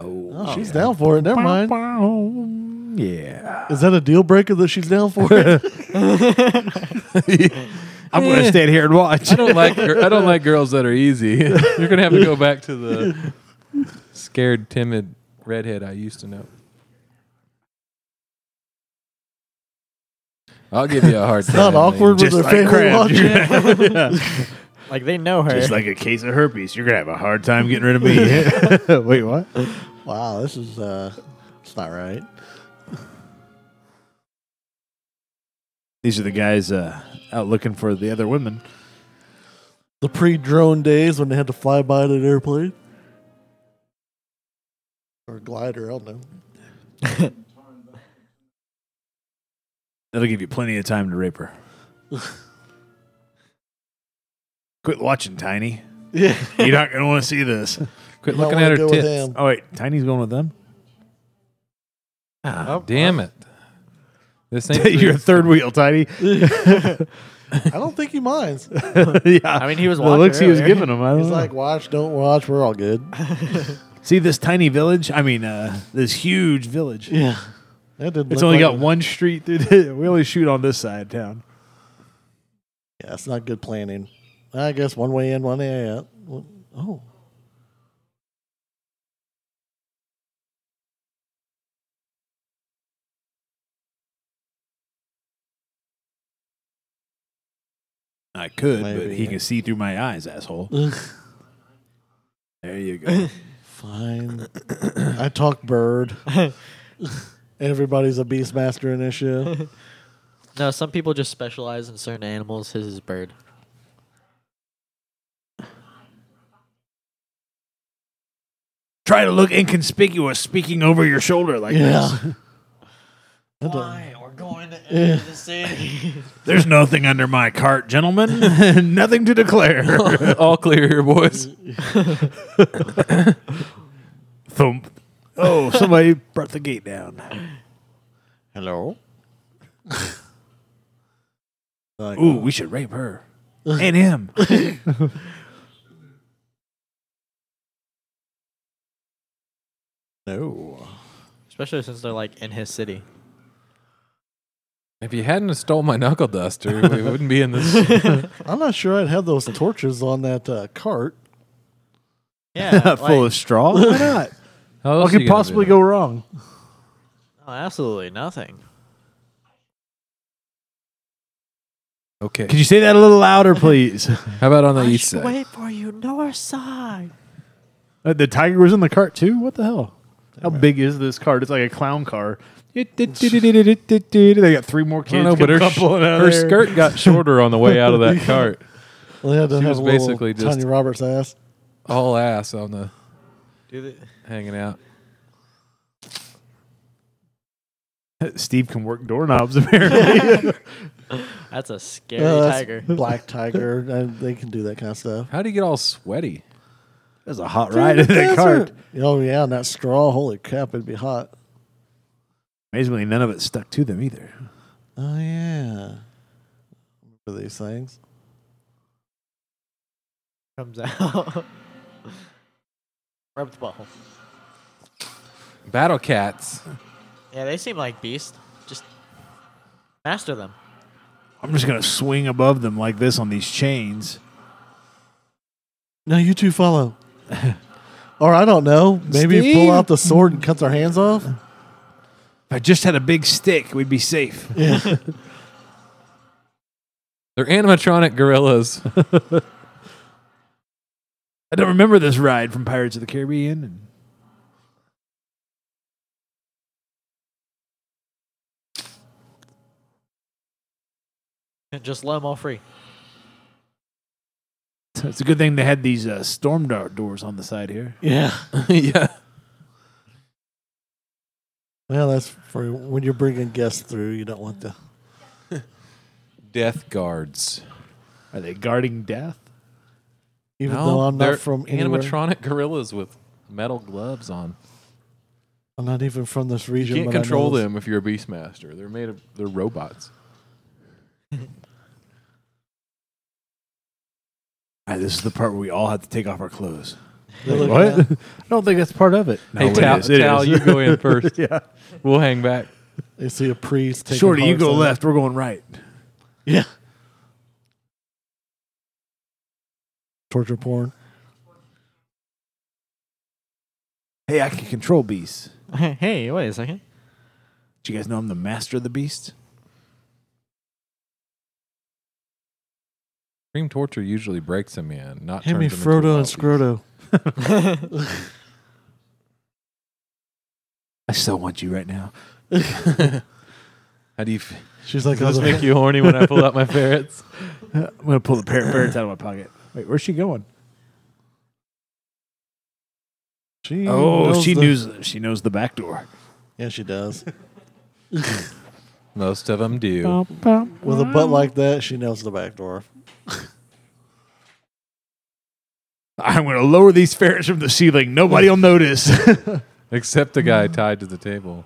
Speaker 2: Oh, she's down for it. Never mind.
Speaker 1: Yeah.
Speaker 2: Is that a deal breaker that she's down for it?
Speaker 1: I'm gonna stand here and watch.
Speaker 3: I don't like gir- I don't like girls that are easy. You're gonna have to go back to the scared, timid redhead I used to know. I'll give you a hard time.
Speaker 2: Not awkward
Speaker 3: lady.
Speaker 2: with
Speaker 1: Just
Speaker 2: her
Speaker 1: like
Speaker 2: family
Speaker 1: crab,
Speaker 2: watching.
Speaker 4: like they know her.
Speaker 1: It's like a case of herpes. You're gonna have a hard time getting rid of me. Wait, what?
Speaker 2: Wow, this is uh, it's not right.
Speaker 1: These are the guys uh, out looking for the other women.
Speaker 2: The pre-drone days when they had to fly by an airplane. or glider. I don't know.
Speaker 1: That'll give you plenty of time to rape her. Quit watching Tiny.
Speaker 2: Yeah.
Speaker 1: You're not going to want to see this.
Speaker 3: Quit
Speaker 2: Might
Speaker 3: looking
Speaker 2: wanna
Speaker 3: at her
Speaker 2: go with
Speaker 3: tits.
Speaker 2: him.
Speaker 1: Oh, wait. Tiny's going with them?
Speaker 3: Ah, damn it. This ain't
Speaker 1: You're a
Speaker 3: three-
Speaker 1: third wheel, Tiny.
Speaker 2: I don't think he minds.
Speaker 1: yeah.
Speaker 4: I mean, he was
Speaker 1: the
Speaker 4: watching
Speaker 1: looks he was
Speaker 4: earlier.
Speaker 1: giving them. I don't
Speaker 2: He's
Speaker 1: know.
Speaker 2: like, watch, don't watch. We're all good.
Speaker 1: see this tiny village? I mean, uh, this huge village.
Speaker 2: Yeah. That didn't
Speaker 1: It's
Speaker 2: look
Speaker 1: only
Speaker 2: like
Speaker 1: got one street through. The, we only shoot on this side of town.
Speaker 2: Yeah, it's not good planning. I guess one way in, one way out. Well, Oh.
Speaker 1: I could, but
Speaker 2: Maybe,
Speaker 1: he
Speaker 2: yeah.
Speaker 1: can see through my eyes, asshole.
Speaker 2: Ugh,
Speaker 1: There you go.
Speaker 2: Fine. I talk bird. Everybody's a beast master in this show.
Speaker 4: No, some people just specialize in certain animals. His is bird.
Speaker 1: Try to look inconspicuous, speaking over your shoulder like
Speaker 2: Yeah.
Speaker 1: this.
Speaker 4: Why? We're going to
Speaker 2: Yeah.
Speaker 4: the city.
Speaker 1: There's nothing under my cart, gentlemen. nothing to declare.
Speaker 3: all clear here, boys.
Speaker 1: Thump. Oh, somebody brought the gate down.
Speaker 4: Hello.
Speaker 2: Like,
Speaker 1: Ooh, we should rape her and him.
Speaker 2: no.
Speaker 4: Especially since they're like in his city.
Speaker 3: If you hadn't have stole my knuckle duster, we wouldn't be in this.
Speaker 2: I'm not sure I'd have those torches on that uh, cart.
Speaker 4: Yeah,
Speaker 1: Full of straw? Why not?
Speaker 3: How
Speaker 1: What
Speaker 3: else
Speaker 1: could possibly go wrong?
Speaker 4: Oh, absolutely nothing.
Speaker 3: Okay.
Speaker 1: Could you say that a little louder, please?
Speaker 3: How about on the east side?
Speaker 4: for you, north side.
Speaker 1: Uh, the tiger was in the cart too. What the hell? How big is this cart? It's like a clown car. They got three more
Speaker 3: I don't
Speaker 1: kids.
Speaker 3: know, but her, sh- her skirt got shorter on the way out of that cart.
Speaker 2: They had to
Speaker 3: She
Speaker 2: have
Speaker 3: was
Speaker 2: a little
Speaker 3: basically just-
Speaker 2: Tiny Roberts ass.
Speaker 3: All ass on the
Speaker 4: Do the-
Speaker 3: hanging out.
Speaker 1: Steve can work doorknobs apparently.
Speaker 4: That's a scary
Speaker 2: Uh, that's
Speaker 4: tiger.
Speaker 2: Black tiger. and they can do that kind of stuff.
Speaker 3: How do you get all sweaty?
Speaker 1: That's a hot ride in that
Speaker 2: Desert.
Speaker 1: cart.
Speaker 2: Oh yeah, and that straw. Holy crap, it'd be hot.
Speaker 1: Amazingly, none of it stuck to them either.
Speaker 2: Oh yeah. Remember these things?
Speaker 4: Comes out. Rub the butthole.
Speaker 3: Battle cats.
Speaker 4: Yeah, they seem like beasts. Just master them.
Speaker 1: I'm just gonna swing above them like this on these chains.
Speaker 2: Now you two follow. or I don't know. Maybe
Speaker 1: Steve?
Speaker 2: pull out the sword and cut their hands off.
Speaker 1: If I just had a big stick, we'd be safe.
Speaker 3: They're animatronic gorillas.
Speaker 1: I don't remember this ride from Pirates of the Caribbean. And
Speaker 4: And just let them all free.
Speaker 1: so it's a good thing they had these uh, storm dart doors on the side here.
Speaker 2: Yeah.
Speaker 3: yeah.
Speaker 2: Well, that's for when you're bringing guests through. You don't want the.
Speaker 3: Death guards.
Speaker 1: Are they guarding death?
Speaker 2: Even though I'm
Speaker 3: they're
Speaker 2: not from anywhere,
Speaker 3: animatronic gorillas with metal gloves on.
Speaker 2: I'm not even from this
Speaker 3: You
Speaker 2: region.
Speaker 3: can't
Speaker 2: but I know
Speaker 3: control
Speaker 2: this-
Speaker 3: them if you're a beastmaster. They're made of they're robots.
Speaker 1: Ah, this is the part where we all have to take off our clothes.
Speaker 2: They look
Speaker 1: What?
Speaker 2: at-
Speaker 1: I don't think that's part of it. No,
Speaker 3: hey,
Speaker 1: it
Speaker 3: Tal,
Speaker 1: is, it
Speaker 3: Tal
Speaker 1: is.
Speaker 3: you go in first.
Speaker 1: yeah.
Speaker 3: We'll hang back.
Speaker 2: They see a priest. taking
Speaker 1: Shorty, you
Speaker 2: hearts
Speaker 1: go
Speaker 2: out.
Speaker 1: left. We're going right.
Speaker 2: Yeah. Torture porn.
Speaker 1: Hey, I can control beasts.
Speaker 4: hey, wait a second.
Speaker 1: Do you guys know I'm the master of the beast?
Speaker 3: Extreme torture usually breaks a man, not
Speaker 2: Hand me
Speaker 3: turns him into a
Speaker 2: Frodo and
Speaker 3: wild beast.
Speaker 2: Scroto.
Speaker 1: I still want you right now.
Speaker 3: How do you? F-
Speaker 2: She's like,
Speaker 3: Does
Speaker 2: oh,
Speaker 3: this make
Speaker 2: the-
Speaker 3: you horny when I pull out my ferrets?
Speaker 1: I'm gonna pull the parrot parrots out of my pocket. Wait, where's she going?
Speaker 2: She
Speaker 1: Oh,
Speaker 2: knows
Speaker 1: she
Speaker 2: the-
Speaker 1: knows she knows the back door.
Speaker 2: Yeah, she does.
Speaker 3: Most of them do.
Speaker 2: With a butt like that, she nails the back door.
Speaker 1: I'm going to lower these ferrets from the ceiling. Nobody will notice.
Speaker 3: Except the guy tied to the table.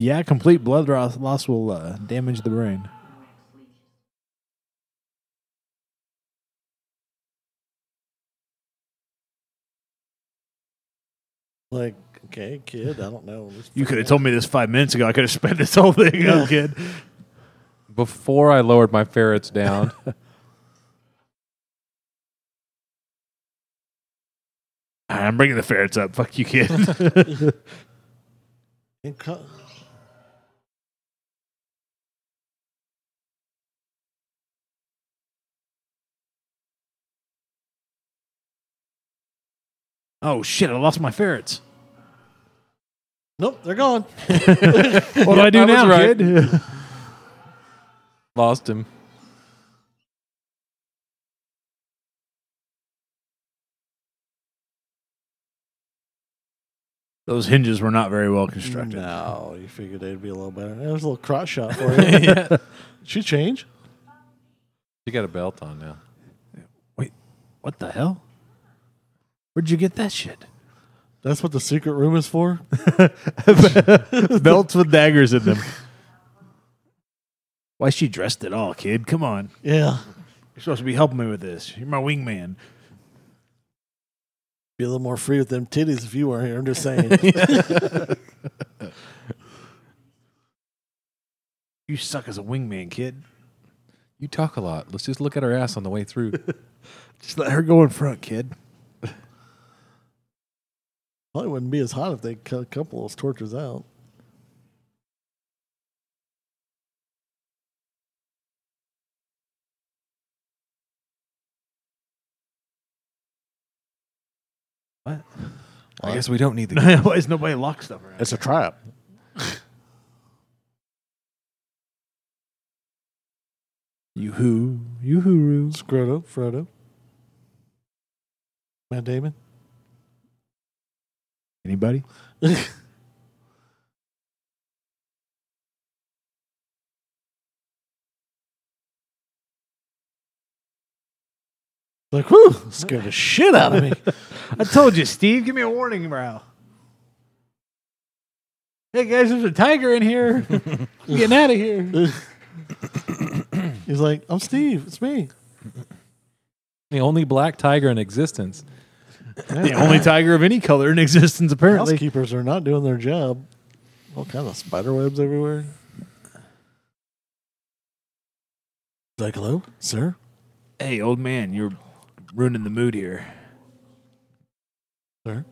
Speaker 1: yeah, complete blood loss, loss will uh, damage the brain.
Speaker 2: Like, okay, kid, I don't know. Let's
Speaker 1: You
Speaker 2: figure
Speaker 1: could have
Speaker 2: it
Speaker 1: told me this five minutes ago. I could have sped this whole thing out, kid.
Speaker 3: Before I lowered my ferrets down,
Speaker 1: I'm bringing the ferrets up. Fuck you, kid.
Speaker 2: out. And co-
Speaker 1: oh shit! I lost my ferrets.
Speaker 2: Nope, they're gone.
Speaker 1: What do I do
Speaker 3: I was
Speaker 1: now,
Speaker 3: right.
Speaker 1: kid?
Speaker 3: lost him.
Speaker 1: Those hinges were not very well constructed.
Speaker 2: No, you figured they'd be a little better. There's a little crotch shot for you. She change.
Speaker 3: You got a belt on now.
Speaker 1: What the hell? Where'd you get that shit?
Speaker 2: That's what the secret room is for.
Speaker 1: Belts with daggers in them. Why she dressed at all, kid? Come on.
Speaker 2: Yeah,
Speaker 1: You're supposed to be helping me with this. You're my wingman.
Speaker 2: be a little more free with them titties if you were here. I'm just saying.
Speaker 1: You suck as a wingman, kid.
Speaker 3: You talk a lot. Let's just look at her ass on the way through.
Speaker 1: Just let her go in front, kid.
Speaker 2: Probably wouldn't be as hot if they cut a couple of those torches out.
Speaker 1: What?
Speaker 3: I guess we don't need the.
Speaker 1: Why is nobody lock stuff around?
Speaker 2: It's a trap.
Speaker 1: You who? You who?
Speaker 2: Scroto, Frodo, Matt Damon.
Speaker 1: Anybody?
Speaker 2: Like, whew, scared the shit out of me.
Speaker 1: I told you, Steve. Give me a warning, bro. Hey guys, there's a tiger in here. I'm getting out of here.
Speaker 2: He's like, I'm Steve. It's me.
Speaker 3: The only black tiger in existence.
Speaker 1: The only tiger of any color in existence, apparently.
Speaker 2: Housekeepers are not doing their job. All kinds of spider webs everywhere. He's like, hello, sir.
Speaker 1: Hey, old man, you're ruining the mood here.
Speaker 2: Sir.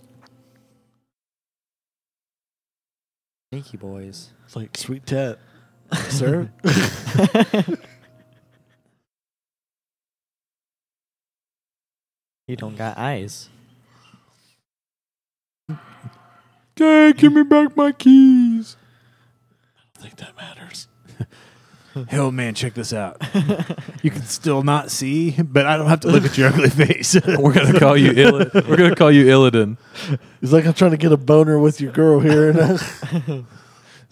Speaker 4: Thank you, boys.
Speaker 2: It's like, sweet tat. sir.
Speaker 4: You don't got eyes.
Speaker 1: Dad, give me back my keys.
Speaker 2: I think that matters.
Speaker 1: Hey, old man, check this out. you can still not see, but I don't have to look at your ugly face.
Speaker 3: We're gonna call you. Ill- we're gonna call you Illidan.
Speaker 2: He's like, I'm trying to get a boner with your girl here. And I-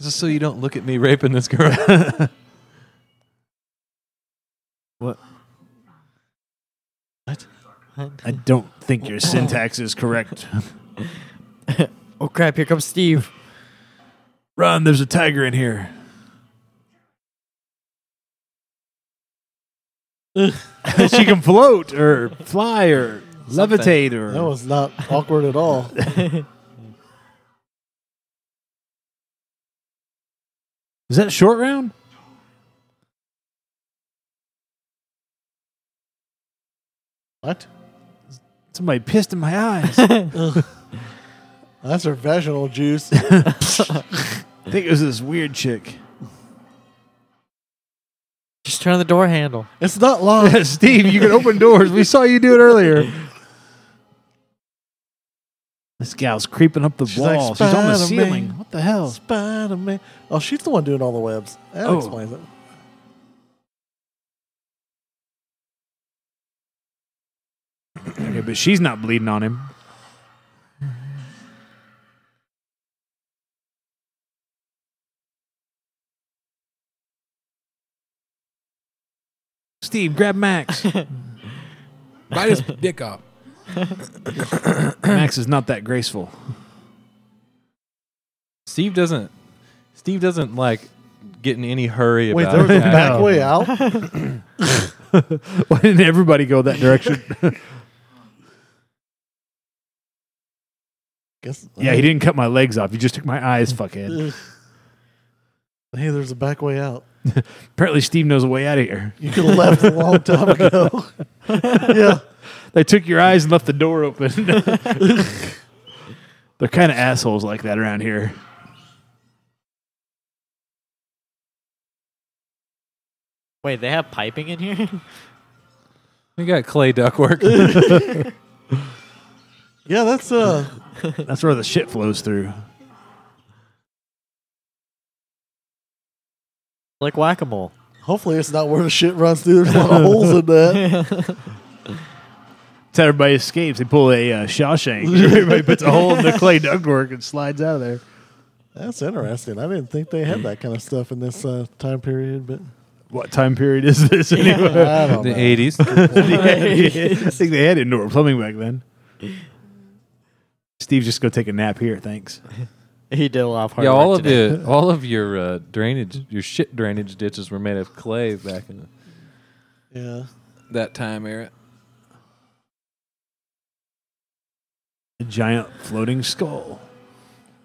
Speaker 3: Just so you don't look at me raping this girl.
Speaker 1: I don't think your syntax is correct.
Speaker 4: Oh crap! Here comes Steve.
Speaker 1: Run, there's a tiger in here. she can float or fly or levitate or
Speaker 2: that was not awkward at all.
Speaker 1: Is that short round?
Speaker 2: What?
Speaker 1: Somebody pissed in my eyes.
Speaker 2: That's her vaginal juice.
Speaker 1: I think it was this weird chick.
Speaker 4: Just turn on the door handle.
Speaker 2: it's not long.
Speaker 1: Steve, you can open doors. We saw you do it earlier. This gal's creeping up the
Speaker 2: She's like,
Speaker 1: wall. She's on the
Speaker 2: "Spider-Man."
Speaker 1: ceiling. What the hell?
Speaker 2: Spider Man. Oh, she's the one doing all the webs. That
Speaker 1: Oh.
Speaker 2: explains it.
Speaker 1: Okay, but she's not bleeding on him. Steve, grab Max.
Speaker 5: Bite his dick off.
Speaker 1: Max is not that graceful.
Speaker 3: Steve doesn't. Steve doesn't like get in any hurry
Speaker 2: Wait, there
Speaker 3: about.
Speaker 2: was a
Speaker 3: it.
Speaker 2: back way out.
Speaker 1: Why didn't everybody go that direction?
Speaker 2: Guess,
Speaker 1: yeah, he didn't cut my legs off. He just took my eyes, fuckhead.
Speaker 2: Hey, there's a back way out.
Speaker 1: Apparently, Steve knows a way out of here.
Speaker 2: You could have left a long time ago. yeah.
Speaker 1: They took your eyes and left the door open. They're kind of assholes like that around here.
Speaker 4: Wait, they have piping in here?
Speaker 3: We got clay ductwork.
Speaker 2: Yeah, that's uh
Speaker 1: That's where the shit flows through.
Speaker 4: like whack a mole.
Speaker 2: hopefully it's not where the shit runs through. There's a lot of holes in that.
Speaker 1: That's how everybody escapes. They pull a uh, Shawshank. Everybody puts a hole in the clay ductwork and slides out of there.
Speaker 2: That's interesting. I didn't think they had that kind of stuff in this uh, time period, but
Speaker 1: What time period is this anyway?
Speaker 2: I don't
Speaker 3: the
Speaker 2: know.
Speaker 3: eighties.
Speaker 1: I think they had indoor plumbing back then. Steve, just go take a nap here. Thanks.
Speaker 4: He did a lot of hard
Speaker 3: Yeah,
Speaker 4: work
Speaker 3: all of
Speaker 4: today.
Speaker 3: the all of your uh, drainage, your shit drainage ditches were made of clay back in
Speaker 2: Yeah.
Speaker 3: that time era.
Speaker 1: A giant floating skull.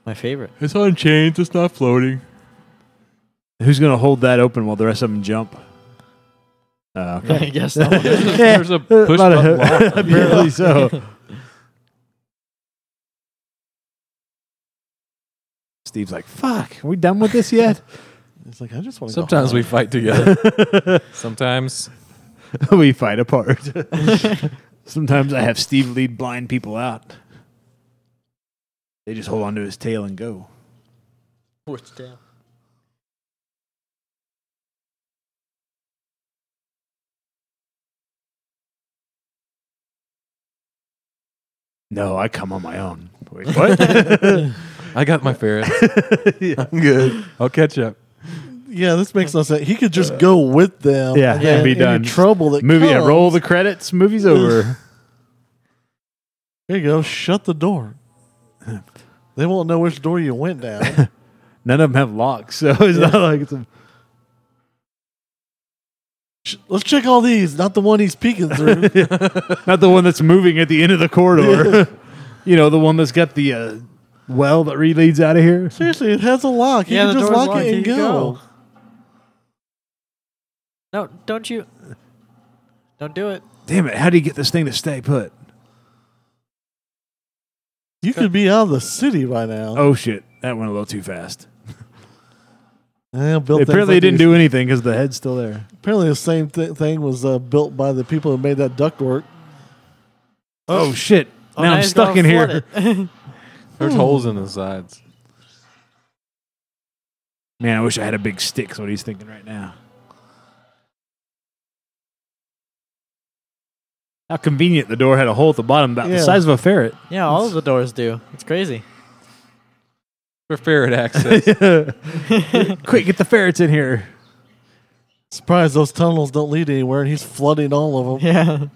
Speaker 4: My favorite.
Speaker 3: It's on chains. It's not floating.
Speaker 1: Who's going to hold that open while the rest of them jump? Uh, okay.
Speaker 4: I guess that one.
Speaker 3: There's a push
Speaker 1: lot
Speaker 3: button lock.
Speaker 1: Uh, Apparently so. Steve's like, fuck, are we done with this yet?
Speaker 2: It's like I just want to
Speaker 3: Sometimes we fight together. Sometimes
Speaker 1: we fight apart. Sometimes I have Steve lead blind people out. They just hold onto his tail and go. No, I come on my own. Wait, what?
Speaker 3: I got my ferret.
Speaker 1: yeah.
Speaker 2: good.
Speaker 3: I'll catch up.
Speaker 2: Yeah, this makes no sense. He could just go with them.
Speaker 1: Yeah,
Speaker 2: and
Speaker 1: yeah,
Speaker 2: then
Speaker 1: be
Speaker 2: any
Speaker 1: done.
Speaker 2: Trouble that
Speaker 1: Movie, yeah,
Speaker 2: comes-
Speaker 1: roll the credits. Movie's over.
Speaker 2: There you go. Shut the door. They won't know which door you went down.
Speaker 1: None of them have locks, so it's not like it's a.
Speaker 2: Sh- Let's check all these, not the one he's peeking through.
Speaker 1: Not the one that's moving at the end of the corridor. you know, the one that's got the uh, well that re leads out of here.
Speaker 2: Seriously, it has a lock. You
Speaker 4: Yeah,
Speaker 2: can
Speaker 4: the
Speaker 2: just
Speaker 4: door's
Speaker 2: lock
Speaker 4: locked.
Speaker 2: it
Speaker 4: You
Speaker 2: and
Speaker 4: can
Speaker 2: go.
Speaker 4: go. No, don't you. Don't do it.
Speaker 1: Damn it! How do you get this thing to stay put?
Speaker 2: You could be out of the city by now.
Speaker 1: Oh shit! That went a little too fast.
Speaker 2: Yeah, built
Speaker 1: Apparently,
Speaker 2: things
Speaker 1: it didn't
Speaker 2: like
Speaker 1: do anything because the head's still there.
Speaker 2: these- Apparently, the same thi- thing was uh, built by the people who made that ductwork.
Speaker 1: Oh shit!
Speaker 4: Oh,
Speaker 1: now I'm
Speaker 4: he's
Speaker 1: stuck
Speaker 4: gonna
Speaker 1: in
Speaker 4: flood
Speaker 1: here.
Speaker 4: it.
Speaker 1: Hmm.
Speaker 3: There's holes in the sides.
Speaker 1: Man, I wish I had a big stick. Is what he's thinking right now. How convenient! The door had a hole at the bottom, about
Speaker 2: Yeah.
Speaker 1: the size of a ferret.
Speaker 4: yeah, all of the doors do. It's crazy.
Speaker 3: For ferret access.
Speaker 1: Quick, get the ferrets in here.
Speaker 2: Surprised those tunnels don't lead anywhere, and he's flooding all of them.
Speaker 4: Yeah.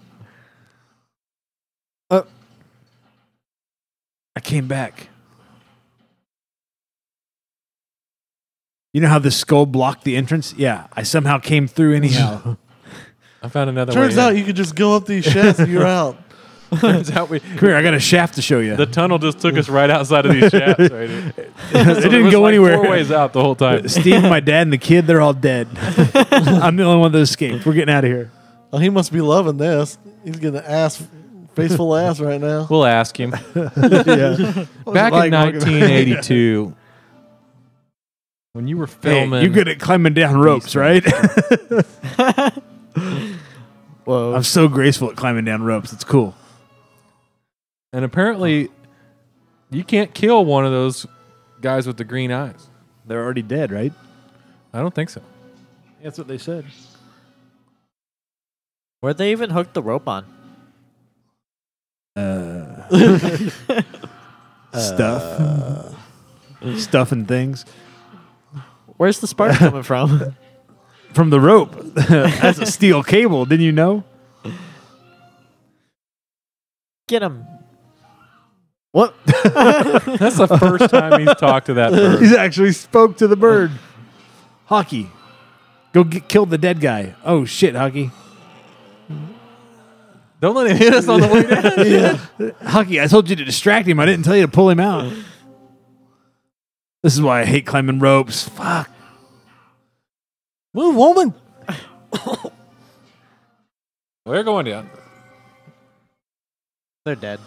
Speaker 1: I came back. You know how this skull blocked the entrance? Yeah, I somehow came through anyhow.
Speaker 3: I found another
Speaker 2: Turns
Speaker 3: way.
Speaker 2: out you could just go up these shafts and you're out.
Speaker 3: out, turns out we
Speaker 1: Come here, I got a shaft to show you.
Speaker 3: the tunnel just took us right outside of these shafts. Right here. So
Speaker 1: it
Speaker 3: there
Speaker 1: didn't
Speaker 3: was
Speaker 1: go
Speaker 3: like
Speaker 1: anywhere.
Speaker 3: Four ways out the whole time.
Speaker 1: Uh, Steve, my dad, and the kid, they're all dead. I'm the only one that escaped. We're getting out of here.
Speaker 2: Oh, he must be loving this. He's getting an ass, face full of ass right now.
Speaker 3: We'll ask him.
Speaker 1: yeah.
Speaker 3: Back
Speaker 1: like walking-
Speaker 3: in 1982, when you were
Speaker 1: Hey,
Speaker 3: filming,
Speaker 1: you're good at climbing down ropes, right?
Speaker 4: Whoa.
Speaker 1: I'm so graceful at climbing down ropes. It's cool.
Speaker 3: and apparently you can't kill one of those guys with the green eyes.
Speaker 1: They're already dead, right?
Speaker 3: I don't think so.
Speaker 1: That's what they said.
Speaker 4: Where'd they even hook the rope on?
Speaker 1: Stuff. Stuff and things.
Speaker 4: Where's the spark coming from?
Speaker 1: From the rope. That's a steel cable. Didn't you know?
Speaker 4: Get him. What?
Speaker 3: That's the first time he's talked to that bird.
Speaker 1: He's actually spoke to the bird. Hockey. Go get, kill the dead guy. Oh, shit, Hockey.
Speaker 3: Don't let him hit us on the way down.
Speaker 1: Hockey, I told you to distract him. I didn't tell you to pull him out. This is why I hate climbing ropes. Fuck.
Speaker 2: Move, woman.
Speaker 3: We're going down.
Speaker 4: They're dead.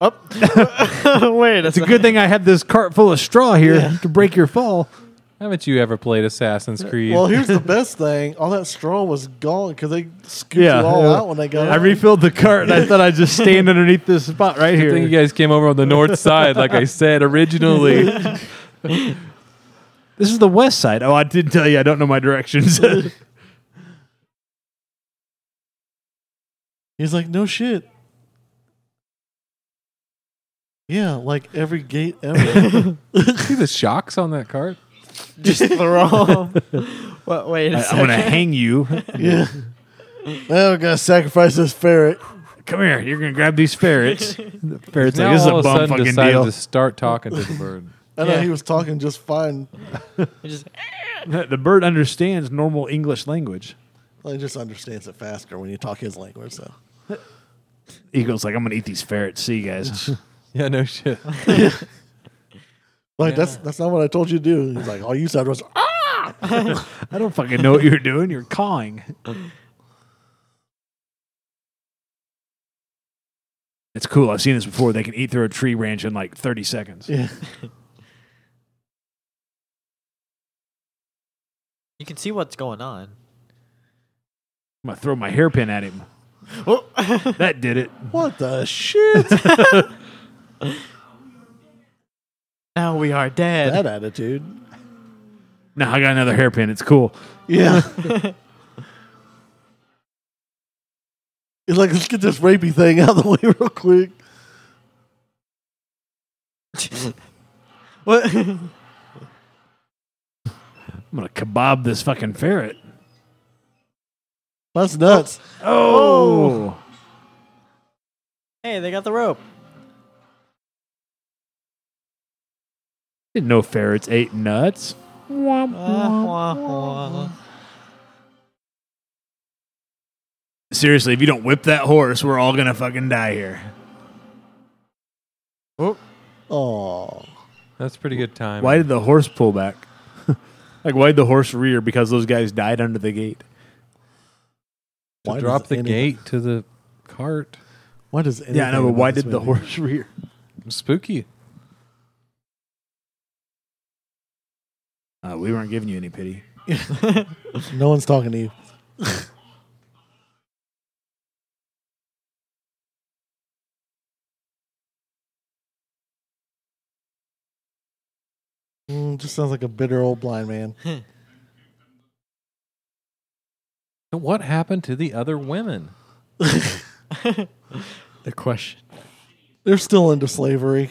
Speaker 4: Oh. Wait a
Speaker 1: It's a
Speaker 4: second.
Speaker 1: good thing I had this cart full of straw here to break your fall.
Speaker 3: Haven't you ever played Assassin's Creed?
Speaker 2: Well, here's the best thing. All that straw was gone because they scooped you all out when they got
Speaker 1: I
Speaker 2: out.
Speaker 1: refilled the cart and I thought I'd just stand underneath this spot right
Speaker 3: I think
Speaker 1: here.
Speaker 3: you guys came over on the north side, like I said originally.
Speaker 1: This is the west side. Oh, I did tell you I don't know my directions.
Speaker 2: He's like, no shit. Yeah, like every gate ever.
Speaker 3: See the shocks on that cart?
Speaker 4: Just throw. what? Wait a
Speaker 1: I, am
Speaker 4: second.
Speaker 1: going to hang you.
Speaker 2: yeah. Now we gotta sacrifice this ferret.
Speaker 1: Come here. You're going to grab these ferrets. The ferret's
Speaker 3: Now
Speaker 1: like, this is
Speaker 3: all
Speaker 1: a
Speaker 3: of
Speaker 1: bum
Speaker 3: sudden
Speaker 1: fucking
Speaker 3: decided
Speaker 1: deal.
Speaker 3: to start talking to the bird.
Speaker 2: I know
Speaker 4: Yeah.
Speaker 2: he was talking just fine.
Speaker 4: Just-
Speaker 1: The bird understands normal English language.
Speaker 2: Well, he just understands it faster when you talk his language. So
Speaker 1: Eagle's like, I'm going to eat these ferrets. See you guys.
Speaker 3: Yeah, no shit.
Speaker 2: like that's that's not what I told you to do. He's like, all you said was "Ah!"
Speaker 1: I don't fucking know what you're doing. You're cawing. It's cool. I've seen this before. They can eat through a tree branch in like 30 seconds.
Speaker 2: yeah.
Speaker 4: you can see what's going on.
Speaker 1: I'm going to throw my hairpin at him.
Speaker 4: Oh.
Speaker 1: That did it.
Speaker 2: What the shit?
Speaker 4: now we are dead.
Speaker 2: that attitude.
Speaker 1: Now I got another hairpin. It's cool.
Speaker 2: Yeah. He's like, let's get this rapey thing out of the way real quick.
Speaker 4: What?
Speaker 1: I'm going to kebab this fucking ferret.
Speaker 2: That's nuts.
Speaker 1: Oh.
Speaker 4: hey, they got the rope.
Speaker 1: Didn't know ferrets ate nuts. Womp, womp. Seriously, if you don't whip that horse, we're all going to fucking die here.
Speaker 2: Oh,
Speaker 3: That's pretty good time.
Speaker 1: Why did the horse pull back? like, why did the horse rear? Because those guys died under the gate.
Speaker 3: To
Speaker 2: Why
Speaker 3: drop
Speaker 2: does
Speaker 3: the
Speaker 2: any-
Speaker 3: gate to the cart?
Speaker 2: Why does
Speaker 1: Yeah, I know,
Speaker 2: anything
Speaker 1: but why
Speaker 2: about this
Speaker 1: did the
Speaker 2: movie-
Speaker 1: horse rear?
Speaker 3: Spooky.
Speaker 1: Uh, we weren't giving you any pity.
Speaker 2: No one's talking to you. Mm, just sounds like a bitter old blind man.
Speaker 3: And What happened to the other women?
Speaker 4: The question.
Speaker 2: They're still into slavery.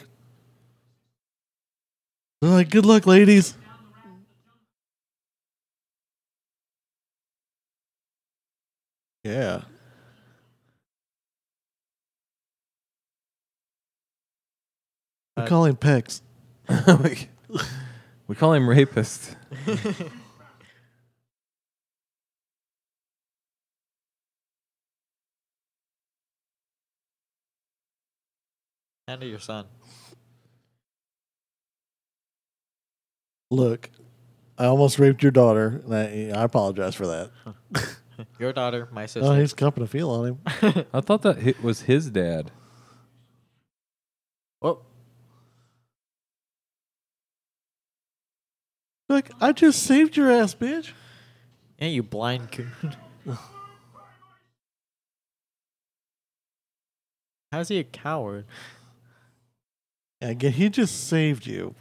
Speaker 2: They're like, good luck, ladies. Yeah. We
Speaker 4: Uh,
Speaker 2: call him Pex.
Speaker 3: we call him rapist.
Speaker 4: Handle your son.
Speaker 2: Look, I almost raped your daughter, and I, I apologize for that.
Speaker 4: Your daughter, my sister.
Speaker 2: Oh, he's cupping a feel on him.
Speaker 3: I thought that hit was his dad.
Speaker 4: oh,
Speaker 2: Look, I just saved your ass, bitch.
Speaker 4: yeah, you blind coon. How's he a coward?
Speaker 2: Again, he just saved you.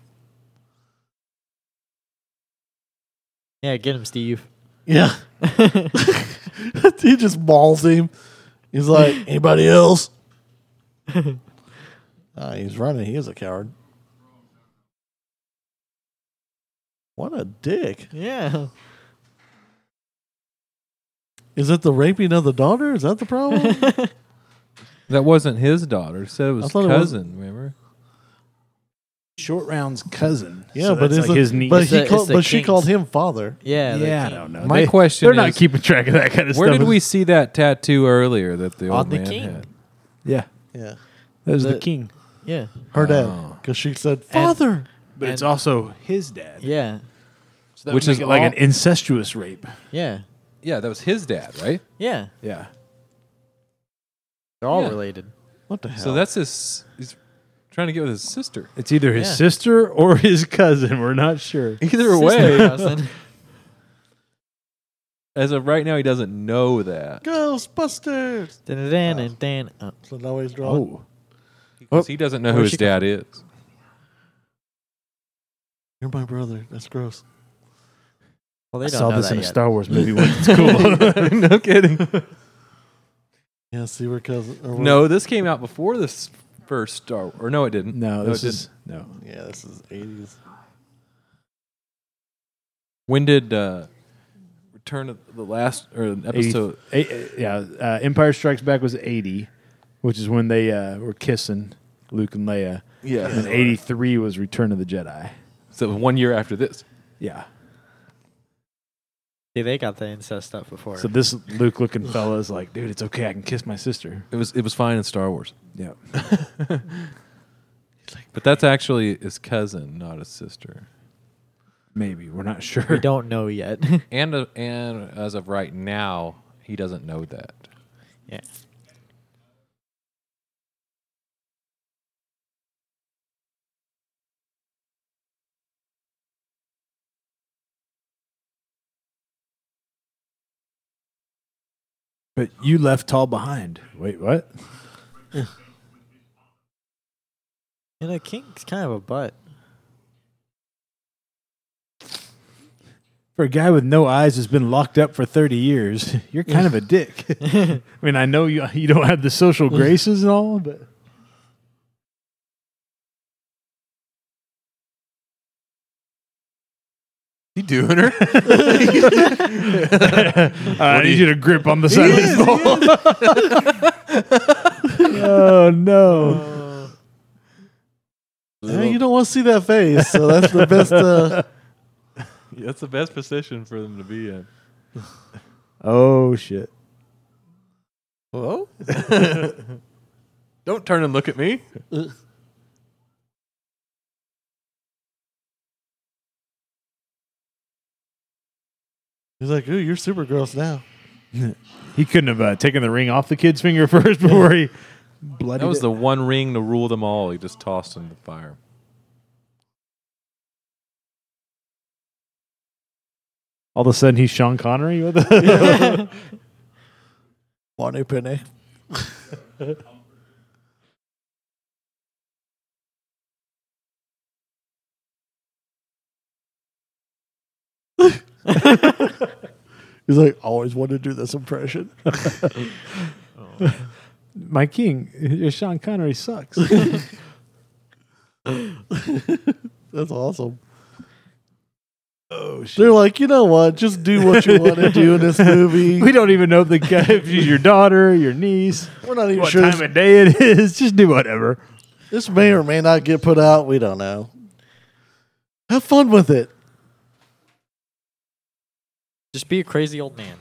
Speaker 4: Yeah, get him, Steve.
Speaker 2: Yeah. he just mauls him. He's like, anybody else? Ah, he's running. He is a coward. What a dick.
Speaker 4: Yeah.
Speaker 2: Is it the raping of the daughter? Is that the problem?
Speaker 3: That wasn't his daughter. It said it
Speaker 2: I
Speaker 3: was
Speaker 2: thought it was-
Speaker 3: cousin. remember?
Speaker 1: Short Round's cousin.
Speaker 2: Yeah,
Speaker 1: So
Speaker 2: but
Speaker 1: that's
Speaker 2: it's
Speaker 1: like
Speaker 2: a-
Speaker 1: his niece.
Speaker 2: but
Speaker 4: It's
Speaker 2: he
Speaker 4: the-
Speaker 2: called,
Speaker 4: it's the
Speaker 2: but she
Speaker 4: kinks.
Speaker 2: called him father.
Speaker 4: Yeah. the
Speaker 1: yeah, I
Speaker 4: king.
Speaker 1: don't know.
Speaker 3: My
Speaker 1: They-
Speaker 3: question
Speaker 1: They're not
Speaker 3: is-
Speaker 1: keeping track of that kind of
Speaker 3: Where
Speaker 1: stuff.
Speaker 3: did we see that tattoo earlier that the old
Speaker 4: the
Speaker 3: man
Speaker 4: king.
Speaker 3: had?
Speaker 1: Yeah,
Speaker 2: Yeah,
Speaker 1: that was the,
Speaker 4: The-
Speaker 1: king.
Speaker 4: Yeah.
Speaker 2: her
Speaker 3: Oh.
Speaker 2: dad, because she said father.
Speaker 1: But it's
Speaker 4: And-
Speaker 1: also his dad.
Speaker 4: Yeah.
Speaker 1: So that
Speaker 3: Which
Speaker 1: would
Speaker 3: is
Speaker 1: make it like
Speaker 3: all-
Speaker 1: an incestuous rape.
Speaker 4: Yeah.
Speaker 3: Yeah, that was his dad, right?
Speaker 4: Yeah.
Speaker 1: Yeah.
Speaker 4: They're all
Speaker 3: Yeah.
Speaker 4: related.
Speaker 2: what the hell?
Speaker 3: So that's his. He's trying to get with his sister.
Speaker 1: It's either his
Speaker 4: Yeah.
Speaker 1: sister or his cousin. We're not sure.
Speaker 3: Either
Speaker 4: Sister
Speaker 3: way,
Speaker 4: cousin.
Speaker 3: as of right now, he doesn't know that
Speaker 2: Ghostbusters.
Speaker 4: Dun, dun, dun, dun. Oh.
Speaker 2: So now he's drawing.
Speaker 1: Oh,
Speaker 3: because he doesn't know who
Speaker 4: Where'd
Speaker 3: his
Speaker 4: she come
Speaker 3: dad is.
Speaker 2: You're my brother. That's gross.
Speaker 4: Well, they
Speaker 1: I
Speaker 4: don't
Speaker 1: saw
Speaker 4: know
Speaker 1: this
Speaker 4: that
Speaker 1: in a
Speaker 4: yet.
Speaker 1: Star Wars movie once. It's cool.
Speaker 3: no kidding.
Speaker 2: Yeah, see, we're cousin. Or we're-
Speaker 3: No, this came out before this first Star Wars. Or no, it didn't.
Speaker 1: no,
Speaker 3: it
Speaker 1: this
Speaker 3: didn't.
Speaker 1: is no.
Speaker 2: Yeah, this is eighties.
Speaker 3: When did uh, Return of the Last or episode?
Speaker 1: Eight- eight- yeah, uh, Empire Strikes Back was eighty, which is when they uh, were kissing Luke and Leia.
Speaker 3: Yeah,
Speaker 1: And eighty three was Return of the Jedi.
Speaker 3: so one year after this.
Speaker 1: Yeah.
Speaker 4: See, they got the incest stuff before.
Speaker 1: So this Luke looking fella is like, dude, it's okay. I can kiss my sister.
Speaker 3: It was it was fine in Star Wars,
Speaker 1: Yeah.
Speaker 3: but that's actually his cousin, not his sister.
Speaker 1: Maybe we're not sure.
Speaker 4: we don't know yet.
Speaker 3: And uh, and as of right now, he doesn't know that.
Speaker 4: yeah.
Speaker 1: But you left Tall behind. Wait, what?
Speaker 4: And a kink's kind of a butt.
Speaker 1: For a guy with no eyes who's been locked up for 30 years, you're kind of a dick. I mean, I know you you don't have the social graces and all, but
Speaker 3: You doing her?
Speaker 1: I need you to grip on the side of this ball. oh no.
Speaker 2: Yeah, you don't want to see that face. So that's the best. Uh,
Speaker 3: that's the best position for them to be in.
Speaker 1: Oh shit.
Speaker 3: Hello? Don't turn and look at me.
Speaker 2: he's like, "Ooh, you're super gross now."
Speaker 1: He couldn't have uh, taken the ring off the kid's finger first before he bloodied
Speaker 3: That was
Speaker 1: it.
Speaker 3: the one ring to rule them all. He just tossed into the fire.
Speaker 1: All of a sudden he's Sean Connery. What the-
Speaker 2: One penny. He's like, always wanted to do this impression.
Speaker 1: My king, your Sean Connery sucks.
Speaker 2: That's awesome.
Speaker 1: oh
Speaker 2: They're like, you know what? Just do what you want to do in this movie.
Speaker 1: We don't even know if the guy, if she's your daughter, your niece,
Speaker 2: We're not even
Speaker 1: what
Speaker 2: sure.
Speaker 1: time
Speaker 2: This,
Speaker 1: of day it is. Just do whatever.
Speaker 2: this may or may not get put out. We don't know. Have fun with it.
Speaker 4: Just be a crazy old man.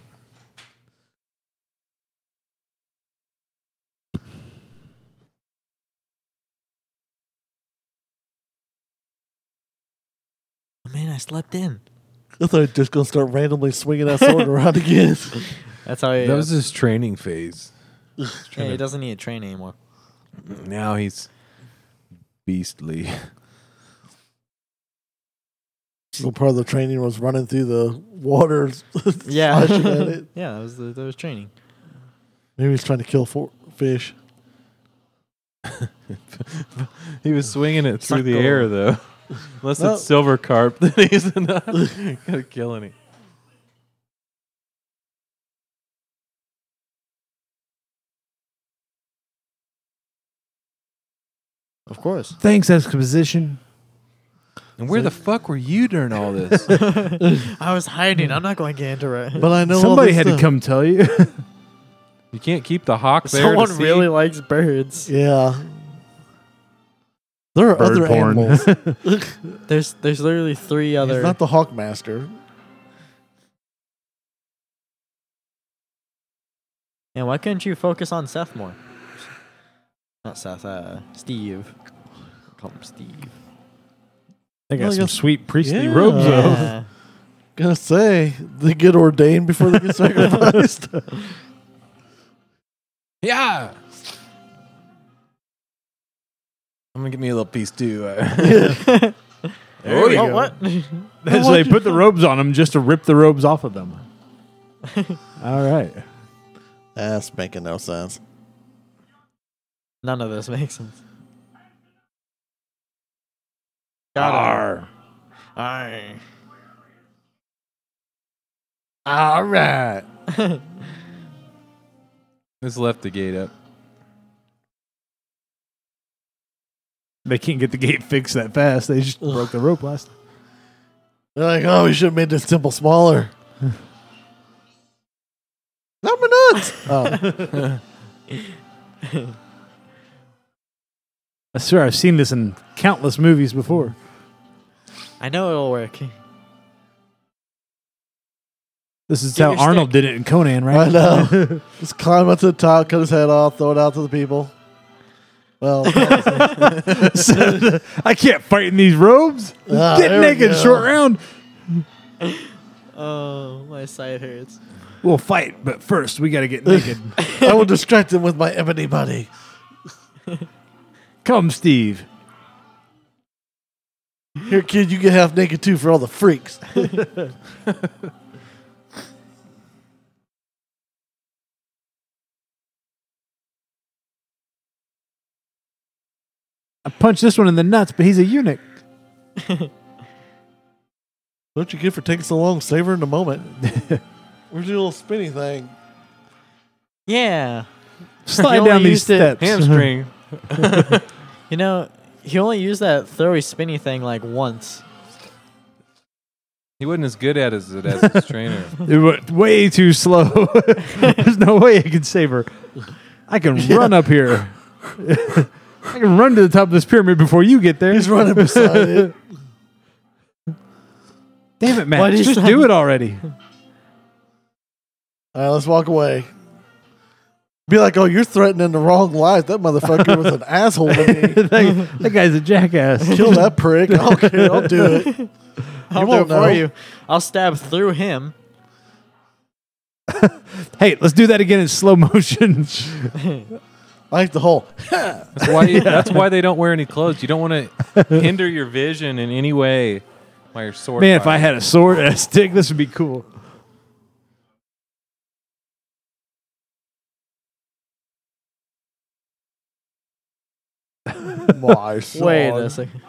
Speaker 4: Oh, man, I slept in.
Speaker 2: I thought I was just gonna start randomly swinging that sword around again.
Speaker 4: That's how he. uh,
Speaker 3: That was his training phase.
Speaker 4: yeah, he doesn't need a train anymore.
Speaker 3: Now he's beastly.
Speaker 2: So part of the training was running through the water.
Speaker 4: Yeah,
Speaker 2: slashing at it.
Speaker 4: yeah, that was the, that was training.
Speaker 2: Maybe he's trying to kill for- fish.
Speaker 3: He was swinging it through the
Speaker 4: Suckle.
Speaker 3: air, though. Unless
Speaker 2: Well-
Speaker 3: it's silver carp, then he's not gonna kill any.
Speaker 6: of course.
Speaker 1: Thanks, exposition.
Speaker 3: And where the fuck were you during all this?
Speaker 4: I was hiding. I'm not going to get into it.
Speaker 2: But I know all
Speaker 1: Somebody
Speaker 2: this
Speaker 1: had to
Speaker 2: stuff-
Speaker 1: come tell you.
Speaker 3: you can't keep the hawk there. to
Speaker 4: Someone
Speaker 3: see?
Speaker 4: really likes birds.
Speaker 2: Yeah. There are
Speaker 1: Bird
Speaker 2: other
Speaker 1: porn.
Speaker 2: animals. He's
Speaker 4: There's there's literally three other.
Speaker 2: not the hawk master.
Speaker 4: and why couldn't you focus on Seth more? Not Seth. Uh, Steve. Call him Steve.
Speaker 1: They got
Speaker 2: Well, I
Speaker 1: some
Speaker 2: guess-
Speaker 1: sweet priestly
Speaker 2: Yeah.
Speaker 1: robes on.
Speaker 4: Yeah.
Speaker 2: Gonna say they get ordained before they get sacrificed.
Speaker 5: Yeah.
Speaker 3: I'm gonna give me a little piece too.
Speaker 1: There we
Speaker 4: oh,
Speaker 1: go.
Speaker 4: what?
Speaker 1: so they put the robes on them just to rip the robes off of them. All right.
Speaker 2: That's making no sense.
Speaker 4: None of this makes sense. Got it.
Speaker 1: Arr.
Speaker 4: Arr.
Speaker 5: All right.
Speaker 3: Just left the gate up.
Speaker 1: They can't get the gate fixed that fast. They just broke the rope last.
Speaker 2: They're like, oh, we should have made this temple smaller. Not my nuts. Oh,
Speaker 1: I swear I've seen this in countless movies before.
Speaker 4: I know it'll work.
Speaker 1: This is
Speaker 4: Get
Speaker 1: how
Speaker 4: your
Speaker 1: Arnold did it in Conan, right?
Speaker 2: I know. Just climb up to the top, cut his head off, throw it out to the people. Well,
Speaker 1: So, I can't fight in these robes.
Speaker 2: Ah,
Speaker 1: get
Speaker 2: there we
Speaker 1: naked,
Speaker 2: go.
Speaker 1: short round.
Speaker 4: Oh, my side hurts.
Speaker 1: We'll fight, but first we got to get naked.
Speaker 2: I will distract him with my ebony body.
Speaker 1: Come, Steve.
Speaker 2: Here, kid, you get half naked too for all the freaks.
Speaker 1: I punched this one in the nuts, but he's a eunuch.
Speaker 2: What you get for taking so long savoring the moment? Where's your little spinny thing?
Speaker 4: Yeah. You
Speaker 1: Slide
Speaker 4: only
Speaker 1: down these
Speaker 4: used it-
Speaker 1: steps.
Speaker 3: Hamstring.
Speaker 4: You know, he only used that throwy spinny thing like once.
Speaker 3: He wasn't as good at it as, as his trainer.
Speaker 1: It went way too slow. There's no way I can save her. I can run up here. I can run to the top of this pyramid before you get there.
Speaker 2: He's running beside it.
Speaker 1: Damn it,
Speaker 4: Why
Speaker 1: Matt.
Speaker 4: do you
Speaker 1: Just
Speaker 4: sound-
Speaker 1: do it already.
Speaker 2: All right, let's walk away. Be like, oh, you're threatening the wrong life. That motherfucker was an asshole to me.
Speaker 1: that, that guy's a jackass.
Speaker 2: Kill that prick. I don't care. I'll do it. You
Speaker 4: I'll do it
Speaker 2: won't know.
Speaker 4: for you. I'll stab through him.
Speaker 1: Hey, let's do that again in slow motion.
Speaker 2: I like the whole.
Speaker 3: That's why. That's why they don't wear any clothes. You don't want to hinder your vision in any way by your sword.
Speaker 1: Man, if I
Speaker 3: fight.
Speaker 1: had a sword and a stick, this would be cool.
Speaker 2: My son.
Speaker 4: Wait a second.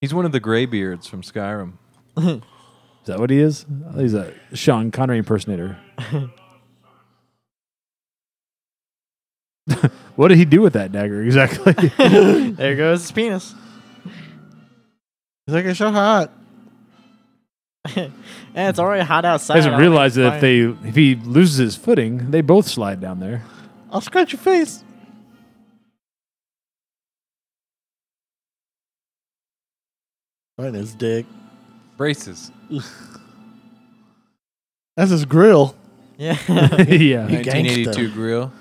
Speaker 3: he's one of the graybeards from Skyrim.
Speaker 1: Is that what he is? Oh, He's a Sean Connery impersonator. what did he do with that dagger exactly?
Speaker 4: There goes his penis.
Speaker 2: He's like, it's so hot.
Speaker 4: And it's already hot outside.
Speaker 1: He doesn't
Speaker 4: I don't
Speaker 1: realize
Speaker 4: think
Speaker 1: that if
Speaker 4: it's
Speaker 1: they if he loses his footing, they both slide down there.
Speaker 2: I'll scratch your face. Right in his dick.
Speaker 3: Braces.
Speaker 2: That's his grill.
Speaker 4: fine. Yeah.
Speaker 1: yeah.
Speaker 2: He
Speaker 3: 1982
Speaker 2: gangsta.
Speaker 3: grill.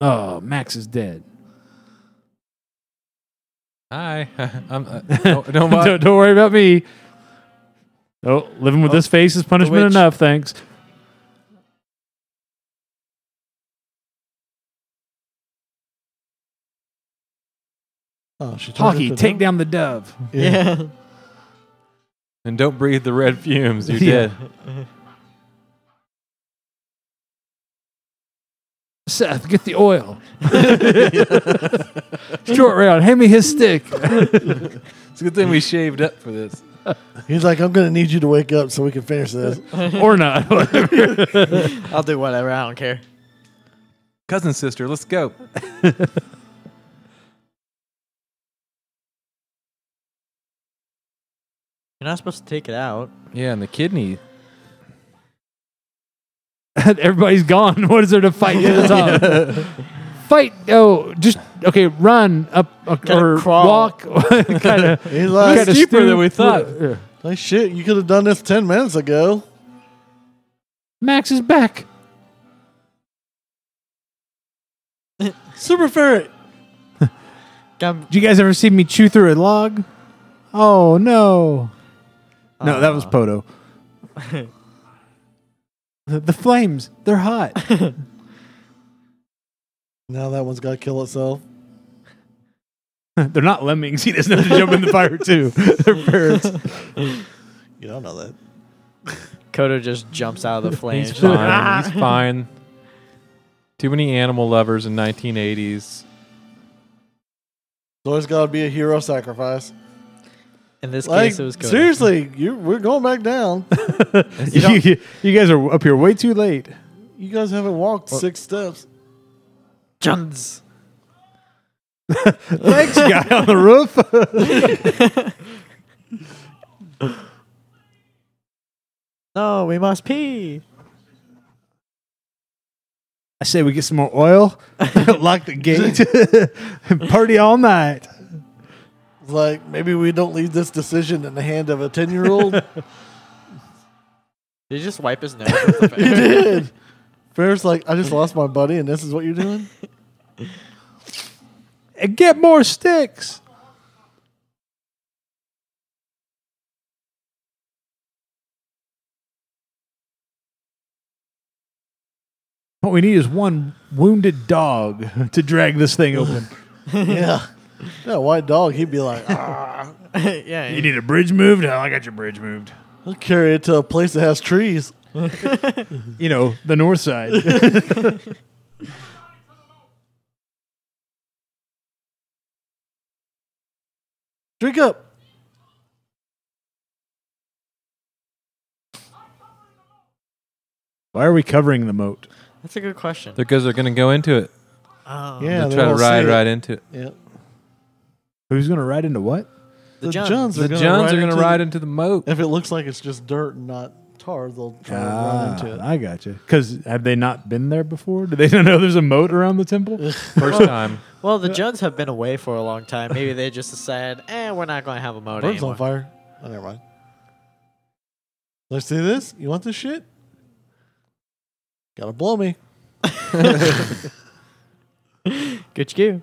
Speaker 1: Oh, Max is dead.
Speaker 3: Hi. I'm. Uh, don't, don't mind.
Speaker 1: don't, don't worry about me. Oh, living with this face is punishment
Speaker 4: witch.
Speaker 1: enough. Thanks.
Speaker 2: Oh, she turned
Speaker 1: Hockey,
Speaker 2: into
Speaker 1: take
Speaker 2: them.
Speaker 1: down the dove.
Speaker 4: yeah.
Speaker 3: And don't breathe the red fumes. You're
Speaker 1: Yeah.
Speaker 3: dead.
Speaker 1: Seth, get the oil. Short round, hand me his stick.
Speaker 3: It's a good thing we shaved up for this.
Speaker 2: He's like, I'm going to need you to wake up so we can finish this.
Speaker 1: or not.
Speaker 4: I'll do whatever. I don't care.
Speaker 3: Cousin sister, let's go.
Speaker 4: You're not supposed to take it out.
Speaker 3: Yeah, and the kidney.
Speaker 1: Everybody's gone. What is there to fight at the top? fight. Oh, just okay. Run up uh,
Speaker 4: Kinda
Speaker 1: or
Speaker 4: crawl.
Speaker 1: walk. kind of.
Speaker 2: He's like,
Speaker 3: Kinda steeper than we thought.
Speaker 2: like, shit, you could have done this 10 minutes ago.
Speaker 1: Max is back.
Speaker 2: Super ferret.
Speaker 4: Gum-
Speaker 1: Did you guys ever see me chew through a log? Oh no. No, that was
Speaker 4: Aw.
Speaker 1: Poto. the, the flames, they're hot.
Speaker 2: Now that one's got to kill itself.
Speaker 1: they're not lemmings. He doesn't have to jump in the fire too. they're parrots.
Speaker 2: You don't know that.
Speaker 4: Kodo just jumps out of the flames.
Speaker 3: He's fine. He's fine. Too many animal lovers in
Speaker 2: There's
Speaker 3: 1980s.
Speaker 2: always got to be a hero sacrifice.
Speaker 4: In this
Speaker 2: Like,
Speaker 4: case, it was Kodo.
Speaker 2: seriously, you, we're going back down.
Speaker 1: You, you- you guys are up here way too late.
Speaker 2: you guys haven't walked six steps.
Speaker 4: Jones.
Speaker 1: Thanks, guy on the roof.
Speaker 4: No, we must pee.
Speaker 1: I say we get some more oil, lock the gate, and party all night.
Speaker 2: It's Like, maybe we don't leave this decision in the hand of a 10 year old.
Speaker 4: Did he just wipe his nose? with the fan?
Speaker 2: Ferret's like, I just lost my buddy, and this is what you're doing?
Speaker 1: And get more sticks. What we need is one wounded dog to drag this thing open.
Speaker 2: yeah. That white dog, he'd be like, "Ah,
Speaker 4: yeah.
Speaker 1: you need a bridge moved? Oh, I got your bridge moved.
Speaker 2: I'll carry it to a place that has trees.
Speaker 1: You know, the north side.
Speaker 2: Drink up.
Speaker 1: Why are we covering the moat?
Speaker 4: That's a good question.
Speaker 3: Because they're going to go into it.
Speaker 4: Oh.
Speaker 2: Yeah,
Speaker 3: They'll
Speaker 2: they
Speaker 3: try to
Speaker 2: won't
Speaker 3: ride
Speaker 2: say it.
Speaker 3: right into it.
Speaker 2: Yeah.
Speaker 1: Who's going to ride into what?
Speaker 4: The,
Speaker 2: The
Speaker 4: Jones.
Speaker 2: Jones They're
Speaker 3: The
Speaker 2: gonna
Speaker 3: Johns
Speaker 2: ride
Speaker 3: are going to
Speaker 2: into
Speaker 3: ride
Speaker 2: the-
Speaker 3: into the moat.
Speaker 2: If it looks like it's just dirt and not tar, they'll try
Speaker 1: Ah,
Speaker 2: to run into it.
Speaker 1: I got you. Because have they not been there before? Do they not know there's a moat around the temple?
Speaker 3: First time.
Speaker 4: Well, the Jones have been away for a long time. Maybe they just decided, eh, we're not going to have a moat
Speaker 2: Bird's
Speaker 4: anymore.
Speaker 2: on fire. Oh, never mind. Let's do this. You want this shit? Gotta blow me.
Speaker 4: Good you.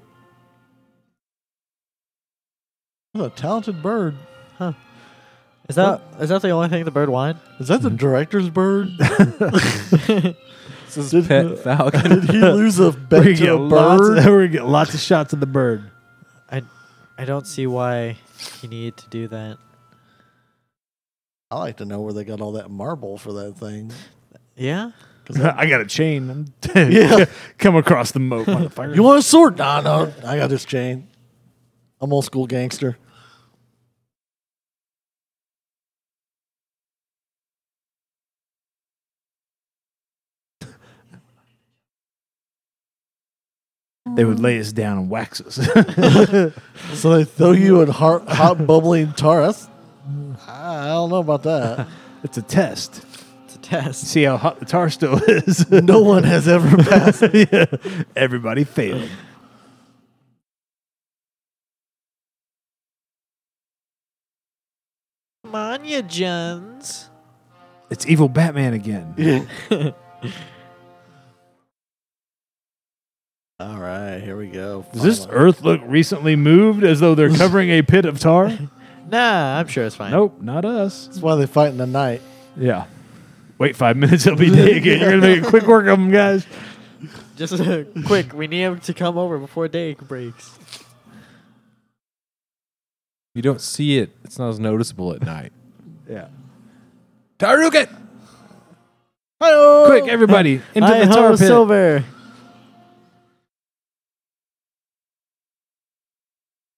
Speaker 2: What a talented bird.
Speaker 4: Is that is that the only thing the bird wanted?
Speaker 2: Is that the director's bird?
Speaker 3: This is
Speaker 2: Did-
Speaker 3: Pet Falcon.
Speaker 2: Did he lose
Speaker 1: We're
Speaker 2: a
Speaker 1: gonna
Speaker 2: bet to
Speaker 1: get
Speaker 2: a
Speaker 1: lots-
Speaker 2: bird?
Speaker 1: we're gonna get lots of shots of the bird.
Speaker 4: I don't see why you need to do that.
Speaker 2: I like to know where they got all that marble for that thing.
Speaker 4: Yeah.
Speaker 1: I got a chain.
Speaker 2: Yeah.
Speaker 1: Come across the moat, motherfucker.
Speaker 2: You want a sword? Nah, no. I got this chain. I'm old school gangster.
Speaker 1: they would lay us down and wax us.
Speaker 2: So they throw you in hot, hot bubbling tar. That's, I I don't know about that.
Speaker 1: it's a test.
Speaker 4: It's a test.
Speaker 1: See how hot the tar still is.
Speaker 2: No one has ever passed.
Speaker 1: Yeah. Everybody failed.
Speaker 4: Come on, you Jones.
Speaker 1: It's evil Batman again.
Speaker 2: All right, here we go.
Speaker 1: Does this
Speaker 2: Finally.
Speaker 1: earth look recently moved as though they're covering a pit of tar?
Speaker 4: Nah, I'm sure it's fine.
Speaker 1: nope, not us.
Speaker 2: That's why they fight in the night.
Speaker 1: Yeah. Wait five minutes, it'll be day again. You're gonna make a quick work of them, guys.
Speaker 4: Just uh, quick, we need him to come over before day breaks.
Speaker 3: You don't see it. It's not as noticeable at night.
Speaker 1: Yeah.
Speaker 3: Tarugan!
Speaker 2: Hi-oh!
Speaker 1: Quick, everybody, into
Speaker 4: Hi,
Speaker 1: the tar
Speaker 4: ho,
Speaker 1: pit.
Speaker 4: Silver.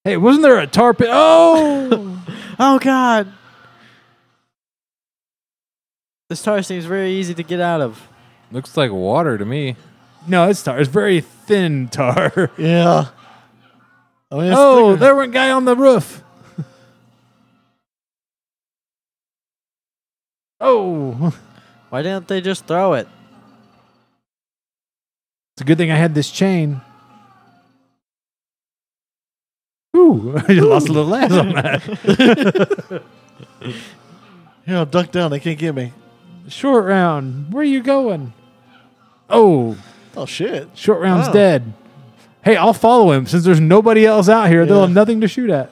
Speaker 1: Hey, wasn't there a tar pit? Oh,
Speaker 4: Oh God. This tar seems very easy to get out of.
Speaker 3: Looks like water to me.
Speaker 1: No, it's tar. It's very thin tar.
Speaker 2: Yeah. I mean, it's
Speaker 1: oh,
Speaker 2: thicker.
Speaker 1: there went guy on the roof. oh,
Speaker 4: Why didn't they just throw it?
Speaker 1: it's a good thing I had this chain. Ooh, I just lost a little ass on that.
Speaker 2: Yeah, I'll duck down. They can't get me.
Speaker 1: Short round, where are you going? Oh,
Speaker 2: Oh, shit.
Speaker 1: short round's
Speaker 2: Oh.
Speaker 1: dead. Hey, I'll follow him since there's nobody else out here. They'll
Speaker 2: Yeah.
Speaker 1: have nothing to shoot at.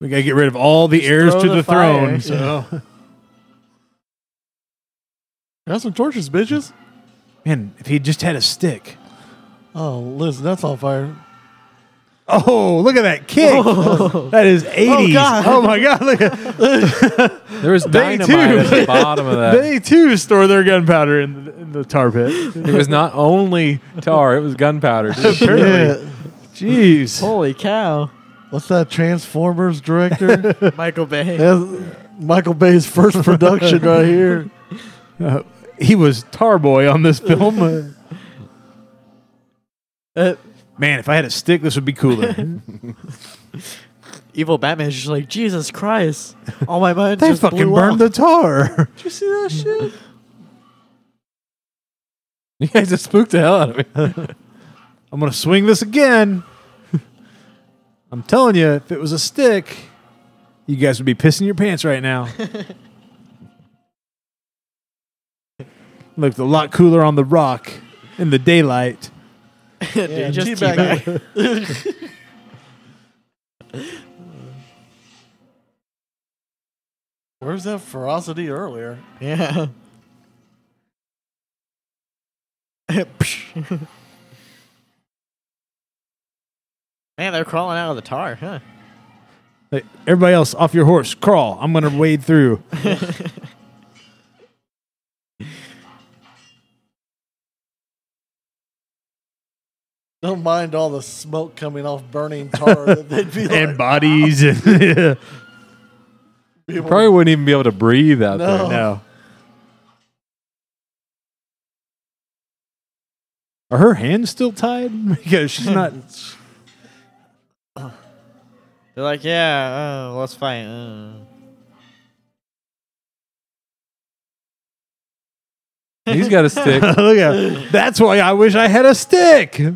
Speaker 1: We gotta get rid of all the heirs
Speaker 4: throw
Speaker 1: to
Speaker 4: the
Speaker 1: the,
Speaker 4: fire.
Speaker 1: throne. so-
Speaker 2: Yeah. Got some torches, bitches.
Speaker 1: Man, if he just had a stick.
Speaker 2: Oh, listen, that's on fire.
Speaker 1: Oh, look at that kick. Oh. That is 80s.
Speaker 2: God.
Speaker 1: Oh, my God. Look at,
Speaker 3: There was
Speaker 1: They
Speaker 3: dynamite
Speaker 1: too.
Speaker 3: at the bottom of that.
Speaker 1: they too store their gunpowder in the, in the tar pit.
Speaker 3: It was not only tar; it was gunpowder. too.
Speaker 1: Apparently. Jeez.
Speaker 4: Holy cow.
Speaker 2: What's that Transformers director?
Speaker 4: Michael Bay.
Speaker 2: That's Michael Bay's first production right here.
Speaker 1: Uh, he was tar boy on this film. Uh,
Speaker 4: Uh,
Speaker 1: Man, if I had a stick, this would be cooler.
Speaker 4: evil Batman's just like, Jesus Christ. All my mind
Speaker 1: they
Speaker 4: just
Speaker 1: fucking
Speaker 4: blew
Speaker 1: burned
Speaker 4: up.
Speaker 1: the tar.
Speaker 2: Did you see that shit?
Speaker 3: You guys just spooked the hell out of me.
Speaker 1: I'm going to swing this again. I'm telling you, if it was a stick, you guys would be pissing your pants right now. Looked a lot cooler on the rock in the daylight.
Speaker 4: Dude,
Speaker 2: Yeah,
Speaker 4: just
Speaker 2: teabag
Speaker 4: teabag.
Speaker 2: Where's that ferocity earlier?
Speaker 4: Yeah. Psh. Man, they're crawling out of the tar, huh?
Speaker 1: Like, everybody else, off your horse, crawl. I'm going to wade through.
Speaker 2: Don't mind all the smoke coming off burning tar. that They'd be like,
Speaker 1: and bodies. And yeah.
Speaker 2: people-
Speaker 3: Probably wouldn't even be able to breathe out
Speaker 2: No.
Speaker 3: there.
Speaker 1: No. Are her hands still tied? Because she's not.
Speaker 4: They're like, yeah, uh, let's fight. Uh.
Speaker 3: He's got a stick.
Speaker 1: Look at That's why I wish I had a stick. if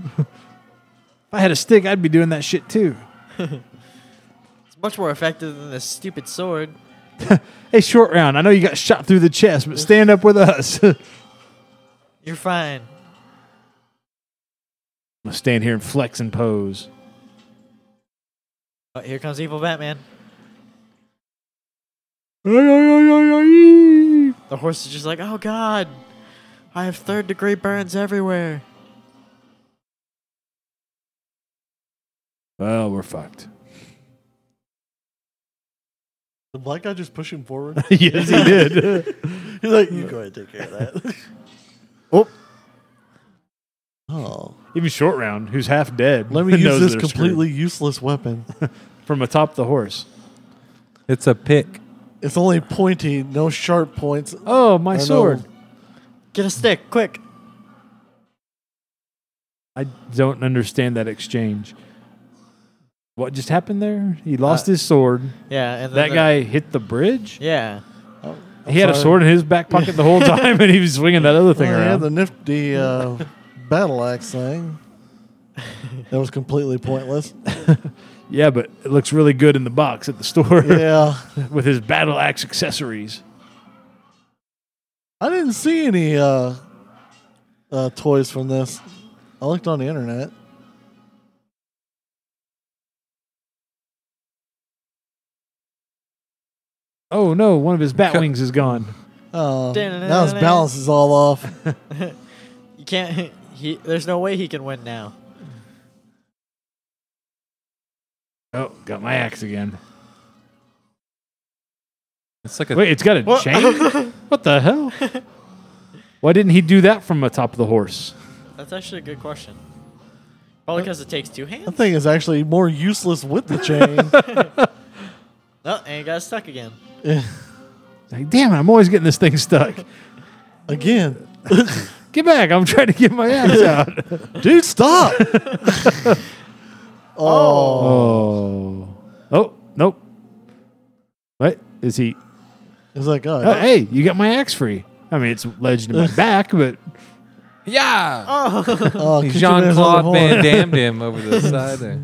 Speaker 1: I had a stick, I'd be doing that shit too.
Speaker 4: It's much more effective than this stupid sword.
Speaker 1: Hey, short round. I know you got shot through the chest, but stand up with us. I'm
Speaker 4: You're fine.
Speaker 1: gonna stand here and flex and pose.
Speaker 4: Oh, here comes evil Batman.
Speaker 1: They're
Speaker 4: The horse is just like, oh god, I have third degree burns everywhere.
Speaker 1: Well, we're fucked.
Speaker 2: The black guy just pushing forward.
Speaker 1: yes, he did.
Speaker 2: He's like, you go ahead and take care of that.
Speaker 4: Oh.
Speaker 2: Oh.
Speaker 1: Even short round, who's half dead,
Speaker 2: Let me use
Speaker 1: knows
Speaker 2: this
Speaker 1: they're screwed.
Speaker 2: completely useless weapon.
Speaker 1: from atop the horse.
Speaker 3: It's a pick.
Speaker 2: It's only pointy, no sharp points.
Speaker 1: Oh, my
Speaker 2: I know.
Speaker 1: sword!
Speaker 4: Get a stick, quick.
Speaker 1: I don't understand that exchange. What just happened there? He lost
Speaker 4: Uh,
Speaker 1: his sword.
Speaker 4: Yeah, and then
Speaker 1: That
Speaker 4: the-
Speaker 1: guy hit the bridge.
Speaker 4: Yeah,
Speaker 1: he had a
Speaker 2: sorry.
Speaker 1: sword in his back pocket the whole time, and he was swinging that other thing
Speaker 2: Well, yeah,
Speaker 1: around.
Speaker 2: the nifty uh, battle axe thing. That was completely pointless.
Speaker 1: yeah, but it looks really good in the box at the store
Speaker 2: Yeah.
Speaker 1: with his battle axe accessories.
Speaker 2: I didn't see any uh, uh, toys from this. I looked on the internet.
Speaker 1: Oh no, one of his bat wings is gone.
Speaker 2: Oh, now his balance is all off.
Speaker 4: you can't. He there's no way he can win now.
Speaker 1: Oh, got my axe again.
Speaker 3: It's like a
Speaker 1: Wait, it's got a chain? what the hell? Why didn't he do that from atop the horse?
Speaker 4: That's actually a good question. Probably because it takes two hands.
Speaker 2: That thing is actually more useless with the chain.
Speaker 4: Oh, and he got stuck again.
Speaker 1: Like, damn it, I'm always getting this thing stuck.
Speaker 2: Again,
Speaker 1: Get back. I'm trying to get my ass out.
Speaker 2: dude, stop. oh,
Speaker 1: Oh. Oh, nope. What? Is he
Speaker 2: it's like, oh,
Speaker 1: Oh, hey, you got my axe free. I mean, it's legend in my back, but
Speaker 3: Yeah.
Speaker 2: oh, kick your
Speaker 3: Jean
Speaker 2: man's other
Speaker 3: Claude
Speaker 2: horn.
Speaker 3: Van Damme him over the side there.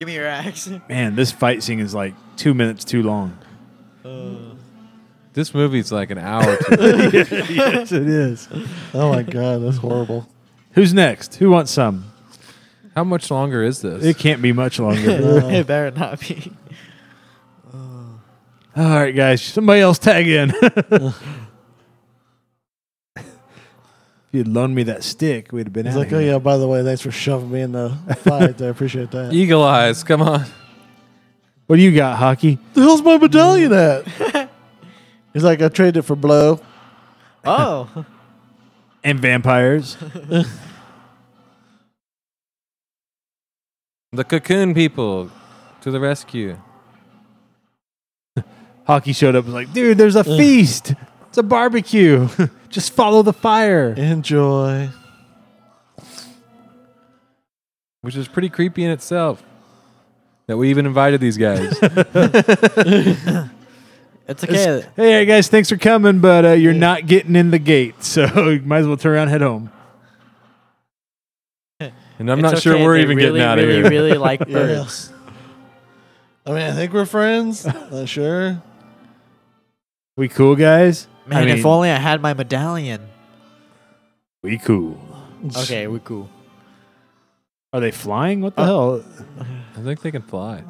Speaker 4: Give me your
Speaker 3: Uh,
Speaker 4: axe.
Speaker 1: man, this fight scene is like two minutes too long.
Speaker 3: This movie's like an hour. To,
Speaker 2: Yes, it is. Oh my god, that's horrible.
Speaker 1: Who's next? Who wants some?
Speaker 3: how much longer is
Speaker 1: It
Speaker 3: this?
Speaker 1: can't be much longer.
Speaker 4: it better not be.
Speaker 1: All right, guys, somebody else tag in. if you'd loaned me that stick, we'd have been
Speaker 2: He's
Speaker 1: out
Speaker 2: like, oh yeah, by the way, thanks for shoving me in the fight. I appreciate that.
Speaker 3: Eagle eyes, come on.
Speaker 1: What do you got, hockey?
Speaker 2: the hell's my medallion at? He's like, I traded it for blow.
Speaker 4: Oh,
Speaker 1: And vampires.
Speaker 3: The cocoon people to the rescue.
Speaker 1: Hockey showed up and was like, dude, there's a feast. It's a barbecue. Just follow the fire.
Speaker 2: Enjoy.
Speaker 3: which is pretty creepy in itself. That we even invited these guys.
Speaker 4: it's okay.
Speaker 1: Hey guys, thanks for coming, but uh, you're not getting in the gate, so you might as well turn around and head home.
Speaker 3: And I'm
Speaker 4: It's
Speaker 3: not sure
Speaker 4: okay,
Speaker 3: we're
Speaker 4: they
Speaker 3: even
Speaker 4: really,
Speaker 3: getting out
Speaker 4: really,
Speaker 3: of here.
Speaker 4: Really like
Speaker 2: Yeah.
Speaker 4: birds.
Speaker 2: I mean, I think we're friends. Not sure.
Speaker 1: We cool, guys.
Speaker 4: Man,
Speaker 1: I mean,
Speaker 4: if only I had my medallion.
Speaker 1: we cool.
Speaker 4: Okay, we're cool.
Speaker 1: Are they flying?
Speaker 2: Uh,
Speaker 1: What the hell?
Speaker 3: I think they can fly.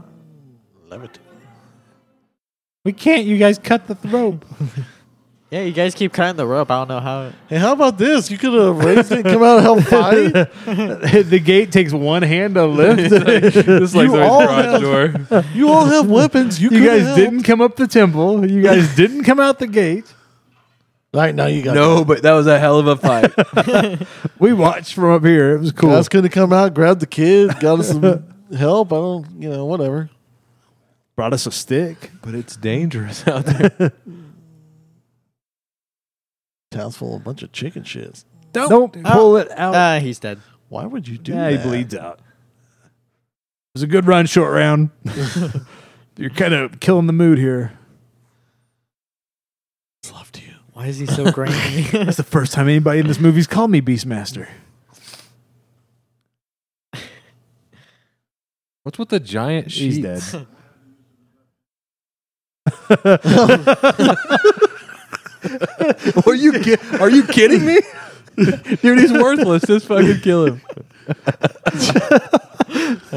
Speaker 1: We can't. You guys cut the rope.
Speaker 4: Yeah, you guys keep cutting the rope. I don't know how.
Speaker 2: Hey, how about this? You could have raised it, come out and help fight.
Speaker 1: the gate takes one hand to lift.
Speaker 3: This is like
Speaker 2: You all have-
Speaker 3: somebody's garage door.
Speaker 2: You all have weapons. You,
Speaker 1: you
Speaker 2: coulda
Speaker 1: guys
Speaker 2: helped.
Speaker 1: didn't come up the temple. You guys didn't come out the gate.
Speaker 2: Right now, you got
Speaker 3: No, but that was a hell of a fight.
Speaker 1: We watched from up here. It was cool.
Speaker 2: Guys could have come out, grabbed the kid, got us some help. I don't, you know, whatever.
Speaker 1: Brought us a stick.
Speaker 3: but it's dangerous out there.
Speaker 2: Town's full of a bunch of chicken shits.
Speaker 3: Don't.
Speaker 1: Nope. Pull it out.
Speaker 4: Ah, he's dead.
Speaker 2: Why would you do
Speaker 1: yeah,
Speaker 2: that?
Speaker 1: he bleeds out. It was a good run, short round. You're kind of killing the mood here.
Speaker 2: Loved you.
Speaker 4: Why is he so grainy?
Speaker 1: That's the first time anybody in this movie's called me Beastmaster.
Speaker 3: What's with the giant sheets?
Speaker 1: She's dead.
Speaker 3: Are you ki- are you kidding me? Dude, he's worthless. Just fucking kill him.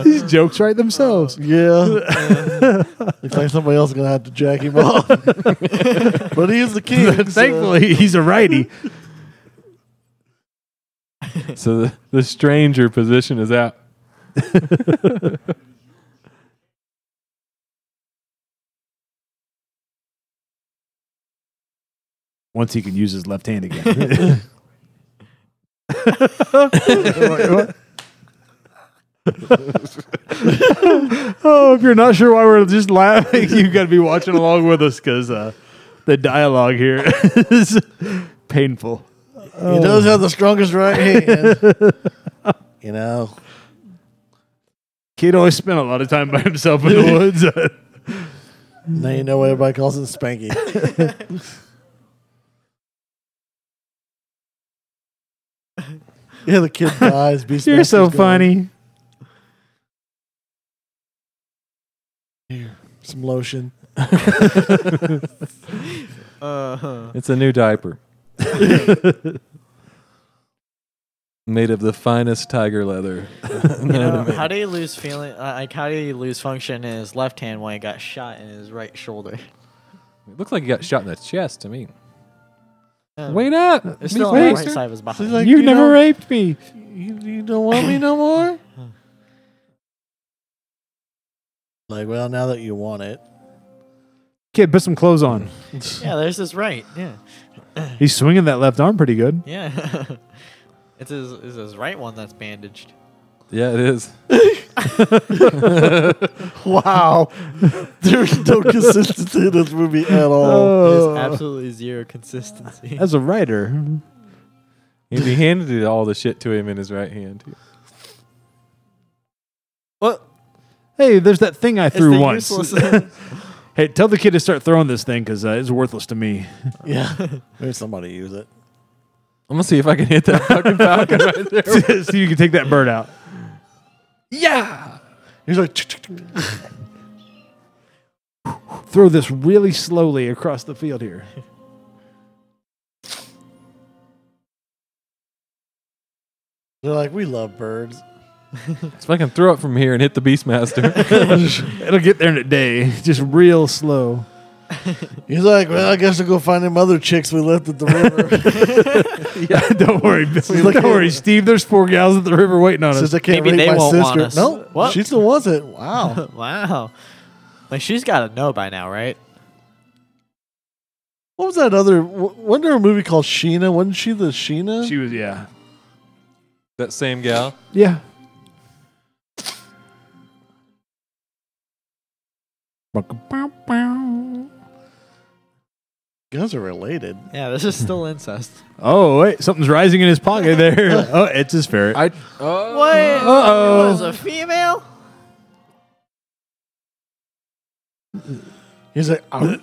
Speaker 1: These jokes write themselves.
Speaker 2: Yeah. Looks like somebody else is going to have to jack him off. but he is the king.
Speaker 1: uh,
Speaker 2: so-
Speaker 1: Thankfully, he's a righty.
Speaker 3: So the, the stranger position is out.
Speaker 1: Once he can use his left hand again. oh, Oh, if you're not sure why we're just laughing, you got to be watching along with us because uh, the dialogue here is painful.
Speaker 2: He does have the strongest right hand. you know,
Speaker 1: Kid always spent a lot of time by himself in the woods.
Speaker 2: now you know why everybody calls him Spanky. yeah, the kid dies. Beastmaster's
Speaker 1: you're so
Speaker 2: gone.
Speaker 1: funny.
Speaker 2: Here, some lotion.
Speaker 4: uh,
Speaker 3: It's a new diaper.
Speaker 2: Uh,
Speaker 3: Made of the finest tiger leather.
Speaker 4: you know, how do you lose feeling? uh, Like, how do you lose function in his left hand when he got shot in his right shoulder?
Speaker 3: It looks like he got shot in the chest to me.
Speaker 4: Yeah.
Speaker 3: Wait up.
Speaker 4: it's still on
Speaker 3: Mr.
Speaker 4: the right
Speaker 3: Baxter.
Speaker 4: side of his body.
Speaker 2: He's like,
Speaker 1: you
Speaker 2: you
Speaker 1: never
Speaker 2: know-
Speaker 1: raped me.
Speaker 2: You, you don't want me no more? like, well, now that you want it.
Speaker 1: Kid, put some clothes on.
Speaker 4: yeah, there's his right. Yeah,
Speaker 1: He's swinging that left arm pretty good.
Speaker 4: yeah. it's his, it's his right one that's bandaged.
Speaker 3: Yeah, it is.
Speaker 2: Wow. There's no consistency in this movie at all.
Speaker 1: Oh.
Speaker 4: There's absolutely zero consistency.
Speaker 1: As a writer,
Speaker 3: And he handed it all the shit to him in his right hand.
Speaker 4: What?
Speaker 1: hey, there's that thing I threw
Speaker 4: the
Speaker 1: once.
Speaker 4: useless-
Speaker 1: Hey, tell the kid to start throwing this thing because uh, it's worthless to me.
Speaker 2: Yeah. Maybe somebody use it.
Speaker 3: I'm gonna see if I can hit that fucking falcon right there.
Speaker 1: so you can take that bird out.
Speaker 3: Yeah.
Speaker 2: He's like, "Tch, tch, tch."
Speaker 1: Throw this really slowly across the field here.
Speaker 2: they're like, we love birds.
Speaker 3: If I can throw it from here and hit the Beastmaster.
Speaker 1: It'll get there in a day, just real slow.
Speaker 2: He's like, well, I guess I'll go find them other chicks we left at the river.
Speaker 1: Don't worry, Bill.
Speaker 2: He's like-
Speaker 1: don't worry, Steve. There's four gals at the river waiting on us.
Speaker 2: Since I can't
Speaker 4: Maybe
Speaker 2: rape
Speaker 4: they
Speaker 2: my
Speaker 4: won't want
Speaker 2: sister.
Speaker 4: us.
Speaker 2: No,
Speaker 4: What?
Speaker 2: she still wants it. Wow.
Speaker 4: Oh, wow. Like she's got to know by now, right?
Speaker 2: what was that other? w- Wasn't there a movie called Sheena? Wasn't she the Sheena?
Speaker 1: She was, yeah,
Speaker 3: that same gal.
Speaker 1: yeah.
Speaker 2: you guys are related.
Speaker 4: Yeah, this is still incest.
Speaker 1: Oh wait, something's rising in his pocket there. oh, it's his ferret.
Speaker 3: I oh,
Speaker 4: What? Oh,
Speaker 1: Uh-oh.
Speaker 4: It was a female?
Speaker 2: He's like, "Ow."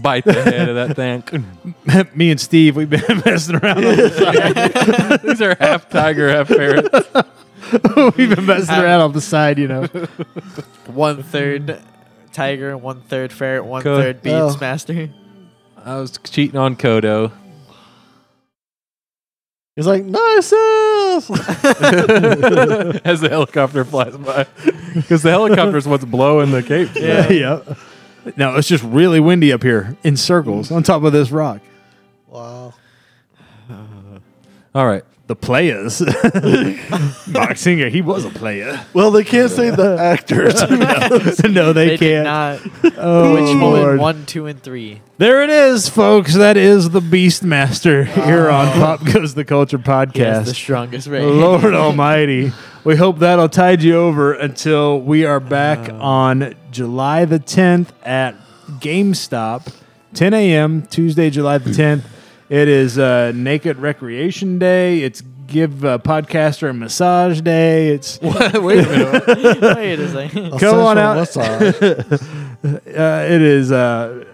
Speaker 3: bite the head of that thing.
Speaker 1: Me and Steve, we've been messing around. On the side.
Speaker 3: These are half tiger, half ferret.
Speaker 1: we've been messing around on the side, you know.
Speaker 4: One
Speaker 1: Mm.
Speaker 4: third tiger, one third ferret, one
Speaker 3: Cool.
Speaker 4: third
Speaker 2: Oh.
Speaker 4: beats master.
Speaker 3: I was cheating on Kodo.
Speaker 2: he's like, nice.
Speaker 3: as the helicopter flies by. Because the helicopter's what's blowing the cape.
Speaker 1: Yeah. No, it's just really windy up here in circles on top of this rock.
Speaker 2: wow.
Speaker 3: All right.
Speaker 1: The players. Mark Singer, he was a player.
Speaker 2: Well, they can't say the actors.
Speaker 1: no, they,
Speaker 4: They did
Speaker 1: can't.
Speaker 4: not.
Speaker 1: Oh,
Speaker 4: Which
Speaker 1: Lord.
Speaker 4: woman? One, two, and three.
Speaker 1: There it is, folks. That is the Beastmaster here on Pop Goes the Culture podcast.
Speaker 4: He has the strongest rating.
Speaker 1: Lord Almighty. We hope that'll tide you over until we are back on July the 10th at GameStop, 10 a.m., Tuesday, July the 10th. It is uh, Naked Recreation Day. It's Give a Podcaster a Massage Day. It's
Speaker 3: Wait a minute.
Speaker 4: Wait a second.
Speaker 1: Come on out.
Speaker 2: Massage.
Speaker 1: uh, it is uh,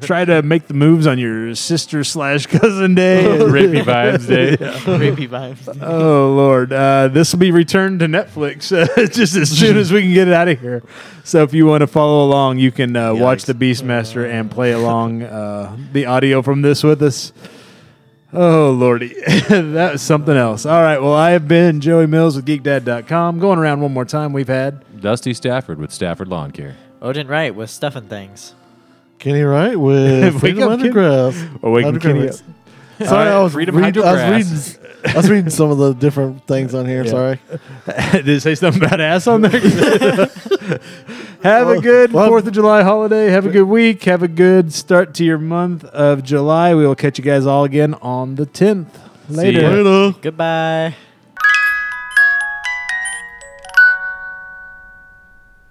Speaker 1: Try to Make the Moves on Your Sister slash Cousin Day.
Speaker 3: Rapey vibes day.
Speaker 4: Creepy vibes.
Speaker 1: Oh Lord, uh, this will be returned to Netflix uh, just as soon as we can get it out of here. So if you want to follow along, you can uh, watch
Speaker 3: Yikes.
Speaker 1: the Beastmaster and play along uh, the audio from this with us. Oh Lordy, that was something else. All right, well I have been Joey Mills with GeekDad.com. Going around one more time, we've had
Speaker 3: Dusty Stafford with Stafford Lawn Care.
Speaker 4: Odin Wright was stuffing things.
Speaker 2: Kenny Wright with
Speaker 1: Wake
Speaker 2: Freedom
Speaker 1: up, Kenny.
Speaker 2: Undergrass.
Speaker 1: Awaken Kenny.
Speaker 2: Undergrass. Sorry,
Speaker 3: right,
Speaker 2: I was
Speaker 3: Freedom
Speaker 2: reading. I was
Speaker 3: Undergrass.
Speaker 2: reading. I was reading some of the different things on here.
Speaker 1: Yeah.
Speaker 2: Sorry.
Speaker 1: Did it say something about ass on there? Have a good
Speaker 2: Well-
Speaker 1: Fourth of July holiday. Have a good week. Have a good start to your month of July. We will catch you guys all again on the tenth.
Speaker 3: See ya.
Speaker 1: Later.
Speaker 2: Later.
Speaker 4: Goodbye.